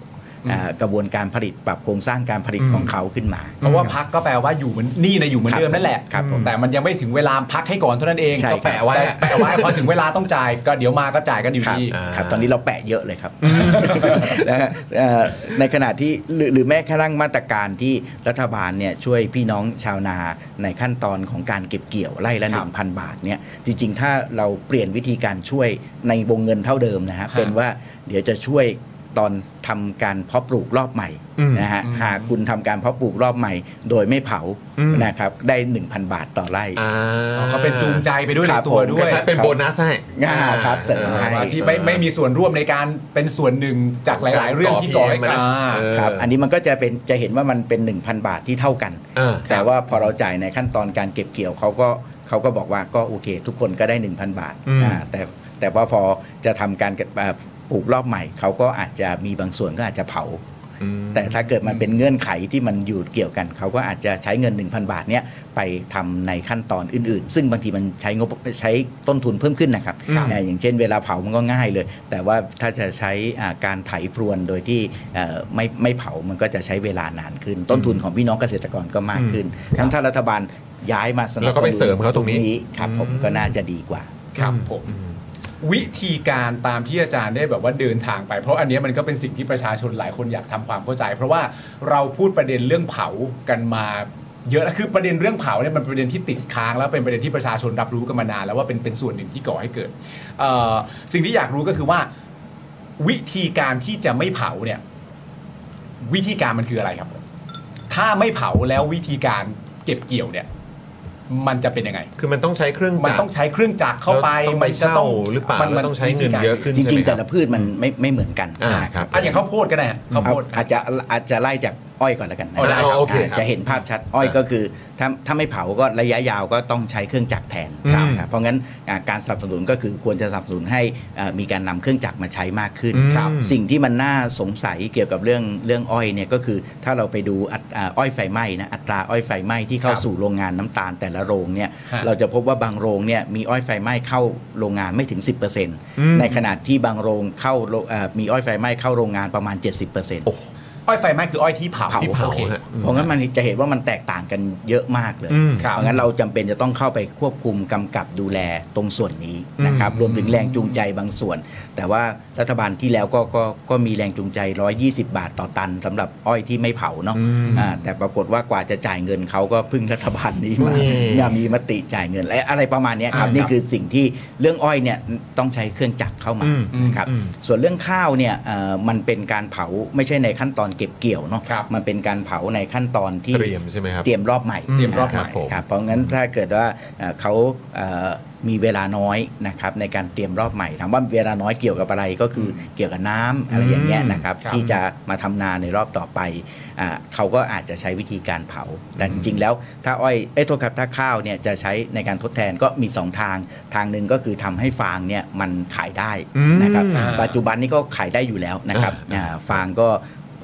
Speaker 8: อ่ากระบวนการผลิตปรับโครงสร้างการผลิตของเขาขึ้นมา
Speaker 3: เพราะว่าพักก็แปลว่าอยู่เหมือนนี่นะอยู่เหมือนเดิมนั่นแหละ
Speaker 8: ครับผม
Speaker 3: แต่มันยังไม่ถึงเวลาพักให้ก่อนเท่านั้นเอง
Speaker 8: ใช่ครั
Speaker 3: ก็
Speaker 8: บ
Speaker 3: แปลว่าแปลว่า พอถึงเวลาต้องจ่ายก็เดี๋ยวมาก็จ่ายกันอยู่
Speaker 8: ครับ
Speaker 3: ดี
Speaker 8: ครับตอนนี้เราแปะเยอะเลยครับนะฮะเอ่อในขณะที่หรือหรือแม้กระทั่งมาตรการที่รัฐบาลเนี่ยช่วยพี่น้องชาวนาในขั้นตอนของการเก็บเกี่ยวไร่ละ
Speaker 3: ครับ
Speaker 8: 1,000 บาทเนี่ยจริงๆ ถ้าเราเปลี่ยนวิธีการช่วยในวงเงินเท่าเดิมนะฮะเป็นว่าเดี๋ยวจะช่วยตอนทำการเพาะปลูกรอบใหม่นะฮะ
Speaker 3: อืม
Speaker 8: หากคุณทำการเพาะปลูกรอบใหม่ โดยไม่เผา
Speaker 2: อืม
Speaker 8: นะครับได้ 1,000 บาทต่อไร่
Speaker 2: อ่า
Speaker 3: เขาเป็นจูงใจไปด้วย
Speaker 8: ค
Speaker 3: ใน
Speaker 8: รับ
Speaker 3: ตัว
Speaker 8: ผม
Speaker 3: ด้วย
Speaker 2: คล้าๆเป็นโบนัสให้
Speaker 8: อ่าครับเสริม
Speaker 2: อ่า
Speaker 8: ให้
Speaker 3: ว่าที่ไม่ไม่มีส่วนร่วมในการเป็นส่วนหนึ่งจากหลาย ๆ เรื่องที่ก่อให้
Speaker 2: ก่
Speaker 3: มา
Speaker 2: อ PM เออ
Speaker 8: ครับ อันนี้มันก็จะเป็นจะเห็นว่ามันเป็น 1,000 บาทที่เท่ากัน
Speaker 2: เออ
Speaker 8: แต่ว่าพอเราจ่ายในขั้นตอนการเก็บเกี่ยวเขาก็เขาก็บอกว่าก็โอเค ทุกคนก็ได้ 1,000 บาท
Speaker 2: อืม
Speaker 8: อ่าแต่แต่ว่าพอจะทำการเก็บอ่าปลูกรอบใหม่ เขาก็อาจจะมีบางส่วนก็อาจจะเผา
Speaker 2: อืม
Speaker 8: แต่ถ้าเกิดมันเป็นเงื่อนไขที่มันอยู่เกี่ยวกัน เขาก็อาจจะใช้เงิน 1,000 บาทเนี่ยไปทำในขั้นตอนอื่นๆ ซึ่งบางทีมันใช้งบใช้ต้นทุนเพิ่มขึ้นนะครับ
Speaker 2: ครับ
Speaker 8: นะอย่างเช่นเวลาเผามันก็ง่ายเลย แต่ว่าถ้าจะใช้อ่าการไถพรวนโดยที่เอ่อไม่ไม่เผามันก็จะใช้เวลานานขึ้น ต้นทุนของพี่น้องเกษตรกรก็มากขึ้นทั้งถ้ารัฐบาล ย้ายมาสนับสนุน
Speaker 2: แล้วก็ไปเสริมเขาตรงนี้
Speaker 8: ครับผมก็น่าจะดีกว่า
Speaker 3: ครับผมวิธีการตามที่อาจารย์ได้แบบว่าเดินทางไป เพราะอันเนี้ยมันก็เป็นสิ่งที่ประชาชนหลายคนอยากทำความเข้าใจ เพราะว่าเราพูดประเด็นเรื่องเผากันมาเยอะแล้วคือประเด็นเรื่องเผาเนี่ยมันเป็นประเด็นที่ติดค้าง แล้วเป็นประเด็นที่ประชาชนรับรู้กันมานานแล้วว่าเป็นเป็นส่วนหนึ่งที่ก่อให้เกิดเอ่อสิ่งที่อยากรู้ก็คือว่า วิธีการที่จะไม่เผาเนี่ย วิธีการมันคืออะไรครับ ถ้าไม่เผาแล้ววิธีการเก็บเกี่ยวเนี่ย มันจะเป็นยังไง
Speaker 2: คือมันต้องใช้เครื่อง
Speaker 3: มัน
Speaker 2: จัก
Speaker 3: ต้อง
Speaker 2: ร
Speaker 3: ใช้เครื่องจักรเข้าไป
Speaker 2: แล้วต้องไป
Speaker 3: มันจะต้อง
Speaker 2: เช่าหรือเปล่า
Speaker 3: มัน
Speaker 2: แล้วต้องใช้เงินเยอะขึ้น
Speaker 8: จ
Speaker 2: ใช่
Speaker 8: ริ
Speaker 2: ไหม
Speaker 8: งๆ
Speaker 2: ครับ
Speaker 8: แต่ละพืชมันไม่ไม่เหมือนกัน
Speaker 2: อ่า
Speaker 8: นะ
Speaker 2: ค
Speaker 8: ค
Speaker 2: รั
Speaker 8: รับ บ
Speaker 3: อ่ะอย่างข้าวโพดก็ได้ฮะข้าว
Speaker 8: เอา
Speaker 3: โพด
Speaker 8: อาจจะอาจจะไล่จากอ้อยก่อนแล้วกันนะ
Speaker 3: เอาได้ครับ
Speaker 2: โอเค
Speaker 8: าจะเห็นภาพชัดอ้อยก็คือถ้าถ้าไม่เผาก็ระยะยาวก็ต้องใช้เครื่องจักรแทน
Speaker 2: ครับ
Speaker 8: นะครับเพราะงั้นอ่าการสนับสนุนก็คือควรจะสนับสนุนให้เอ่อมีการนำเครื่องจักรมาใช้มากขึ้น
Speaker 2: อืม
Speaker 8: ครับสิ่งที่มันน่าสงสัยเกี่ยวกับเรื่องเรื่องอ้อยเนี่ยก็คือถ้าเราไปดูอัตอ่าอ้อยไฟไหม้นะอัตราอ้อยไฟไหม้ที่เข้า
Speaker 3: ครับ
Speaker 8: สู่โรงงานน้ำตาลแต่ละโรงเนี่ย
Speaker 3: ฮะ
Speaker 8: เราจะพบว่าบางโรงเนี่ยมีอ้อยไฟไหม้เข้าโรงงานไม่ถึง 10%ในขณะที่บางโรงเข้าโรงเอ่อมีอ้อยไฟไหม้เข้าโรงงานประมาณ 70%โอ้
Speaker 3: อ้อยไฟไหม้คืออ้อยที่เผา
Speaker 8: เผา
Speaker 3: ที่
Speaker 2: เผา
Speaker 3: โอเค
Speaker 2: ฮะ
Speaker 8: เพราะงั้นมันจะเห็นว่ามันแตกต่างกันเยอะมากเลย
Speaker 2: อืม
Speaker 3: ครับ
Speaker 8: เพราะงั้นเราจำเป็นจะต้องเข้าไปควบคุมกำกับดูแลตรงส่วนนี้นะครับ รวมถึงแรงจูงใจบางส่วน แต่ว่ารัฐบาลที่แล้วก็ก็ก็มีแรงจูงใจ 120 บาทต่อตันสำหรับอ้อยที่ไม่เผาเนาะอ่าแต่ปรากฏว่ากว่าจะจ่ายเงินเขาก็พึ่งรัฐบาลนี้มา
Speaker 2: นี่
Speaker 8: อย่ามีมติจ่ายเงินและอะไรประมาณเนี้ยครับนี่คือสิ่งที่เรื่องอ้อยเนี่ยต้องใช้เครื่องจักรเข้ามานะครับส่วนเรื่องข้าวเนี่ยเอ่อมันเป็นการเผาไม่ใช่ในขั้นตอนเก็บเกี่ยวเนาะ
Speaker 3: ครับ
Speaker 8: มันเป็นการเผาในขั้นตอนที่
Speaker 2: เตรียมใช่ไหมครับ
Speaker 8: เตรียมรอบใหม่
Speaker 3: เตรียมรอบ
Speaker 8: นะค
Speaker 3: ใหม่
Speaker 8: ผมครับเพราะงั้นถ้าเกิดว่าเอ่อเขาเอ่อมีเวลาน้อยนะครับในการเตรียมรอบใหม่ถามว่าเวลาน้อยเกี่ยวกับอะไรก็คือเกี่ยวกับน้ำอะไรอย่างเงี้ยนะครับ
Speaker 3: ครับ
Speaker 8: ที่จะมาทำนาในรอบต่อไปอ่าเขาก็อาจจะใช้วิธีการเผา แต่จริงๆแล้วถ้าอ้อยเอ้ยโทษครับถ้าข้าวเนี่ยจะใช้ในการทดแทนก็มี 2 ทาง ทางหนึ่งก็คือทำให้ฟางเนี่ยมันขายได้นะครับ
Speaker 3: อืม
Speaker 8: ปัจจุบันนี้ก็ขายได้อยู่แล้วนะครับอ่าฟางก็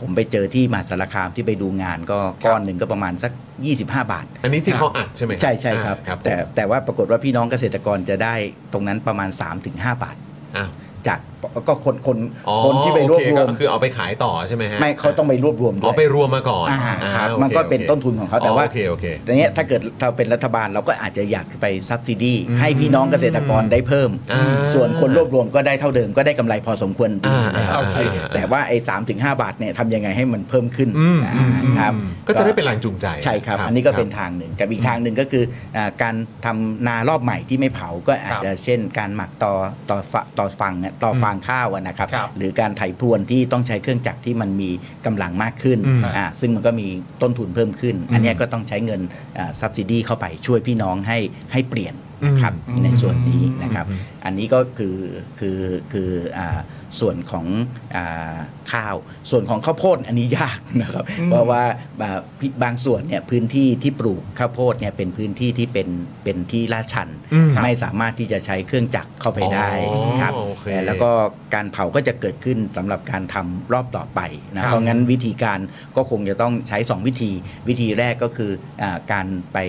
Speaker 8: ผมไปเจอที่มหาสารคามที่ไปดูงานก็ก้อนหนึ่งก็ประมาณสัก 25 บาท
Speaker 2: อันนี้ที่เขาอัดใช่ไหม
Speaker 8: ใช่ใช่ครับ
Speaker 2: อ่าครับ
Speaker 8: แต่แต่ว่าปรากฏว่าพี่น้องเกษตรกรจะได้ตรงนั้นประมาณ 3-5 บาท
Speaker 2: อ้าว
Speaker 8: จากก็คนคน
Speaker 2: อ๋อ
Speaker 8: คนที่ไปรวบรวม
Speaker 2: โอเคก็คือเอาไปขายต่อใช่ไหมฮะ
Speaker 8: ไม่เขาต้องไปรวบรวมด้
Speaker 2: อ๋อ
Speaker 8: วย
Speaker 2: ไปรวมมาก่อน
Speaker 8: อ่า
Speaker 2: อ่า
Speaker 8: ครับ
Speaker 2: โอค
Speaker 8: มันก็เป็น
Speaker 2: โอค
Speaker 8: ต้นทุนของเขาแต่ว่า
Speaker 2: โอเคโอเค
Speaker 8: แต่เนี้ยถ้าเกิดเราเป็นรัฐบาลเราก็อาจจะอยากไปส ubsidy ให้พี่น้องเกษตรกรได้เพิ่ม
Speaker 2: อ่า
Speaker 8: ส่วนคนรวบรวมก็ได้เท่าเดิมก็ได้กำไรพอสมควรดีนะครับ
Speaker 2: อ่าโอเค
Speaker 8: แต่ว่าไอ้สามถึงห้าบาทเนี่ยทำยังไงให้มันเพิ่มขึ้นอ่าครับ
Speaker 2: ก็จะได้เป็นแรงจูงใจ
Speaker 8: ใช่ครับ อันนี้ก็เป็นทางหนึ่งกับอีกทางหนึ่งก็คืออ่าการทำนารอบใหม่ที่ไม่เผาก็อาจจะเช่น การหมักต่อต่อฟะต่อฟังเนี่ยต่อฟางข้าวอะนะครับ
Speaker 3: ครับ
Speaker 8: หรือการไถพรวนที่ต้องใช้เครื่องจักรที่มันมีกำลังมากขึ้นอ่าซึ่งมันก็มีต้นทุนเพิ่มขึ้น อันเนี้ยก็ต้องใช้เงินส ubsidy เข้าไปช่วยพี่น้องให้ให้เปลี่ยนนะครับในส่วนนี้นะครับ อันนี้ก็คือคือคืออ่าส่วนของอาข้าว ส่วนของข้าวโพดอันนี้ยากนะครับเพราะว่า ว่าบาบางส่วนเนี่ยพื้นที่ที่ปลูกข้าวโพดเนี่ยเป็นพื้นที่ที่เป็นเป็นที่ลาดชัน ไม่สามารถที่จะใช้เครื่องจักรเข้าไปได้
Speaker 2: อ๋อ
Speaker 8: ครับ
Speaker 2: โอเค
Speaker 8: แล้วก็การเผาก็จะเกิดขึ้นสำหรับการทำรอบต่อไปนะเพราะงั้นวิธีการก็คงจะต้องใช้ 2 วิธี วิธีแรกก็คืออาการไป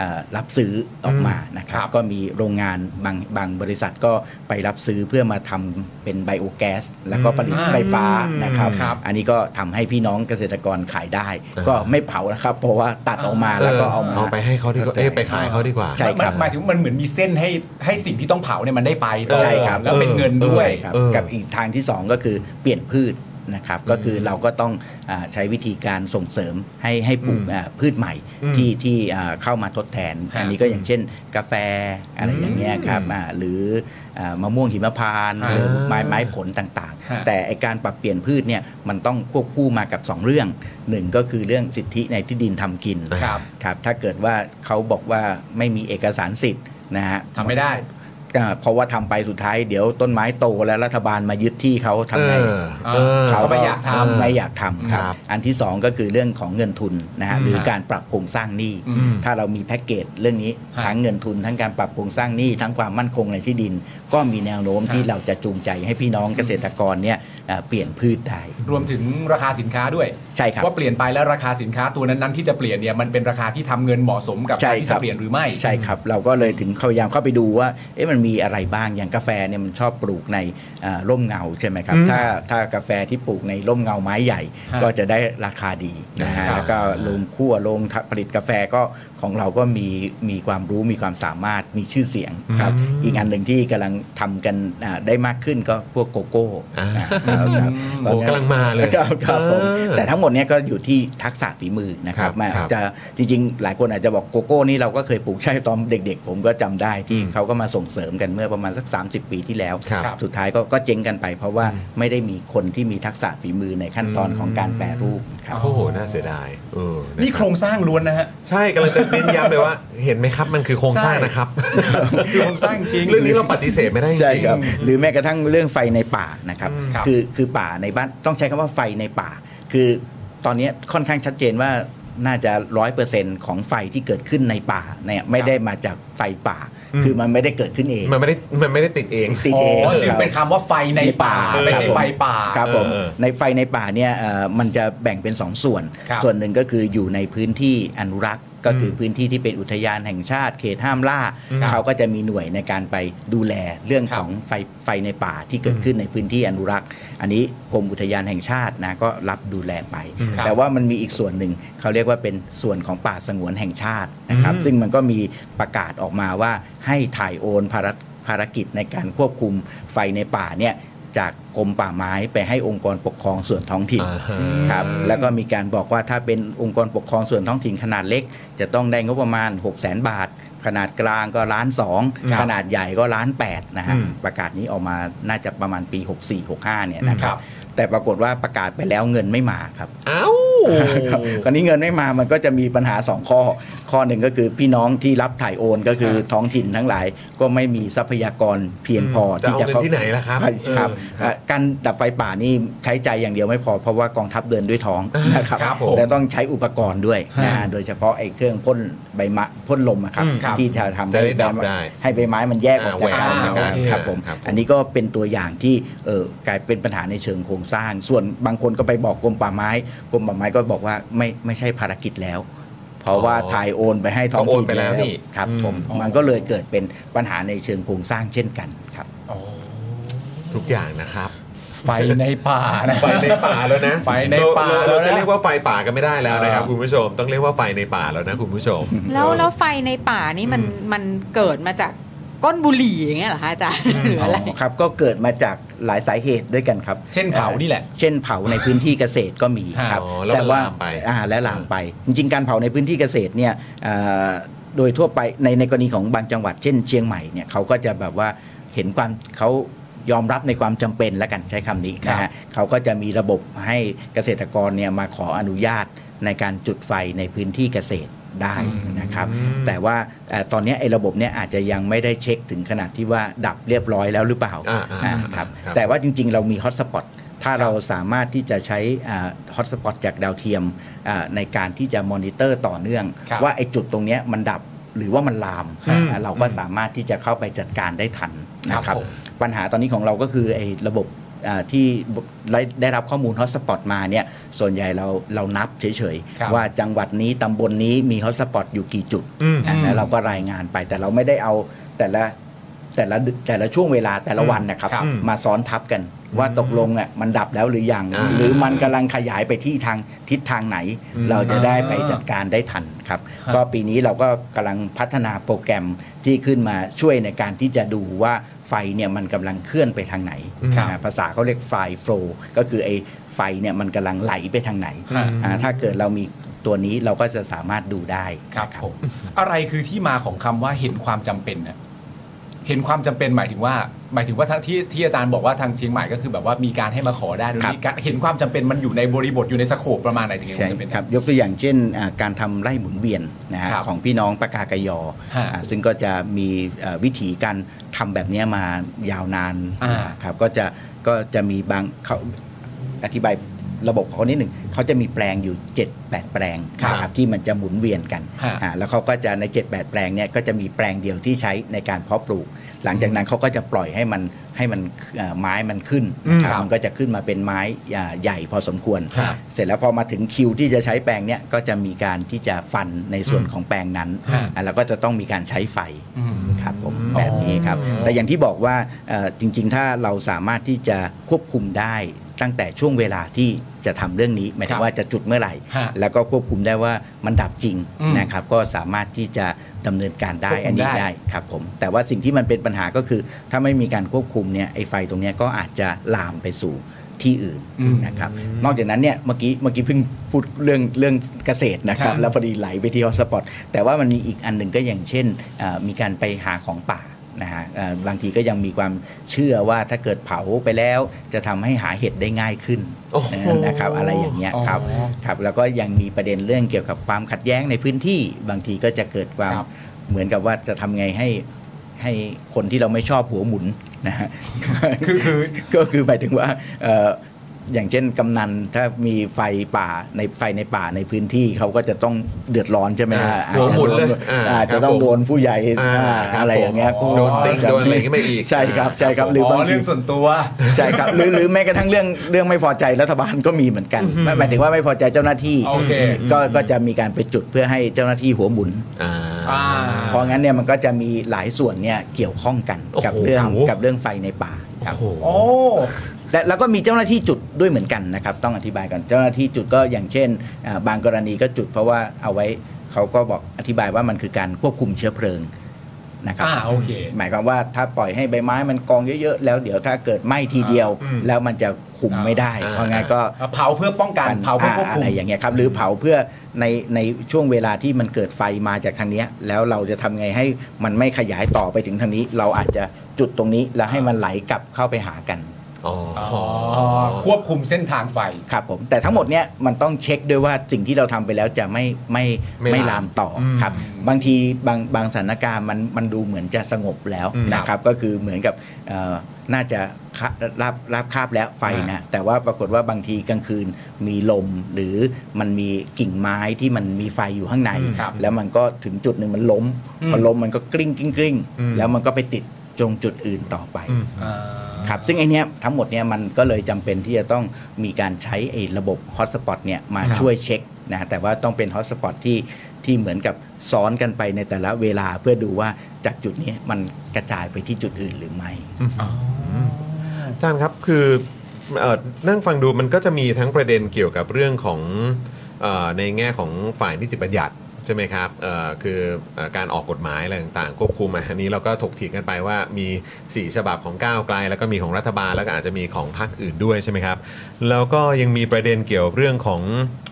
Speaker 8: อ่ารับซื้อออกมานะครับ
Speaker 3: ครับ
Speaker 8: ก็มีโรงงานบางบางบริษัทก็ไปรับซื้อเพื่อมาทำเป็นไบโอแก๊สแล้วก็ผลิตไฟฟ้านะครับ
Speaker 3: ครับ
Speaker 8: อันนี้ก็ทำให้พี่น้องเกษตรกรขายได้ ก็ไม่เผานะครับ เพราะว่าตัดออกมาแล้วก็เอามา
Speaker 2: เอาไปให้เขาดีกว่าเอ้ยไปขายเขาดีกว่า
Speaker 8: ใช่ ครับ
Speaker 3: หมายถึงมันเหมือนมีเส้นให้ให้สิ่งที่ต้องเผาเนี่ยมันได้ไปต่อ
Speaker 8: ใช่ครับ
Speaker 3: แล้วเป็นเงินด้วย
Speaker 8: ใช่ครับ
Speaker 2: เออ
Speaker 8: กับอีกทางที่ 2 ก็คือเปลี่ยนพืชนะครับ ก็คือเราก็ต้องอาใช้วิธีการส่งเสริมให้ให้ปลูกอ่าพืชใหม่ที่ที่อ่าเข้ามาทดแทน
Speaker 3: ครับ
Speaker 8: อันนี้ก็อย่างเช่นกาแฟอะไรอย่างเงี้ยครับอ่าหรืออ่ามะม่วงหิมพานต์
Speaker 3: อ่า
Speaker 8: หรือไม้ไม้ผลต่าง
Speaker 3: ฮะ
Speaker 8: ๆ แต่ไอการปรับเปลี่ยนพืชเนี่ยมันต้องควบคู่มากับ 2 เรื่องหนึ่งก็คือเรื่องสิทธิในที่ดินทำกิน
Speaker 3: ครับ
Speaker 8: ครับถ้าเกิดว่าเขาบอกว่าไม่มีเอกสารสิทธิ์นะฮะ
Speaker 3: ทำไม่ได้
Speaker 8: อ่าเพราะว่าทำไปสุดท้ายเดี๋ยวต้นไม้โตแล้วรัฐบาลมายึดที่เขาทำไง
Speaker 2: เออ
Speaker 3: เออเขาไม่อยากทำ
Speaker 8: ไม่อยากทำครับ
Speaker 2: ครับ
Speaker 8: อันที่สองก็คือเรื่องของเงินทุนนะฮะหรือการปรับโครงสร้างหนี้
Speaker 3: อืม
Speaker 8: ถ้าเรามีแพ็กเกจเรื่องนี้
Speaker 3: ฮะ
Speaker 8: ทั้งเงินทุนทั้งการปรับโครงสร้างหนี้ทั้งความมั่นคงในที่ดิน ก็มีแนวโน้มที่
Speaker 3: ฮะ
Speaker 8: เราจะจูงใจให้พี่น้องเกษตรกรเนี่ยเอ่อเปลี่ยนพืชได้
Speaker 3: รวมถึงราคาสินค้าด้วย
Speaker 8: ใช่ครับ
Speaker 3: ว่าเปลี่ยนไปแล้วราคาสินค้าตัวนั้นๆที่จะเปลี่ยนเนี่ยมันเป็นราคาที่ทำเงินเหมาะสมกับ
Speaker 8: ใช่
Speaker 3: การที่
Speaker 8: ครั
Speaker 3: จะ
Speaker 8: บ
Speaker 3: เปลี่ยนหรือไม่
Speaker 8: ใช่ครับ เราก็เลยถึงพยายามเข้าไปดูว่าเอ๊ะมัน มันมีอะไรบ้างอย่างกาแฟเนี่ยมันชอบปลูกในอ่าร่มเงาใช่ไหมครับถ้าถ้ากาแฟที่ปลูกในร่มเงาไม้ใหญ่
Speaker 3: ฮะ
Speaker 8: ก็จะได้ราคาดีนะฮะ
Speaker 3: ครับ
Speaker 8: แล้วก็โรงคั่วโรงผลิตกาแฟก็ของเราก็มีมีความรู้มีความสามารถมีชื่อเสียงครับอีกอันหนึ่งที่กำลังทำกันอ่าได้มากขึ้นก็พวกโกโก้
Speaker 1: อ่า
Speaker 8: นะครับครับ
Speaker 1: โอ้กำลังมาเลย
Speaker 8: ครับ ครับผม
Speaker 1: เออ
Speaker 8: แต่ทั้งหมดเนี้ยก็อยู่ที่ทักษะฝีมือนะครั
Speaker 1: ค
Speaker 8: บ
Speaker 1: รับ
Speaker 8: มา
Speaker 1: ครับ
Speaker 8: จะจริงๆ หลายคนอาจจะบอกโกโก้นี่เราก็เคยปลูกใช่ตอนเด็กๆ ผมก็จำได้ที่
Speaker 1: อืม
Speaker 8: เขาก็มาส่งเสริมกันเมื่อประมาณสัก 30 ปีที่แล้ว
Speaker 1: ครับ
Speaker 8: สุดท้ายก็ก็เจ๊งกันไป เพราะว่าไม่ได้มีคนที่มีทักษะฝีมือในขั้นตอนของการแปรรูปครับ
Speaker 1: โอ้โหน่าเสียดายเออนะ
Speaker 3: นี่โครงสร้างล้วนนะฮะ
Speaker 1: ใช่กำลังจะเน้นย้ำเลยว่า เห็นไหมครับมันคือโครงสร้าง
Speaker 3: ใช่
Speaker 1: นะครับ
Speaker 3: โครงสร้างจริง
Speaker 1: เรื่องนี้เราปฏิเสธไม่ได้จริง
Speaker 8: ใช่ครับหรือแม้กระทั่งเรื่องไฟในป่านะครับ
Speaker 3: ครับ
Speaker 8: คือคือป่าในบ้านต้องใช้คำว่าไฟในป่า คือตอนนี้ค่อนข้างชัดเจนว่าน่าจะร้อยเปอร์เซ็นของไฟที่เกิดขึ้นในป่าเนี่ยไม่ได้มาจากไฟป่า คือมันไม่ได้เกิดขึ้นเอง
Speaker 1: มันไม่ได้มันไม่ได้ติดเอง
Speaker 8: ติดเอง
Speaker 3: อ๋อจึงเป็นคำว่าไฟในป่า
Speaker 8: ครับ
Speaker 3: ไม่ใช่
Speaker 8: ผม
Speaker 3: ไฟป่า
Speaker 8: ครับผม
Speaker 1: เออ
Speaker 8: ในไฟในป่าเนี่ยเอ่อมันจะแบ่งเป็นสองส่วน
Speaker 3: ครับ
Speaker 8: ส่วนหนึ่งก็คืออยู่ในพื้นที่อนุรักษ์ ก็คือพื้นที่ที่เป็นอุทยานแห่งชาติเขตห้ามล่า
Speaker 3: ครับ
Speaker 8: เขาก็จะมีหน่วยในการไปดูแลเรื่อง
Speaker 3: ครับ
Speaker 8: ของ ของไฟไฟในป่าที่เกิดขึ้นในพื้นที่อนุรักษ์ อันนี้กรมอุทยานแห่งชาตินะก็รับดูแลไป
Speaker 3: ครับ
Speaker 8: แต่ว่ามันมีอีกส่วนหนึ่งเขาเรียกว่าเป็นส่วนของป่าสงวนแห่งชาตินะครับ ซึ่งมันก็มีประกาศออกมาว่าให้ถ่ายโอนภารภารกิจในการควบคุมไฟในป่าเนี่ยจากกรมป่าไม้ไปให้องค์กรปกครองส่วนท้องถิ่น
Speaker 1: อ่าฮะ
Speaker 8: ครับแล้วก็มีการบอกว่าถ้าเป็นองค์กรปกครองส่วนท้องถิ่นขนาดเล็ก จะต้องได้งบประมาณ 6 0 0 0 0 0 บาท ขนาดกลางก็ล้านสอง
Speaker 3: ครับ
Speaker 8: ขนาดใหญ่ก็ล้านแปดนะฮะ นะฮะประกาศนี้ออกมาน่าจะประมาณปี 64-65 เนี่ยนะค
Speaker 3: ครั
Speaker 8: รับ
Speaker 3: บ
Speaker 8: แต่ปรากฏว่าประกาศไปแล้วเงินไม่มาครับ
Speaker 1: เอ้า
Speaker 8: ครับคราวนี้เงินไม่มา มันก็จะมีปัญหา 2 ข้อ ข้อหนึ่งก็คือพี่น้องที่รับถ่ายโอนก็คือท้องถิ่นทั้งหลาย ก็ไม่มีทรัพยากรเพียงพอ
Speaker 1: จะเอาเงิน
Speaker 8: ข้
Speaker 1: ที่ไหนล่ะครับ
Speaker 8: ใช่ครับ
Speaker 1: เออ
Speaker 8: เอ่อการดับไฟป่านี่ใช้ใจอย่างเดียวไม่พอ เพราะว่ากองทัพเดินด้วยท้องนะครับ
Speaker 1: ครับผม
Speaker 8: และต้องใช้อุปกรณ์ด้วยนะฮะโดยเฉพาะไอ้เครื่องพ่นใบมะพ่นลมอะครับ
Speaker 1: อืมครับ
Speaker 8: ที่จะทำ
Speaker 1: จะได้ดับ
Speaker 8: ใบ
Speaker 1: ได้
Speaker 8: ม้ให้ใบไม้มันแยกออกจาก
Speaker 1: อ่าแหวก
Speaker 8: กัน
Speaker 1: ออกจากกัน
Speaker 8: ครับผม
Speaker 1: ครับผม
Speaker 8: อันนี้ก็เป็นตัวอย่างที่เอ่อกลายเป็นปัญหาในเชิงโครงสร้าง ส่วนบางคนก็ไปบอกกรมป่าไม้กรมป่าไม้ก็บอกว่าไม่ไม่ใช่ภารกิจแล้ว เพราะว่า
Speaker 1: อ๋อ
Speaker 8: ถ่ายโอนไปให้ท้องถิ่
Speaker 1: ก็โอ
Speaker 8: น
Speaker 1: นไปแล้วนี่
Speaker 8: ครับผม
Speaker 1: อืม
Speaker 8: มันก็เลยเกิดเป็นปัญหาในเชิงโครงสร้างเช่นกันครับ
Speaker 1: ทุกอย่างนะครับ
Speaker 3: ไฟในป่านะ
Speaker 1: ไฟในป่าแล้วนะ
Speaker 3: ไฟในป่า
Speaker 1: เร
Speaker 3: แล้วนะ
Speaker 1: เราจะเรียกว่าไฟป่ากันไม่ได้แล้วนะครับ
Speaker 3: เออ
Speaker 1: คุณผู้ชมต้องเรียกว่าไฟในป่าแล้วนะคุณผู้ชม
Speaker 7: แล้วแล้วไฟในป่านี่มันมันเกิดมาจากก้นบุหรี่อย่างเงี้ยเหรอคะอาจารย์หรืออะไร
Speaker 8: ครับก็เกิดมาจากหลายสาเหตุด้วยกันครับ
Speaker 3: เช่นเผานี่แหละ
Speaker 8: เช่นเผาในพื้นที่เกษตรก็มีครับ
Speaker 1: อ๋อแล้วมัน
Speaker 8: ว่า
Speaker 1: ลามไป
Speaker 8: อ่าและลามไป จริงๆ การเผาในพื้นที่เกษตรเนี่ยเอ่อโดยทั่วไปในในกรณีของบางจังหวัด เช่นเชียงใหม่เนี่ยเขาก็จะแบบว่าเห็นความเขายอมรับในความจำเป็นแล้วกันใช้คำนี้นะฮะเขาก็จะมีระบบให้เกษตรกรเนี่ยมาขออนุญาตในการจุดไฟในพื้นที่เกษตรได้นะครับ แต่ว่าเอ่อตอนเนี้ยไอ้ระบบเนี่ยอาจจะยังไม่ได้เช็คถึงขนาดที่ว่าดับเรียบร้อยแล้วหรือเปล่า
Speaker 1: อ่าอ่า
Speaker 8: อ่า
Speaker 1: อ่า
Speaker 8: ครับ
Speaker 1: ครับ
Speaker 8: แต่ว่าจริงๆ เรามีฮอตสปอตถ้าเราสามารถที่จะใช้ฮอตสปอตจากดาวเทียมอ่าในการที่จะมอนิเตอร์ต่อเนื่อง
Speaker 3: ครับ
Speaker 8: ว่าไอ้จุดตรงเนี้ยมันดับหรือว่ามันลาม
Speaker 1: อืม
Speaker 8: อ่าเราก็สามารถที่จะเข้าไปจัดการได้ทันนะค
Speaker 3: ครั
Speaker 8: รั
Speaker 3: บบ ผม
Speaker 8: ปัญหาตอนนี้ของเราก็คือไอ้ระบบอ่าที่ได้ได้รับข้อมูลฮอตสปอตมาเนี่ยส่วนใหญ่เราเรานับเฉย
Speaker 3: ครับ
Speaker 8: ๆ ว่าจังหวัดนี้ตำบลนี้มีฮอตสปอตอยู่กี่จุด
Speaker 1: อืม
Speaker 8: อ่ะแล้วเราก็รายงานไปแต่เราไม่ได้เอาแต่ละแต่ละแต่ละช่วงเวลาแต่ละวันนะครับ
Speaker 3: ครับ
Speaker 8: มาซ้อนทับกัน ว่าตกลงอ่ะมันดับแล้วหรือยัง
Speaker 1: อ่า
Speaker 8: หรือมันกำลังขยายไปที่ทางทิศทางไหน เราจะได้ไปจัดการได้ทันครับ ก็ปีนี้เราก็กำลังพัฒนาโปรแกรมที่ขึ้นมาช่วยในการที่จะดูว่าไฟเนี่ยมันกำลังเคลื่อนไปทางไหนอ่าภาษาเขาเรียกไฟโฟล์ก็คือไอ้ไฟเนี่ยมันกำลังไหลไปทางไหนอ่าถ้าเกิดเรามีตัวนี้เราก็จะสามารถดูได้
Speaker 3: ค
Speaker 8: นะ
Speaker 3: รับผมอะไรคือที่มาของคำว่าเห็นความจำเป็นนะเห็นความจำเป็นหมายถึงว่า หมายถึงว่าทั้งที่ที่อาจารย์บอกว่าทางเชียงใหม่ก็คือแบบว่ามีการให้มาขอได้โดย
Speaker 8: ครับ
Speaker 3: ที่การเห็นความจำเป็นมันอยู่ในบริบทอยู่ในสโคปประมาณไหนถึงเห็นค
Speaker 8: ใช่
Speaker 3: วามจำเป็น
Speaker 8: ครับยกตัวอย่างเช่นอ่าการทำไร่หมุนเวียนนะฮะ
Speaker 3: ครับ
Speaker 8: ของพี่น้องปากากยอ
Speaker 3: ฮะ
Speaker 8: อ่าซึ่งก็จะมีเอ่อวิธีการทำแบบเนี้ยมายาวนาน
Speaker 3: อ่า
Speaker 8: ครับก็จะก็จะมีบางเขาอธิบาย ระบบของเขานิดหนึ่งเขาจะมีแปลงอยู่ 7-8 แปลงนะครับ ที่มันจะหมุนเวียนกัน
Speaker 3: ฮะ
Speaker 8: อ่าแล้วเขาก็จะใน 7-8 แปลงเนี่ยก็จะมีแปลงเดียวที่ใช้ในการเพาะปลูก หลังจากนั้นเขาก็จะปล่อยให้มันให้มันเอ่อไม้มันขึ้นนะครับมันก็จะขึ้นมาเป็นไม้อ่าใหญ่พอสมควร
Speaker 3: ครับ
Speaker 8: เสร็จแล้วพอมาถึงคิวที่จะใช้แปลงเนี้ยก็จะมีการที่จะฟันในส่วนของแปลงนั้น
Speaker 3: ฮะ
Speaker 8: อ่ะแล้วก็จะต้องมีการใช้ไฟ
Speaker 3: อืม
Speaker 8: ครับผมแบบนี้ครับ
Speaker 3: อ๋อ
Speaker 8: แต่อย่างที่บอกว่าเอ่อจริง ๆ ถ้าเราสามารถที่จะควบคุมได้ตั้งแต่ช่วงเวลาที่จะทำเรื่องนี้หมาย
Speaker 3: ครั
Speaker 8: ถึ
Speaker 3: บ
Speaker 8: งว่าจะจุดเมื่อไหร่
Speaker 3: ฮะ
Speaker 8: แล้วก็ควบคุมได้ว่ามันดับจริง
Speaker 3: อืม
Speaker 8: นะครับ ก็สามารถที่จะดำเนินการได้
Speaker 3: ควบคุม
Speaker 8: อันนี้
Speaker 3: ได้
Speaker 8: ได้ครับผมแต่ว่าสิ่งที่มันเป็นปัญหาก็คือ ถ้าไม่มีการควบคุมเนี่ยไอ้ไฟตรงเนี้ยก็อาจจะลามไปสู่ที่อื่น
Speaker 3: อืม
Speaker 8: นะครับนอกจากนั้นเนี่ยเมื่อกี้เมื่อกี้เพิ่งพูดเรื่องเรื่องเกษตรนะครั
Speaker 3: ครับ บ
Speaker 8: แล้วพอดีไหลไปที่ฮอตสปอตแต่ว่ามันมีอีกอันหนึ่งก็อย่างเช่นเอ่อมีการไปหาของป่านะฮะเอ่อบางทีก็ยังมีความเชื่อว่าถ้าเกิดเผาไปแล้วจะทำให้หาเห็ดได้ง่ายขึ้น
Speaker 2: โอ้โห
Speaker 8: นะครับอะไรอย่างเงี้ยครับ
Speaker 3: อ๋อ
Speaker 8: ครับแล้วก็ยังมีประเด็นเรื่องเกี่ยวกับความขัดแย้งในพื้นที่ บางทีก็จะเกิดความ
Speaker 3: ครับ
Speaker 8: เหมือนกับว่าจะทำไงให้ให้คนที่เราไม่ชอบหัวหมุนนะฮะ
Speaker 3: คือคือ
Speaker 8: ก็ คือหมายถึงว่าเอ่ออย่างเช่นกำนันถ้ามีไฟป่าในไฟในป่าในพื้นที่เขาก็จะต้องเดือดร้อนใช่ไหมฮะ
Speaker 2: อ่าหัวหมุนเลย
Speaker 8: อ่า
Speaker 2: อ่า
Speaker 8: จะต้อง
Speaker 2: ครับผม
Speaker 8: โดนผู้ใหญ่
Speaker 2: อ่า
Speaker 8: อ่า
Speaker 2: ครับ
Speaker 8: อะไรอย่างเงี้ย
Speaker 2: ผมโดนติ๊กโดนอะไรอย่างงี้ไม่อีก
Speaker 8: ใช่ครับ
Speaker 2: อ่า
Speaker 8: ใช่ครับหรื
Speaker 3: อ๋
Speaker 8: อบา
Speaker 3: อง
Speaker 8: ที
Speaker 3: เรื่องส่วนตัว
Speaker 8: ใช่ครับหรือหรือแม้กระทั่งเรื่องเรื่องไม่พอใจรัฐบาลก็มีเหมือนกันหมายถึงว่าไม่พอใจเจ้าหน้าที่
Speaker 3: โอเค
Speaker 8: ก็ก็จะมีการไปจุดเพื่อให้เจ้าหน้าที่หัวหมุน
Speaker 2: อ่า
Speaker 3: อ่า
Speaker 8: เพราะงั้นเนี่ยมันก็จะมีหลายส่วนเนี่ยเกี่ยวข้องกัน
Speaker 2: โอ้โห
Speaker 8: กับเรื่อง
Speaker 2: โอ้โห
Speaker 8: กับเรื่องไฟในป่าครับ
Speaker 3: โอ้
Speaker 8: แต่แล้วก็มีเจ้าหน้าที่จุดด้วยเหมือนกันนะครับ ต้องอธิบายก่อนเจ้าหน้าที่จุดก็อย่างเช่นอ่าบางกรณีก็จุดเพราะว่าเอาไว้เขาก็บอกอธิบายว่ามันคือการควบคุมเชื้อเพลิงนะครับ
Speaker 3: อ่าโอเค
Speaker 8: หมายความว่าถ้าปล่อยให้ใบไม้มันกองเยอะๆ แล้วเดี๋ยวถ้าเกิดไหม้ทีเดียว แล้วมันจะคุมไม่ได้
Speaker 2: อ่า
Speaker 8: เพราะงั้นก็
Speaker 3: เผาเพื่อป้องกันเผาเพื่อควบคุม
Speaker 8: อะไรอย่างเงี้ยครับหรือเผาเพื่อในในช่วงเวลาที่มันเกิดไฟมาจากทางเนี้ยแล้วเราจะทำไงให้มันไม่ขยายต่อไปถึงทางนี้ เราอาจจะจุดตรงนี้แล้วให้มันไหลกลับเข้าไปหากัน
Speaker 2: อ๋ออ
Speaker 3: อ๋อ ควบคุมเส้นทางไฟ
Speaker 8: ครับผมแต่ทั้งหมดเนี่ยมันต้องเช็คด้วยว่าสิ่งที่เราทำไปแล้วจะไม่ไม่
Speaker 2: ไม่
Speaker 8: ไม่
Speaker 2: ลา
Speaker 8: ลาม มต่ออ
Speaker 3: ม
Speaker 8: ครับบางทีบางบางสถานการณ์มันมันดูเหมือนจะสงบแล้ว
Speaker 3: อืม
Speaker 8: นะครับ ก็คือเหมือนกับเอ่อน่าจะคะราบราบคาบแล้วไฟนะแต่ว่าปรากฏว่าบางทีกลางคืนมีลมหรือมันมีกิ่งไม้ที่มันมีไฟอยู่ข้างใน
Speaker 3: อืมครับ
Speaker 8: แล้วมันก็ถึงจุดหนึ่งมันล้ม
Speaker 3: อืม
Speaker 8: พอล้มมันก็กลิ้งกลิ้งกลิ้ง
Speaker 2: อืม
Speaker 8: แล้วมันก็ไปติดจงจุดอื่นต่อไป
Speaker 2: อืม
Speaker 3: อ่า
Speaker 8: ครับซึ่งไอเนี้ยทั้งหมดเนี่ยมันก็เลยจำเป็นที่จะต้องมีการใช้ไอ้ระบบฮอตสปอตเนี่ยมา
Speaker 3: ครับ
Speaker 8: ช่วยเช็คนะแต่ว่าต้องเป็นฮอตสปอตที่ที่เหมือนกับซ้อนกันไปในแต่ละเวลาเพื่อดูว่าจากจุดเนี้ยมันกระจายไปที่จุดอื่นหรือไม่
Speaker 2: อาจารย์ครับคือเอ่อนั่งฟังดูมันก็จะมีทั้งประเด็นเกี่ยวกับเรื่องของเออในแง่ของฝ่ายนิติบัญญัติใช่ไหมครับเอ่อคือเอ่อการออกกฎหมายอะไรต่างๆ ควบคุมอ่ะอันนี้เราก็ถกเถียงกันไปว่ามี 4 ฉบับของก้าวไกล แล้วก็มีของรัฐบาลแล้วก็อาจจะมีของพรรคอื่นด้วยใช่ไหมครับแล้วก็ยังมีประเด็นเกี่ยวกับเรื่องของ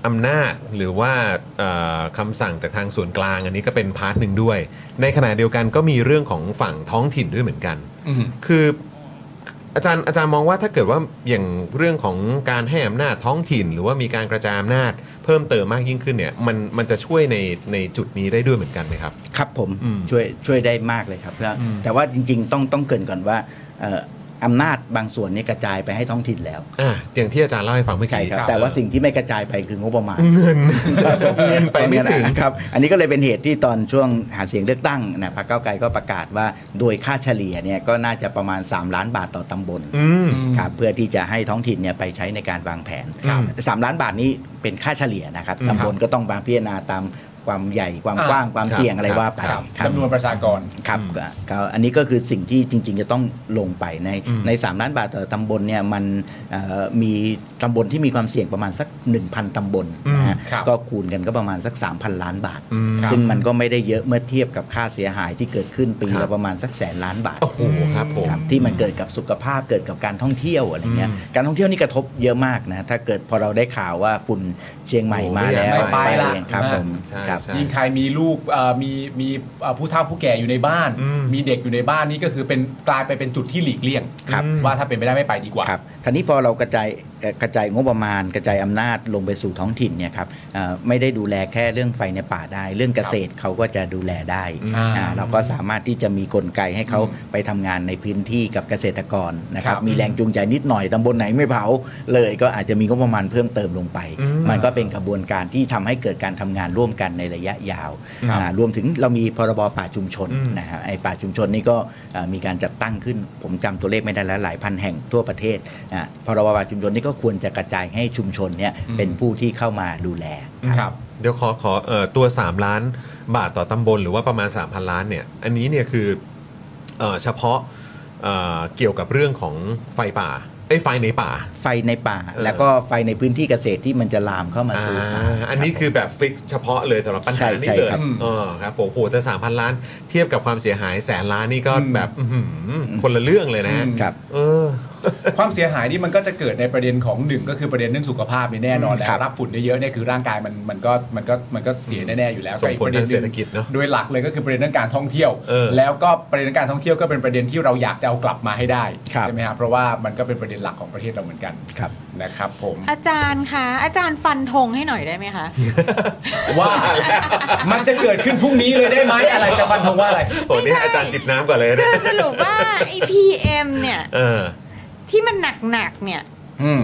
Speaker 2: อำนาจหรือว่าเอ่อคำสั่งจากทางส่วนกลาง อันนี้ก็เป็นพาร์ทหนึ่งด้วย ในขณะเดียวกันก็มีเรื่องของฝั่งท้องถิ่นด้วยเหมือนกัน คืออาจารย์อาจารย์มองว่าถ้าเกิดว่าอย่างเรื่องของการให้อำนาจท้องถิ่น หรือว่ามีการกระจายอำนาจเพิ่มเติมมากยิ่งขึ้นเนี่ยมันมันจะช่วยในในจุดนี้ได้ด้วยเหมือนกันไหมครับ
Speaker 8: ครับผม
Speaker 2: อืม
Speaker 8: ช่วยช่วยได้มากเลยครับแล้ว
Speaker 2: อืม
Speaker 8: แต่ว่าจริงๆต้องต้องเกรินก่อนว่าเอ่ออำนาจบางส่วนเนี่ยกระจายไปให้ท้องถิ่นแล้ว
Speaker 2: อ่ะอย่างที่อาจารย์เล่าให้ฟังเมื่อ
Speaker 8: ใช่
Speaker 2: กี้
Speaker 8: ครับแต่ว่าสิ่งที่ไม่กระจายไปคืองบประมาณ
Speaker 2: เงิน เงินไปไม่ถึง
Speaker 8: นะครับ อันนี้ก็เลยเป็นเหตุที่ตอนช่วงหาเสียงเลือกตั้งนะพรรคก้าวไกลก็ประกาศว่าโดยค่าเฉลี่ยเนี่ยก็น่าจะประมาณ 3 ล้านบาทต่อตำบล
Speaker 2: อืม
Speaker 8: ครับเพื่อที่จะให้ท้องถิ่นเนี่ยไปใช้ในการวางแผน
Speaker 2: ครับ
Speaker 8: สามล้านบาทนี้เป็นค่าเฉลี่ยนะครับ
Speaker 2: ครับ
Speaker 8: ตำบลก็ต้องบางพิจารณาตามความใหญ่ความ
Speaker 3: อ่าก ก
Speaker 8: ว้างความ
Speaker 2: ครับ
Speaker 8: เสี่ยงอะไรว่าไป
Speaker 3: ครับ
Speaker 8: ครับ
Speaker 3: จำนวนประชากร
Speaker 8: ครับก็ก็อันนี้ก็คือสิ่งที่จริง ๆ จะต้องลงไปใน
Speaker 2: อืม
Speaker 8: ใน 3 ล้านบาทต่อตำบลเนี่ยมันเอ่อมีตำบลที่มีความเสี่ยงประมาณสัก 1,000 ตำบลนะฮะ
Speaker 3: อืมครับ
Speaker 8: ก็คูณกันก็ประมาณสัก 3,000 ล้านบาท
Speaker 2: อืม
Speaker 8: ซึ่งมันก็ไม่ได้เยอะเมื่อเทียบกับค่าเสียหายที่เกิดขึ้นปี
Speaker 2: ครั
Speaker 8: ละ
Speaker 2: บ
Speaker 8: ประมาณสักแสนล้านบาท
Speaker 2: โอ้โหครับผม
Speaker 8: ครับที่มันเกิดกับสุขภาพเกิดกับการท่องเที่ยวอะไรเงี้ยการท่องเที่ยวนี่กระทบเยอะมากนะถ้าเกิดพอเราได้ข่าวว่าฝุ่นเชียงใหม่
Speaker 2: โอ้โห
Speaker 8: มาแล้ว
Speaker 3: ไม่ไปละ
Speaker 8: ครับผม
Speaker 2: ใช่
Speaker 8: ครับ
Speaker 2: ใช่
Speaker 3: ยิ่งใครมีลูกเอ่อมีมีเอ่อผู้เฒ่าผู้แก่อยู่ในบ้าน
Speaker 2: อืม
Speaker 3: มีเด็กอยู่ในบ้านนี่ก็คือเป็นกลายไปเป็นจุดที่หลีกเลี่ยง
Speaker 8: ครับ
Speaker 3: ว่าถ้าเป็นไปได้ไม่ไปดีกว่า
Speaker 8: ครับทีนี้พอเรากระจาย กระจายงบประมาณ กระจายอำนาจลงไปสู่ท้องถิ่นเนี่ยครับเอ่อไม่ได้ดูแลแค่เรื่องไฟในป่าได้ เรื่องเกษตรเขาก็จะดูแลได้อ่าเราก็สามารถที่จะมีกลไกให้เขาไปทำงานในพื้นที่กับเกษตรกรนะครับ
Speaker 3: ครับ
Speaker 8: มีแรงจูงใจนิดหน่อยตำบลไหนไม่เผาเลยก็อาจจะมีงบประมาณเพิ่มเติมลงไป มันก็เป็นกระบวนการที่ทำให้เกิดการทำงานร่วมกันในระยะยาว
Speaker 3: ครับ
Speaker 8: อ่ารวมถึงเรามีพรบป่าชุมชนนะฮะไอ้ป่าชุมชนนี่ก็เอ่อมีการจัดตั้งขึ้นผมจำตัวเลขไม่ได้แล้วหลายพันแห่งทั่วประเทศอ่ะพรบป่าชุมชนนี่ก็ควรจะกระจายให้ชุมชนเนี่ยเป็นผู้ที่เข้ามาดูแล
Speaker 3: ครับ
Speaker 1: เดี๋ยวขอขอเอ่อตัว 3 ล้านบาทต่อตำบลหรือว่าประมาณ 3,000 ล้านเนี่ย อันนี้เนี่ยคือเอ่อเฉพาะเอ่อเกี่ยวกับเรื่องของไฟป่าไอ้ยไฟในป่า
Speaker 8: ไฟในป่า
Speaker 1: เออ
Speaker 8: แล้วก็ไฟในพื้นที่เกษตรที่มันจะลามเข้ามา
Speaker 1: อ่า
Speaker 8: สู่ป่า
Speaker 1: อันนี้คือแบบฟิกเฉพาะเลยสำหรับปัญหา
Speaker 8: ใช่
Speaker 1: นี้
Speaker 8: ใช่
Speaker 1: เลย
Speaker 8: ครับ
Speaker 1: เออครับผมโหแต่3,000 ล้านเทียบกับความเสียหายแสนล้านนี่ก็แบบอื้อหือคนละเรื่องเลยนะฮะ
Speaker 3: อืม
Speaker 8: ครับ
Speaker 1: เออ
Speaker 3: ความเสียหายนี่มันก็จะเกิดในประเด็นของหนึ่งก็คือประเด็นเรื่องสุขภาพนี่แน่นอนแหละ
Speaker 8: ครับ
Speaker 3: รับฝุ่นเยอะๆเนี่ยคือร่างกายมันมันก็มันก็มันก็เสียแน่ๆอยู่แล้ว
Speaker 1: ส่งผลทาง
Speaker 3: ห
Speaker 1: เศรษฐกิจเนอะ
Speaker 3: โดยหลักเลยก็คือประเด็นเรื่องการท่องเที่ยว
Speaker 1: เออ
Speaker 3: แล้วก็ประเด็นเรื่องการท่องเที่ยวก็เป็นประเด็นที่เราอยากจะเอากลับมาให้ได้
Speaker 8: ครับ
Speaker 3: ใช่ไหมครับเพราะว่ามันก็เป็นประเด็นหลักของประเทศเราเหมือนกัน
Speaker 8: ครับ
Speaker 3: นะครับผม
Speaker 7: อาจารย์คะอาจารย์ฟันธงให้หน่อยได้ไหมคะ
Speaker 3: ว่ามันจะเกิดขึ้นพรุ่งนี้เลยได้ไหมอะไรจะฟันธงว่าอะไร
Speaker 1: โอ้นี่อาจารย์จิบน้ำก่อนเลย
Speaker 7: คื
Speaker 1: นะ
Speaker 7: อสรุปว่าไอพีเอ็มเนี่ย
Speaker 1: เอ อ
Speaker 7: ที่มันหนักๆเนี่ย
Speaker 3: อืม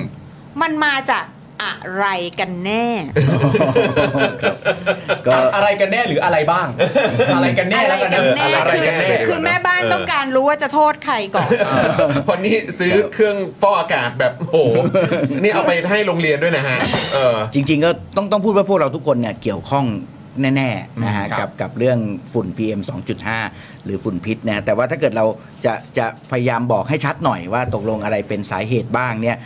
Speaker 7: มันมาจากอะไรกันแน่
Speaker 8: ก็
Speaker 3: อะไรกันแน่หรืออะไรบ้าง อะไรกันแน่แล้วกันนะอะไรกันแน่
Speaker 7: คือแม่บ้านต้องการรู้ว่าจะโทษใครก่อน
Speaker 1: เพราะนี่ซื้อเครื่องฟอกอากาศแบบโห นี่เอาไปให้โรงเรียนด้วยนะฮะ เออ
Speaker 8: จริงๆก็ต้องต้องพูดว่าพวกเราทุกคนเนี่ยเกี่ยวข้องแน่ๆนะฮะ
Speaker 3: อืมครั
Speaker 8: กับ บกับเรื่องฝุ่น PM 2.5 หรือฝุ่นพิษนะแต่ว่าถ้าเกิดเราจะจะพยายามบอกให้ชัดหน่อยว่าตกลงอะไรเป็นสาเหตุบ้างเนี่ย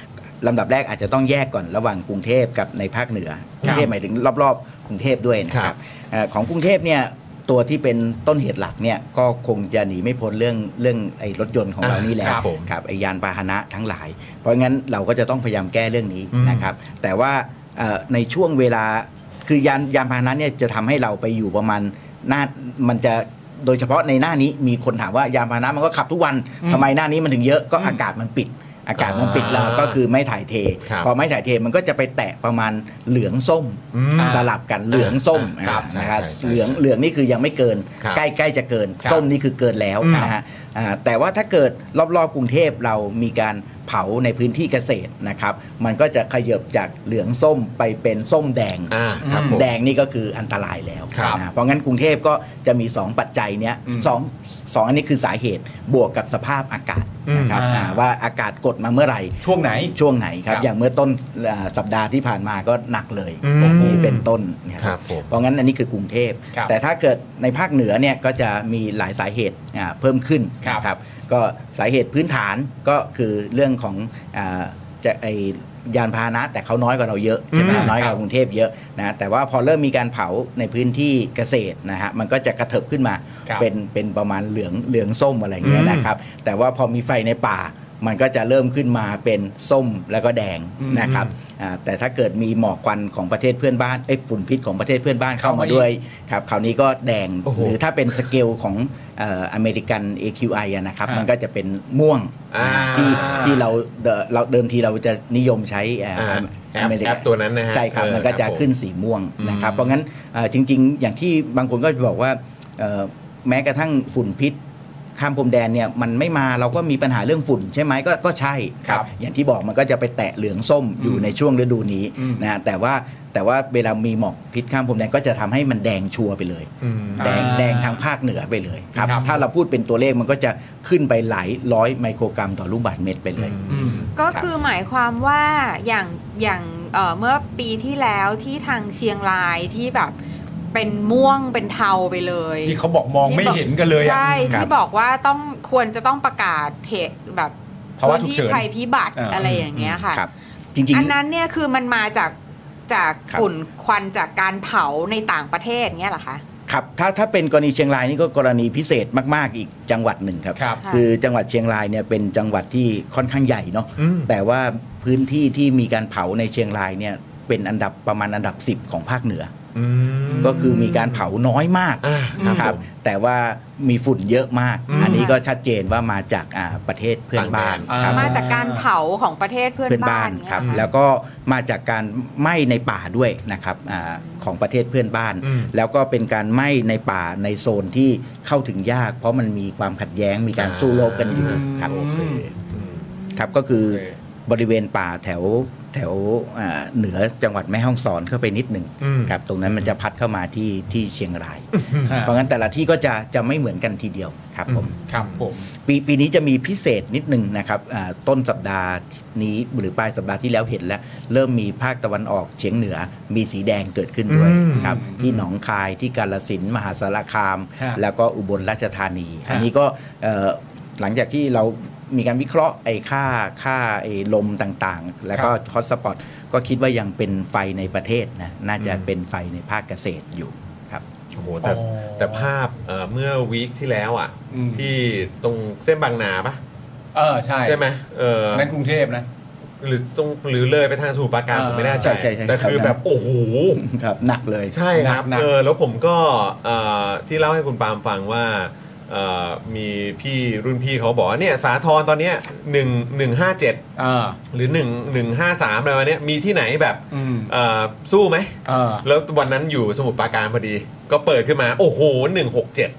Speaker 8: ลำดับแรกอาจจะต้องแยกก่อนระหว่างกรุงเทพกับในภาคเหนือกรุงเทพหมายถึงรอบๆ กรุงเทพด้วยนะค
Speaker 1: ครั
Speaker 8: รั
Speaker 1: บบ
Speaker 8: เอ่อของกรุงเทพเนี่ยตัวที่เป็นต้นเหตุหลักเนี่ยก็คงจะหนีไม่พ้นเรื่องเรื่องไอ้รถยนต์ของเรานี่แหละ
Speaker 1: ครับผม
Speaker 8: กับไอยานพาหนะทั้งหลาย เพราะงั้นเราก็จะต้องพยายามแก้เรื่องนี้
Speaker 1: อืม
Speaker 8: นะครับ แต่ว่าเอ่อในช่วงเวลาคือยานยานพาหนะเนี่ยจะทำให้เราไปอยู่ประมาณหน้ามันจะโดยเฉพาะในหน้านี้มีคนถามว่ายานพาหนะมันก็ขับทุกวันทำไมหน้านี้มันถึงเยอะก็อากาศมันปิด อากาศมันปิดเราก็คือไม่ถ่ายเท
Speaker 1: ครับ
Speaker 8: พอไม่ถ่ายเทมันก็จะไปแตะประมาณเหลืองส้ม
Speaker 1: อืม
Speaker 8: สลับกันเหลืองส้ม
Speaker 1: ครับใช่
Speaker 8: นะครับ
Speaker 1: ใช่ใช่
Speaker 8: เหลืองเหลืองนี่คือยังไม่เกิน
Speaker 1: ครับ
Speaker 8: ใกล้ใกล้จะเกิน
Speaker 1: ครับ
Speaker 8: ส้มนี่คือเกินแล้วนะฮะ อ่าแต่ว่าถ้าเกิดรอบๆกรุงเทพเรามีการเผาในพื้นที่เกษตรนะครับ มันก็จะขยบจากเหลืองส้มไปเป็นส้มแดง
Speaker 1: อ่าครับผม
Speaker 8: แดงนี่ก็คืออันตรายแล้ว
Speaker 1: ครับ
Speaker 8: นะเพราะงั้นกรุงเทพก็จะมี 2 ปัจจัยเนี้ยสองสองอันนี้คือสาเหตุบวกกับสภาพอากาศนะครับ
Speaker 3: อืม
Speaker 8: อ่าว่าอากาศกดมาเมื่อไหร่
Speaker 3: ช่วงไหน
Speaker 8: ช่วงไหนครับ
Speaker 3: ครับ
Speaker 8: อย่างเมื่อต้นเอ่อสัปดาห์ที่ผ่านมาก็หนักเลย
Speaker 1: อืม
Speaker 8: นี่เป็นต้นนะค
Speaker 1: ครั
Speaker 8: รั
Speaker 1: บบ ผม
Speaker 8: เพราะงั้นอันนี้คือกรุงเทพ
Speaker 3: ครับ
Speaker 8: แต่ถ้าเกิดในภาคเหนือเนี่ยก็จะมีหลายสาเหตุอ่าเพิ่มขึ้น
Speaker 3: ครับ
Speaker 8: นะครับก็สาเหตุพื้นฐานก็คือเรื่องของอาจะไอยานพาหนะ แต่เขาน้อยกว่าเราเยอะใช่ไหม
Speaker 3: อืม
Speaker 8: น้อยก
Speaker 3: ครั
Speaker 8: ว่า
Speaker 3: บ
Speaker 8: กรุงเทพเยอะนะแต่ว่าพอเริ่มมีการเผาในพื้นที่เกษตรนะฮะมันก็จะกระเถิบขึ้นมา
Speaker 3: ครับ
Speaker 8: เป็นเป็นประมาณเหลืองเหลืองส้มอะไรอย่างเงี้ยนะครับ แต่ว่าพอมีไฟในป่า มันก็จะเริ่มขึ้นมาเป็นส้มแล้วก็แดงนะครับอ่าแต่ถ้าเกิดมีหมอกควันของประเทศเพื่อนบ้านเอ้ยฝุ่นพิษของประเทศเพื่อนบ้านเข้ามาด้วยครับคราวนี้ก็แดง
Speaker 1: โอ้โห
Speaker 8: หรือถ้าเป็นสเกลของเอ่อเมริกัน AQI อะนะครับ
Speaker 3: อ่ามั
Speaker 8: มันก็จะเป็นม่วง
Speaker 1: อ่า
Speaker 8: ที่ที่เราเดิเราเดิมทีเราจะนิยมใช้เอ่อ
Speaker 1: อ่าแอป
Speaker 8: เมริ
Speaker 1: แอปตัวนั้นนะฮะ
Speaker 8: ใช่ครับ
Speaker 1: เออ
Speaker 8: มันก็
Speaker 1: ค
Speaker 8: จะ
Speaker 1: รับผม
Speaker 8: ขึ้นสีม่วงนะครับ เพราะงั้นเอ่อจริง ๆ อย่างที่บางคนก็จะบอกว่าเอ่อแม้กระทั่งฝุ่นพิษ ข้ามพรมแดนเนี่ยมันไม่มาเราก็มีปัญหาเรื่องฝุ่นใช่ไหมก็ก็ใช่
Speaker 3: ครับ
Speaker 8: อย่างที่บอกมันก็จะไปแตะเหลืองส้มอยู่ในช่วงฤดูนี้
Speaker 3: อืม
Speaker 8: นะแต่ว่าแต่ว่าเวลามีหมอกพิษข้ามพรมแดนก็จะทำให้มันแดงชัวร์ไปเลย
Speaker 1: อืม
Speaker 8: แดง
Speaker 3: อ่า
Speaker 8: แดงทางภาคเหนือไปเลยครับ
Speaker 3: ครับ
Speaker 8: ถ้าเราพูดเป็นตัวเลขมันก็จะขึ้นไปหลายร้อยไมโครกรัมต่อลูกบาศก์เมตรไปเลย
Speaker 3: อืม
Speaker 7: ก็คือหมายความว่าอย่างอย่างเอ่อเมื่อปีที่แล้วที่ทางเชียงรายที่แบบเป็นม่วงเป็นเทาไปเลย
Speaker 3: ที่เขาบอกมองไม่เห็นกันเลยอะ
Speaker 7: ใช่
Speaker 8: ครับ
Speaker 7: ที่บอกว่าต้องควรจะต้องประกาศเพจแบบ
Speaker 3: ภาวะฉุกเฉิน
Speaker 7: พื้นที่ภัยพิบัติ
Speaker 3: อ่า
Speaker 7: อะไรอย่างเงี้ยค่ะ
Speaker 8: ครับจริง
Speaker 7: อันนั้นเนี่ยคือมันมาจากจาก
Speaker 8: ครับ
Speaker 7: ฝุ่นควันจากการเผาในต่างประเทศเงี้ยเหรอคะ
Speaker 8: ๆครับถ้าถ้าเป็นกรณีเชียงรายนี่ก็กรณีพิเศษมากๆอีกจังหวัดหนึ่งครับ
Speaker 3: ครับ
Speaker 7: ค่ะ
Speaker 8: คือจังหวัดเชียงรายเนี่ยเป็นจังหวัดที่ค่อนข้างใหญ่เนาะ
Speaker 1: อืม
Speaker 8: แต่ว่าพื้นที่ที่มีการเผาในเชียงรายเนี่ยเป็นอันดับประมาณอันดับ 10 ของภาคเหนือ ก็คือมีการเผาน้อยมาก
Speaker 2: อ่าครับ
Speaker 8: นะครับ
Speaker 2: ผม
Speaker 8: แต่ว่ามีฝุ่นเยอะมาก อันนี้ก็ชัดเจนว่ามาจากอ่าประเทศเพื่อนบ้าน
Speaker 2: ต่างแดน
Speaker 8: ครับ
Speaker 7: มาจากการเผาของประเทศเพื่อน
Speaker 8: เพื่อน
Speaker 7: บ้า
Speaker 8: บ้าน นครับ
Speaker 7: เนี่ย
Speaker 8: แล้วก็มาจากการไหม้ในป่าด้วยนะครับอาของประเทศเพื่อนบ้าน
Speaker 2: อืม
Speaker 8: แล้วก็เป็นการไหม้ในป่าในโซนที่เข้าถึงยาก เพราะมันมีความขัดแย้งมีการสู้รบกันอยู่
Speaker 2: อืม
Speaker 8: ครับ
Speaker 3: โอเค
Speaker 8: ครับก็คือ
Speaker 3: โอเค
Speaker 8: บริเวณป่าแถวแถวอ่าเหนือจังหวัดแม่ฮ่องสอนเข้าไปนิดหนึ่ง
Speaker 2: อืม
Speaker 8: ครับตรงนั้นมันจะพัดเข้ามาที่ที่เชียงราย เพราะงั้นแต่ละที่ก็จะจะไม่เหมือนกันทีเดียวครับผม
Speaker 3: ครับผม
Speaker 8: ปีปีนี้จะมีพิเศษนิดหนึ่งนะครับอ่าต้นสัปดาห์นี้หรือปลายสัปดาห์ที่แล้วเห็นแล้ว เริ่มมีภาคตะวันออกเฉียงเหนือ มีสีแดงเกิดขึ้นด้วย
Speaker 2: อืม
Speaker 8: ครับที่หนองคายที่กาลสินธุ์มหาสารคาม
Speaker 3: ฮะ
Speaker 8: แล้วก็อุบลราชธานี
Speaker 3: ฮะ
Speaker 8: อันนี้ก็เอ่อหลังจากที่เรามีการวิเคราะห์ไอ้ค่าค่าไอ้ลมต่างๆ แล้วก็ฮอตสปอตก็คิดว่ายังเป็นไฟในประเทศนะน่าจะเป็นไฟในภาคเกษตรอยู่ครับ
Speaker 2: โอ้โหแต่
Speaker 3: อ๋อ
Speaker 2: แต่ภาพเอ่อเมื่อวีคที่แล้วอ่ะ
Speaker 3: อืม
Speaker 2: ที่ตรงเส้นบางนาปะ
Speaker 3: เออใช่
Speaker 2: ใช่ไหมเออ
Speaker 3: นั่นกรุงเทพนะ
Speaker 2: หรือตรงหรือเลยไปทางสมุทรปราการ
Speaker 3: อ่า
Speaker 2: ผมไม่แน่ใจ
Speaker 8: ใช่ใช่ใช่
Speaker 2: แต่คือ
Speaker 8: ครับ
Speaker 2: แบบโอ้โห
Speaker 8: ครับหนักเลย
Speaker 2: ใช่ครับ
Speaker 3: หนักๆ
Speaker 2: เออแล้วผมก็เอ่อที่เล่าให้คุณปาล์มฟังว่าเอ่อมีพี่รุ่นพี่เขาบอกว่าเนี่ยสาทรตอนเนี้ยหนึ่งหนึ่งห้าเจ็ด
Speaker 3: เออ
Speaker 2: หรือหนึ่งหนึ่งห้าสามอะไรวะเนี้ยมีที่ไหนแบบ
Speaker 3: อืม
Speaker 2: เอ่อสู้ไหม
Speaker 3: เออ
Speaker 2: แล้ววันนั้นอยู่สมุทรปราการพอดี ก็เปิดขึ้นมา โอ้โหหนึ่งหกเจ็ด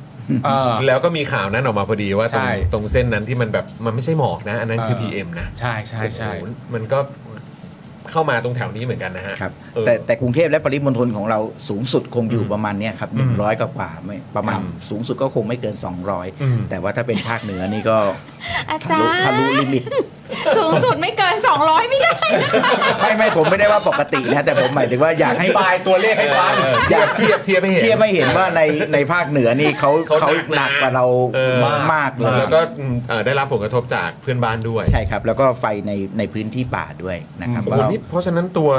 Speaker 3: เออ
Speaker 2: แล้วก็มีข่าวนั้นออกมาพอดีว่าตร
Speaker 3: ใช่
Speaker 2: งตรงเส้นนั้นที่มันแบบมันไม่ใช่หมอกนะ อันนั้นคือ
Speaker 3: เออ
Speaker 2: PM นะ
Speaker 3: ใช่ใช่ใช่
Speaker 2: โอ้โหมันก็เข้ามาตรงแถวนี้เหมือนกันนะฮะ
Speaker 8: ครับ
Speaker 2: เออ
Speaker 8: แต่แต่กรุงเทพและปริมณฑลของเราสูงสุดคงอยู่ประมาณเนี้ยครับ
Speaker 2: อื
Speaker 8: หนึ่
Speaker 2: ม
Speaker 8: งร้อยกว่าๆไม่ประมาณ
Speaker 2: ครับ
Speaker 8: สูงสุดก็คงไม่เกิน
Speaker 2: อืม
Speaker 8: 200 แต่ว่าถ้าเป็นภาคเหนือนี่ก็
Speaker 7: อา
Speaker 8: ทะ
Speaker 7: จารย์
Speaker 8: ลุทะลุลิมิต
Speaker 7: สูงสุดไม่เกิน 200 ไม่ได้นะคะ
Speaker 8: ไม่ไม่ผมไม่ได้ว่าปกตินะแต่ผมหมายถึงว่าอยากให้
Speaker 3: ปลายตัวเลขให้ฟัง
Speaker 2: เออเทียบเทียบเทียบไม่เห็น
Speaker 8: เทียบไม่เห็นว่าในในภาคเหนือนี่เขา
Speaker 2: เขา
Speaker 8: เขา
Speaker 2: ห
Speaker 8: ห
Speaker 2: นั
Speaker 8: นั
Speaker 2: ก
Speaker 8: ก
Speaker 2: นะ
Speaker 8: กว่าเรา
Speaker 2: เออ
Speaker 8: มากเลย
Speaker 2: แล้วก็เอ่อได้รับผลกระทบจากเพื่อนบ้านด้วย
Speaker 8: ใช่ครับ แล้วก็ไฟในในพื้นที่ป่าด้วยนะครับ
Speaker 2: โอ้
Speaker 8: ว่า
Speaker 2: โห
Speaker 8: เรา
Speaker 2: นี่เพราะฉะนั้นตัว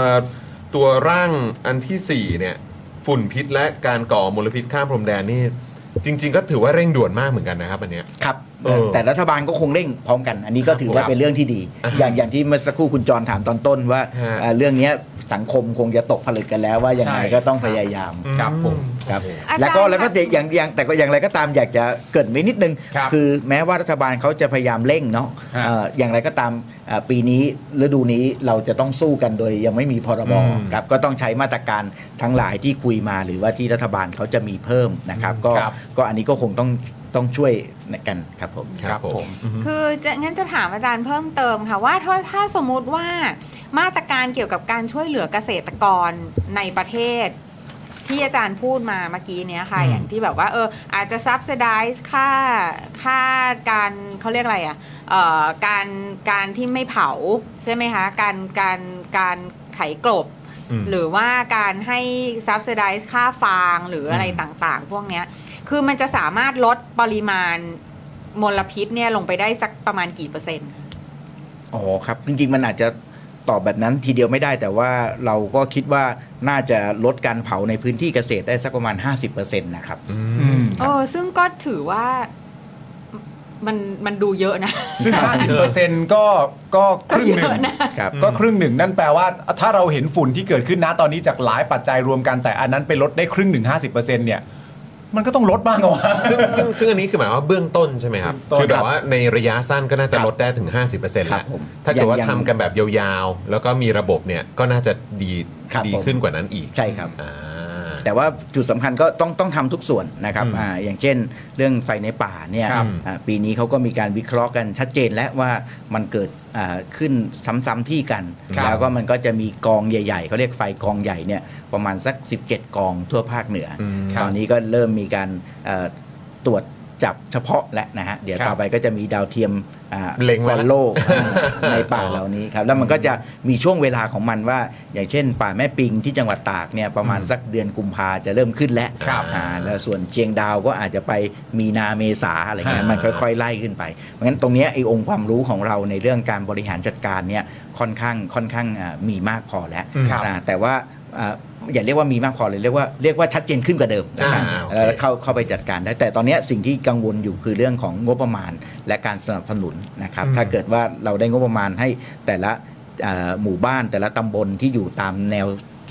Speaker 2: ตัวร่างอันทีสี่4เนี่ย ฝุ่นพิษและการก่อมลพิษข้ามพรมแดนนี่ จริง ๆ ก็ถือว่าเร่งด่วนมากเหมือนกันนะครับอันเนี้ย
Speaker 8: ครับ
Speaker 2: เออ
Speaker 8: แต่รัฐบาลก็คงเร่งพร้อมกัน อันนี้ก็ถือว่า
Speaker 2: ครับ
Speaker 8: เป็นเรื่องที่ดี
Speaker 2: อ่าฮะ
Speaker 8: อย่างอย่างที่เมื่อสักครู่คุณจรถามตอนต้นว่า
Speaker 2: ฮะ
Speaker 8: เอ่อเรื่องเนี้ยสังคมคงจะตกผลึกกันแล้วว่ายังไง
Speaker 3: ใช่
Speaker 8: ก็ต้องพยายาม
Speaker 3: ครับผม
Speaker 8: ครับ
Speaker 7: อาจารย์
Speaker 8: แล้วก็แล้วก็อย่างอย่างแต่ก็อย่างไรก็ตามอยากจะเกริดไว้นิดนึง
Speaker 3: ครับ
Speaker 8: อแม้ว่ารัฐบาลเขาจะพยายามเร่งเนาะ
Speaker 3: ฮะ
Speaker 8: เอ่ออย่างไรก็ตามเอ่อปีนี้ฤดูนี้เราจะต้องสู้กันโดยยังไม่มีพรบ
Speaker 2: อืม
Speaker 8: ครับก็ต้องใช้มาตรการทั้งหลายที่คุยมาหรือว่าที่รัฐบาลเขาจะมีเพิ่มนะครับ ก็
Speaker 3: ครับ
Speaker 8: ก็อันนี้ก็คงต้องต้องช่วยกันครับผม
Speaker 3: ครับผม
Speaker 7: คือจะงั้นจะถามอาจารย์เพิ่มเติมค่ะว่าถ้าถ้าสมมุติว่ามาตรการเกี่ยวกับการช่วยเหลือเกษตรกรในประเทศ ที่อาจารย์พูดมาเมื่อกี้เนี้ยค่ะ อย่างที่แบบว่าเอออาจจะซับ i ิ i z e ค่าค่าการเขาเรียกอะไรอ่ะเอ่อการการที่ไม่เผาใช่ไหมคะการการการไถกลบ
Speaker 2: อืม
Speaker 7: หรือว่าการให้ซับ i ิ i z e ค่าฟางหรืออะไรต่างๆ พวกเนี้ย คือมันจะสามารถลดปริมาณมลพิษเนี่ยลงไปได้สักประมาณกี่เปอร์เซ็นต์
Speaker 8: อ๋อครับ จริง ๆ มันอาจจะตอบแบบนั้นทีเดียวไม่ได้แต่ว่าเราก็คิดว่าน่าจะลดการเผาในพื้นที่เกษตรได้สักประมาณ 50%นะครับ
Speaker 7: เออ ซึ่งก็ถือว่ามันมันดูเยอะนะ
Speaker 3: ซึ่ง 50%ก็ก็ครึ่งหนึ่
Speaker 7: ก็เย
Speaker 3: ง
Speaker 7: อะนะ
Speaker 8: ครับ
Speaker 3: ก็ครึ่งหนึ่งนั่นแปลว่า ถ้าเราเห็นฝุ่นที่เกิดขึ้นนะตอนนี้จากหลายปัจจัยรวมกันแต่อันนั้นไปลดได้ครึ่งหนึ่ง50%เนี่ย มันก็ต้องลดบ้างเอาวะ
Speaker 2: ซึ่งซึ่งซึ่งอันนี้คือหมายความว่าเบื้องต้นใช่ไหมครับ
Speaker 3: ต้น
Speaker 2: คือแบบว่าในระยะสั้นก็น่าจะลดได้ถึง 50%
Speaker 8: ครั
Speaker 2: แล้ว
Speaker 8: บผม
Speaker 2: ถ้าเกิดว่า
Speaker 8: ยัง
Speaker 2: ทำกันแบบยาวๆ แล้วก็มีระบบเนี่ยก็น่าจะดี
Speaker 8: ครับ
Speaker 2: ดี
Speaker 8: ผม
Speaker 2: ขึ้นกว่านั้นอีก
Speaker 8: ใช่ครับ
Speaker 2: อ่า
Speaker 8: แต่ว่าจุดสำคัญก็ต้องต้องทำทุกส่วนนะครับ
Speaker 2: อืม
Speaker 8: อาอย่างเช่นเรื่องไฟในป่าเนี่ย
Speaker 2: ครับ
Speaker 8: อ่าปีนี้เขาก็มีการวิเคราะห์กันชัดเจนแล้วว่ามันเกิดอ่าขึ้นซ้ำๆที่กัน
Speaker 2: ครับ
Speaker 8: แล้วก็มันก็จะมีกองใหญ่ๆเขาเรียกไฟกองใหญ่เนี่ยประมาณสัก 17 กองทั่วภาคเหนืออ
Speaker 2: ม
Speaker 8: ตอนนี้ก็เริ่มมีการเอ่อตรวจจับเฉพาะและนะฮะเดี๋ยว
Speaker 3: ครับ
Speaker 8: ต่อไปก็จะมีดาวเทียม
Speaker 2: เล็งไว้
Speaker 8: ฟ
Speaker 2: ละ
Speaker 8: อลโลในป่า
Speaker 2: อ๋อ
Speaker 8: เรา เหล่านี้ครับแล้วมันก็จะมีช่วงเวลาของมันว่า อย่างเช่น ป่าแม่ปิงที่จังหวัดตากเนี่ยประมาณสักเดือนกุมภาจะเริ่มขึ้นแล้ว
Speaker 3: ครับ
Speaker 8: อ่าแล้วส่วนเชียงดาวก็อาจจะไปมีนาเมษาอะไรเงี้ย
Speaker 2: อ่ามั
Speaker 8: มันค่อยๆไล่ขึ้นไปเพราะฉะนั้นตรงเนี้ยไอ้องค์ความรู้ของเราในเรื่องการบริหารจัดการเนี่ยค่อนข้างค่อนข้างอ่ามีมากพอแล้ว
Speaker 3: ครับ
Speaker 8: อ่าแต่ว่าอ่าอย่าเรียกว่ามีมากพอเลยเรียกว่าเรียกว่าชัดเจนขึ้นกว่าเดิมนะครับ
Speaker 2: อ่าโอเค
Speaker 8: เอ่อ เข้าเข้าไปจัดการได้แต่ตอนเนี้ยสิ่งที่กังวลอยู่คือเรื่องของงบประมาณและการสนับสนุนนะครับถ้าเกิดว่าเราได้งบประมาณให้แต่ละเอ่อหมู่บ้านแต่ละตำบลที่อยู่ตามแนว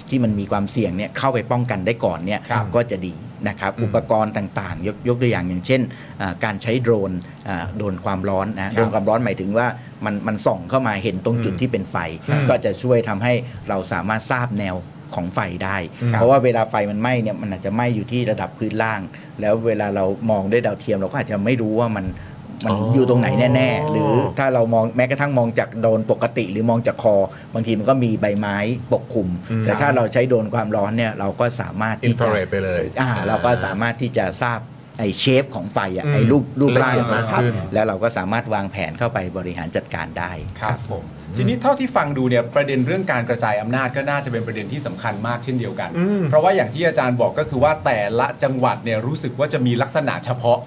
Speaker 8: ที่มันมีความเสี่ยงเนี่ยเข้าไปป้องกันได้ก่อนเนี่ย
Speaker 3: ครับ
Speaker 8: ก็จะดีนะครับอุปกรณ์ต่างๆ ยกยกตัวอย่างอย่างเช่นอ่าการใช้โดรนอ่าโดรนความร้อนนะโดรนความร้อนหมายถึงว่ามันมันส่องเข้ามาเห็นตรงจุดที่เป็นไฟ
Speaker 3: ครับ
Speaker 8: ก็จะช่วยทำให้เราสามารถทราบแนวของไฟได้
Speaker 3: ครับ
Speaker 8: เพราะว่าเวลาไฟมันไหม้เนี่ยมันอาจจะไหม้อยู่ที่ระดับพื้นล่าง แล้วเวลาเรามองด้วยดาวเทียมเราก็อาจจะไม่รู้ว่ามันมัน
Speaker 1: อ๋ออ
Speaker 8: อยู่ตรงไหนแน่ๆหรือ ถ้าเรามองแม้กระทั่งมองจากโดรนปกติ หรือมองจากคอ บางทีมันก็มีใบไม้ปกคลุม แต่ถ้าเราใช้โดรนความร้อนเนี่ยเราก็สามารถ
Speaker 2: อิน
Speaker 8: ที่
Speaker 2: ฟรา
Speaker 8: จะ
Speaker 2: เรดไปเลย
Speaker 8: อ่าเราก็สามารถที่จะทราบไอ้เชฟของไฟอ่ะ
Speaker 2: อืม
Speaker 8: ไอ้รูปรูปร่าง
Speaker 2: ละเอียดมาก
Speaker 8: ครับ
Speaker 2: ขึ้น
Speaker 8: แล้วเราก็สามารถวางแผนเข้าไปบริหารจัดการได้
Speaker 3: ครับผมทีนี้เท่าที่ฟังดูเนี่ยประเด็นเรื่องการกระจายอำนาจก็น่าจะเป็นประเด็นที่สำคัญมากเช่นเดียวกัน เพราะว่าอย่างที่อาจารย์บอกก็คือว่าแต่ละจังหวัดเนี่ยรู้สึกว่าจะมีลักษณะเฉพาะ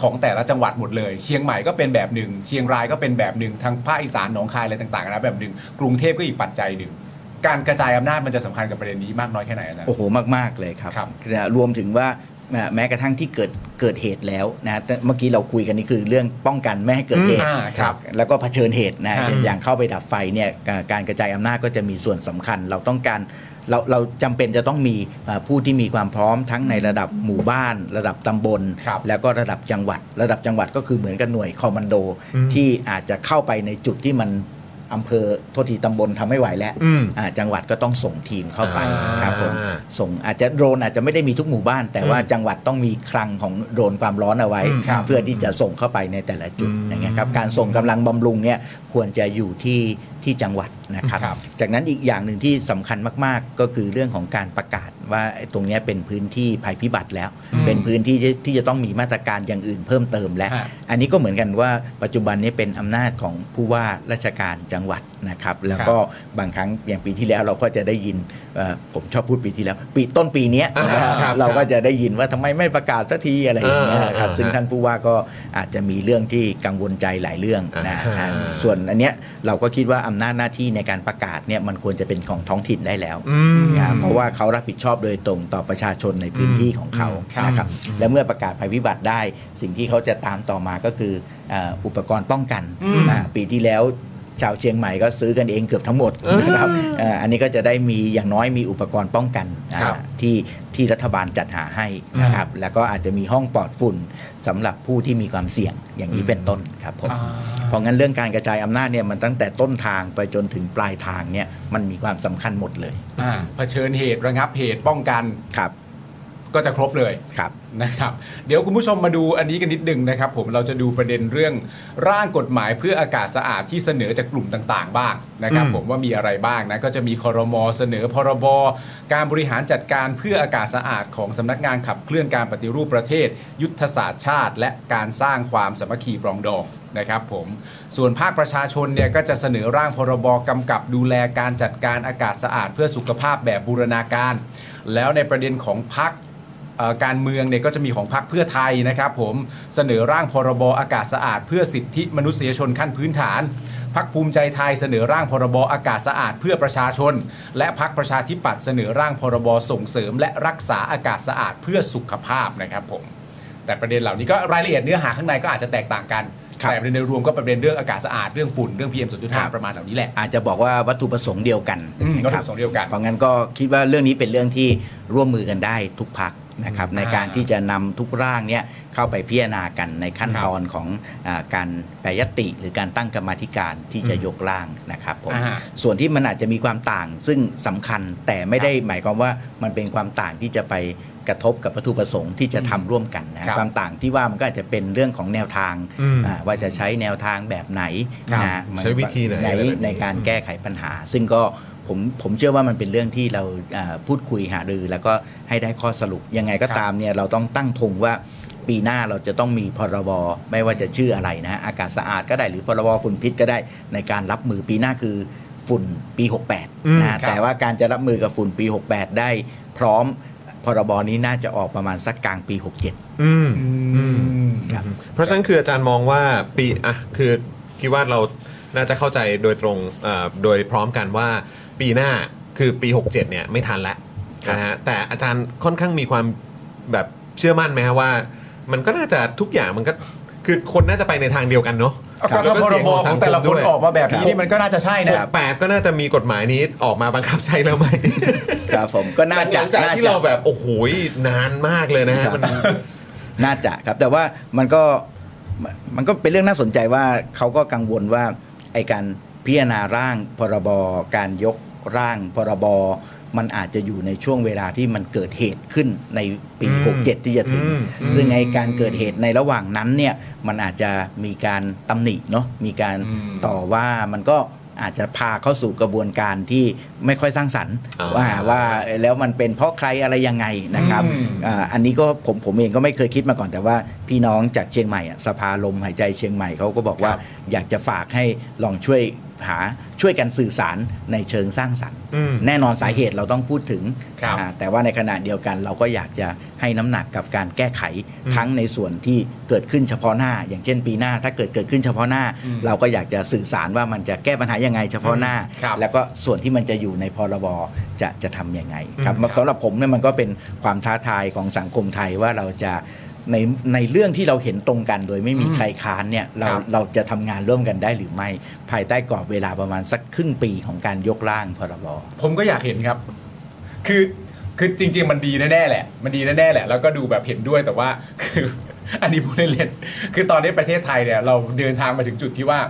Speaker 3: ของแต่ละจังหวัดหมดเลย เชียงใหม่ก็เป็นแบบหนึ่ง เชียงรายก็เป็นแบบหนึ่งทางภาคอีสานหนองคายอะไรต่างๆนะแบบหนึ่งกรุงเทพก็อีกปัจจัยหนึ่งการกระจายอำนาจมันจะสำคัญกับประเด็นนี้มากน้อยแค่ไหนอาจารย์
Speaker 8: โอ้โห มาก ๆ เลยครับ
Speaker 3: ครับ
Speaker 8: นะรวมถึงว่าแม้แม้กระทั่งที่เกิดเกิดเหตุแล้วนะแต่เมื่อกี้เราคุยกันนี่คือเรื่องป้องกันไม่ให้เกิดเหตุ
Speaker 3: อืมอ่าครับ
Speaker 8: แล้วก็เผชิญเหตุนะ
Speaker 3: ฮะ
Speaker 8: อย่างเข้าไปดับไฟเนี่ยการการกระจายอำนาจก็จะมีส่วนสำคัญ เราต้องการเราเราจำเป็นจะต้องมีเอ่อผู้ที่มีความพร้อมทั้งในระดับหมู่บ้าน ระดับตำบล
Speaker 3: ครับ
Speaker 8: แล้วก็ระดับจังหวัด ระดับจังหวัดก็คือเหมือนกับหน่วยคอมมานโด ที่อาจจะเข้าไปในจุดที่มันอำเภอโทษทีตำบลทำไม่ไหวแล้ว
Speaker 2: อืม
Speaker 8: อ่าจังหวัดก็ต้องส่งทีมเข้า เข้าไป
Speaker 2: อ่า
Speaker 8: ครับผมส่งอาจจะโดรนอาจจะไม่ได้มีทุกหมู่บ้าน แต่ว่าจังหวัดต้องมีคลังของโดรนความร้อนเอาไว้
Speaker 3: อืมครับ
Speaker 8: เพื่อที่จะส่งเข้าไปในแต่ละจุด
Speaker 2: อืม
Speaker 8: อย่างเงี้ยครับการส่งกำลังบำรุงเนี่ยควรจะอยู่ที่ที่จังหวัดนะครับ จากนั้นอีกอย่างหนึ่งที่สำคัญมาก ๆ ก็คือเรื่องของการประกาศว่าไอ้ตรงเนี้ยเป็นพื้นที่ภัยพิบัติแล้ว เป็นพื้นที่ที่ที่จะต้องมีมาตรการอย่างอื่นเพิ่มเติมแล้ว
Speaker 3: ฮะ
Speaker 8: อันนี้ก็เหมือนกันว่าปัจจุบันนี้เป็นอำนาจของผู้ว่าราชการจังหวัดนะครับ แล้วก็บางครั้งอย่างปีที่แล้วเราก็จะได้ยินเอ่อผมชอบพูดปีที่แล้ว ปีต้นปีเนี้ย
Speaker 2: อ่าครับครับ
Speaker 8: เราก็จะได้ยินว่าทำไมไม่ประกาศสักทีอะไรอย่างเงี้ยครับ
Speaker 2: อ่า
Speaker 8: ซึ่งท่านผู้ว่าก็อาจจะมีเรื่องที่กังวลใจหลายเรื่องนะ
Speaker 2: อ่า
Speaker 8: อ่าส่วนอันเนี้ยเราก็คิดว่าอำนาจหน้าที่ในการประกาศเนี่ยมันควรจะเป็นของท้องถิ่นได้แล้ว
Speaker 2: อืม
Speaker 8: นะเพราะว่าเขารับผิดชอบโดยตรงต่อประชาชนในพื้นที่ของเขา
Speaker 3: ครับ
Speaker 8: นะครับและเมื่อประกาศภัยพิบัติได้ สิ่งที่เขาจะตามต่อมาก็คือเอ่ออุปกรณ์ป้องกัน
Speaker 3: อืม
Speaker 8: อ่าปีที่แล้วชาวเชียงใหม่ก็ซื้อกันเองเกือบทั้งหมดนะครับเอ่ออันนี้ก็จะได้มีอย่างน้อยมีอุปกรณ์ป้องกันอ่า
Speaker 3: ครับ
Speaker 8: ที่ที่รัฐบาลจัดหาให้นะครับแล้วก็อาจจะมีห้องปลอดฝุ่นสำหรับผู้ที่มีความเสี่ยงอย่างนี้เป็นต้นครับผม
Speaker 3: อ่า
Speaker 8: เพราะงั้นเรื่องการกระจายอำนาจเนี่ยมันตั้งแต่ต้นทางไปจนถึงปลายทางเนี่ยมันมีความสำคัญหมดเลย
Speaker 3: อ่าเผชิญเหตุระงับเหตุป้องกัน
Speaker 8: ครับ
Speaker 3: ก็จะครบเลย
Speaker 8: ครับ
Speaker 3: นะครับเดี๋ยวคุณผู้ชมมาดูอันนี้กันนิดหนึ่งนะครับผมเราจะดูประเด็นเรื่องร่างกฎหมายเพื่ออากาศสะอาดที่เสนอจากกลุ่มต่างๆ บ้างนะครับผมว่ามีอะไรบ้างนะก็จะมีคอรมอเสนอพรบการบริหารจัดการเพื่ออากาศสะอาดของสำนักงานขับเคลื่อนการปฏิรูปประเทศ ยุทธศาสตร์ชาติ และการสร้างความสามัคคีปรองดองนะครับผมส่วนภาคประชาชนเนี่ยก็จะเสนอร่างพรบกำกับดูแลการจัดการอากาศสะอาด เพื่อสุขภาพแบบบูรณาการ แล้วในประเด็นของพัก เอ่อการเมืองเนี่ยก็จะมีของพรรคเพื่อไทยนะครับผมเสนอร่างพรบอากาศสะอาด เพื่อสิทธิมนุษยชนขั้นพื้นฐานพักภูมิใจไทยเสนอร่างพรบอากาศสะอาดเพื่อประชาชน และพักประชาธิปัตย์เสนอร่างพรบส่งเสริม และรักษาอากาศสะอาดเพื่อสุขภาพนะครับผมแต่ประเด็นเหล่านี้ก็รายละเอียดเนื้อหาข้างในก็อาจจะแตกต่างกัน
Speaker 8: ครับ
Speaker 3: แต่ประเด็นโดยรวมก็ประเด็นเรื่องอากาศสะอาดเรื่องฝุ่นเรื่อง PM 2.5ประมาณเหล่านี้แหละ
Speaker 8: อาจจะบอกว่าวัตถุประสงค์เดียวกัน
Speaker 3: อืม
Speaker 8: นะค
Speaker 3: วัตถุ
Speaker 8: รับ
Speaker 3: ประสงค์เดียวกัน
Speaker 8: เพราะงั้นก็คิดว่าเรื่องนี้เป็นเรื่องที่ร่วมมือกันได้ทุกพักนะครับ
Speaker 3: อืม
Speaker 8: ในการที่จะนำทุกร่างเนี่ยเข้าไปพิจารณากันในขั้นตอนของอาการแปรยติ หรือการตั้งกรรมาธิการที่จะยกร่างนะครับผม
Speaker 3: อ่า
Speaker 8: ส่วนที่มันอาจจะมีความต่างซึ่งสำคัญแต่ไม่ได้หมายความว่ามันเป็นความต่างที่จะไปกระทบกับวัตถุประสงค์ที่จะทำร่วมกันนะค
Speaker 3: ครั
Speaker 8: รับบ ความต่างที่ว่ามันก็อาจจะเป็นเรื่องของแนวทาง
Speaker 2: อืม
Speaker 8: อ่าว่าจะใช้แนวทางแบบไหน
Speaker 3: ครับ
Speaker 8: นะ
Speaker 2: ใช้วิธีไหน
Speaker 8: ใน
Speaker 2: อะไรแบบนี้
Speaker 8: ในการแก้ไขปัญหา ซึ่งก็ผมผมเชื่อว่ามันเป็นเรื่องที่เราอ่าพูดคุยหารือ แล้วก็ให้ได้ข้อสรุป ยังไงก็ตามเนี่ยเราต้องตั้งธงว่าปีหน้าเราจะต้องมีพรบไม่ว่าจะชื่ออะไรนะฮะอากาศสะอาดก็ได้หรือพรบฝุ่นพิษก็ได้ในการรับมือปีหน้าคือฝุ่นปี 68นะฮะแต่ว่าการจะรับมือกับฝุ่นปี 68 ได้พร้อมพรบนี้น่าจะออกประมาณสักกลางปี 67
Speaker 2: อืม
Speaker 3: อืม
Speaker 8: ครับ
Speaker 2: เพราะฉะนั้นคืออาจารย์มองว่าปีอ่ะคือคิดว่าเราน่าจะเข้าใจโดยตรงเอ่อโดยพร้อมกันว่าปีหน้าคือปี 67 เนี่ยไม่ทันแล้วนะฮะแต่อาจารย์ค่อนข้างมีความแบบเชื่อมั่นไหมฮะว่า มันก็น่าจะทุกอย่างมันก็คือคนน่าจะไปในทางเดียวกันเนาะ ครับ
Speaker 3: ก็ถ้าพรบของแต่ละคนออกมาแบบนี้
Speaker 8: ครับ
Speaker 3: นี่มันก็น่าจะใช่
Speaker 2: ห
Speaker 3: นะ
Speaker 2: กแปดก็น่าจะมีกฎหมายนี้ออกมาบังคับใช้แล้วไหม
Speaker 8: ครับผมก็น่า
Speaker 2: ห
Speaker 8: จะ
Speaker 2: ลังจาก
Speaker 8: น่า
Speaker 2: ที่
Speaker 8: จะ
Speaker 2: เราแบบ โอ้โหยนานมากเลยนะฮะ
Speaker 8: ครับ
Speaker 2: มัน
Speaker 8: น่าจะครับ แต่ว่ามันก็มันก็เป็นเรื่องน่าสนใจว่าเขาก็กังวลว่าไอการพิจารณาร่างพรบการยกร่างพรบมันอาจจะอยู่ในช่วงเวลาที่มันเกิดเหตุขึ้นในปี
Speaker 2: อืม
Speaker 8: 67 ที่จะถึง
Speaker 2: อืมอืม
Speaker 8: ซึ่งไอการเกิดเหตุในระหว่างนั้นเนี่ยมันอาจจะมีการตำหนิเนาะมีการ
Speaker 3: อืม
Speaker 8: ต่อว่ามันก็อาจจะพาเข้าสู่กระบวนการที่ไม่ค่อยสร้างสรรค์ว่าว่าเอ่อแล้วมันเป็นเพราะใครอะไรยังไงนะครับ อ่าอันนี้ก็ผมผมเองก็ไม่เคยคิดมาก่อนแต่ว่าพี่น้องจากเชียงใหม่อะสภาลมหายใจเชียงใหม่เขาก็บอกว่าอยากจะฝากให้ลองช่วยหาช่วยกันสื่อสารในเชิงสร้างสรรค์
Speaker 2: อืม
Speaker 8: แน่นอนสาเหตุเราต้องพูดถึง
Speaker 3: ครับ
Speaker 8: อ่าแต่ว่าในขณะเดียวกันเราก็อยากจะให้น้ำหนักกับการแก้ไขทั้งในส่วนที่เกิดขึ้นเฉพาะหน้า อย่างเช่นปีหน้าถ้าเกิดเกิดขึ้นเฉพาะหน้า เราก็อยากจะสื่อสารว่ามันจะแก้ปัญหายังไงเฉพาะหน้า
Speaker 3: ครับ
Speaker 8: แล้วก็ส่วนที่มันจะอยู่ในพรบจะจะทำยังไงครับ
Speaker 2: อืมครับ
Speaker 8: สำหรับผมเนี่ยมันก็เป็นความท้าทายของสังคมไทยว่าเราจะในในเรื่องที่เราเห็นตรงกันโดยไม่มีใครค้านเนี่ยเรา
Speaker 3: ครับ
Speaker 8: เราจะทำงานร่วมกันได้หรือไม่ภายใต้กรอบเวลาประมาณสักครึ่งปีของการยกร่างพรบ
Speaker 3: ผมก็อยากเห็นครับ คือ คือจริง ๆ มันดีแน่ๆแหละ มันดีแน่ๆแหละ แล้วก็ดูแบบเห็นด้วยแต่ว่า คือ อันนี้พูดเล่นๆคือตอนนี้ประเทศไทยเนี่ยเราเดินทางมาถึงจุดที่ว่า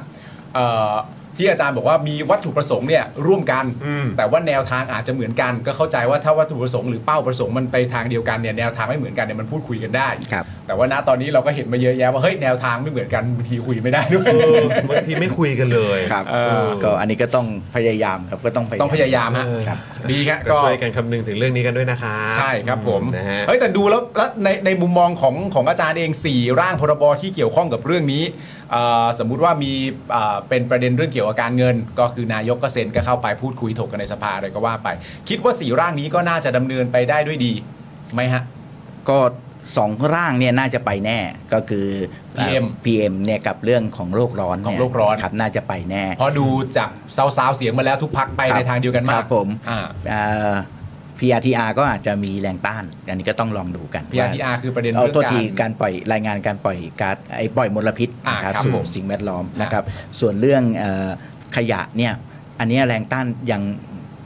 Speaker 3: เอ่อที่อาจารย์บอกว่ามีวัตถุประสงค์เนี่ยร่วมกัน
Speaker 2: อืม
Speaker 3: แต่ว่าแนวทางอาจจะเหมือนกัน ก็เข้าใจว่าถ้าวัตถุประสงค์หรือเป้าประสงค์มันไปทางเดียวกันเนี่ยแนวทางไม่เหมือนกันเนี่ยมันพูดคุยกันได้
Speaker 8: ครับ
Speaker 3: แต่ว่าณตอนนี้เราก็เห็นมาเยอะแยะว่าเฮ้ยแนวทางไม่เหมือนกันบางทีคุยไม่ได้ด้วย
Speaker 2: เออบางทีไม่คุยกันเลย
Speaker 8: ครับ
Speaker 3: เออ
Speaker 8: ก็อันนี้ก็ต้องพยายามครับก็ต้องพยายาม
Speaker 3: ต้องพยายามฮะ
Speaker 8: ครับ
Speaker 3: ดีฮะ
Speaker 2: ก็
Speaker 3: ก็
Speaker 2: ช่วยกันคำนึงถึงเรื่องนี้กันด้วยนะคะ
Speaker 3: ใช่ครับผม
Speaker 2: นะฮะ
Speaker 3: เฮ้ย แต่ดูแล้วแล้วในในมุมมองของของอาจารย์เอง 4 ร่างพรบที่เกี่ยวข้องกับเรื่องนี้เอ่อสมมุติว่ามีเอ่อเป็นประเด็นเรื่องเกี่ยวกับการเงิน ก็คือนายกก็เซ็นก็เข้าไปพูดคุยถกกันในสภาอะไรก็ว่าไป คิดว่า 4 ร่างนี้ก็น่าจะดำเนินไปได้ด้วยดีไหม ฮะ
Speaker 8: ก็สองร่างเนี่ยน่าจะไปแน่ก็คือ
Speaker 3: PM
Speaker 8: เอ่อ PM เนี่ยกับเรื่องของโลกร้อนเนี่ย
Speaker 3: ของโลกร้อน
Speaker 8: ครับน่าจะไปแน่
Speaker 3: เพอดูจากซาวๆเสียงมาแล้วทุกพักไป
Speaker 8: ครับ
Speaker 3: ในทางเดียวกันมาก
Speaker 8: ครับผม
Speaker 3: อ่า
Speaker 8: อ่า PRTR ก็อาจจะมีแรงต้าน อันนี้ก็ต้องลองดูกัน
Speaker 3: PRTR คือประเด็น
Speaker 8: เอา
Speaker 3: เรื่อง
Speaker 8: ตัว
Speaker 3: กา
Speaker 8: ที
Speaker 3: ร
Speaker 8: การปล่อยรายงานการปล่อยก๊าซไอ้ปล่อยมลพิษ
Speaker 3: อ่า
Speaker 8: นะครับ
Speaker 3: ครับ
Speaker 8: สู่
Speaker 3: ผม
Speaker 8: สิ่งแวดล้อม
Speaker 3: อ่าน
Speaker 8: นะครับ ส่วนเรื่องเอ่อขยะเนี่ยอันเนี้ยแรงต้านยัง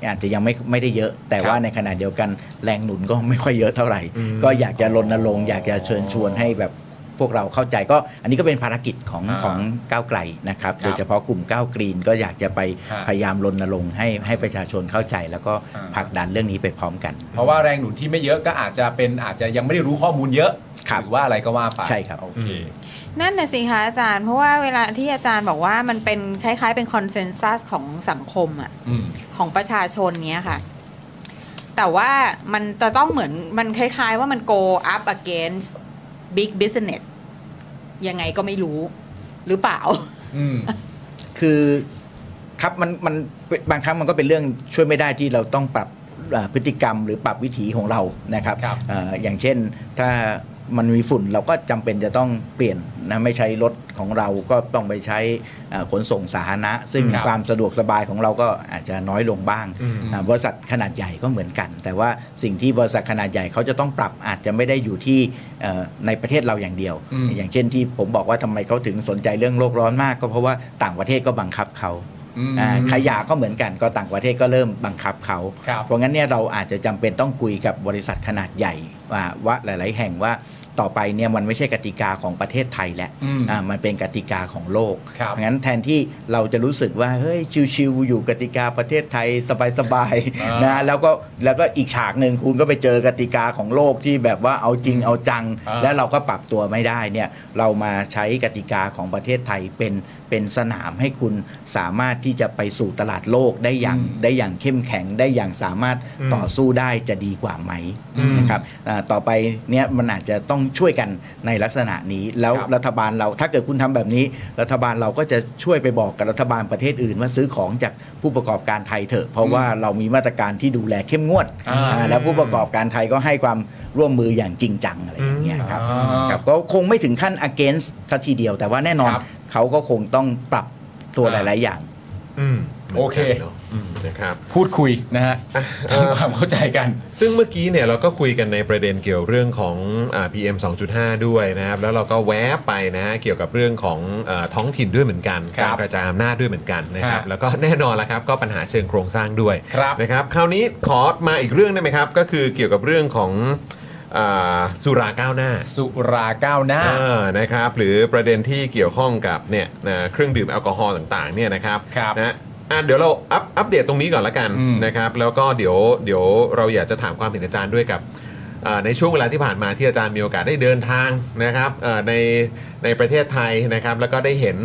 Speaker 8: อาจจะยังไม่ไม่ได้เยอะ แต่ว่าในขณะเดียวกันแรงหนุนก็ไม่ค่อยเยอะเท่าไหร่ ก็อยากจะรณรงค์อยากจะเชิญชวนให้แบบพวกเราเข้าใจก็อันนี้ก็เป็นภารกิจของ
Speaker 3: อ่า
Speaker 8: ของก้าวไกลนะครับ
Speaker 3: ครับ
Speaker 8: โดยเฉพาะกลุ่มก้าวกรีนก็อยากจะไป
Speaker 3: ฮะ
Speaker 8: พยายามรณรงค์ให้ให้ประชาชนเข้าใจ แล้วก็
Speaker 3: อ่า
Speaker 8: ผลักดันเรื่องนี้ไปพร้อมกัน
Speaker 3: เพราะว่าแรงหนุนที่ไม่เยอะก็อาจจะเป็นอาจจะยังไม่ได้รู้ข้อมูลเยอะ
Speaker 8: ครับ
Speaker 3: หรือว่าอะไรก็ว่าไป
Speaker 8: ใช่ครับ
Speaker 3: โอเค
Speaker 7: นั่นน่ะสิคะอาจารย์ เพราะว่าเวลาที่อาจารย์บอกว่ามันเป็นคล้าย ๆ เป็นคอนเซนแซสของสังคมอะ
Speaker 3: อืม
Speaker 7: ของประชาชนเนี้ยค่ะ แต่ว่ามันจะต้องเหมือนมันคล้ายๆว่ามัน go up against big business ยังไงก็ไม่รู้ หรือเปล่า
Speaker 3: อืม
Speaker 8: คือครับมันมันบางครั้งมันก็เป็นเรื่องช่วยไม่ได้ที่เราต้องปรับเอ่อพฤติกรรมหรือปรับวิถีของเรานะครับ
Speaker 3: ครับ
Speaker 8: เอออย่างเช่นถ้ามันมีฝุ่นเราก็จำเป็นจะต้องเปลี่ยนนะไม่ใช้รถของเราก็ต้องไปใช้เอ่อขนส่งสาธารณะ ซึ่ง
Speaker 3: ครับ
Speaker 8: ความสะดวกสบายของเราก็อาจจะน้อยลงบ้าง
Speaker 2: อืม
Speaker 8: อ่าบริษัทขนาดใหญ่ก็เหมือนกัน แต่ว่าสิ่งที่บริษัทขนาดใหญ่เขาจะต้องปรับอาจจะไม่ได้อยู่ที่เอ่อในประเทศเราอย่างเดียว
Speaker 3: อืม
Speaker 8: อย่างเช่นที่ผมบอกว่าทำไมเขาถึงสนใจเรื่องโลกร้อนมากก็เพราะว่าต่างประเทศก็บังคับเขา
Speaker 3: อืม
Speaker 8: อ่าขยะก็เหมือนกันก็ต่างประเทศก็เริ่มบังคับเขา
Speaker 3: ครับ
Speaker 8: เพราะงั้นเนี่ยเราอาจจะจำเป็นต้องคุยกับบริษัทขนาดใหญ่ว่าว่าหลาย ๆ แห่งว่าต่อไปเนี่ยมันไม่ใช่กติกาของประเทศไทยแล้ว
Speaker 3: อืม
Speaker 8: อ่ามันเป็นกติกาของโลก
Speaker 3: ครับ
Speaker 8: เพราะงั้นแทนที่เราจะรู้สึกว่าเฮ้ยชิวๆอยู่กติกาประเทศไทยสบายๆนะแล้วก็แล้วก็อีกฉากหนึ่งคุณก็ไปเจอกติกาของโลกที่แบบว่าเอาจริงเอาจัง
Speaker 3: อ่า
Speaker 8: และเราก็ปรับตัวไม่ได้เนี่ยเรามาใช้กติกาของประเทศไทยเป็นเป็นสนามให้คุณสามารถที่จะไปสู่ตลาดโลกได้อย่างได้อย่างเข้มแข็งได้อย่างสามารถต่อสู้ได้จะดีกว่าไหมนะครับอ่าต่อไปเนี่ยมันอาจจะต้องช่วยกันในลักษณะนี้แล้ว
Speaker 3: ครับ
Speaker 8: รัฐบาลเราถ้าเกิดคุณทำแบบนี้ รัฐบาลเราก็จะช่วยไปบอกกับรัฐบาลประเทศอื่นว่าซื้อของจากผู้ประกอบการไทยเถอะ เพราะว่าเรามีมาตรการที่ดูแลเข้มงวด
Speaker 3: อ่า
Speaker 8: อ่าแล้วผู้ประกอบการไทยก็ให้ความร่วมมืออย่างจริงจังอะไรอย่างเงี้ยครับ
Speaker 3: อ่า
Speaker 8: ครับก็คงไม่ถึงขั้น against สักทีเดียว แต่ว่าแน่นอน
Speaker 3: ครับ
Speaker 8: เขาก็คงต้องปรับตัวห
Speaker 3: อ่า
Speaker 8: ลาย ๆ อย่าง
Speaker 2: อืม หมืน
Speaker 3: โอเค
Speaker 2: กันเนาะอืมนะครับ
Speaker 3: พูดคุยนะฮะทำความเข้าใจกัน
Speaker 2: ซึ่งเมื่อกี้เนี่ยเราก็คุยกันในประเด็นเกี่ยวเรื่องของอา PM 2.5 ด้วยนะครับ แล้วเราก็แวบไปนะฮะเกี่ยวกับเรื่องของอาท้องถิ่นด้วยเหมือนกัน
Speaker 3: ครับ
Speaker 2: การกระจายอำนาจด้วยเหมือนกันนะครับ
Speaker 3: ฮะ
Speaker 2: แล้วก็แน่นอนแล้วครับก็ปัญหาเชิงโครงสร้างด้วย
Speaker 3: ครับ
Speaker 2: นะครับ คราวนี้ขอมาอีกเรื่องได้ไหมครับ ก็คือเกี่ยวกับเรื่องของอาสุราก้าวหน้า
Speaker 3: สุราก้าวหน้า
Speaker 2: เออนะครับหรือประเด็นที่เกี่ยวข้องกับเนี่ยนะเครื่องดื่มแอลกอฮอล์ต่างๆเนี่ยนะครับ
Speaker 3: ครับ
Speaker 2: นะอ่ะเดี๋ยวเราอัปอัปเดตตรงนี้ก่อนละกัน
Speaker 3: อืม
Speaker 2: นะครับแล้วก็เดี๋ยวเดี๋ยวเราอยากจะถามความเห็นอาจารย์ด้วยกับอ่าในช่วงเวลาที่ผ่านมาที่อาจารย์มีโอกาสได้เดินทางนะครับเอ่อในในประเทศไทยนะครับแล้วก็ได้เห็น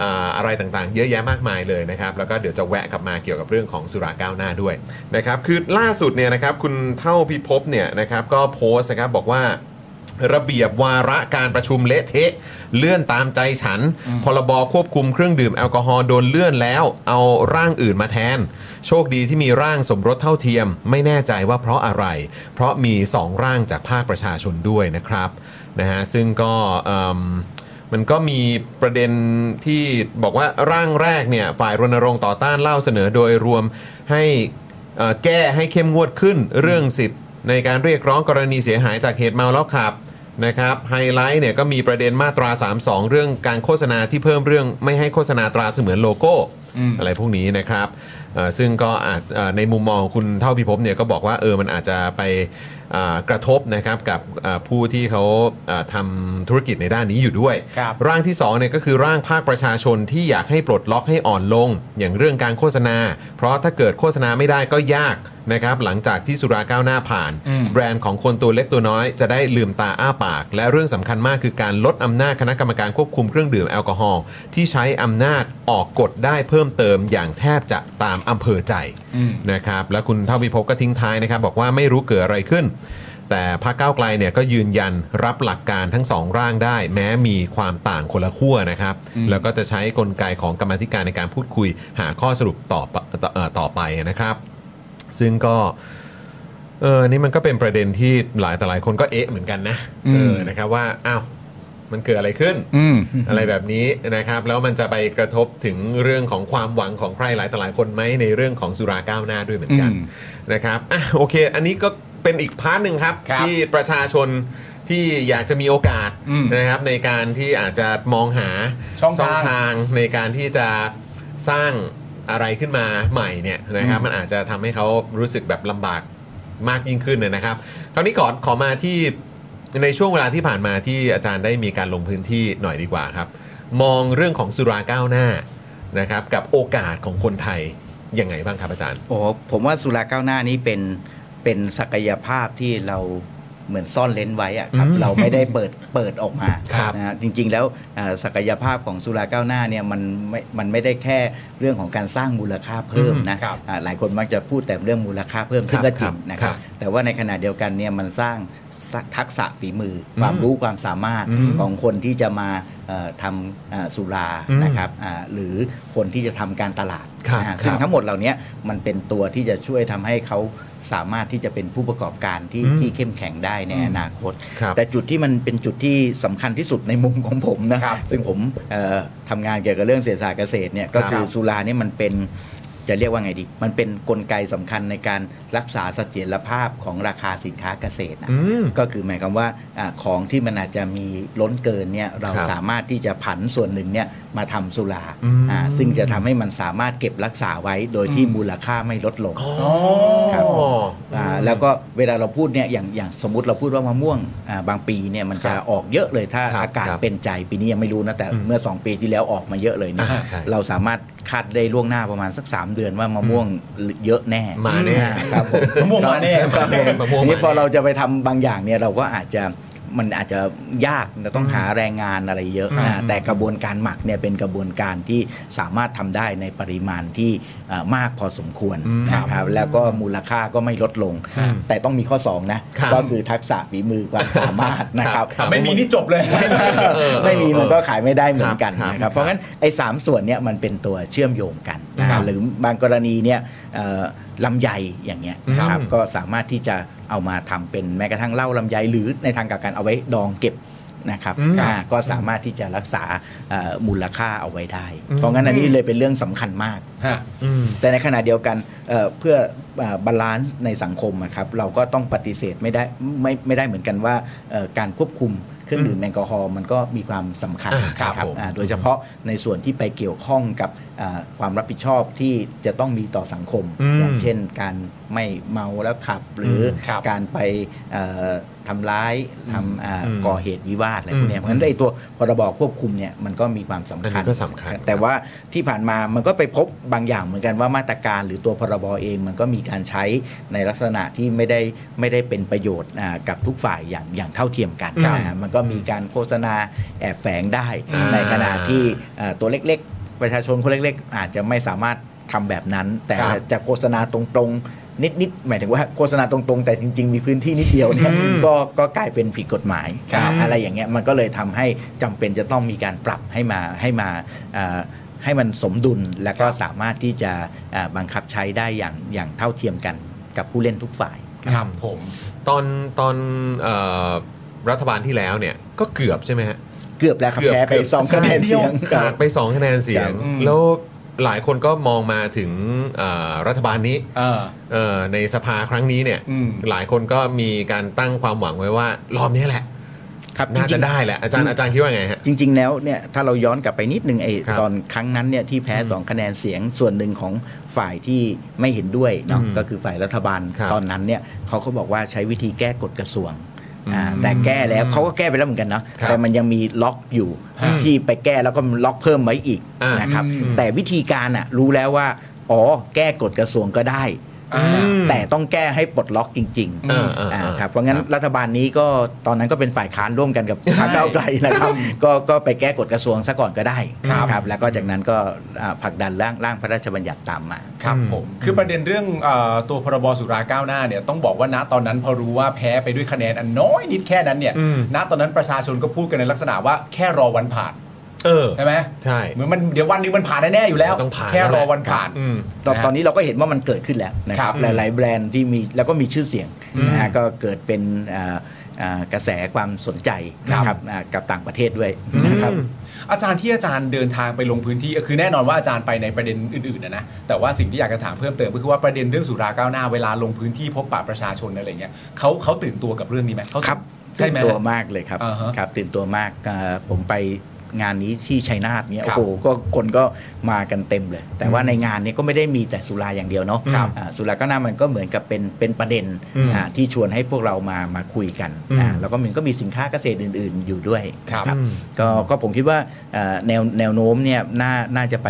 Speaker 2: อ่าอะไรต่างๆ เยอะแยะมากมายเลยนะครับแล้วก็เดี๋ยวจะแวะกลับมาเกี่ยวกับเรื่องของสุราก้าวหน้าด้วยนะครับคือล่าสุดเนี่ยนะครับคุณเท่าพิภพเนี่ยนะครับก็โพสต์นะครับบอกว่า ระเบียบวาระการประชุมเละเทะ เลื่อนตามใจฉัน พรบควบคุมเครื่องดื่มแอลกอฮอล์โดนเลื่อนแล้ว เอาร่างอื่นมาแทน โชคดีที่มีร่างสมรสเท่าเทียม ไม่แน่ใจว่าเพราะอะไร เพราะมี 2 ร่างจากภาคประชาชนด้วยนะครับนะฮะซึ่งก็เอิ่ม มันก็มีประเด็นที่บอกว่าร่างแรกเนี่ยฝ่ายรณรงค์ต่อต้านเหล้าเสนอโดยรวมให้เอ่อแก้ให้เข้มงวดขึ้นเรื่องสิทธิ์ในการเรียกร้องกรณีเสียหายจากเหตุเมาแล้วขับนะครับไฮไลท์เนี่ยก็มีประเด็นมาตรา 32 เรื่องการโฆษณาที่เพิ่มเรื่องไม่ให้โฆษณาตราเสมือนโลโก้
Speaker 3: อืม
Speaker 2: อะไรพวกนี้นะครับเอ่อซึ่งก็อาจเอ่อในมุมมองของคุณเท่าพิภพเนี่ยก็บอกว่าเออมันอาจจะไปอ่ากระทบนะครับกับอ่าผู้ที่เขาอ่าทำธุรกิจในด้านนี้อยู่ด้วย
Speaker 3: ครับ
Speaker 2: ร่างที่2เนี่ยก็คือร่างภาคประชาชนที่อยากให้ปลดล็อกให้อ่อนลง อย่างเรื่องการโฆษณา เพราะถ้าเกิดโฆษณาไม่ได้ก็ยากนะครับหลังจากที่สุราก้าวหน้าผ่าน
Speaker 3: อืม
Speaker 2: แบรนด์ของคนตัวเล็กตัวน้อยจะได้ลืมตาอ้าปาก และเรื่องสำคัญมากคือการลดอำนาจคณะกรรมการควบคุมเครื่องดื่มแอลกอฮอล์ที่ใช้อำนาจออกกฎได้เพิ่มเติมอย่างแทบจะตามอำเภอใจ
Speaker 3: อืม
Speaker 2: นะครับแล้วคุณเท่าพิภพก็ทิ้งท้ายนะครับ บอกว่าไม่รู้เกิดอะไรขึ้น แต่พรรคก้าวไกลเนี่ยก็ยืนยันรับหลักการทั้งสองร่างได้ แม้มีความต่างคนละขั้วนะครับ แล้วก็จะใช้กลไกของกรรมาธิการในการพูดคุย หาข้อสรุปต่อปต่อเอ่อต่อไปนะครับ ซึ่งก็เออนี่มันก็เป็นประเด็นที่หลายแต่หลายคนก็เอ๊ะเหมือนกันนะ
Speaker 3: อืม
Speaker 2: เออนะครับว่าอ้าวมันเกิดอะไรขึ้น
Speaker 3: อืม
Speaker 2: อะไรแบบนี้นะครับแล้วมันจะไปกระทบถึงเรื่องของความหวังของใครหลายต่อหลายคนไหมในเรื่องของสุราก้าวหน้าด้วยเหมือนกัน
Speaker 3: อืม
Speaker 2: นะครับอ่ะโอเค อันนี้ก็เป็นอีกพาร์ทหนึ่งครับ
Speaker 3: ครับ
Speaker 2: ที่ประชาชนที่อยากจะมีโอกาส
Speaker 3: อืม
Speaker 2: นะครับในการที่อาจจะมองหา
Speaker 3: ช่องทาง
Speaker 2: ทางในการที่จะสร้างอะไรขึ้นมาใหม่เนี่ยนะครับ
Speaker 3: อืม
Speaker 2: มันอาจจะทำให้เขารู้สึกแบบลำบากมากยิ่งขึ้นนะนะครับ คราวนี้ขอขอมาที่ ในช่วงเวลาที่ผ่านมาที่อาจารย์ได้มีการลงพื้นที่หน่อยดีกว่าครับ มองเรื่องของสุราก้าวหน้านะครับกับโอกาสของคนไทยยังไงบ้างครับอาจารย์
Speaker 8: โอ้ผมว่าสุราก้าวหน้านี้เป็นเป็นศักยภาพที่เราเหมือนซ่อนเลนไว้อะครับ
Speaker 2: อืม
Speaker 8: เราไม่ได้เปิดเปิดออกมา
Speaker 2: ครับ
Speaker 8: นะฮะจริงๆแล้วอ่าศักยภาพของสุราก้าวหน้าเนี่ยมันไม่มันไม่ได้แค่เรื่องของการสร้างมูลค่าเพิ่มนะ
Speaker 3: อืมครับ
Speaker 8: อ่าหลายคนมักจะพูดแต่เรื่องมูลค่าเพิ่มซึ่งก็จริงนะค
Speaker 2: ค
Speaker 8: รั
Speaker 2: รับ บ
Speaker 8: แต่ว่าในขณะเดียวกันเนี่ยมันสร้างสทักษะฝีมืออ
Speaker 2: ม
Speaker 8: ความรู้ความสามารถ
Speaker 2: อืม
Speaker 8: ของคนที่จะมาเอ่อทำอ่าสุรา
Speaker 2: อืม
Speaker 8: นะครับอ่าหรือคนที่จะทำการตลาด
Speaker 2: ครับ
Speaker 8: นะฮะซึ่
Speaker 2: ค
Speaker 8: ง
Speaker 2: รับ
Speaker 8: ทั้ง ทั้งหมดเหล่านี้มันเป็นตัวที่จะช่วยทำให้เขาสามารถที่จะเป็นผู้ประกอบการที่
Speaker 2: อืม
Speaker 8: ที่เข้มแข็งได้ในอนาคต
Speaker 2: ครับ
Speaker 8: แต่จุดที่มันเป็นจุดที่สำคัญที่สุดในมุมของผมนะครับ ซึ่งผมเอ่อทำงานเกี่ยวกับเรื่องเศรษฐศาสตร์เกษตรเนี่ยก็คือสุราเนี่ยมันเป็นจะเรียกว่าไงดี มันเป็นนกลไกสำคัญในการรักษาเสถียรภาพของราคาสินค้าเกษตรนะ
Speaker 2: อืม
Speaker 8: ก็คือหมายความว่าอาของที่มันอาจจะมีล้นเกินเนี่ยเรา
Speaker 2: ครับ
Speaker 8: สามารถที่จะผันส่วนหนึ่งเนี่ยมาทำสุรา
Speaker 2: อืม
Speaker 8: อ่าซึ่งจะทำให้มันสามารถเก็บรักษาไว้โดยที่มูลค่าไม่ลดลง ครับผม อ่าแล้วก็เวลาเราพูดเนี่ยอย่างอย่างสมมติเราพูดว่ามะม่วงอ่าบางปีเนี่ยมันจะ
Speaker 2: ครับ
Speaker 8: ออกเยอะเลยถ้า
Speaker 2: ครับ
Speaker 8: อากาศ
Speaker 2: ครับ
Speaker 8: เป็นใจปีนี้ยังไม่รู้นะแต่
Speaker 2: อืม
Speaker 8: เมื่อ 2 ปีที่แล้วออกมาเยอะเลยเนี่ย
Speaker 2: อ่าใช่
Speaker 8: เราสามารถคาดได้ล่วงหน้าประมาณสัก 3 เดือนว่ามะม่วงเยอะแน่
Speaker 2: มาแน่
Speaker 8: อ่ครับผม
Speaker 3: มะม่วงมาแน่
Speaker 8: ครับผ
Speaker 2: มะม่วงมาแน่
Speaker 8: นี่พอเราจะไปทำบางอย่างเนี่ยเราก็อาจจะมันอาจจะยากนะต้องหาแรงงานอะไรเยอะนะแต่กระบวนการหมักเนี่ยเป็นกระบวนการที่สามารถทำได้ในปริมาณที่เอ่อมากพอสมควรนะครับ ครับแล้วก็มูลค่าก็ไม่ลดลง
Speaker 3: ครับ
Speaker 8: แต่ต้องมีข้อ 2 นะ
Speaker 2: ครับ
Speaker 8: ก็คือทักษะฝีมือความสามารถนะครับ
Speaker 2: ครับ
Speaker 3: ไม่มีนี่จบเลย
Speaker 2: เออ
Speaker 8: ไม่มีมันก็ขายไม่ได้เหมือนกัน
Speaker 2: ครับ
Speaker 8: นะ
Speaker 2: ค
Speaker 8: ค
Speaker 2: รั
Speaker 8: รั
Speaker 2: บบ
Speaker 8: เพราะงั้นไอ้สามส่วนเนี้ยมันเป็นตัวเชื่อมโยงกันนะค
Speaker 3: ครั
Speaker 8: รับบ หรือบางกรณีเนี่ยเอ่อลำไยอย่างเงี้ยนะครับ
Speaker 2: อืม
Speaker 8: ก็สามารถที่จะเอามาทำเป็นแม้กระทั่งเหล้าลำไยหรือในทางกลับกันเอาไว้ดองเก็บ นะครับ
Speaker 2: อืม
Speaker 8: อ่าก็สามารถที่จะรักษาเอ่อมูลค่าเอาไว้ได้ เพราะงั้นอันนี้เลยเป็นเรื่องสำคัญมาก
Speaker 3: ฮะ
Speaker 8: แต่ในขณะเดียวกันเอ่อเพื่อบาลานซ์ในสังคมนะครับเราก็ต้องปฏิเสธไม่ได้ไม่ไม่ได้เหมือนกันว่าเอ่อการควบคุมเครื่องดื่มแอลกอฮอล์มันก็มีความสำคัญ
Speaker 2: อ่าครับ
Speaker 8: นะ
Speaker 2: ผม
Speaker 8: อ่าโดยเฉพาะในส่วนที่ไปเกี่ยวข้องกับอ่าความรับผิดชอบที่จะต้องมีต่อสังคม
Speaker 2: อืม
Speaker 8: อย่างเช่นการไม่เมาแล้วขับ หรือ
Speaker 3: ครับ
Speaker 8: การไปเอ่อทำร้ายทำอ่า
Speaker 2: อืม
Speaker 8: ก่อเหตุวิวาทอะไรพวกเนี้ย
Speaker 2: อืม
Speaker 8: เพราะฉะนั้นไอ้ตัวพรบควบคุมเนี่ยมันก็มีความสำคั
Speaker 2: อัน
Speaker 8: ญ
Speaker 2: นี้ก็สำคัญ
Speaker 8: แต่ว่าที่ผ่านมามันก็ไปพบบางอย่างเหมือนกันว่ามาตรการหรือตัวพรบเองมันก็มีการใช้ในลักษณะที่ไม่ได้ไม่ได้เป็นประโยชน์อ่ากับทุกฝ่ายอย่างอย่างเท่าเทียมกัน
Speaker 2: ครับ
Speaker 8: นะฮะมันก็มีการโฆษณาแอบแฝงได้
Speaker 2: อ่า
Speaker 8: ในขณะที่เอ่อตัวเล็กๆ ประชาชนคนเล็กๆ อาจจะไม่สามารถทำแบบนั้น แต่
Speaker 2: ครับ
Speaker 8: จะโฆษณาตรงๆนิดๆหมายถึงว่าโฆษณาตรงๆ แต่จริง ๆ มีพื้นที่นิดเดียวเนี่ยก็ก็กลายเป็นผิดกฎหมาย
Speaker 3: ครับ
Speaker 8: อะไรอย่างเงี้ยมันก็เลยทำให้จำเป็นจะต้องมีการปรับให้มาให้มาเอ่อให้มันสมดุลและก็สามารถที่จะเอ่อบังคับใช้ได้อย่างอย่างเท่าเทียมกันกับผู้เล่นทุกฝ่าย
Speaker 3: ครับผม
Speaker 2: ตอนตอนเอ่อรัฐบาลที่แล้วเนี่ยก็เกือบใช่ไหมฮะ
Speaker 8: เกือบแล้วครับ
Speaker 2: เกือบ
Speaker 8: แพ้ไป
Speaker 2: เกือบ
Speaker 8: สองคะแนนเสียงค
Speaker 2: ขา
Speaker 8: รั
Speaker 2: ด
Speaker 8: บ
Speaker 2: ไป2คะแนนเสีย
Speaker 8: ครั
Speaker 2: ง
Speaker 8: บ
Speaker 3: อืม
Speaker 2: แล้วหลายคนก็มองมาถึงเอ่อรัฐบาลนี้
Speaker 3: เออ
Speaker 2: เอ่อในสภาครั้งนี้เนี่ย
Speaker 3: อืม
Speaker 2: หลายคนก็มีการตั้งความหวังไว้ว่ารอบนี้แหละ
Speaker 8: ครับ
Speaker 2: น่า
Speaker 8: จ
Speaker 2: จะ
Speaker 8: ริงๆ
Speaker 2: ได้แหละอาจารย์อาจารย์คิดว่าไงฮะ
Speaker 8: จริง ๆ แล้วเนี่ยถ้าเราย้อนกลับไปนิดนึงไอ้
Speaker 2: ครับ
Speaker 8: ตอนครั้งนั้นเนี่ยที่แพ้สองคะแนนเสียงส่วนหนึ่งของฝ่ายที่ไม่เห็นด้วยเนาะ
Speaker 2: อืม
Speaker 8: ก็คือฝ่ายรัฐบาล
Speaker 2: ครับ
Speaker 8: ตอนนั้นเนี่ยเขาก็บอกว่าใช้วิธีแก้กฎกระทรวงอ่าแต่แก้แล้วเขาก็แก้ไปแล้วเหมือนกันเนาะ
Speaker 2: ครับ
Speaker 8: แต่มันยังมีล็อกอยู่
Speaker 3: อืม
Speaker 8: ที่ไปแก้แล้วก็มันล็อกเพิ่มไว้อีก
Speaker 2: อ่าน
Speaker 8: นะครับ
Speaker 3: อืม
Speaker 8: แต่วิธีการอะรู้แล้วว่าอ๋อแก้กฎกระทรวงก็ได้
Speaker 3: อื
Speaker 8: นะ
Speaker 3: ม
Speaker 8: แต่ต้องแก้ให้ปลดล็อกจริง ๆ
Speaker 2: เออเออเอ
Speaker 8: อ่า
Speaker 2: อ
Speaker 8: ครับเพราะงั้นรัฐบาลนี้ก็ตอนนั้นก็เป็นฝ่ายค้านร่วมกันกับพรรคก้าวไกลนะครับก็ก็ไปแก้กฎกระทรวงซะก่อนก็ได้
Speaker 3: ครับ
Speaker 8: ครับแล้วก็จากนั้นก็อ่าผลักดันร่างร่างพระราชบัญญัติตามมา
Speaker 3: ครับผมคือประเด็นเรื่องเออตัวพรบสุราก้าวหน้าเนี่ยต้องบอกว่าณตอนนั้นพอรู้ว่าแพ้ไปด้วยคะแนนอันน้อยนิดแค่นั้นเนี่ย
Speaker 2: อืม
Speaker 3: ณตอนนั้นประชาชนก็พูดกันในลักษณะว่าแค่รอวันผ่าน
Speaker 2: เออ
Speaker 3: ใช่ไหม
Speaker 2: ใช่
Speaker 3: เหมือนมันเดี๋ยววันหนึงมันผ่านแน่ๆอยู่แล้ว
Speaker 2: ต้องผ่าน
Speaker 3: แค่รอวัน
Speaker 2: แหละ
Speaker 3: ผ่าน
Speaker 2: อืม
Speaker 8: ตอน
Speaker 3: นะฮะ
Speaker 8: ตอนนี้เราก็เห็นว่ามันเกิดขึ้นแล้วนะค
Speaker 3: ครั
Speaker 8: รั
Speaker 3: บบ
Speaker 8: หลาย ๆ แบรนด์ที่มีแล้วก็มีชื่อเสียงนะฮะก็เกิดเป็นอ่าอ่ากระแสความสนใจนะค
Speaker 3: ครั
Speaker 8: รับบ อ่ากับต่างประเทศด้วยนะครับ
Speaker 3: อาจารย์ที่อาจารย์เดินทางไปลงพื้นที่คือแน่นอนว่าอาจารย์ไปในประเด็นอื่นๆนะนะแต่ว่าสิ่งที่อยากจะถามเพิ่มเติมก็คือว่าประเด็นเรื่องสุราก้าวหน้าเวลาลงพื้นที่พบปะประชาชนอะไรเงี้ยเขาเขาตื่นตัวกับเรื่องนี้ไหมเขา
Speaker 8: ครับ
Speaker 3: ใช่ไหม
Speaker 8: ตื่นตัวมากเลยครับ
Speaker 3: อ่าฮะ
Speaker 8: ครับ ตื่นตัวมากอ่าผมไปงานนี้ที่ชัยนาทเนี่ย
Speaker 3: ครั
Speaker 8: โอ้
Speaker 3: บ
Speaker 8: โหก็คนก็มากันเต็มเลย แต่ว่าในงานเนี้ก็ไม่ได้มีแต่สุราอย่างเดียวเนาะ
Speaker 3: ครับ
Speaker 8: อ่าสุราก็น่ามันก็เหมือนกับเป็นเป็นประเด็นอ่าที่ชวนให้พวกเรามามาคุยกันอ่าแล้วก็มันก็มีสินค้าเกษตรอื่น ๆ อยู่ด้วย
Speaker 3: ครับ
Speaker 8: ก็ก็ผมคิดว่าอ่าแนวแนวโน้มเนี่ยน่าน่าจะไป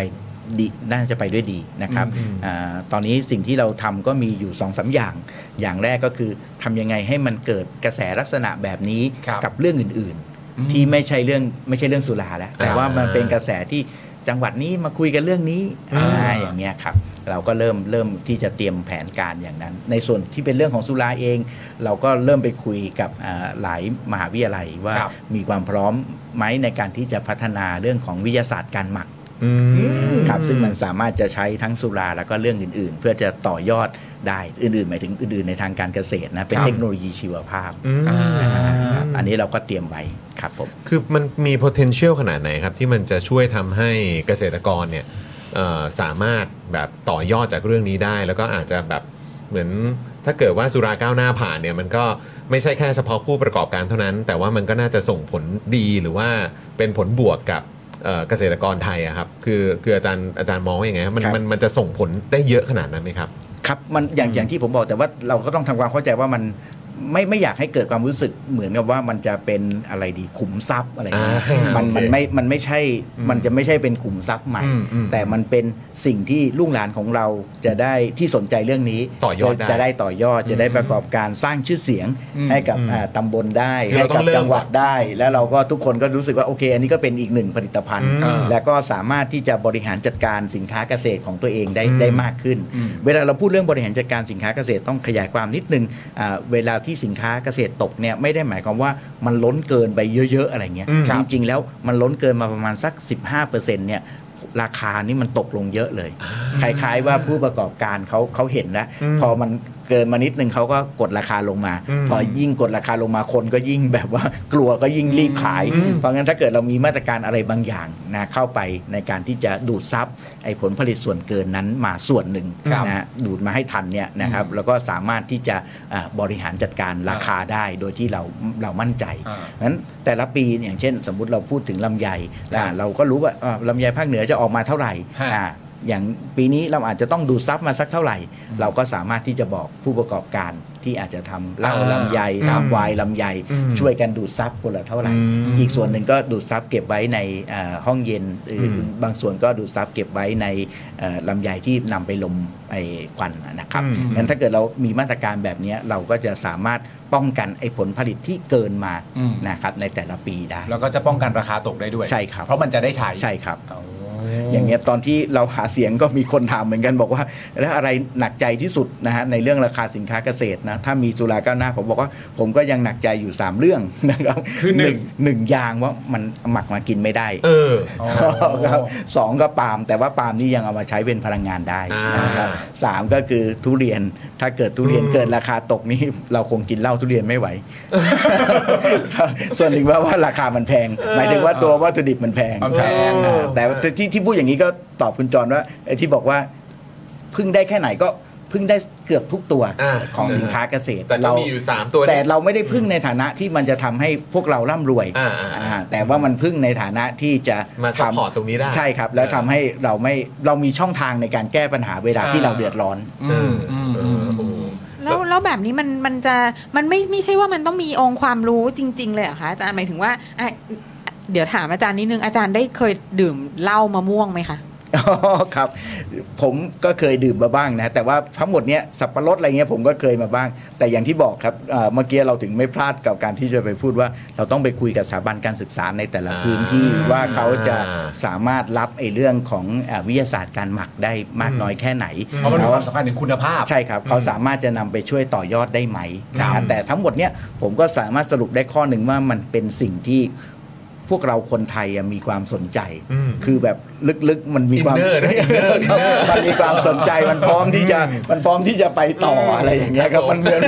Speaker 8: ดีน่าจะไปด้วยดีนะครับอาตอนนี้สิ่งที่เราทำก็มีอยู่2อสามอย่าง อย่างแรกก็คือทำยังไงให้มันเกิดกระแสลักษณะแบบนี้
Speaker 3: ครับ
Speaker 8: กับเรื่องอื่น
Speaker 3: อืม
Speaker 8: ๆ ที่ไม่ใช่เรื่องไม่ใช่เรื่องสุราแล้ว แต่ว่ามันเป็นกระแสที่จังหวัดนี้มาคุยกันเรื่องนี้
Speaker 3: อ่า
Speaker 8: อ่าอย่างเงี้ยครับ เราก็เริ่มเริ่มที่จะเตรียมแผนการอย่างนั้น ในส่วนที่เป็นเรื่องของสุราเอง เราก็เริ่มไปคุยกับอ่าหลายมหาวิทยาลัยว่า
Speaker 3: ครับ
Speaker 8: มีความพร้อมไหมในการที่จะพัฒนาเรื่องของวิทยาศาสตร์การหมัก ครับซึ่งมันสามารถจะใช้ทั้งสุราแล้วก็เรื่องอื่น ๆ เพื่อจะต่อยอดได้อื่นๆหมายถึงอื่นๆในทางการเกษตรนะเป็น
Speaker 2: ครับ
Speaker 8: เทคโนโลยีชีวภาพ
Speaker 2: อืม
Speaker 8: นะครับอันนี้เราก็เตรียมไว้ครับผม
Speaker 2: คือมันมี potential ขนาดไหนครับ ที่มันจะช่วยทำให้เกษตรกรเนี่ยเอ่อสามารถแบบต่อยอดจากเรื่องนี้ได้ แล้วก็อาจจะแบบเหมือนถ้าเกิดว่าสุราก้าวหน้าผ่านเนี่ยมันก็ไม่ใช่แค่เฉพาะผู้ประกอบการเท่านั้น แต่ว่ามันก็น่าจะส่งผลดีหรือว่าเป็นผลบวกกับเอ่อเกษตรกรไทยอะครับคือคืออาจารย์อาจารย์มองว่าอย่างไงครับมัน
Speaker 8: ครับ
Speaker 2: มันมันจะส่งผลได้เยอะขนาดนั้นไหมครับ
Speaker 8: ครับมันอย่างอย่างที่ผมบอกแต่ว่าเราก็ต้องทำความเข้าใจว่ามันไม่ไม่อยากให้เกิดความรู้สึกเหมือนกับว่ามันจะเป็นอะไรดีขุมทรัพย์อะไรอย่างเงี้ย
Speaker 2: อ่า
Speaker 8: มัน
Speaker 2: โอเค
Speaker 8: มันไม่มันไม่ใช่มันจะไม่ใช่เป็นขุมทรัพย์ใหม่
Speaker 2: อืมอืม
Speaker 8: แต่มันเป็นสิ่งที่ลูกหลานของเราจะได้ที่สนใจเรื่องนี้
Speaker 2: ต่อยอดได้
Speaker 8: จะจะได้ต่อยอดจะได้ประกอบการสร้างชื่อเสียงให้กับอ่าตำบลได้
Speaker 2: คือ
Speaker 8: ให้
Speaker 2: เราต้
Speaker 8: กั
Speaker 2: องเริ่ม
Speaker 8: จังหวัดได้ แล้วเราก็ทุกคนก็รู้สึกว่าโอเค อันนี้ก็เป็นอีกหนึ่งผลิตภัณฑ์
Speaker 2: อืม
Speaker 8: แล้วก็สามารถที่จะบริหารจัดการสินค้าเกษตรของตัวเองได้
Speaker 2: อืม
Speaker 8: ได้มากขึ้น เวลาเราพูดเรื่องบริหารจัดการสินค้าเกษตรต้องขยายความนิดนึงอ่าเวลาที่สินค้าเกษตรตกเนี่ยไม่ได้หมายความว่ามันล้นเกินไปเยอะๆอะไรเงี้ย
Speaker 2: อืมครับ
Speaker 8: จริงๆแล้วมันล้นเกินมาประมาณสัก 15%เนี่ยราคานี่มันตกลงเยอะเลยคล้ายๆว่าผู้ประกอบการเขาเขาเห็นนะพอมัน เกินมานิดนึงเขาก็กดราคาลงมา พอยิ่งกดราคาลงมาคนก็ยิ่งแบบว่า กลัวก็ยิ่งรีบขาย เพราะงั้นถ้าเกิดเรามีมาตรการอะไรบางอย่างนะเข้าไปในการที่จะดูดซับไอ้ผลผลิตส่วนเกินนั้นมาส่วนหนึ่ง
Speaker 3: ครับ
Speaker 8: นะฮะดูดมาให้ทันเนี่ยนะครับแล้วก็สามารถที่จะอ่าบริหารจัดการราคาได้โดยที่เราเรามั่นใจ
Speaker 3: อ่า
Speaker 8: นั้นแต่ละปีอย่างเช่น สมมุติเราพูดถึงลำไยอ่าเราก็รู้ว่าอ่าลำไยภาคเหนือจะออกมาเท่าไหร่
Speaker 3: ฮะ
Speaker 8: อ่าอย่างปีนี้เราอาจจะต้องดูดซับมาสักเท่าไหร่ เราก็สามารถที่จะบอกผู้ประกอบการที่อาจจะทำเหล้าลำไยทำไวน์ลำไย ช่วยกันดูดซับคนละเท่าไหร่ อีกส่วนหนึ่งก็ดูดซับเก็บไว้ในเอ่อห้องเย็นหรืออบางส่วนก็ดูดซับเก็บไว้ในเอ่อลำไยที่นำไปลมไอ้ควันนะครับงั้นถ้าเกิดเรามีมาตรการแบบเนี้ยเราก็จะสามารถป้องกันไอ้ผลผลิตที่เกินมา
Speaker 3: อืม
Speaker 8: นะครับในแต่ละปีได้
Speaker 3: แล้วก็จะป้องกันราคาตกได้ด้วย
Speaker 8: ใช่ครับ
Speaker 3: เพราะมันจะได้ใช้
Speaker 8: ใช่ครับ
Speaker 3: เอา
Speaker 8: อย่างเงี้ยตอนที่เราหาเสียงก็มีคนถามเหมือนกันบอกว่า แล้วอะไรหนักใจที่สุดนะฮะในเรื่องราคาสินค้าเกษตรนะถ้ามีสุราก้าวหน้าผมบอกว่าผมก็ยังหนักใจอยู่ 3 เรื่องนะครับ
Speaker 3: คือหนึ่ง
Speaker 8: หนึ่งยางว่ามันหมักมากินไม่ได้
Speaker 2: เออ
Speaker 3: อ๋อ
Speaker 8: ครับสองก็ปาล์มแต่ว่าปาล์มนี่ยังเอามาใช้เป็นพลังงานได้นะครับ
Speaker 2: อ่า
Speaker 8: สามก็คือทุเรียนถ้าเกิดทุเรียนเกิดราคาตกนี่เราคงกินเหล้าทุเรียนไม่ไหว ครับส่วนหนึ่งว่าว่าราคามันแพง หมายถึงว่าตัววัตถุดิบมันแพง
Speaker 3: มันแพง
Speaker 8: อ่าแต่ที่ที่ที่พูดอย่างนี้ก็ตอบคุณจรว่าไอ้ที่บอกว่าพึ่งได้แค่ไหนก็พึ่งได้เกือบทุกตัว
Speaker 2: อ่า
Speaker 8: ของสินค้าเกษตร
Speaker 2: แต่ก็มีอยู่สามตัว
Speaker 8: แต่เราไม่ได้พึ่งในฐานะที่มันจะทำให้พวกเราร่ำรวย
Speaker 2: อ่าอ่า
Speaker 8: อ่าแต่ว่ามันพึ่งในฐานะที่จะ
Speaker 2: มา
Speaker 8: ทำ
Speaker 2: support ตรงนี้ได้
Speaker 8: ใช่ครับ แล้วทำให้เราไม่เรามีช่องทางในการแก้ปัญหาเวลาที่
Speaker 2: อ่า
Speaker 8: เราเดือดร้อน
Speaker 2: เออ
Speaker 3: อืม
Speaker 2: เอ
Speaker 3: อื
Speaker 2: อ
Speaker 3: ม
Speaker 2: โอ้โห
Speaker 7: แล้วแล้วแบบนี้มันมันจะมันไม่ไม่ใช่ว่ามันต้องมีองค์ความรู้จริง ๆ เลยเหรอคะอาจารย์หมายถึงว่าอ่ะเดี๋ยวถามอาจารย์นิดนึงอาจารย์ได้เคยดื่มเหล้ามะม่วงไหมคะ
Speaker 8: อ๋อครับ ผมก็เคยดื่มมาบ้างนะ แต่ว่าทั้งหมดเนี้ยสับปะรดอะไรเงี้ยผมก็เคยมาบ้าง แต่อย่างที่บอกครับเอ่อเมื่อกี้เราถึงไม่พลาดกับการที่จะไปพูดว่า เราต้องไปคุยกับสถาบันการศึกษาในแต่ละพื้นที่ว่าเขาจะสามารถรับไอ้เรื่องของเอ่อวิทยาศาสตร์การหมักได้มากน้อยแค่ไหน
Speaker 3: เพราะมันมีความสำคัญถึงคุณภาพ
Speaker 8: ใช่ครับ เขาสามารถจะนำไปช่วยต่อยอดได้ไหม
Speaker 3: ครับ
Speaker 8: นะฮะแต่ทั้งหมดเนี้ยผมก็สามารถสรุปได้ข้อหนึ่งว่ามันเป็นสิ่งที่พวกเราคนไทยอะมีความสนใจ คือแบบลึกๆมันมีความ
Speaker 2: Inner นะ Inner
Speaker 8: ครับมันมีความสนใจมันพร้อมที่จะมันพร้อมที่จะไปต่ออะไรอย่างเงี้ยครับมันเหมือน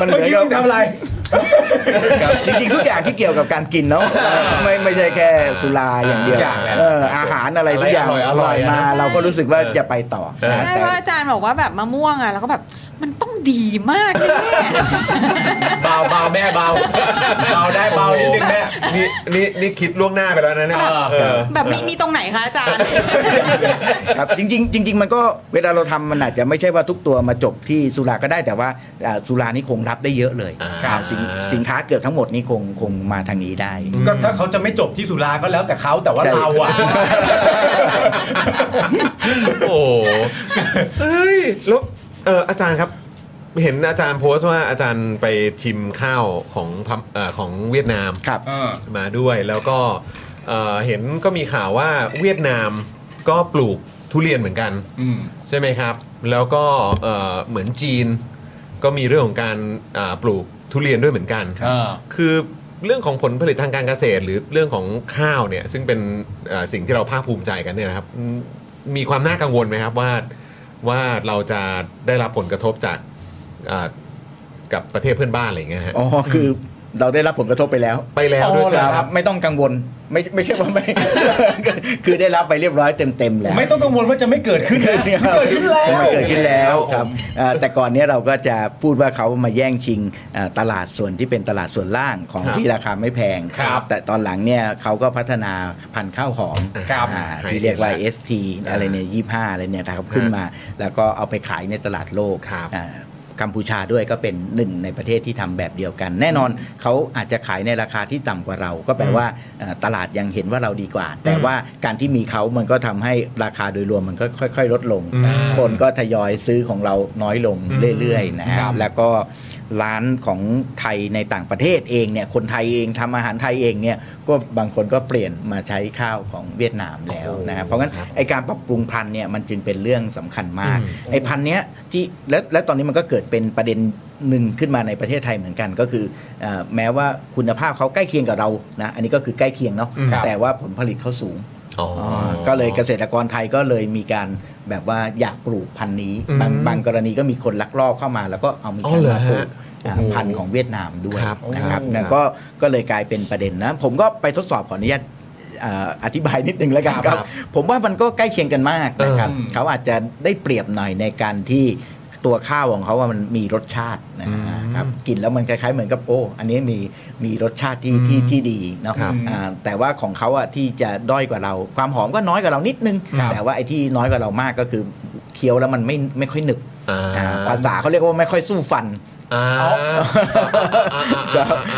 Speaker 8: มันเหมือนกับ ครับจริงๆทุกอย่างที่เกี่ยวกับการกินเนาะไม่ไม่ใช่แค่สุราอย่างเดียว
Speaker 3: ทุกอย่างแหละ
Speaker 8: เอออาหารอะไรทุกอย่าง
Speaker 2: อะไรอร่อยๆ
Speaker 8: มา
Speaker 2: นะ
Speaker 8: เราก็รู้สึกว่าจะไปต่อนะ
Speaker 7: ได้
Speaker 8: แต่
Speaker 7: ว่าอาจารย์บอกว่าแบบมะม่วงอ่ะแล้วก็แบบมันต้องดีมากแน่
Speaker 3: เบาเบาแม่เบาเบาได้เบานิดนึงแม่
Speaker 2: นี่นี่นี่คิดล่วงหน้าไปแล้วนะเนี่ย
Speaker 3: อ่า
Speaker 2: เออ
Speaker 7: ๆ แบบมีมีตรงไหนคะอาจารย์
Speaker 8: ครับจริงๆจริง ๆ มันก็เวลาเราทำมันอาจจะไม่ใช่ว่าทุกตัวมาจบที่สุราก็ได้แต่ว่าอ่าสุรานี่คงรับได้เยอะเลย
Speaker 2: อ่า
Speaker 8: อ่าสินสินค้าเกือบทั้งหมดนี่คงคงมาทางนี้ได้
Speaker 3: ก็ถ้าเขาจะไม่จบที่สุราก็แล้วแต่เขาแต่ว่า
Speaker 8: ใช่
Speaker 3: เราอะ
Speaker 2: โอ้โหเอ้ยแล้วเอออาจารย์ครับ เห็นอาจารย์โพสต์ว่าอาจารย์ไปชิมข้าวของพมเอ่อของเวียดนาม
Speaker 8: ครับ
Speaker 2: มาด้วยแล้วก็เอ่อเห็นก็มีข่าวว่าเวียดนามก็ปลูกทุเรียนเหมือนกัน ใช่ไหมครับ แล้วก็เอ่อเหมือนจีน ก็มีเรื่องของการอ่าปลูกทุเรียนด้วยเหมือนกัน
Speaker 3: อ่า
Speaker 2: คือเรื่องของผลผลิตทางการเกษตร หรือเรื่องของข้าวเนี่ยซึ่งเป็นเอ่อสิ่งที่เราภาคภูมิใจกันเนี่ยนะครับอืมมีความน่ากังวลไหมครับว่าว่าเราจะได้รับผลกระทบจากอ่ากับประเทศเพื่อนบ้านอะไรอย่างเงี้ยฮะ
Speaker 8: อ๋อคือเราได้รับผลกระทบไปแล้ว
Speaker 2: ไปแล้วด้วยใช่ไหม
Speaker 8: อ๋อเหรอ
Speaker 2: ค
Speaker 8: ค
Speaker 2: รั
Speaker 8: รับ บไม่ต้องกังวลไม่ไม่ใช่ว่าไม่ คือได้รับไปเรียบร้อยเต็มๆแล้ว
Speaker 3: ไม่ต้องกังวลว่าจะไม่เกิดขึ้นเลยเกิดขึ้นแล้ว
Speaker 8: มันเกิดขึ้นแล้ว
Speaker 2: ค
Speaker 8: ค
Speaker 2: รั
Speaker 8: รั
Speaker 2: บบ ผม
Speaker 8: เอ่อแต่ก่อนเนี้ยเราก็จะพูดว่าเขามาแย่งชิงเอ่อตลาดส่วนที่เป็นตลาดส่วนล่างของ
Speaker 2: ครับ
Speaker 8: ที่ราคาไม่แพง
Speaker 2: ครับ
Speaker 8: แต่ตอนหลังเนี่ยเขาก็พัฒนาพันธุ์ข้าวหอม
Speaker 2: ครับ
Speaker 8: อ่า
Speaker 2: ให้
Speaker 8: ที่เรียกว่า
Speaker 2: เห็นละ
Speaker 8: ST อะไรเนี่ยยี่ห้าอะไรเนี่ยนะครับขึ้นมา แล้วก็เอาไปขายในตลาดโลก
Speaker 2: ครับ
Speaker 8: อ่ากัมพูชาด้วยก็เป็นหนึ่งในประเทศที่ทำแบบเดียวกัน แน่นอนเขาอาจจะขายในราคาที่ต่ำกว่าเรา ก็แปลว่าเอ่อตลาดยังเห็นว่าเราดีกว่า แต่ว่าการที่มีเขามันก็ทำให้ราคาโดยรวมมันก็ค่อย ๆ ลดลง
Speaker 2: อืม
Speaker 8: คนก็ทยอยซื้อของเราน้อยลงเรื่อยๆนะค
Speaker 3: ครั
Speaker 8: รับ บแล้วก็ร้านของไทยในต่างประเทศเองเนี่ยคนไทยเองทำอาหารไทยเองเนี่ยก็บางคนก็เปลี่ยนมาใช้ข้าวของเวียดนามแล้วนะครับเพราะงั้นไอการปรับปรุงพันธุ์เนี่ยมันจึงเป็นเรื่องสำคัญมากไอพันธุ์เนี้ยที่และและตอนนี้มันก็เกิดเป็นประเด็นหนึ่งขึ้นมาในประเทศไทยเหมือนกันก็คือเอ่อแม้ว่าคุณภาพเขาใกล้เคียงกับเรานะอันนี้ก็คือใกล้เคียงเนาะ
Speaker 3: ครับ
Speaker 8: แต่ว่าผลผลิตเขาสูง
Speaker 2: อ๋อ
Speaker 8: ก็เลยเกษตรกรไทยก็เลยมีการ แบบว่าอยากปลูกพันธุ์นี้
Speaker 2: อืม
Speaker 8: บางบางกรณีก็มีคนลักลอบเข้ามา แล้วก็เอามี
Speaker 2: อ๋อ
Speaker 8: การ
Speaker 2: เหรอ
Speaker 8: มาปลู
Speaker 2: ฮะ
Speaker 8: กอ่าพันธุ์ของเวียดนามด้วย
Speaker 2: ครับ
Speaker 8: นะครับ
Speaker 2: โอ้
Speaker 8: นะก็ก็เลยกลายเป็นประเด็นนะ ผมก็ไปทดสอบขออนุญาตอ่าอธิบายนิดนึงแล้วกันครับ ผมว่ามันก็ใกล้เคียงกันมากนะครับ
Speaker 3: เออ
Speaker 8: เขาอาจจะได้เปรียบหน่อยในการที่ตัวข้าวของเขาว่ามันมีรสชาตินะนะครับกินแล้วมันคล้ายๆเหมือนกับโอ้อันนี้มีมีรสชาติที่ที่ที่ดีเนาะ
Speaker 2: ครับ
Speaker 8: อ่าแต่ว่าของเขาอ่ะที่จะด้อยกว่าเรา ความหอมก็น้อยกว่าเรานิดนึง
Speaker 2: ครับ
Speaker 8: แต่ว่าไอ้ที่น้อยกว่าเรามากก็คือเคี้ยวแล้วมันไม่ไม่ค่อยหนึบ
Speaker 2: อ่า
Speaker 8: อ่าภาษาเขาเรียกว่าไม่ค่อยสู้ฟัน
Speaker 2: อ่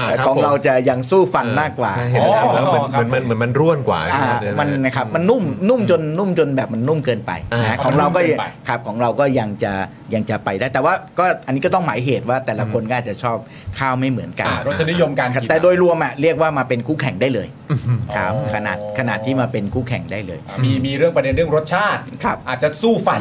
Speaker 2: าคบ
Speaker 8: ของเราจะยังสู้ฟันมากกว่า
Speaker 2: ใช่เห็นแล้วแล้วมันเหมือนมันเหมือนมันร่วนกว่า
Speaker 8: อ่ามันนะครับมันนุ่มนุ่มจนนุ่มจนแบบมันนุ่มเกินไป
Speaker 2: อ่า
Speaker 8: นะของเราก็
Speaker 3: มันนุ่มเกินไป
Speaker 8: ครับของเราก็ยังจะยังจะไปได้ แต่ว่าก็อันนี้ก็ต้องหมายเหตุว่าแต่ละคนก็อาจจะชอบข้าวไม่เหมือนกัน
Speaker 3: อ่ารสนิยมการ
Speaker 8: ครับ
Speaker 3: กิน
Speaker 8: แต่โดยรวมอะเรียกว่ามาเป็นคู่แข่งได้เลยครับ
Speaker 3: อ๋อ
Speaker 8: ขนาดขนาดที่มาเป็นคู่แข่งได้เลย
Speaker 3: อ่ะมีมีเรื่องประเด็นเรื่องรสชาติ
Speaker 8: ครับ
Speaker 3: อาจจะสู้ฟัน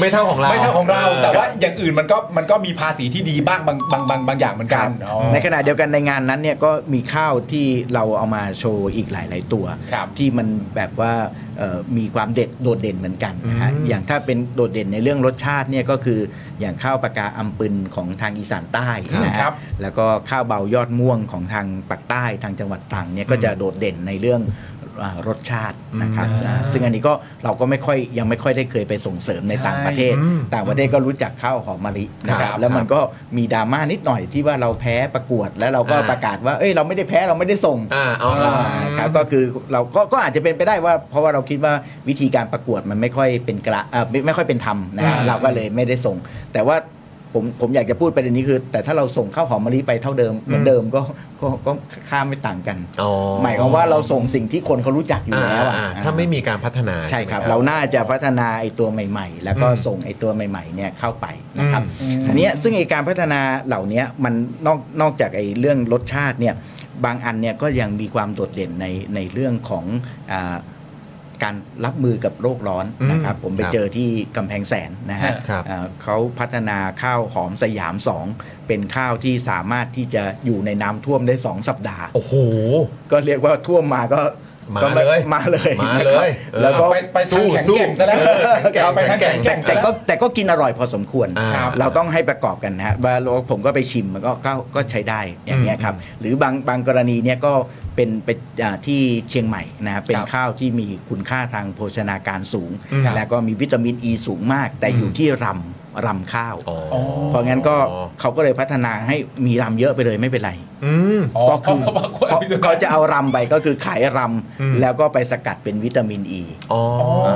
Speaker 2: ไม่เท่าของเรา
Speaker 3: ไม่เท่าของเรา แต่ว่าอย่างอื่นมันก็มันก็มีภาษีที่ดีบ้างบางบางบางบางอย่างเหมือนกันอ๋อ
Speaker 8: ในขณะเดียวกันในงานนั้นเนี่ยก็มีข้าวที่เราเอามาโชว์อีกหลาย ๆ ตัว
Speaker 3: ครับ
Speaker 8: ที่มันแบบว่าเอ่อมีความเด็ดโดดเด่นเหมือนกันนะฮะอย่างถ้าเป็นโดดเด่นในเรื่องรสชาติเนี่ยก็คืออย่างข้าวปากาอัมปึนของทางอีสานใต้นะฮะ
Speaker 3: ครับ
Speaker 8: แล้วก็ข้าวเบายอดม่วงของทางปากใต้ทางจังหวัดตรังเนี่ยก็จะโดดเด่นในเรื่องอ่ารสชาตินะครับนะซึ่งอันนี้ก็เราก็ไม่ค่อยยังไม่ค่อยได้เคยไปส่งเสริมในต่างประเทศ
Speaker 2: ใช่อืม
Speaker 8: ต่างประเทศก็รู้จักข้าวหอมมะลินะครับ แล้วมันก็มีดราม่านิดหน่อยที่ว่าเราแพ้ประกวดแล้วเราก็
Speaker 2: อ่า
Speaker 8: ประกาศว่าเอ้ยเราไม่ได้แพ้เราไม่ได้ส่ง
Speaker 2: อ่าเอาละ
Speaker 8: อ่าครับก็คือเราก็ก็อาจจะเป็นไปได้ว่า เพราะว่าเราคิดว่าวิธีการประกวดมันไม่ค่อยเป็นกระเอ่อไม่ไม่ค่อยเป็นธรรมนะฮะ
Speaker 3: อ่า
Speaker 8: เราก็เลยไม่ได้ส่ง แต่ว่าผมผมอยากจะพูดประเด็นนี้คือ แต่ถ้าเราส่งข้าวหอมมะลิไปเท่าเดิมเหมือนเดิมก็ก็ก็ค่าไม่ต่างกัน
Speaker 2: อ๋อ
Speaker 8: หมายความว่าเราส่งสิ่งที่คนเขารู้จักอยู่
Speaker 2: อ่า
Speaker 8: แล้วอะ
Speaker 2: อ่าถ้าไม่มีการพัฒนา
Speaker 8: ใช่ครับ
Speaker 2: ไหม
Speaker 8: เราน่าจะพัฒนาไอ้ตัวใหม่ๆ แล้วก็
Speaker 2: อืม
Speaker 8: ส่งไอ้ตัวใหม่ๆเนี่ยเข้าไปนะครับ
Speaker 3: อืม
Speaker 8: ทีเนี้ยซึ่งไอ้การพัฒนาเหล่าเนี้ยมันนอกนอกจากไอ้เรื่องรสชาติเนี่ยบางอันเนี่ยก็ยังมีความโดดเด่นในในเรื่องของอาการรับมือกับโลกร้อน
Speaker 2: อืม
Speaker 8: นะครับ ผมไป
Speaker 2: ครับ
Speaker 8: เจอที่กำแพงแสนนะฮะ
Speaker 2: ครับ
Speaker 8: อ่าเขาพัฒนาข้าวหอมสยามสองเป็นข้าวที่สามารถที่จะอยู่ในน้ำท่วมได้สองสัปดาห์
Speaker 2: โอ้โห
Speaker 8: ก็เรียกว่าท่วมมาก็
Speaker 2: มา
Speaker 8: ก็
Speaker 2: เลย
Speaker 8: มาเลย
Speaker 2: มาเลย
Speaker 8: นะครับแล้วก็
Speaker 3: ไปไปทางแข่งแก่งซะแล้ว
Speaker 2: ครับ
Speaker 3: ไปทางแข่งแก่งซะ
Speaker 8: แต่
Speaker 3: แล้ว
Speaker 8: ก็แต่ก็กินอร่อยพอสมควร
Speaker 2: อ่าครับ
Speaker 8: เราต้องให้ประกอบกันนะฮะว่าเราผมก็ไปชิมมันก็ก็ก็ใช้ได้อย่างเงี้ยครับ หรือบางบางกรณีเนี่ยก็เป็นไปอ่าที่เชียงใหม่นะฮะเป็นข้าวที่มีคุณค่าทางโภชนาการสูง
Speaker 2: ครับ
Speaker 8: แล้วก็มีวิตามินอ e ีสูงมาก แต่อยู่ที่รำรำข้าว
Speaker 2: อ๋อ
Speaker 8: เพราะงั้นก็เขาก็เลยพัฒนาให้มีรำเยอะไปเลยไม่เป็นไร
Speaker 2: อืม
Speaker 8: ก็คือ
Speaker 3: เพราะว่าคน
Speaker 8: เขา
Speaker 3: มีสุขภาพ
Speaker 8: เขาจะเอารำไปก็คือขายร
Speaker 2: อืม
Speaker 8: ำแล้วก็ไปสกัดเป็นวิตามินอ e. ี
Speaker 2: อ๋ออ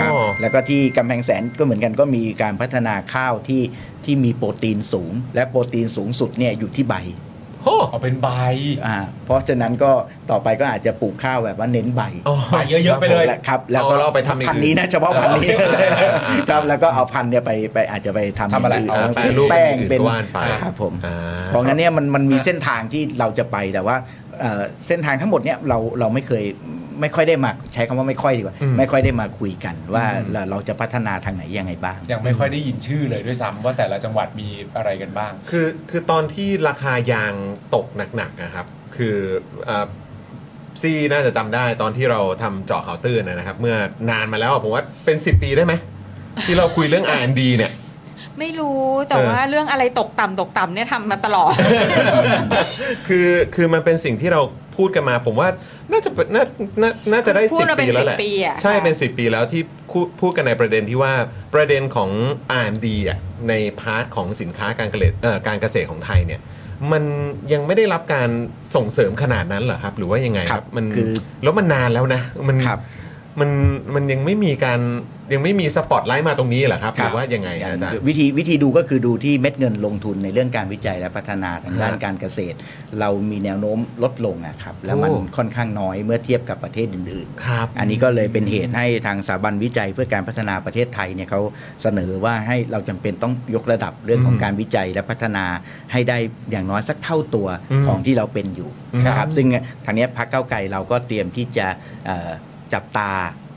Speaker 8: ครับ
Speaker 2: อ๋อ
Speaker 8: แล้วก็ที่กำแพงแสนก็เหมือนกันก็มีการพัฒนาข้าวที่ที่มีโปรตีนสูง และโปรตีนสูงสุดเนี่ยอยู่ที่ใบ
Speaker 2: โอ้
Speaker 3: เอาเป็นใบ
Speaker 8: อ่าเพราะฉะนั้นก็ต่อไปก็อาจจะปลูกข้าวแบบว่าเน้นใบ
Speaker 2: อ๋อ
Speaker 3: ใบเยอะๆไปเลย
Speaker 8: และครับแล้วก็
Speaker 2: เอาเราไปทำอย่างอื่น
Speaker 8: พันธุ์นี้นะเฉพาะพันธุ์นี้ครับแล้วก็เอาพันธุ์เนี่ยไปไปอาจจะไปทำ
Speaker 3: ทำอะไร
Speaker 8: ย่างน
Speaker 2: เอา
Speaker 8: เา
Speaker 2: แปรรูป
Speaker 8: แป้ง
Speaker 2: เป็นอย่างอื่น
Speaker 8: เป็น
Speaker 2: ว่านไป
Speaker 8: ครับผม
Speaker 2: อ่า
Speaker 8: เพราะงั้นเนี่ยมันมันมีเส้นทางที่เราจะไปแต่ว่าเอ่อเส้นทางทั้งหมดเนี่ยเราเราไม่เคยไม่ค่อยได้มาใช้คำว่าไม่ค่อยดีกว่า
Speaker 2: อืม
Speaker 8: ไม่ค่อยได้มาคุยกันว่าเราเราจะพัฒนาทางไหนยังไงบ้าง
Speaker 3: ยังไม่ค่อยได้ยินชื่อเลยด้วยซ้ำว่าแต่ละจังหวัดมีอะไรกันบ้าง
Speaker 2: คือคือตอนที่ราคายางตกหนักๆนะครับ คืออ่าซี่น่าจะจำได้ตอนที่เราทำเจาะข่าวตื้นนะครับ เมื่อนานมาแล้วอะผมว่าเป็น 10 ปีได้ไหม ที่เราคุยเรื่อง R&D เนี่ย
Speaker 7: ไม่รู้แต่
Speaker 2: เออ
Speaker 7: ว่าเรื่องอะไรตกต่ำตกต่ำเนี่ยทำมาตล อด
Speaker 2: คือคือมันเป็นสิ่งที่เราพูดกันมา ผมว่าน่าจะเป็นน่าน่าน่าจะได้
Speaker 7: คือพู
Speaker 2: สิ
Speaker 7: ด
Speaker 2: บ
Speaker 7: มาเป็
Speaker 2: ปี
Speaker 7: น
Speaker 2: แล้วแหละ
Speaker 7: 10ปีอะ
Speaker 2: ใช่เป็นสิบปีแล้วที่พูดพูดกันในประเด็นที่ว่าประเด็นของอ่านดีอ่ะในพาร์ทของสินค้าการเกษตรเอ่อการเกษตรของไทยเนี่ย มันยังไม่ได้รับการส่งเสริมขนาดนั้นเหรอครับ หรือว่ายังไงค
Speaker 8: ครั
Speaker 2: รั
Speaker 8: บบ
Speaker 2: มัน
Speaker 8: คือ
Speaker 2: แล้วมันนานแล้วนะมัน
Speaker 8: ครับ
Speaker 2: มันมันยังไม่มีการยังไม่มีสปอตไลท์มาตรงนี้เหรอครับ หรือว่ายังไงอาจารย์
Speaker 8: วิธีวิธีดูก็คือดูที่เม็ดเงินลงทุนในเรื่องการวิจัยและพัฒนาทางด้าน
Speaker 2: ฮะ
Speaker 8: การเกษตร เรามีแนวโน้มลดลงนะครับแล้วมัน
Speaker 2: โอ้
Speaker 8: ค่อนข้างน้อยเมื่อเทียบกับประเทศอื่น ๆ
Speaker 2: ครับ
Speaker 8: อันนี้ก็เลยเป็นเหตุให้ทางสถาบันวิจัยเพื่อการพัฒนาประเทศไทยเนี่ยเขาเสนอว่าให้เราจำเป็นต้องยกระดับเรื่องของ
Speaker 2: อืม
Speaker 8: การวิจัยและพัฒนาให้ได้อย่างน้อยสักเท่าตัว
Speaker 2: อืม
Speaker 8: ของที่เราเป็นอยู่นะครับซึ่งทางเนี้ยพรรคเก้าวไกลเราก็เตรียมที่จะเอ่อจับตา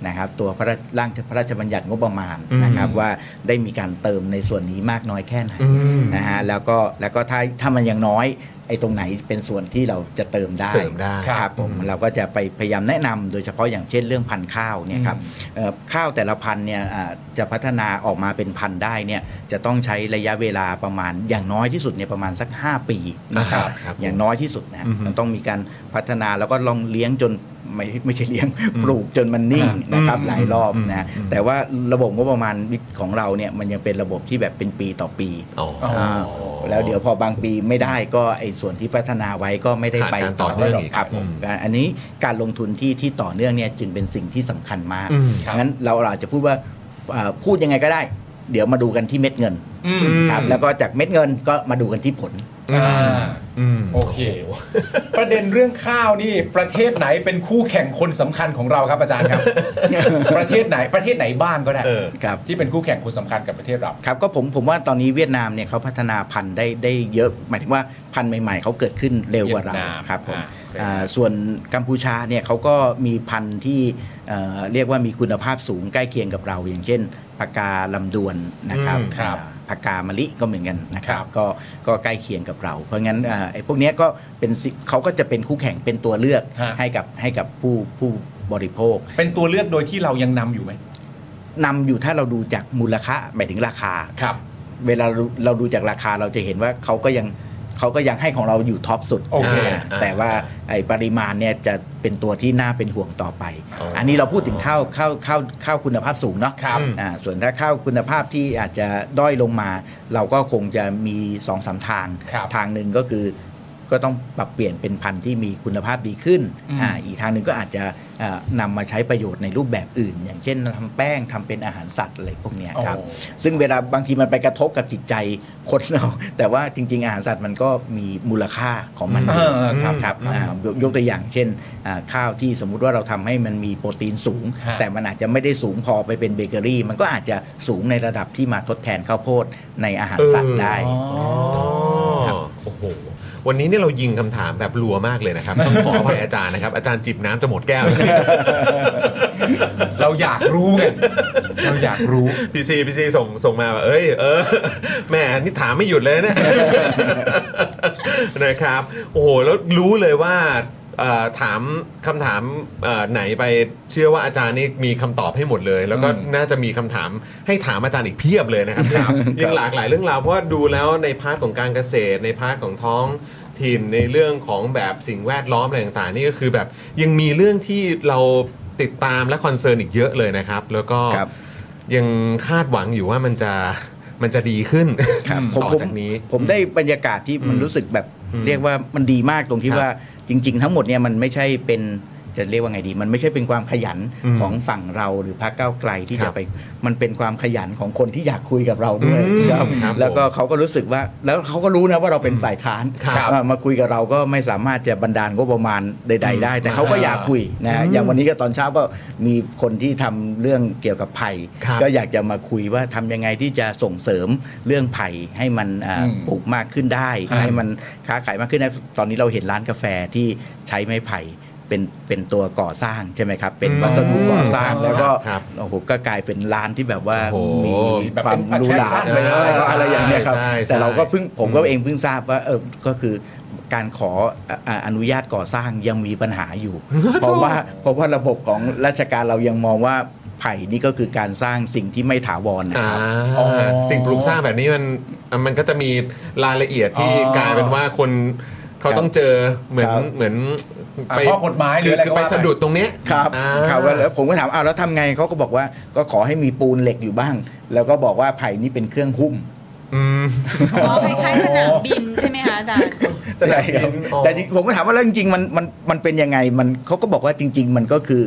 Speaker 8: นะครับตัวพระราชร่างพระราชบัญญัติงบประมาณ
Speaker 2: อืม
Speaker 8: นะครับว่าได้มีการเติมในส่วนนี้มากน้อยแค่ไหน
Speaker 2: อืม
Speaker 8: นะฮะแล้วก็แล้วก็ถ้าถ้ามันยังน้อย ไอ้ตรงไหนเป็นส่วนที่เราจะเติมได้
Speaker 2: เสริมได้
Speaker 8: ครับผมเราก็จะไปพยายามแนะนำโดยเฉพาะอย่างเช่นเรื่องพันธุ์ข้าวเนี่ยครับเอ่อข้าวแต่ละพันธุ์เนี่ยอ่าจะพัฒนาออกมาเป็นพันธุ์ได้เนี่ยจะต้องใช้ระยะเวลาประมาณอย่างน้อยที่สุดเนี่ยประมาณสัก 5 ปีนะครับ
Speaker 2: อ่าครับผม
Speaker 8: อย่างน้อยที่สุดนะมันต้องมีการพัฒนาแล้วก็ลองเลี้ยงจนไม่ไม่ใช่เลี้ยงปลูกจนมันนิ่งนะครับหลายรอบนะแต่ว่าระบบงบประมาณของเราเนี่ยมันยังเป็นระบบที่แบบเป็นปีต่อปี
Speaker 2: อ๋อ
Speaker 8: อ่าแล้วเดี๋ยวพอบางปีไม่ได้ก็ไอ้ส่วนที่พัฒนาไว้ก็ไม่ได้ไป
Speaker 2: ขาดการต่อเนื่องอีก
Speaker 8: ครับผมอันนี้การลงทุนที่ที่ต่อเนื่องเนี่ยจึงเป็นสิ่งที่สำคัญมาก
Speaker 2: อืมครับ
Speaker 8: งั้นเราอาจจะพูดว่าอ่าพูดยังไงก็ได้ เดี๋ยวมาดูกันที่เม็ดเงินครับแล้วก็จากเม็ดเงินก็มาดูกันที่ผล
Speaker 3: อ่าโอเค ประเด็นเรื่องข้าวนี่ประเทศไหนเป็นคู่แข่งคนสำคัญของเราครับอาจารย์ ครับ ประเทศไหนประเทศไหนบ้างก็ได้
Speaker 2: เออ
Speaker 8: ครับ
Speaker 3: ที่เป็นคู่แข่งคนสำคัญกับประเทศเรา
Speaker 8: ครับก็ผมผมว่าตอนนี้เวียดนามเนี่ยเขาพัฒนาพันธุ์ได้ได้เยอะ หมายถึงว่าพันธุ์ใหม่ ๆเขาเกิดขึ้นเร็วกว่าเรา
Speaker 3: เวียดนาม
Speaker 8: ครับผม
Speaker 3: อ่าโอเค
Speaker 8: อ่าส่วนกัมพูชาเนี่ยเขาก็มีพันธุ์ที่เอ่อเรียกว่ามีคุณภาพสูงใกล้เคียงกับเรา อย่างเช่นปากกาลำดวนนะครับ
Speaker 2: อืมครับ
Speaker 8: อ่าปากกามะลิก็เหมือนกันนะครั
Speaker 3: ครับ บ
Speaker 8: ก็ก็ใกล้เคียงกับเรา เพราะงั้นอ่าไอ้พวกเนี้ยก็เป็นสิเขาก็จะเป็นคู่แข่งเป็นตัวเลือกให้กับให้กับผู้ผู้บริโภค
Speaker 3: เป็นตัวเลือกโดยที่เรายังนำอยู่ไหม
Speaker 8: นำอยู่ถ้าเราดูจากมูลค่าหมายถึงราคา
Speaker 3: ครับ
Speaker 8: เวลาเราเราดูจากราคาเราจะเห็นว่าเขาก็ยังเขาก็ยังให้ของเราอยู่ท็อปสุด
Speaker 3: โอเค
Speaker 8: นะแต่ว่าไอ้ปริมาณเนี่ยจะเป็นตัวที่น่าเป็นห่วงต่อไป อันนี้เราพูดถึงข้าวข้าวข้าวข้าวคุณภาพสูงเนาะ
Speaker 3: ครับ
Speaker 8: อ่าส่วนถ้าข้าวคุณภาพที่อาจจะด้อยลงมา เราก็คงจะมี2อสาทาง
Speaker 3: ครับ
Speaker 8: ทางหนึ่งก็คือก็ต้องปรับเปลี่ยนเป็นพันธุ์ที่มีคุณภาพดีขึ้น
Speaker 3: อืม
Speaker 8: อาอีกทางหนึ่งก็อาจจะอ่านำมาใช้ประโยชน์ในรูปแบบอื่น อย่างเช่นทำแป้งทำเป็นอาหารสัตว์อะไรพวกเนี้ยครับ
Speaker 3: โอ้
Speaker 8: ซึ่งเวลาบางทีมันไปกระทบกับจิตใจคนเรา แต่ว่าจริง ๆ อาหารสัตว์มันก็มีมูลค่าของมัน
Speaker 3: เออเออครับ
Speaker 8: ครับ
Speaker 3: ครับ
Speaker 8: อ่ายกยกตัวอย่างเช่นอ่าข้าวที่สมมุติว่าเราทำให้มันมีโปรตีนสูง
Speaker 3: ฮะ
Speaker 8: แต่มันอาจจะไม่ได้สูงพอไปเป็นเบเกอรี่ มันก็อาจจะสูงในระดับที่มาทดแทนข้าวโพดในอาหารสัตว์ได้
Speaker 3: อ๋อ
Speaker 2: โอ้โห วันนี้เนี่ยเรายิงคำถามแบบรัวมากเลยนะครับ ต้องขออภัยอาจารย์นะครับ อาจารย์จิบน้ำจะหมดแก้ว
Speaker 3: เราอยากรู้ไงเราอยากรู้
Speaker 2: พีซีพีซีส่งส่งมาแบบเอ้ยเอ อแหมนี่ถามไม่หยุดเลยนะ นะครับ โอ้โห แล้วรู้เลยว่าเอ่อถามคำถามเอ่อไหนไปเชื่อว่าอาจารย์นี่มีคำตอบให้หมดเลย แล้วก็
Speaker 3: อืม
Speaker 2: น่าจะมีคำถามให้ถามอาจารย์อีกเพียบเลยนะครับ
Speaker 3: ครับ
Speaker 2: ยังหลากหลายเรื่องราวเพราะว่าดูแล้วในพาร์ทของการเกษตร ในพาร์ทของท้องถิ่นในเรื่องของแบบสิ่งแวดล้อมอะไรต่างๆนี่ก็คือแบบยังมีเรื่องที่เราติดตามและคอนเซิร์นอีกเยอะเลยนะครับ แล้วก็
Speaker 8: ครับ
Speaker 2: ยังคาดหวังอยู่ว่ามันจะมันจะดีขึ้น
Speaker 8: ครับผม
Speaker 2: ต่อ
Speaker 8: ผม
Speaker 2: จากนี้
Speaker 8: ผมได้บรรยากาศที่มันรู้สึกแบบเรียกว่ามันดีมากตรงที่
Speaker 2: ครับ
Speaker 8: ว่าจริง ๆ ทั้งหมดเนี่ยมันไม่ใช่เป็นจะเรียกว่าไงดี มันไม่ใช่เป็นความขยัน
Speaker 2: อืม
Speaker 8: ของฝั่งเราหรือพรรคก้าวไกลที่
Speaker 2: ครั
Speaker 8: จะ
Speaker 2: บ
Speaker 8: ไปมันเป็นความขยันของคนที่อยากคุยกับเราด้วย
Speaker 2: อืม
Speaker 8: ครับ
Speaker 2: ครับ
Speaker 8: แล้วก็เขาก็รู้สึกว่าแล้วเขาก็รู้นะว่าเราเป็นฝ่ายค้าน
Speaker 2: ครับ
Speaker 8: อ่ามาคุยกับเราก็ไม่สามารถจะบันดาลงบประมาณใด ๆ ได้ แต่เขาก็อยากคุยนะฮะอย่างวันนี้ก็ตอนเช้าก็มีคนที่ทำเรื่องเกี่ยวกับภัย
Speaker 2: ครับ
Speaker 8: ก็ อยากจะมาคุยว่าทำยังไงที่จะส่งเสริมเรื่องไผ่ให้มันอ่า
Speaker 3: อืม
Speaker 8: ปลูกมากขึ้นได้
Speaker 3: ครับ
Speaker 8: ให้มันค้าขายมากขึ้นได้ตอนนี้เราเห็นร้านกาแฟที่ใช้ไม้ไผ่เป็นเป็นตัวก่อสร้างใช่ไหมครับ เป็น
Speaker 2: อืม
Speaker 8: วัสดุก่อสร้างแล้วก็
Speaker 2: ครับ
Speaker 8: โอ้โหก็กลายเป็นร้านที่แบบว่า
Speaker 2: โอ้โห
Speaker 8: มี
Speaker 3: แบบ
Speaker 8: ค
Speaker 3: เป็
Speaker 8: วาม
Speaker 3: น
Speaker 8: หรูหรา
Speaker 3: attraction
Speaker 8: ไปเลย
Speaker 2: ใช่
Speaker 8: อะไรอย่างเนี้ยครับ
Speaker 2: ใช่ใช่
Speaker 8: แต่เราก็เพิ่งผม
Speaker 2: อืม
Speaker 8: ก็เองเพิ่งทราบว่าเออก็คือการขออ่าอ่าอนุญาตก่อสร้างยังมีปัญหา อยู่ เพราะว่าเพราะว่าระบบของราชการเรายังมองว่าไผ่นี่ก็คือการสร้างสิ่งที่ไม่ถาวรนะ
Speaker 2: อ่า
Speaker 8: ครับ
Speaker 3: อ๋อ
Speaker 2: สิ่งปลูกสร้างแบบนี้มันมันก็จะมีรายละเอียดที่
Speaker 3: อ๋อก
Speaker 2: ลายเป็นว่าคนเขาต้องเจอเหมือน
Speaker 8: ครับ
Speaker 2: เหมือน
Speaker 3: อ่ะข้อกฎหมายหรืออะไร
Speaker 2: คื
Speaker 3: ก็
Speaker 2: ไป
Speaker 3: ว่าไป
Speaker 2: สะดุดตรงเนี้ย
Speaker 8: ครับ
Speaker 2: อ่า
Speaker 8: ครับแล้วผมก็ถามเอาวแล้วทำไงเขาก็บอกว่าก็ขอให้มีปูนเหล็กอยู่บ้าง แล้วก็บอกว่าไผ่นี่เป็นเครื่องหุ้ม
Speaker 7: อ๋อคล้ายๆสนามบินใช่ไหมคะอาจารย์
Speaker 2: สนามบิน
Speaker 8: ใช่ครับ
Speaker 2: อ๋อ
Speaker 8: แต่จริงผมก็ถามว่าแล้วจริงๆมันมันมันเป็นยังไงมันเขาก็บอกว่าจริง ๆ มันก็คือ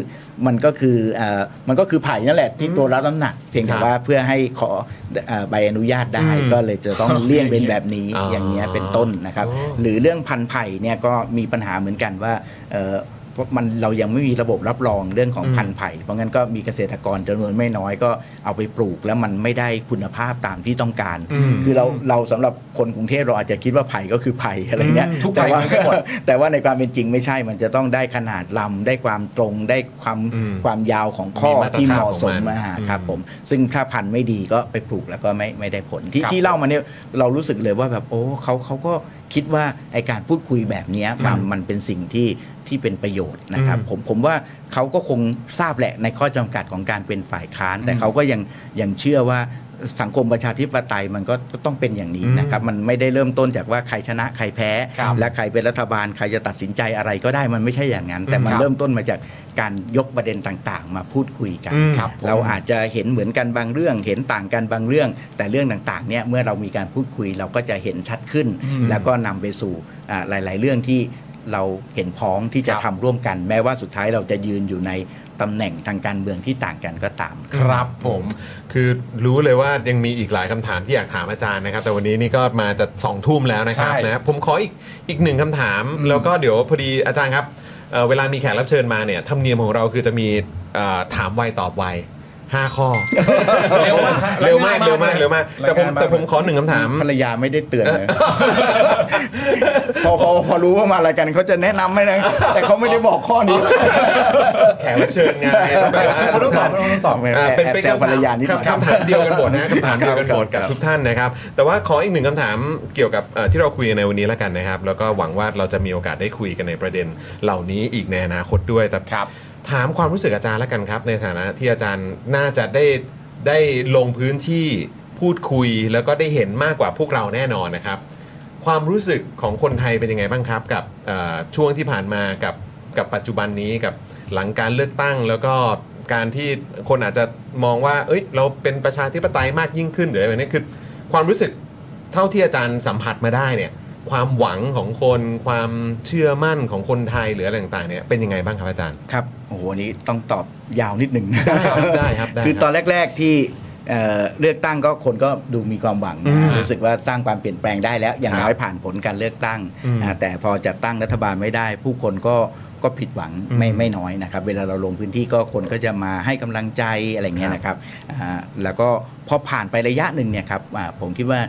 Speaker 8: มันก็คือเอ่อมันก็คือไผ่นั่นแหละที่ตัวรับน้ำหนัก เพียงแต่ว่าเพื่อให้ขอเอ่อใบอนุญาตได้
Speaker 2: อืม
Speaker 8: ก็เลยจะต้องเลี่ยงเป็นแบบนี้
Speaker 2: อ๋ออ
Speaker 8: อย่างเงี้ยเป็นต้นนะครับ
Speaker 2: อ๋อ
Speaker 8: หรือเรื่องพันธุ์ไผ่เนี่ยก็มีปัญหาเหมือนกันว่าเอ่อเพราะมันเรายังไม่มีระบบรับรองเรื่องของพันธุ์ไผ่เพราะงั้นก็มีเกษตรกรจำนวนไม่น้อยก็เอาไปปลูกแล้วมันไม่ได้คุณภาพตามที่ต้องการ
Speaker 2: อืม
Speaker 8: คือเราเราสำหรับคนกรุงเทพเราอาจจะคิดว่าไผ่ก็คือไผ่อะไรเงี้ย
Speaker 3: อืมทุกไผ่
Speaker 8: แต่ว่า
Speaker 3: เหมือนกันหมด
Speaker 8: แต่ว่าในความเป็นจริงไม่ใช่มันจะต้องได้ขนาดลำได้ความตรงได้ความ
Speaker 2: อืม
Speaker 8: ความยาวของข้อ
Speaker 2: มีมาตรฐาน
Speaker 8: ที่เหมาะสม
Speaker 2: ของมัน
Speaker 8: มา
Speaker 2: อืม
Speaker 8: ครับผม ซึ่งถ้าพันธุ์ไม่ดีก็ไปปลูกแล้วก็ไม่ไม่ได้ผลที่ที่เล่ามาเนี่ยเรารู้สึกเลยว่าแบบโอ้เขาเขาก็ คิดว่าไอการพูดคุยแบบเนี้ยมันมันเป็นสิ่งที่ที่เป็นประโยชน์นะครับผมผมว่าเขาก็คงทราบแหละในข้อจำกัดของการเป็นฝ่ายค้าน แต่เขาก็ยังยังเชื่อว่าสังคมประชาธิปไตยมันก็ก็ต้องเป็นอย่างนี้นะครับมันไม่ได้เริ่มต้นจากว่าใครชนะใครแพ้
Speaker 3: ครับ
Speaker 8: และใครเป็นรัฐบาลใครจะตัดสินใจอะไรก็ได้มันไม่ใช่อย่างนั้น แต่มันเริ่มต้นมาจากการยกประเด็นต่างๆ มาพูดคุยกัน
Speaker 2: อืม
Speaker 3: ครับผม
Speaker 8: เราอาจจะเห็นเหมือนกันบางเรื่อง เห็นต่างกันบางเรื่อง แต่เรื่องต่างๆเนี่ยเมื่อเรามีการพูดคุยเราก็จะเห็นชัดขึ้น แล้วก็นำไปสู่อ่าหลาย ๆ เรื่องที่เราเห็นพ้องที่
Speaker 3: ค
Speaker 8: จะ
Speaker 3: รับ
Speaker 8: ทำร่วมกัน แม้ว่าสุดท้ายเราจะยืนอยู่ในตำแหน่งทางการเมืองที่ต่างกันก็ตาม
Speaker 3: ครับผม
Speaker 2: คือรู้เลยว่ายังมีอีกหลายคำถามที่อยากถามอาจารย์นะครับ แต่วันนี้นี่ก็มาจะสองทุ่มแล้วนะครับ
Speaker 3: ใช่
Speaker 2: นะผมขออีกอีกหนึ่งคำถาม แล้วก็เดี๋ยวพอดีอาจารย์ครับเอ่อเวลามีแขกรับเชิญมาเนี่ยธรรมเนียมของเราคือจะมีเอ่อถามไวตอบไวห้าข้อ
Speaker 3: เร็วมากฮะ
Speaker 2: เร็วมากเร็วมากเร็วมาก
Speaker 3: และ
Speaker 2: แต่ผม
Speaker 3: ง่ายมาก
Speaker 2: แต่ผมขอหนึ่งคำถาม
Speaker 8: ภรรยาไม่ได้เตือนเลย พอพอพอรู้ว่ามารายการเขาจะแนะนำไหมนะแต่เขาไม่ได้บอกข้อนี้
Speaker 2: แขกรับเชิญไงต้องแบบว่า
Speaker 8: ต้องตอบต้องตอบ
Speaker 2: าเป็นเป็น
Speaker 8: แอบแซว
Speaker 2: คำถาม
Speaker 8: ภรรยานิดหน่อย
Speaker 2: คำถามเดียวกันหมดนะคำถามเดียวกันหมด
Speaker 8: ครั
Speaker 2: กับบ ทุกท่านนะครับ แต่ว่าขออีกหนึ่งคำถามเกี่ยวกับเอ่อที่เราคุยกันในวันนี้แล้วกันนะครับ แล้วก็หวังว่าเราจะมีโอกาสได้คุยกันในประเด็นเหล่านี้อีกในอนาคตด้วยแต่
Speaker 3: ครับ
Speaker 2: ถามความรู้สึกอาจารย์แล้วกันครับ ในฐานะที่อาจารย์น่าจะได้ได้ลงพื้นที่พูดคุยแล้วก็ได้เห็นมากกว่าพวกเราแน่นอนนะครับ ความรู้สึกของคนไทยเป็นยังไงบ้างครับกับเอ่อช่วงที่ผ่านมากับกับปัจจุบันนี้กับหลังการเลือกตั้ง แล้วก็การที่คนอาจจะมองว่า เอ้ย เราเป็นประชาธิปไตยมากยิ่งขึ้นหรืออะไรแบบนี้คือความรู้สึกเท่าที่อาจารย์สัมผัสมาได้เนี่ย ความหวังของคน ความเชื่อมั่นของคนไทยหรืออะไรต่างๆเนี่ยเป็นยังไงบ้างครับอาจารย์
Speaker 8: ครับ โอ้โหอันนี้ต้องตอบยาวนิดหนึ่ง
Speaker 2: ได้ครับได้ครับได้ครับ
Speaker 8: คือตอนแรก ๆที่เอ่อเลือกตั้งก็คนก็ดูมีความหวัง
Speaker 2: อืม
Speaker 8: นะรู้สึกว่าสร้างความเปลี่ยนแปลงได้แล้ว อย่างน้อยผ่านผลการเลือกตั้ง
Speaker 2: อืม
Speaker 8: อ่าแต่พอจัดตั้งรัฐบาลไม่ได้ ผู้คนก็ก็ผิดหวังไม่ไม่น้อยนะครับ เวลาเราลงพื้นที่ก็คนก็จะมาให้กำลังใจอะไรเงี้ยนะครับอ่าแล้วก็พอผ่านไประยะหนึ่งเนี่ยครับอ่าผมคิดว่า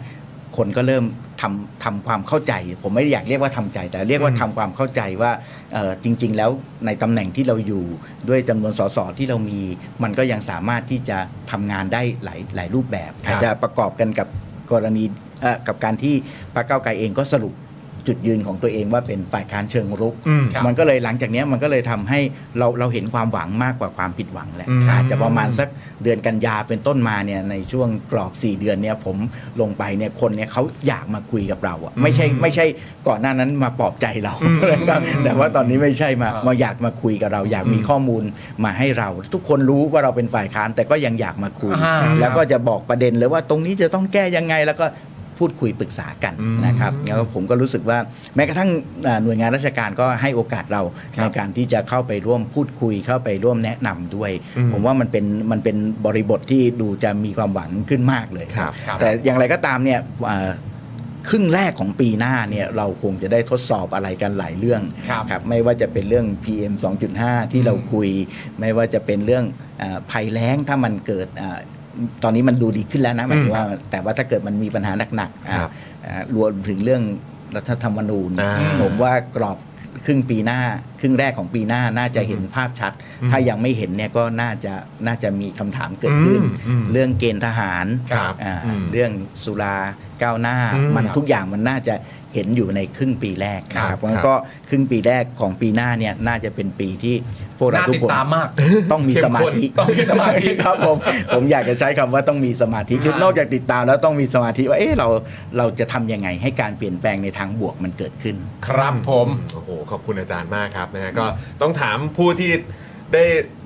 Speaker 8: คนก็เริ่มทำทำความเข้าใจ ผมไม่ได้อยากเรียกว่าทำใจ แต่เรียกว่า
Speaker 2: อืม
Speaker 8: ทำ ความเข้าใจว่าเอ่อจริง ๆ แล้วในตำแหน่งที่เราอยู่ด้วยจำนวนสสที่เรามี มันก็ยังสามารถที่จะทำงานได้หลายหลายรูปแบบ
Speaker 2: ครับ
Speaker 8: อาจจะประกอบกันกับกรณีเอ่อกับการที่พรรคก้าวไกลเองก็สรุปจุดยืนของตัวเองว่าเป็นฝ่ายค้านเชิงรุก
Speaker 2: อืม
Speaker 3: ครับ
Speaker 8: มันก็เลยหลังจากเนี้ยมันก็เลยทำให้เราเราเห็นความหวังมากกว่าความผิดหวังแหละ
Speaker 2: อืม
Speaker 8: อาจจะประมาณสักเดือนกันยาเป็นต้นมาเนี่ยในช่วงกรอบ 4 เดือนเนี่ยผมลงไปเนี่ยคนเนี่ยเขาอยากมาคุยกับเราอะไม่ใช่ไม่ใช่ก่อนหน้านั้นมาปลอบใจเรานะครับ แต่ว่าตอนนี้ไม่ใช่มา
Speaker 3: อ่าม
Speaker 8: มาอยากมาคุยกับเรา อยากมีข้อมูลมาให้เรา ทุกคนรู้ว่าเราเป็นฝ่ายค้านแต่ก็ยังอยากมาคุย
Speaker 3: อ่า
Speaker 8: แล้วก็จะบอกประเด็นเลยว่าตรงนี้จะต้องแก้ยังไงแล้วก็พูดคุยปรึกษากัน
Speaker 2: อืม
Speaker 8: นะครับแล้วผมก็รู้สึกว่าแม้กระทั่งเอ่อหน่วยงานราชการก็ให้โอกาสเราในการที่จะเข้าไปร่วมพูดคุยเข้าไปร่วมแนะนำด้วย ผมว่ามันเป็นมันเป็นบริบทที่ดูจะมีความหวังขึ้นมากเลย
Speaker 2: ครับ
Speaker 3: ครับ
Speaker 8: แต่อย่างไรก็ตามเนี่ยเอ่อครึ่งแรกของปีหน้าเนี่ยเราคงจะได้ทดสอบอะไรกันหลายเรื่อง
Speaker 3: ครับ
Speaker 8: ครับไม่ว่าจะเป็นเรื่อง PM 2.5 ที่เราคุย ไม่ว่าจะเป็นเรื่องเออภัยแล้งถ้ามันเกิดอ่าตอนนี้มันดูดีขึ้นแล้วนะหมายถึงว่า แต่ว่าถ้าเกิดมันมีปัญหาหนักๆอ่า
Speaker 2: ครับ
Speaker 8: อ่ารวมถึงเรื่องรัฐธรรมนูญ
Speaker 2: อ่า
Speaker 8: ผมว่ากรอบครึ่งปีหน้า ครึ่งแรกของปีหน้าน่าจะเห็นภาพชัด ถ้ายังไม่เห็นเนี่ยก็น่าจะน่าจะมีคำถามเกิดขึ้น
Speaker 2: อืมอืม
Speaker 8: เรื่องเกณฑ์ทหาร
Speaker 2: ครับ
Speaker 8: อ่า
Speaker 2: อืม
Speaker 8: เรื่องสุราก้าวหน้า
Speaker 2: อืม
Speaker 8: มัน
Speaker 2: ครับ
Speaker 8: ทุกอย่างมันน่าจะเห็นอยู่ในครึ่งปีแรกนะ
Speaker 2: ค
Speaker 8: ค
Speaker 2: รั
Speaker 8: รั
Speaker 2: บบ
Speaker 8: เพราะงั้
Speaker 2: ครั
Speaker 8: น
Speaker 2: บ
Speaker 8: ก็ ก็ครึ่งปีแรกของปีหน้าเนี่ยน่าจะเป็นปีที่พวกเรา
Speaker 3: น่า
Speaker 8: ทุก
Speaker 3: ติด
Speaker 8: คน
Speaker 3: ตามมาก
Speaker 8: ต้องมีสมาธิ
Speaker 3: เข้มข้นต้องมีสมาธิ
Speaker 8: ครับผมผมอยากจะใช้คำว่าต้องมีสมาธิคือนอกจากติดตามแล้วต้องมีสมาธิว่าเอ๊ะเราเราจะทำยังไงให้การเปลี่ยนแปลงในทางบวกมันเกิดขึ้น
Speaker 3: ครับผม
Speaker 2: โอ้โห ขอบคุณอาจารย์มากครับนะฮะก็ต้องถามผู้ที่ได้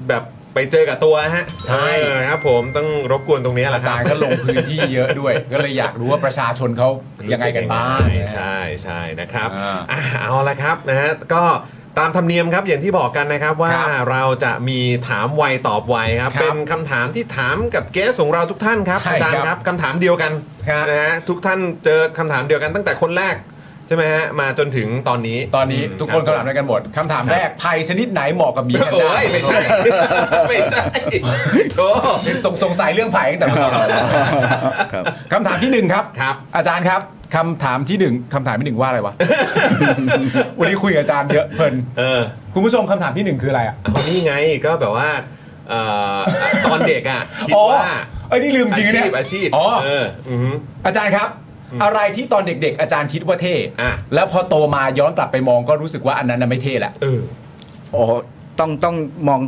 Speaker 2: แบบไปเจอกับตัวฮะ
Speaker 3: ใช่
Speaker 2: เออครับ ผมต้องรบกวนตรงนี้แหละ
Speaker 3: อา
Speaker 2: ครับ
Speaker 3: จารย์ก็ลงพื้นที่เยอะด้วย ก็เลยอยากรู้ว่าประชาชนเขายังไงกันบ้าง
Speaker 2: ใช่ใช่นะครับ
Speaker 3: อ่า
Speaker 2: อ่ะเอาละครับนะฮะก็ตามธรรมเนียมครับอย่างที่บอกกันนะครับว่า
Speaker 3: ครับ
Speaker 2: เราจะมีถามไวตอบไวครับ
Speaker 3: ครับ
Speaker 2: เป็นคำถามที่ถามกับเกสของเราทุกท่านครับ
Speaker 3: ใช่
Speaker 2: อาจารย์
Speaker 3: ครับ
Speaker 2: ครับคำถามเดียวกัน
Speaker 3: ครับ
Speaker 2: นะฮะทุกท่านเจอคำถามเดียวกันตั้งแต่คนแรกใช่ไหมฮะมาจนถึงตอนนี้
Speaker 3: ตอนนี้ทุกคน
Speaker 2: รับ
Speaker 3: คำถามด้วยกันหมดคำถามแรกภัยชนิดไหนเหมาะกับหมีแพน
Speaker 2: โอ้
Speaker 3: ด้าย
Speaker 2: ไม่ใช่ ไม่ใช่โถ
Speaker 3: สงสงสัยเรื่องภัยตั้งแต่เมื่อกี้คำถามที่หนึ่งครับ
Speaker 2: ครับ
Speaker 3: อาจารย์ครับคำถามที่หนึ่งคำถามที่หนึ่งว่าอะไร วะ วันนี้คุยกับอาจารย์เยอะเพลิน
Speaker 2: เออ
Speaker 3: คุณผู้ชมคำถามที่หนึ่งคืออะไรอ่ะ
Speaker 2: เอานี่ไงก็แบบว่าเอ่อตอนเด็กอ่ะคิด
Speaker 3: อ๋อ
Speaker 2: ว่า
Speaker 3: เอ้ยนี่ลืมจริง
Speaker 2: อา
Speaker 3: นะ
Speaker 2: ชี
Speaker 3: เนี่ย
Speaker 2: พอาชีพ
Speaker 3: อ๋อ
Speaker 2: เอออือฮึ
Speaker 3: อาจารย์ครับ อะไรที่ตอนเด็ก ๆ อาจารย์คิดว่าเท่
Speaker 2: อ่ะ
Speaker 3: แล้วพอโตมาย้อนกลับไปมองก็รู้สึกว่าอันนั้นน่ะไม่เท่แหละ
Speaker 2: เออ
Speaker 8: อ๋อต้องต้องมอง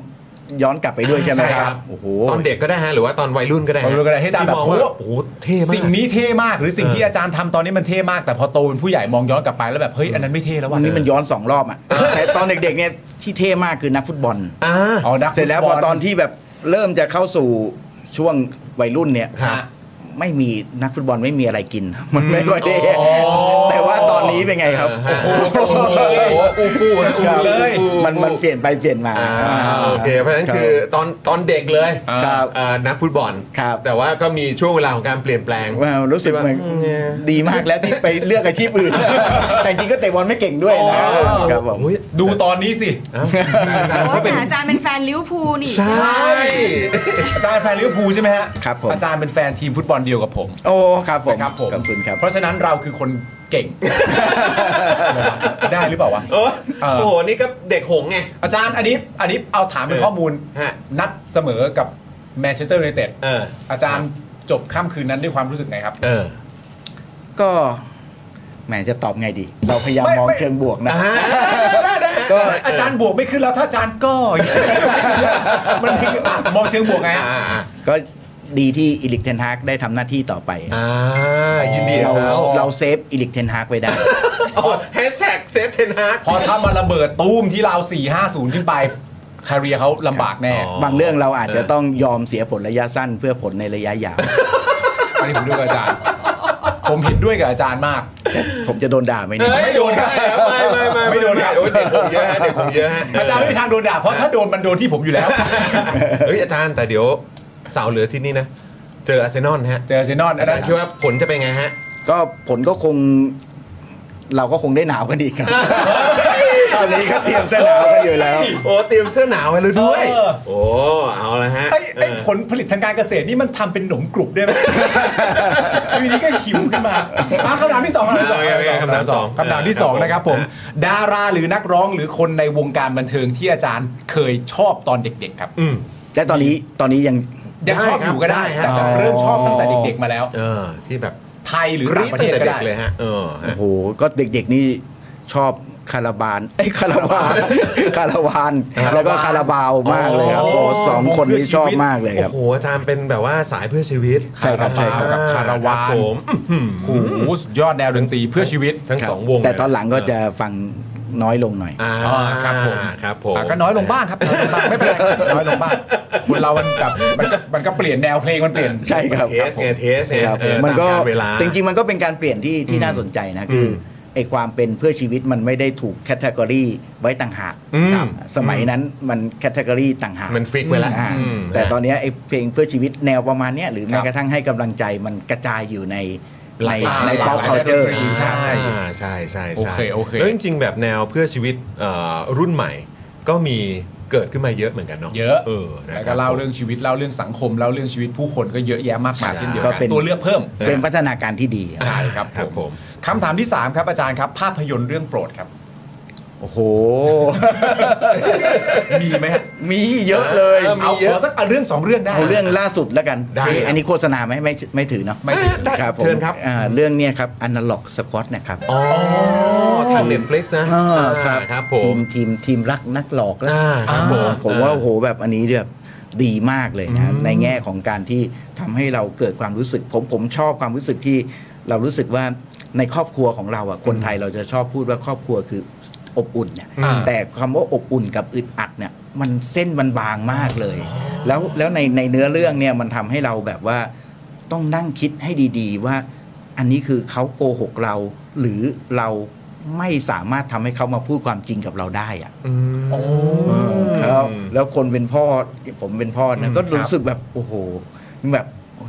Speaker 8: ย้อนกลับไปด้วยใช่ไหมครับโอ้โห
Speaker 2: ตอนเด็กก็ได้ฮะหรือว่าตอนวัยรุ่นก็ได้ฮะ
Speaker 3: วัยรุ่นก็ได้ให้อาจารย์แบบ
Speaker 2: ที่มองว่า
Speaker 3: โอ้โห
Speaker 2: โอ้โหเท่มาก
Speaker 3: สิ่งนี้เท่มากหรือสิ่ง
Speaker 2: เออ
Speaker 3: ที่อาจารย์ทำตอนนี้มันเท่มาก แต่พอโตเป็นผู้ใหญ่มองย้อนกลับไปแล้วแบบเฮ้ยอันนั้นไม่เท่แล้ว
Speaker 8: วั
Speaker 3: ว่ะ
Speaker 8: นนี้มันย้อนสองรอบอ่ะ แต่ตอนเด็กๆเนี่ยที่เท่มากคือนักฟุตบอล
Speaker 2: อ่า
Speaker 3: เอานัก
Speaker 8: เสร็จแล้วพอตอนที่แบบเริ่มจะเข้าสู่ช่วงวัยรุ่นเนี่ย
Speaker 2: ครับ
Speaker 8: ไม่มีนักฟุตบอลไม่มีอะไรกิน มันไม่ค่อยได้แต่ว่าตอนนี้เป็นไงครับ
Speaker 2: โอ้โหอูฟูฮะอูฟู
Speaker 3: เลย
Speaker 2: อูฟู
Speaker 8: มันมันเปลี่ยนไปเปลี่ยนมา
Speaker 2: อ่าโอเคเพราะฉะนั้นคือตอนตอนเด็กเลย
Speaker 8: ครับ
Speaker 2: อ่านักฟุตบอล
Speaker 8: ครับ
Speaker 2: แต่ว่าก็มีช่วงเวลาของการเปลี่ยนแปลง
Speaker 8: ว้าวรู้สึกเหมือนดีมากแล้วที่ไปเลือกอาชีพอื่น แต่จริงก็เตะบอลไม่เก่งด้วยนะครับผม
Speaker 3: ดูตอนนี้สิ
Speaker 7: โอ้ยแต่อาจารย์เป็นแฟนลิเวอร์พูลนี่
Speaker 2: ใช่
Speaker 3: อาจารย์แฟนลิเวอร์พูลใช่ไหมฮะ
Speaker 8: ครับผม
Speaker 3: อาจารย์เป็นแฟนทีมฟุตบอลเดียวกับผม
Speaker 8: โอ้ครับผม
Speaker 3: นะครับผม
Speaker 8: ขอบคุณครับ
Speaker 3: เพราะฉะนั้นเราคือคนเก่ง ได้หรือเปล่าวะ
Speaker 2: เออ
Speaker 3: เออ
Speaker 2: โอ้โห นี่ก็เด็กหงส์ไง
Speaker 3: อาจารย์อันนี้อันนี้เอาถามเป็น
Speaker 2: เออ
Speaker 3: ข้อมูล
Speaker 2: ฮะ
Speaker 3: นัดเสมอกับแมนเชสเตอร์ยูไนเต็ด
Speaker 2: เออ
Speaker 3: อาจารย์จบค่ำคืนนั้นด้วยความรู้สึกไงครับ
Speaker 2: เออ
Speaker 8: ก็แหมจะตอบไงดี เราพยายาม
Speaker 3: ไม่
Speaker 8: มอง
Speaker 3: ไม่
Speaker 8: เชิงบวกนะ
Speaker 2: อ่า
Speaker 8: ก็
Speaker 3: อาจารย์บวกไม่ขึ้นแล้วถ้าอาจารย์ก็ มันคืออ่ะมองเชิงบวกไง
Speaker 2: อ่า
Speaker 3: ฮะ
Speaker 8: ก็ดีที่อิลิกเทนฮากได้ทำหน้าที่ต่อไป
Speaker 2: อ่ายินดี
Speaker 8: เรา
Speaker 2: กับเขา
Speaker 8: เราเซฟอิลิกเทนฮากไว้ได้
Speaker 2: แฮชแท็กเซฟเทนฮาร์
Speaker 3: พอถ้ามันระเบิดตูมที่เราว4 5 0 ขึ้นไปคาเรียเขาลำบากแน่
Speaker 2: อ๋อ
Speaker 8: บางเรื่องเราอาจจะต้องยอมเสียผลระยะสั้นเพื่อผลในระยะยาว
Speaker 3: อันนี้ผมด้วยกับอาจารย์ ผมเห็นด้วยกับอาจารย์มาก
Speaker 8: ผมจะโดนด่าไหมเนี่ย
Speaker 2: ไม่โดนได้ครับไม่ไม่ไม่ไม่โดนครับโอ้ยเด็กผมเยอะฮะเด็กผมเยอะฮะ
Speaker 3: อาจารย์ไม่มีทางโดนด่าเพราะถ้าโดนมันโดนที่ผมอยู่แล้ว
Speaker 2: เฮ้ยอาจารย์แต่เดี๋ยวเสาร์เหลือที่นี่นะ เจออาร์เซนอลฮะ
Speaker 3: เจออาร์เซนอนอา
Speaker 2: อาจา
Speaker 3: จาร
Speaker 2: ร
Speaker 3: ย์
Speaker 2: ย์คิดว่าผลจะเป็นไงฮะ
Speaker 8: ก็ผลก็คง เราก็คงได้หนาวกันอีกครับ ตอนนี้ก็เตรียมเสื้อหนาวกันอยู่แล้ว
Speaker 2: โอ้เตรียมเสื้อหนาวไว้แล้วด้วย โอ้เอาละฮะ
Speaker 3: ไอ้ไอ้
Speaker 2: เออ
Speaker 3: ผลผลิตทางการเกษตรนี่มันทำเป็นหนมกรุบได้ไหม ทีนี้ก็หิวขึ้นมาอ่ะคำถามที่สองคำถามที่สอง
Speaker 2: โอเคโอเคคำถามสอง
Speaker 3: คำถามที่สอง
Speaker 2: ครับผม
Speaker 3: นะครับผม ดาราหรือนักร้องหรือคนในวงการบันเทิงที่อาจารย์เคยชอบตอนเด็ก ๆ ครับ
Speaker 2: อืม
Speaker 8: แต่ตอนนี้ตอนนี้ยัง
Speaker 3: ยังชอบอยู่ก็ได้
Speaker 2: ได้ครับ
Speaker 3: แต่แบบเริ่มชอบตั้งแต่เด็กๆมาแล้ว
Speaker 2: เออที่แบบ
Speaker 3: ไทยหรือก ต่าง
Speaker 2: ด
Speaker 3: ประเท
Speaker 2: ตั้ง
Speaker 3: ศ
Speaker 2: แต่เด็
Speaker 3: ก็ได้
Speaker 2: กเลยฮะ เออฮะ
Speaker 8: โอ้โห ก็เด็กๆนี่ชอบคาราบานเอ้ยคาราวานคาราวาน แล้วก็คาราบาวมากเลยครับโอ้สองคนนี้ชอบมากเลยครับ
Speaker 2: โอ้โหอาจารย์เป็นแบบว่าสายเพื่อชีวิต
Speaker 8: ใช่ครับใช่ครับ
Speaker 2: อ่
Speaker 3: กับคาราวาน
Speaker 2: คบผม
Speaker 3: โอ้โหสุดยอดแนวดนตรีเพื่อชีวิต
Speaker 2: ทั้งสองวง
Speaker 8: แต่ตอนหลังก็จะฟังน้อยลงหน่อย
Speaker 2: อ่า
Speaker 3: อ่าครับผม
Speaker 2: ครับผม
Speaker 3: อ่ะก็น้อยลงบ้างครับน้อยลงบ้างไม่เป็นไรน้อยลงบ้างคนเรามันแบบมันก็มันก็เปลี่ยนแนวเพลงมันเปลี่ยน
Speaker 8: ใช่ครับ
Speaker 2: เทสไงเทสไง
Speaker 8: ครับ
Speaker 2: เออ
Speaker 8: มันก็
Speaker 2: ตาารเวลา
Speaker 8: จริงๆ มันก็เป็นการเปลี่ยนที่ที่น่าสนใจนะ คืออไอความเป็นเพื่อชีวิตมันไม่ได้ถูกแคตตากรีไว้ต่างหาก
Speaker 2: อืม
Speaker 8: ครับสมัยนั้นมันแคตตากรีต่างหาก
Speaker 2: มัน fix ไว้แล้ว
Speaker 8: อ่า
Speaker 2: อืม
Speaker 8: แต่ตอนเนี้ยไอเพลงเพื่อชีวิตแนวประมาณเนี้ยหรื
Speaker 3: ค
Speaker 8: อ
Speaker 3: รั
Speaker 8: แม้
Speaker 3: บ
Speaker 8: กระทั่งให้กำลังใจมันกระจายอยู่ใน
Speaker 2: หลากหลาย
Speaker 8: ในใน
Speaker 3: หลากห
Speaker 8: pop
Speaker 3: ลาย
Speaker 8: culture
Speaker 3: ดนตรี
Speaker 2: ใช่าใช่ใช่ใช่
Speaker 3: โอเคโอเค
Speaker 2: แล้วจริงๆ แบบแนวเพื่อชีวิตเอ่อรุ่นใหม่ ก็มีเกิดขึ้นมาเยอะเหมือนกันเนาะ
Speaker 3: เยอะ
Speaker 2: เออนะ
Speaker 3: แล้ว
Speaker 2: ค
Speaker 3: ก็
Speaker 2: บ
Speaker 3: เล่าเรื่องชีวิตเล่าเรื่องสังคมเล่าเรื่องชีวิตผู้คนก็เยอะแยะมากมาย
Speaker 2: ใช่
Speaker 3: เช่นเดียว
Speaker 8: ก็
Speaker 3: กั
Speaker 8: เป็น น
Speaker 3: ตัวเลือกเพิ่ม
Speaker 8: เป็นพัฒนาการที่ดีครับ
Speaker 3: ใช่ครับ
Speaker 2: ครับผ
Speaker 3: ผ
Speaker 2: ม ม
Speaker 3: คำถามที่ 3 ครับอาจารย์ครับ ภาพยนตร์เรื่องโปรดครับ
Speaker 8: โอ้โห
Speaker 3: มีไหมฮะ
Speaker 8: มีเยอะเลย
Speaker 3: เอา
Speaker 8: เอา
Speaker 3: ขอสักอันเรื่องสองเรื่องได้
Speaker 8: เอาเรื่องล่าสุดแล้วกัน
Speaker 2: ได้ครับ
Speaker 8: อันนี้โฆษณาไหมไม่ไม่ถือเนาะ
Speaker 3: ไม่ถึง
Speaker 2: ได้
Speaker 8: ครับผม
Speaker 2: เชิญครับ
Speaker 8: อ่าเรื่องเนี้ยครับอนาล็อกสควอตนะครับ
Speaker 2: อ๋อทางเน็ตฟลิกซ์นะอ่าครับผม
Speaker 8: ทีมทีมทีมรักนักหลอกแล้ว
Speaker 2: อ่าครับผม
Speaker 8: ผมว่าโอ้โหแบบอันนี้แบบดีมากเลยนะในแง่ของการที่ทำให้เราเกิดความรู้สึก ผมผมชอบความรู้สึกที่เรารู้สึกว่าในครอบครัวของเราอ่ะคนไทยเราจะชอบพูดว่าครอบครัวคืออบอุ่นเนี่ย
Speaker 3: อ่า
Speaker 8: แต่คำว่าอบอุ่นกับอึดอัดเนี่ยมันเส้นมันบางมากเลย แล้วแล้วในในเนื้อเรื่องเนี่ยมันทำให้เราแบบว่า ต้องนั่งคิดให้ดีๆ ว่าอันนี้คือเขาโกหกเรา หรือเราไม่สามารถทำให้เขามาพูดความจริงกับเราได้อะ
Speaker 2: อืม
Speaker 3: โอ้
Speaker 8: แล้วแล้วคนเป็นพ่อผมเป็นพ่อนะก็รู้สึกแบบ โอ้โหแบบ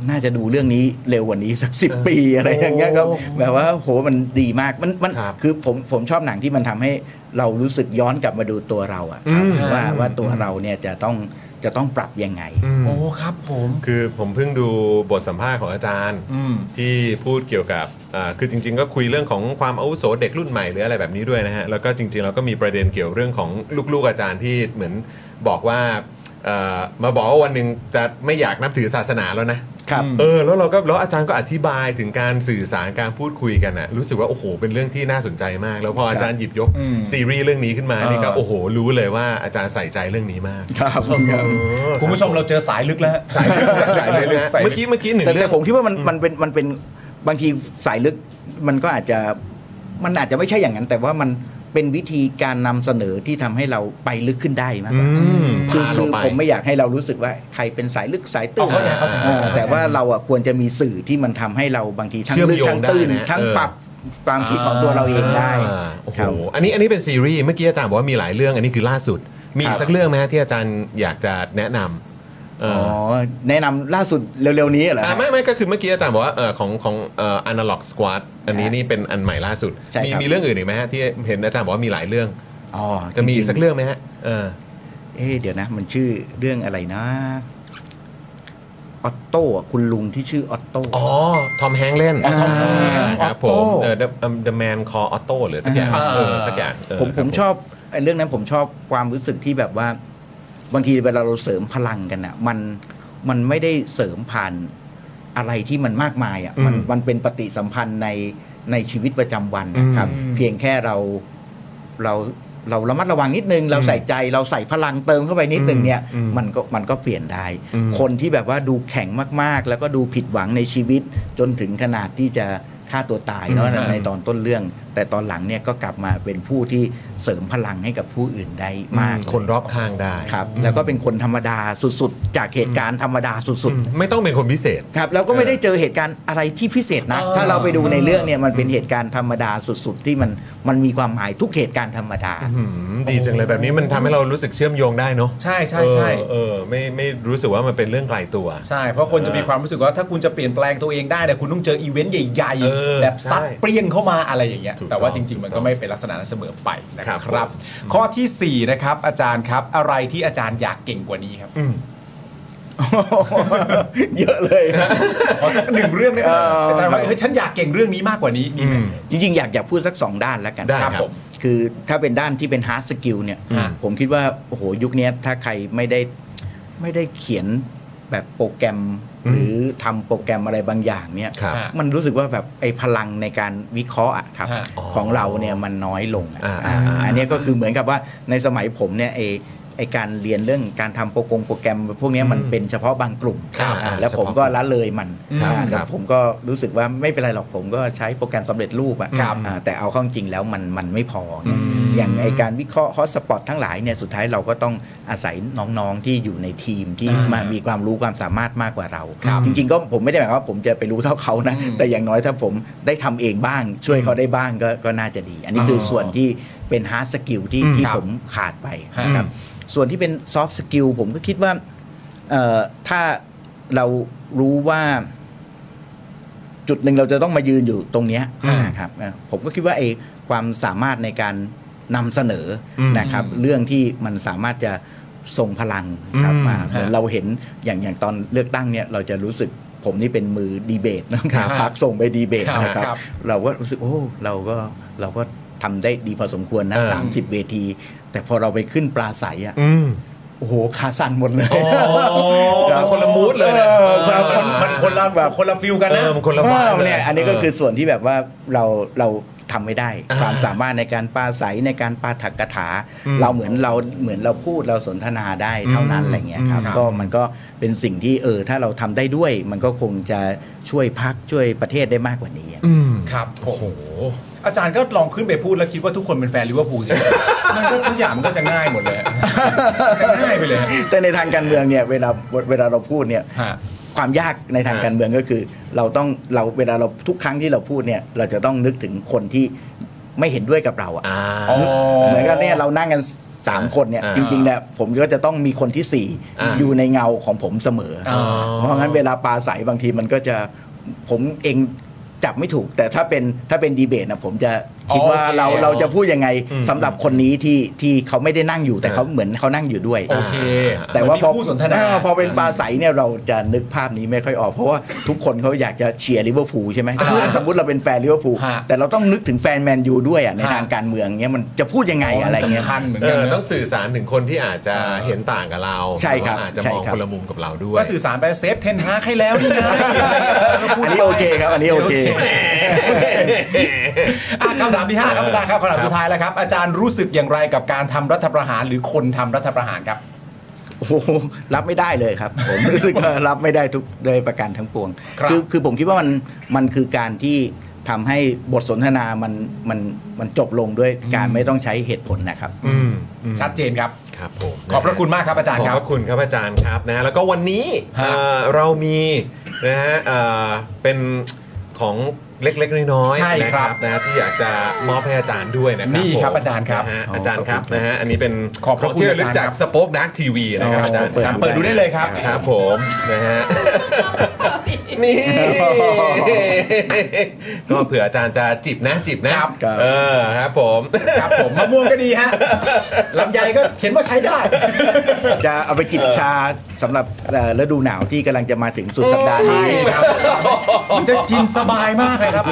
Speaker 8: น่าจะดูเรื่องนี้เร็วกว่านี้สักสิบปีอะไรอย่างเงี้ยครับแบบว่าโหมันดีมากมันมัน
Speaker 2: ครับ
Speaker 8: คือผมผมชอบหนังที่มันทำให้เรารู้สึกย้อนกลับมาดูตัวเราอะครับว่าว่าตัวเราเนี่ยจะต้องจะต้องปรับยังไง
Speaker 2: อืม
Speaker 3: โอ้ครับผม
Speaker 2: คือผมเพิ่งดูบทสัมภาษณ์ของอาจารย์
Speaker 3: อืม
Speaker 2: ที่พูดเกี่ยวกับอ่าคือจริง ๆ ก็คุยเรื่องของความอาวุโสเด็กรุ่นใหม่หรืออะไรแบบนี้ด้วยนะฮะ แล้วก็จริงๆเราก็มีประเด็นเกี่ยวเรื่องของลูกๆอาจารย์ที่เหมือนบอกว่าเอ่อมาบอกว่าวันหนึ่งจะไม่อยากนับถือศาสนาแล้วนะ
Speaker 8: ครับ
Speaker 2: เออแล้วเราก็แล้วอาจารย์ก็อธิบายถึงการสื่อสารการพูดคุยกันน่ะรู้สึกว่าโอ้โหเป็นเรื่องที่น่าสนใจมาก แล้วพออาจารย์หยิบยกซีรีส์เรื่องนี้ขึ้นมานี่ก็
Speaker 3: เออ
Speaker 2: โอ้โห รู้เลยว่าอาจารย์ใส่ใจเรื่องนี้มาก
Speaker 8: ครับ
Speaker 3: คุณผู้ชมเราเจอสายลึกแล้วฮะสายลึก
Speaker 2: ใส่ใจเลยนะ
Speaker 3: สายลึ
Speaker 2: เมื่อกี้เมื่อกี้หนึ่ง
Speaker 8: แต่
Speaker 2: เรื่
Speaker 8: แต่
Speaker 2: อง
Speaker 8: ผมคิดว่ามันมันเป็นมันเป็นบางทีสายลึกมันก็อาจจะมันอาจจะไม่ใช่อย่างนั้น แต่ว่ามันเป็นวิธีการนำเสนอที่ทำให้เราไปลึกขึ้นได้มากกว่า
Speaker 2: อืม
Speaker 8: คือ
Speaker 2: พา
Speaker 8: คื
Speaker 2: เรา
Speaker 8: อ
Speaker 2: ไป
Speaker 8: ผมไม่อยากให้เรารู้สึกว่าใครเป็นสายลึกสายตื้น
Speaker 2: เข้าใจเข้าใจ
Speaker 8: เออแต่ว่าเราอ่ะควรจะมีสื่อที่มันทำให้เราบางทีทั้ง
Speaker 2: เชื่อม
Speaker 8: ลึก
Speaker 2: โยง
Speaker 8: ทั้ง
Speaker 2: ได้
Speaker 8: ตื้น
Speaker 2: นะ
Speaker 8: ทั้ง
Speaker 2: เออ
Speaker 8: ปรับความคิดของตัวเราเองได้
Speaker 2: อ่าโอ้โห
Speaker 8: ครับ
Speaker 2: อันนี้อันนี้เป็นซีรีส์เมื่อกี้อาจารย์บอกว่ามีหลายเรื่องอันนี้คือล่าสุด มีอีกสักเรื่องไหมฮะที่อาจารย์อยากจะแนะนำเอ
Speaker 8: อ๋อ
Speaker 2: อ
Speaker 8: แนะนำล่าสุดเร็วๆนี้เหรอ
Speaker 2: อ่าไม่ไม่ก็คือเมื่อกี้อาจารย์บอกว่าเออของของเอ่อ analog squad อันนี้
Speaker 8: ครับ
Speaker 2: นี่เป็นอันใหม่ล่าสุด
Speaker 8: ใช่
Speaker 2: มี
Speaker 8: ครับ
Speaker 2: มีเรื่องอื่นอีกไหมฮะที่เห็นอาจารย์บอกว่ามีหลายเรื่อง
Speaker 8: อ๋อ
Speaker 2: จะมีอีก
Speaker 8: งๆ
Speaker 2: สักเรื่องไหมฮะเออ
Speaker 8: เอ๊ะเดี๋ยวนะ มันชื่อเรื่องอะไรนะ ออตโต้อะคุณลุงที่ชื่อออตโต้
Speaker 2: อ๋อ ทอมแฮงค์เล่น
Speaker 8: อ๋อ Tom Hanks
Speaker 2: าครับผม
Speaker 8: Otto
Speaker 2: เออ The- เอิ่ม The Man Call Otto หรือสักอย่าง
Speaker 3: อ่า
Speaker 2: เออสักอย่างเ
Speaker 8: ผม
Speaker 2: ค
Speaker 8: ผ
Speaker 2: รับ
Speaker 8: มชอบไอ้เรื่องนั้นผมชอบความรู้สึกที่แบบว่า บางทีเวลาเราเสริมพลังกันอ่ะ มันมันไม่ได้เสริมผ่านอะไรที่มันมากมายอ่ะมันมันเป็นปฏิสัมพันธ์ในในชีวิตประจำวันนะครับ เพียงแค่เราเราเราระมัดระวังนิดนึง เราใส่ใจเราใส่พลังเติมเข้าไปนิดนึงเนี่ย มันก็มันก็เปลี่ยนได้ คนที่แบบว่าดูแข็งมากๆ แล้วก็ดูผิดหวังในชีวิต จนถึงขนาดที่จะฆ่าตัวตายเนาะในตอนต้นเรื่อง แต่ตอนหลังเนี่ยก็กลับมาเป็นผู้ที่เสริมพลังให้กับผู้อื่นได้มาก
Speaker 2: คนรอบข้างได้
Speaker 8: ครับ แล้วก็เป็นคนธรรมดาสุดๆ จากเหตุการณ์ธรรมดาสุด
Speaker 2: อืมไม่ต้องเป็นคนพิเศษ
Speaker 8: ๆครับแล้วก็ไม่ได้เจอเหตุการณ์อะไรที่พิเศษนะ ถ้าเราไปดูในเรื่องเนี่ยมันเป็นเหตุการณ์ธรรมดาสุดๆ ที่มันมันมีความหมายทุกเหตุการณ์ธรรมดา
Speaker 2: อืมดีจังเลยแบบนี้มันทำให้เรารู้สึกเชื่อมโยงได้เนาะ
Speaker 3: ใช่ใช่ใช่
Speaker 2: เออเออไม่ไม่รู้สึกว่ามันเป็นเรื่องไกลตัว
Speaker 3: ใช่ เพราะคนจะมีความรู้สึกว่าถ้าคุณจะเปลี่ยนแปลงตัวเองได้เนี่ยคุณต้องเจออีเวนต์ใหญ่
Speaker 2: เออ
Speaker 3: แบบซัด
Speaker 2: ใช่
Speaker 3: เปรี้ยงเข้ามาอะไรอย่างเงี้ย
Speaker 2: ถูกต้อง
Speaker 3: แต่ว่าจริง ๆ มัน
Speaker 2: ถูกต้
Speaker 3: ก็
Speaker 2: อง
Speaker 3: ไม่เป็นลักษณะนั้นเสมอไปนะค
Speaker 2: ครั
Speaker 3: รับบ ข้อทีสี่4นะครับอาจารย์ครับอะไรที่อาจารย์อยากเก่งกว่านี้ครับ
Speaker 8: เยอะเลยนะ
Speaker 3: ขอสักหนึ่งเรื่องได้ไหม
Speaker 8: เออ
Speaker 3: อาจารย์ว่า
Speaker 8: ครับ
Speaker 3: เฮ้ยฉันอยากเก่งเรื่องนี้มากกว่านี้มีไหม
Speaker 8: จริงๆ อยากอยากพูดสักสองด้านแล้วกัน
Speaker 2: ได้ครับ
Speaker 8: ผมคือถ้าเป็นด้านที่เป็น hard skill เนี่ย
Speaker 3: ฮะ
Speaker 8: ผมคิดว่าโอ้โหยุคเนี้ยถ้าใครไม่ได้ไม่ได้เขียนแบบโปรแกรม
Speaker 2: อืม
Speaker 8: หรือทำโปรแกรมอะไรบางอย่างเนี่ย
Speaker 2: ครับ
Speaker 3: อ่ะ
Speaker 8: มันรู้สึกว่าแบบไอ้พลังในการวิเคราะห์อะครับ
Speaker 3: ฮะ
Speaker 8: ของเราเนี่ยมันน้อยลงอะ
Speaker 2: อ่า
Speaker 8: อ่า
Speaker 2: อ่า
Speaker 8: อันเนี้ยก็คือเหมือนกับว่าในสมัยผมเนี่ยไอ้ไอ้การเรียนเรื่องการทำโปรกงโปรแกรม พวกเนี้ยมันเป็นเฉพาะบางกลุ่ม
Speaker 2: ครับ
Speaker 8: อ่าแล้วผมก็ละเลยมัน
Speaker 2: ครับ
Speaker 8: อ่าแล้ว
Speaker 2: ครับ
Speaker 8: ผมก็รู้สึกว่าไม่เป็นไรหรอกผมก็ใช้โปรแกรมสำเร็จรูปอะ
Speaker 2: ครับ
Speaker 8: อ่าแต่เอาเข้าจริงแล้วมันมันไม่พอไง
Speaker 2: อืม
Speaker 8: อย่างไอ้การวิเคราะห์ฮอตสปอตทั้งหลายเนี่ยสุดท้ายเราก็ต้องอาศัยน้องๆที่อยู่ในทีมที่
Speaker 2: อ่าม
Speaker 8: มามีความรู้ความสามารถมากกว่าเรา
Speaker 3: ครับ
Speaker 8: จริงๆก็ผมไม่ได้หมายความว่าผมจะไปรู้เท่าเขานะ
Speaker 3: อืม
Speaker 8: แต่อย่างน้อยถ้าผมได้ทำเองบ้าง ช่วยเขาได้บ้างก็ก็น่าจะดี อันนี้คืออ
Speaker 3: อ
Speaker 8: ส่วนที่เป็น hard skill ที่ที่
Speaker 3: ครับ
Speaker 8: ผมขาดไป
Speaker 3: ฮะ
Speaker 8: นะครับส่วนที่เป็น soft skill ผมก็คิดว่าเอ่อถ้าเรารู้ว่า จุดหนึ่งเราจะต้องมายืนอยู่ตรงเนี้ยนะครับนะผมก็คิดว่าไอ้ความสามารถในการนำเสนออ
Speaker 2: ม
Speaker 8: นะครับ เรื่องที่มันสามารถจะส่งพลังครับ
Speaker 2: อืม
Speaker 8: มาเหมือน
Speaker 3: ฮะ
Speaker 8: เราเห็นอย่างอย่างตอนเลือกตั้งเนี่ย เราจะรู้สึกผมนี่เป็นมือดีเบตนะ
Speaker 3: ค
Speaker 8: ค
Speaker 3: รั
Speaker 8: รับบ พักส่งไปดีเบตนะค
Speaker 3: ครั
Speaker 8: รับ
Speaker 3: บ
Speaker 8: เราก็รู้สึกโอ้เราก็เราก็ทำได้ดีพอสมควรนะ
Speaker 2: เออ
Speaker 8: สามสิบเวที แต่พอเราไปขึ้นปลาใสอ่ะ
Speaker 2: อืม
Speaker 8: โอ้โหขาสั่นหมดเลย
Speaker 2: โอ้มันคนละมูดเลยนะ
Speaker 8: เออครับมัน
Speaker 3: มันคนละแบบคนละฟิลกัน
Speaker 2: เอ
Speaker 3: นะ
Speaker 2: อมันคนละ
Speaker 8: ว้าว
Speaker 2: บ้า
Speaker 8: เนี่ยอันนี้ก็คือส่วนที่แบบว่าเราเราทำไม่ได้ ความสามารถในการปาใสในการปาถักกถา เราเหมือนเราเหมือนเราพูดเราสนทนาได้เท่านั้น
Speaker 2: อืม
Speaker 8: อะไรเงี้ยครับ
Speaker 3: ครับ
Speaker 8: ก็มันก็เป็นสิ่งที่เออถ้าเราทำได้ด้วย มันก็คงจะช่วยพักช่วยประเทศได้มากกว่านี้
Speaker 3: ครับโอ้โห อาจารย์ก็ลองขึ้นไปพูดแล้วคิดว่าทุกคนเป็นแฟนลิเวอร์พูลสิ มันก็ทุกอย่างมันก็จะง่ายหมดเลยฮะจะง่ายไปเลยฮะ
Speaker 8: แต่ในทางการเมืองเนี่ยเวลาเวลาเราพูดเนี่ย
Speaker 3: ฮะ
Speaker 8: ความยากในทาง
Speaker 2: อ่า
Speaker 8: การเมืองก็คือ เราต้องเราเวลาเราทุกครั้งที่เราพูดเนี่ยเราจะต้องนึกถึงคนที่ไม่เห็นด้วยกับเราอะ
Speaker 2: อ่า
Speaker 8: เหมือนเหมือนกับเนี่ยเรานั่งกันสามคนเนี่ย
Speaker 2: อ่า
Speaker 8: จริงๆเนี่ยผมก็จะต้องมีคนที่สี่
Speaker 2: อ่า
Speaker 8: อยู่ในเงาของผมเสมออา เพราะงั้นเวลาปลาใสบางทีมันก็จะผมเองจับไม่ถูก แต่ถ้าเป็นถ้าเป็นดีเบตนะผมจะ คิดว่า
Speaker 3: โอเค
Speaker 8: เราเราจะพูดยังไง
Speaker 2: อืม
Speaker 8: สำหรับคนนี้ที่ที่เขาไม่ได้นั่งอยู่แต่เขาเหมือนเขานั่งอยู่ด้วย
Speaker 3: โอเค
Speaker 8: แต่ว่าพอ
Speaker 3: เหมือนมีคู่สนทนา
Speaker 8: เออพอเป็นปลาใสเนี่ยเราจะนึกภาพนี้ไม่ค่อยออก เพราะว่าทุกคนเขาอยากจะเชียร์ลิเวอร์พูลใช่ไหมแต่ว่าสมมติเราเป็นแฟนลิเวอร์พูล
Speaker 3: ฮะ
Speaker 8: แต่เราต้องนึกถึงแฟนแมนยูด้วยอ่ะใน
Speaker 3: ฮะ
Speaker 8: ทางการเมืองเนี่ยมันจะพูดยังไงอะไรเงี้ย
Speaker 3: สำคัญเหมือน
Speaker 2: เอ
Speaker 3: กัน
Speaker 2: อ
Speaker 3: นะ
Speaker 2: ต้องสื่อสารถึงคนที่อาจจะเห็นต่างกับเรา
Speaker 8: ใช่ครับ
Speaker 2: หอว่าอาจจะ
Speaker 8: ใช่
Speaker 2: มอง
Speaker 8: ครับ
Speaker 2: คนละมุมกับเราด้วย
Speaker 3: ก็สื่อสารไปเซฟเทนฮาให้แล้ว นี่ไง
Speaker 8: อันนี้โอเคครับ อันนี้โอเค
Speaker 3: อ่ะคำถามที่ 5 ครับอาจารย์ครับคำถามสุดท้ายแล้วครับ อาจารย์รู้สึกอย่างไรกับการทำรัฐประหารหรือคนทำรัฐประหารครับ
Speaker 8: โอ้โหรับไม่ได้เลยครับ ผมรู้สึกว่ารับไม่ได้ทุกโดยประการทั้งปวง
Speaker 3: ครับ
Speaker 8: อคือผมคิดว่ามันมันคือการที่ทำให้บทสนทนามันมันมันจบลงด้วยการไม่ต้องใช้เหตุผลนะครับ
Speaker 2: อืมอืม
Speaker 3: ชัดเจนครับ
Speaker 2: ครับผมน
Speaker 3: ขอบพระคุณมากครับอาจารย์
Speaker 2: ขอบ
Speaker 3: ครับ
Speaker 2: พระคุณครับอาจารย์ครับนะฮะแล้วก็วันนี้
Speaker 3: ฮะ
Speaker 2: เอ่อเรามีนะฮะเอ่อเป็นของเล็กๆน้อย
Speaker 3: ใช่
Speaker 2: ๆนะครับนะที่อยากจะมอบให้อาจารย์ด้วยนะครับ
Speaker 3: นี่ครับ
Speaker 2: ผม
Speaker 3: อาจารย์ครับ
Speaker 2: นะฮะ
Speaker 8: อ๋อ
Speaker 2: อาจารย์ครับ
Speaker 8: ขอบคุณครับ
Speaker 2: นะฮะอันนี้เป็น
Speaker 3: ขอบพระคุ
Speaker 2: ง
Speaker 3: ณ
Speaker 2: ที่ลึก
Speaker 3: อาจา
Speaker 2: จา
Speaker 3: รย์
Speaker 2: ก
Speaker 3: ครับ
Speaker 2: สป็อคดักทีวีนะครับอาจารย์
Speaker 3: อาจารย์เปิดดูได้เลยครับ
Speaker 2: ครับผมนะฮะ นี่ ก็เผื่ออาจารย์จะจิบนะจิบนะครับ เออครับผม
Speaker 3: ครับผมมะม่วงก็ดีฮะลำไยก็เห็นว่าใช้ได้
Speaker 8: จะเอาไปกินชาสำหรับเอ่อฤดูหนาวที่กำลังจะมาถึงสุดสัปดาห์นี้
Speaker 3: ครับมันจะกินสบายมากเลยครับ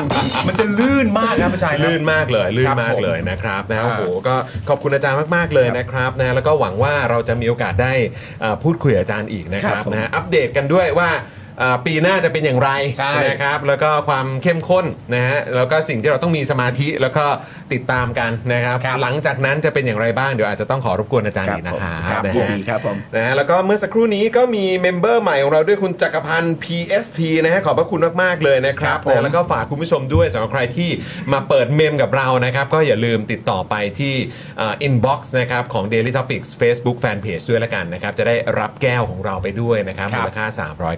Speaker 3: มันจะลื่นมากครับอาจารย์ค รับ
Speaker 2: ลื่นมากเลยลื่
Speaker 3: คน รับ
Speaker 2: มาก
Speaker 3: ผม
Speaker 2: เลยนะครับนะ
Speaker 3: อ่า
Speaker 2: โอ้โหก็ขอบคุณอาจารย์มากๆเลยนะครับนะแล้วก็หวังว่าเราจะมีโอกาสได้เอ่อพูดคุยกับอาจารย์อีกนะค
Speaker 8: ค
Speaker 2: รั
Speaker 8: รั
Speaker 2: บบ
Speaker 8: ผม
Speaker 2: นะฮะอัปเดตกันด้วยว่าเอ่อปีหน้าจะเป็นอย่างไร
Speaker 3: ใช่
Speaker 2: นะครับแล้วก็ความเข้มข้นนะฮะแล้วก็สิ่งที่เราต้องมีสมาธิแล้วก็ติดตามกันนะครับ
Speaker 3: ครับ
Speaker 2: หลังจากนั้นจะเป็นอย่างไรบ้างเดี๋ยวอาจจะต้องขอรบกวนอาจารย์อีกนะครับ
Speaker 8: ครับ
Speaker 2: นะ
Speaker 8: ยิน
Speaker 2: ฮะ
Speaker 8: ดีครับผม
Speaker 2: นะฮะแล้วก็เมื่อสักครู่นี้ก็มีเมมเบอร์ใหม่ของเราด้วยคุณจักรพันธ์ PST นะฮะขอบพระคุณมาก ๆ เลยนะครับ
Speaker 3: ครับผม
Speaker 2: นะฮะแล้วก็ฝากคุณผู้ชมด้วยสำหรับใครที่มาเปิดเมมกับเรานะครับ ก็อย่าลืมติดต่อไปที่อินบ็อกซ์นะครับของ Daily Topics Facebook Fanpage ด้วยละกันนะครับ จะได้รับแก้วของเราไปด้วยนะครับมูลค่า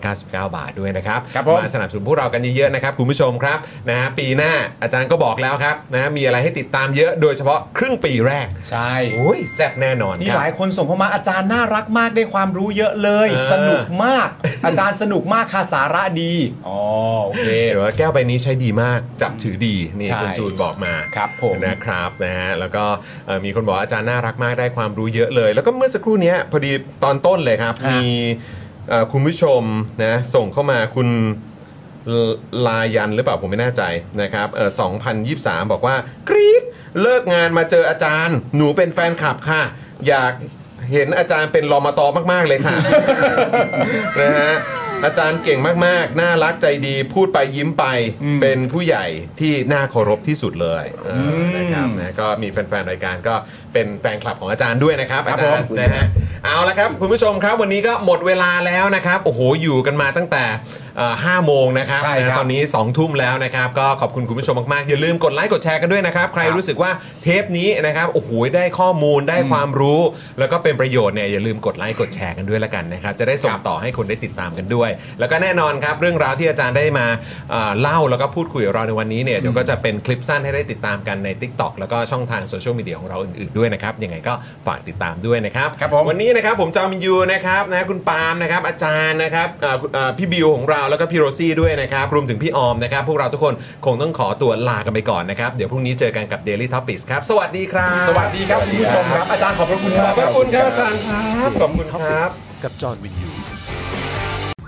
Speaker 2: 399 บาทด้วยนะครับ
Speaker 3: ครับผม
Speaker 2: มาสนับสนุนพวกเรากันเยอะๆนะครับคุณผู้ชมครับนะฮะปีหน้าอาจารย์ก็บอกแล้วครับนะฮะมีอะไรให้ติดตามเยอะโดยเฉพาะครึ่งปีแรก
Speaker 3: ใช่
Speaker 2: โอ้ยแซ่บแน่นอน
Speaker 3: นี่
Speaker 2: ครับ
Speaker 3: หลายคนส่งเข้ามาอาจารย์น่ารักมากได้ความรู้เยอะเลย
Speaker 2: เออ
Speaker 3: สนุกมาก อาจารย์สนุกมากค่ะสาระดีอ๋อโอเค
Speaker 2: เห็นว่าแก้วใบนี้ใช้ดีมากจับถือดีนี่
Speaker 3: ใช่
Speaker 2: คุณจูนบอกมา
Speaker 3: ครับผม
Speaker 2: นะครับนะฮะแล้วก็เอ่อมีคนบอกว่าอาจารย์น่ารักมากได้ความรู้เยอะเลย แล้วก็เมื่อสักครู่เนี้ยพอดีตอนต้นเลยครับ
Speaker 3: ฮะ
Speaker 2: มีเอ่อคุณผู้ชมนะส่งเข้ามาคุณลลายันหรือเปล่าผมไม่แน่ใจนะครับเออ2023 บอกว่ากรี๊ดเลิกงานมาเจออาจารย์ หนูเป็นแฟนคลับค่ะ อยากเห็นอาจารย์เป็นรอมตอมากๆเลยค่ะ นะฮะอาจารย์เก่งมาก ๆ น่ารักใจดีพูดไปยิ้มไปเป็นผู้ใหญ่ที่น่าเคารพที่สุดเลยเอออ
Speaker 3: ม
Speaker 2: นะครับนะก็มีแฟน ๆ รายการก็เป็นแฟนคลับของอาจารย์ด้วยนะครับ
Speaker 3: ครั
Speaker 2: อา
Speaker 3: บ
Speaker 2: จารย์
Speaker 3: ผม
Speaker 2: นะฮะ เอาละครับ คุณผู้ชมครับวันนี้ก็หมดเวลาแล้วนะครับ โอ้โห อยู่กันมาตั้งแต่เอ่อ5โมงนะครับ
Speaker 3: ใช่ครับ
Speaker 2: นะตอนนี้ 2 ทุ่มแล้วนะครับ ก็ขอบคุณคุณผู้ชมมาก ๆ อย่าลืมกดไลค์กดแชร์กันด้วยนะครับ ใคร
Speaker 3: ครับ
Speaker 2: รู้สึกว่าเทปนี้นะครับโอ้โหได้ข้อมูลได้ความรู้ แล้วก็เป็นประโยชน์เนี่ยอย่าลืมกดไลค์กดแชร์กันด้วยละกันนะครับจะได้ส่
Speaker 3: ค
Speaker 2: ง
Speaker 3: รับ
Speaker 2: ต่อ ต่อให้คนได้ติดตามกันด้วย แล้วก็แน่นอนครับ เรื่องราวที่อาจารย์ได้มาเอ่อเล่าแล้วก็พูดคุยกับเราในวันนี้เนี่ยเดี๋ยวก็จะเป็นคลิปสั้นให้ได้ติดตามกันใน Tik t o อกแล้วก็ช่องทางโซเชียลมีเดียของเราอื่นๆด้วยนะครับยังไงก็ฝากติดตามด้วยนะครับ
Speaker 3: ครับผม
Speaker 2: วันนี้นะครับผมจอมยูนะครับนะคุณปาล์มนะครับอาจารย์นะครับอ่าคุณอ่าพี่บิวของเราแล้วก็พี่โรซี่ด้วยนะครับรวมถึงพี่ออมนะครับ พวกเราทุกคนคงต้องขอตัวลากันไปก่อนนะครับ เดี๋ยวพรุ่งนี้เจอกันกับ Daily Topics ครับสวัสดีครับ
Speaker 3: สวัสดีครับคุณผู้ชมครับ อาจารย์ขอบพระคุณค
Speaker 2: ข
Speaker 3: รั
Speaker 2: อบ บพระคุณครับอาจารย์ครับขอบคุณครับ
Speaker 1: กับจอห์นวินยู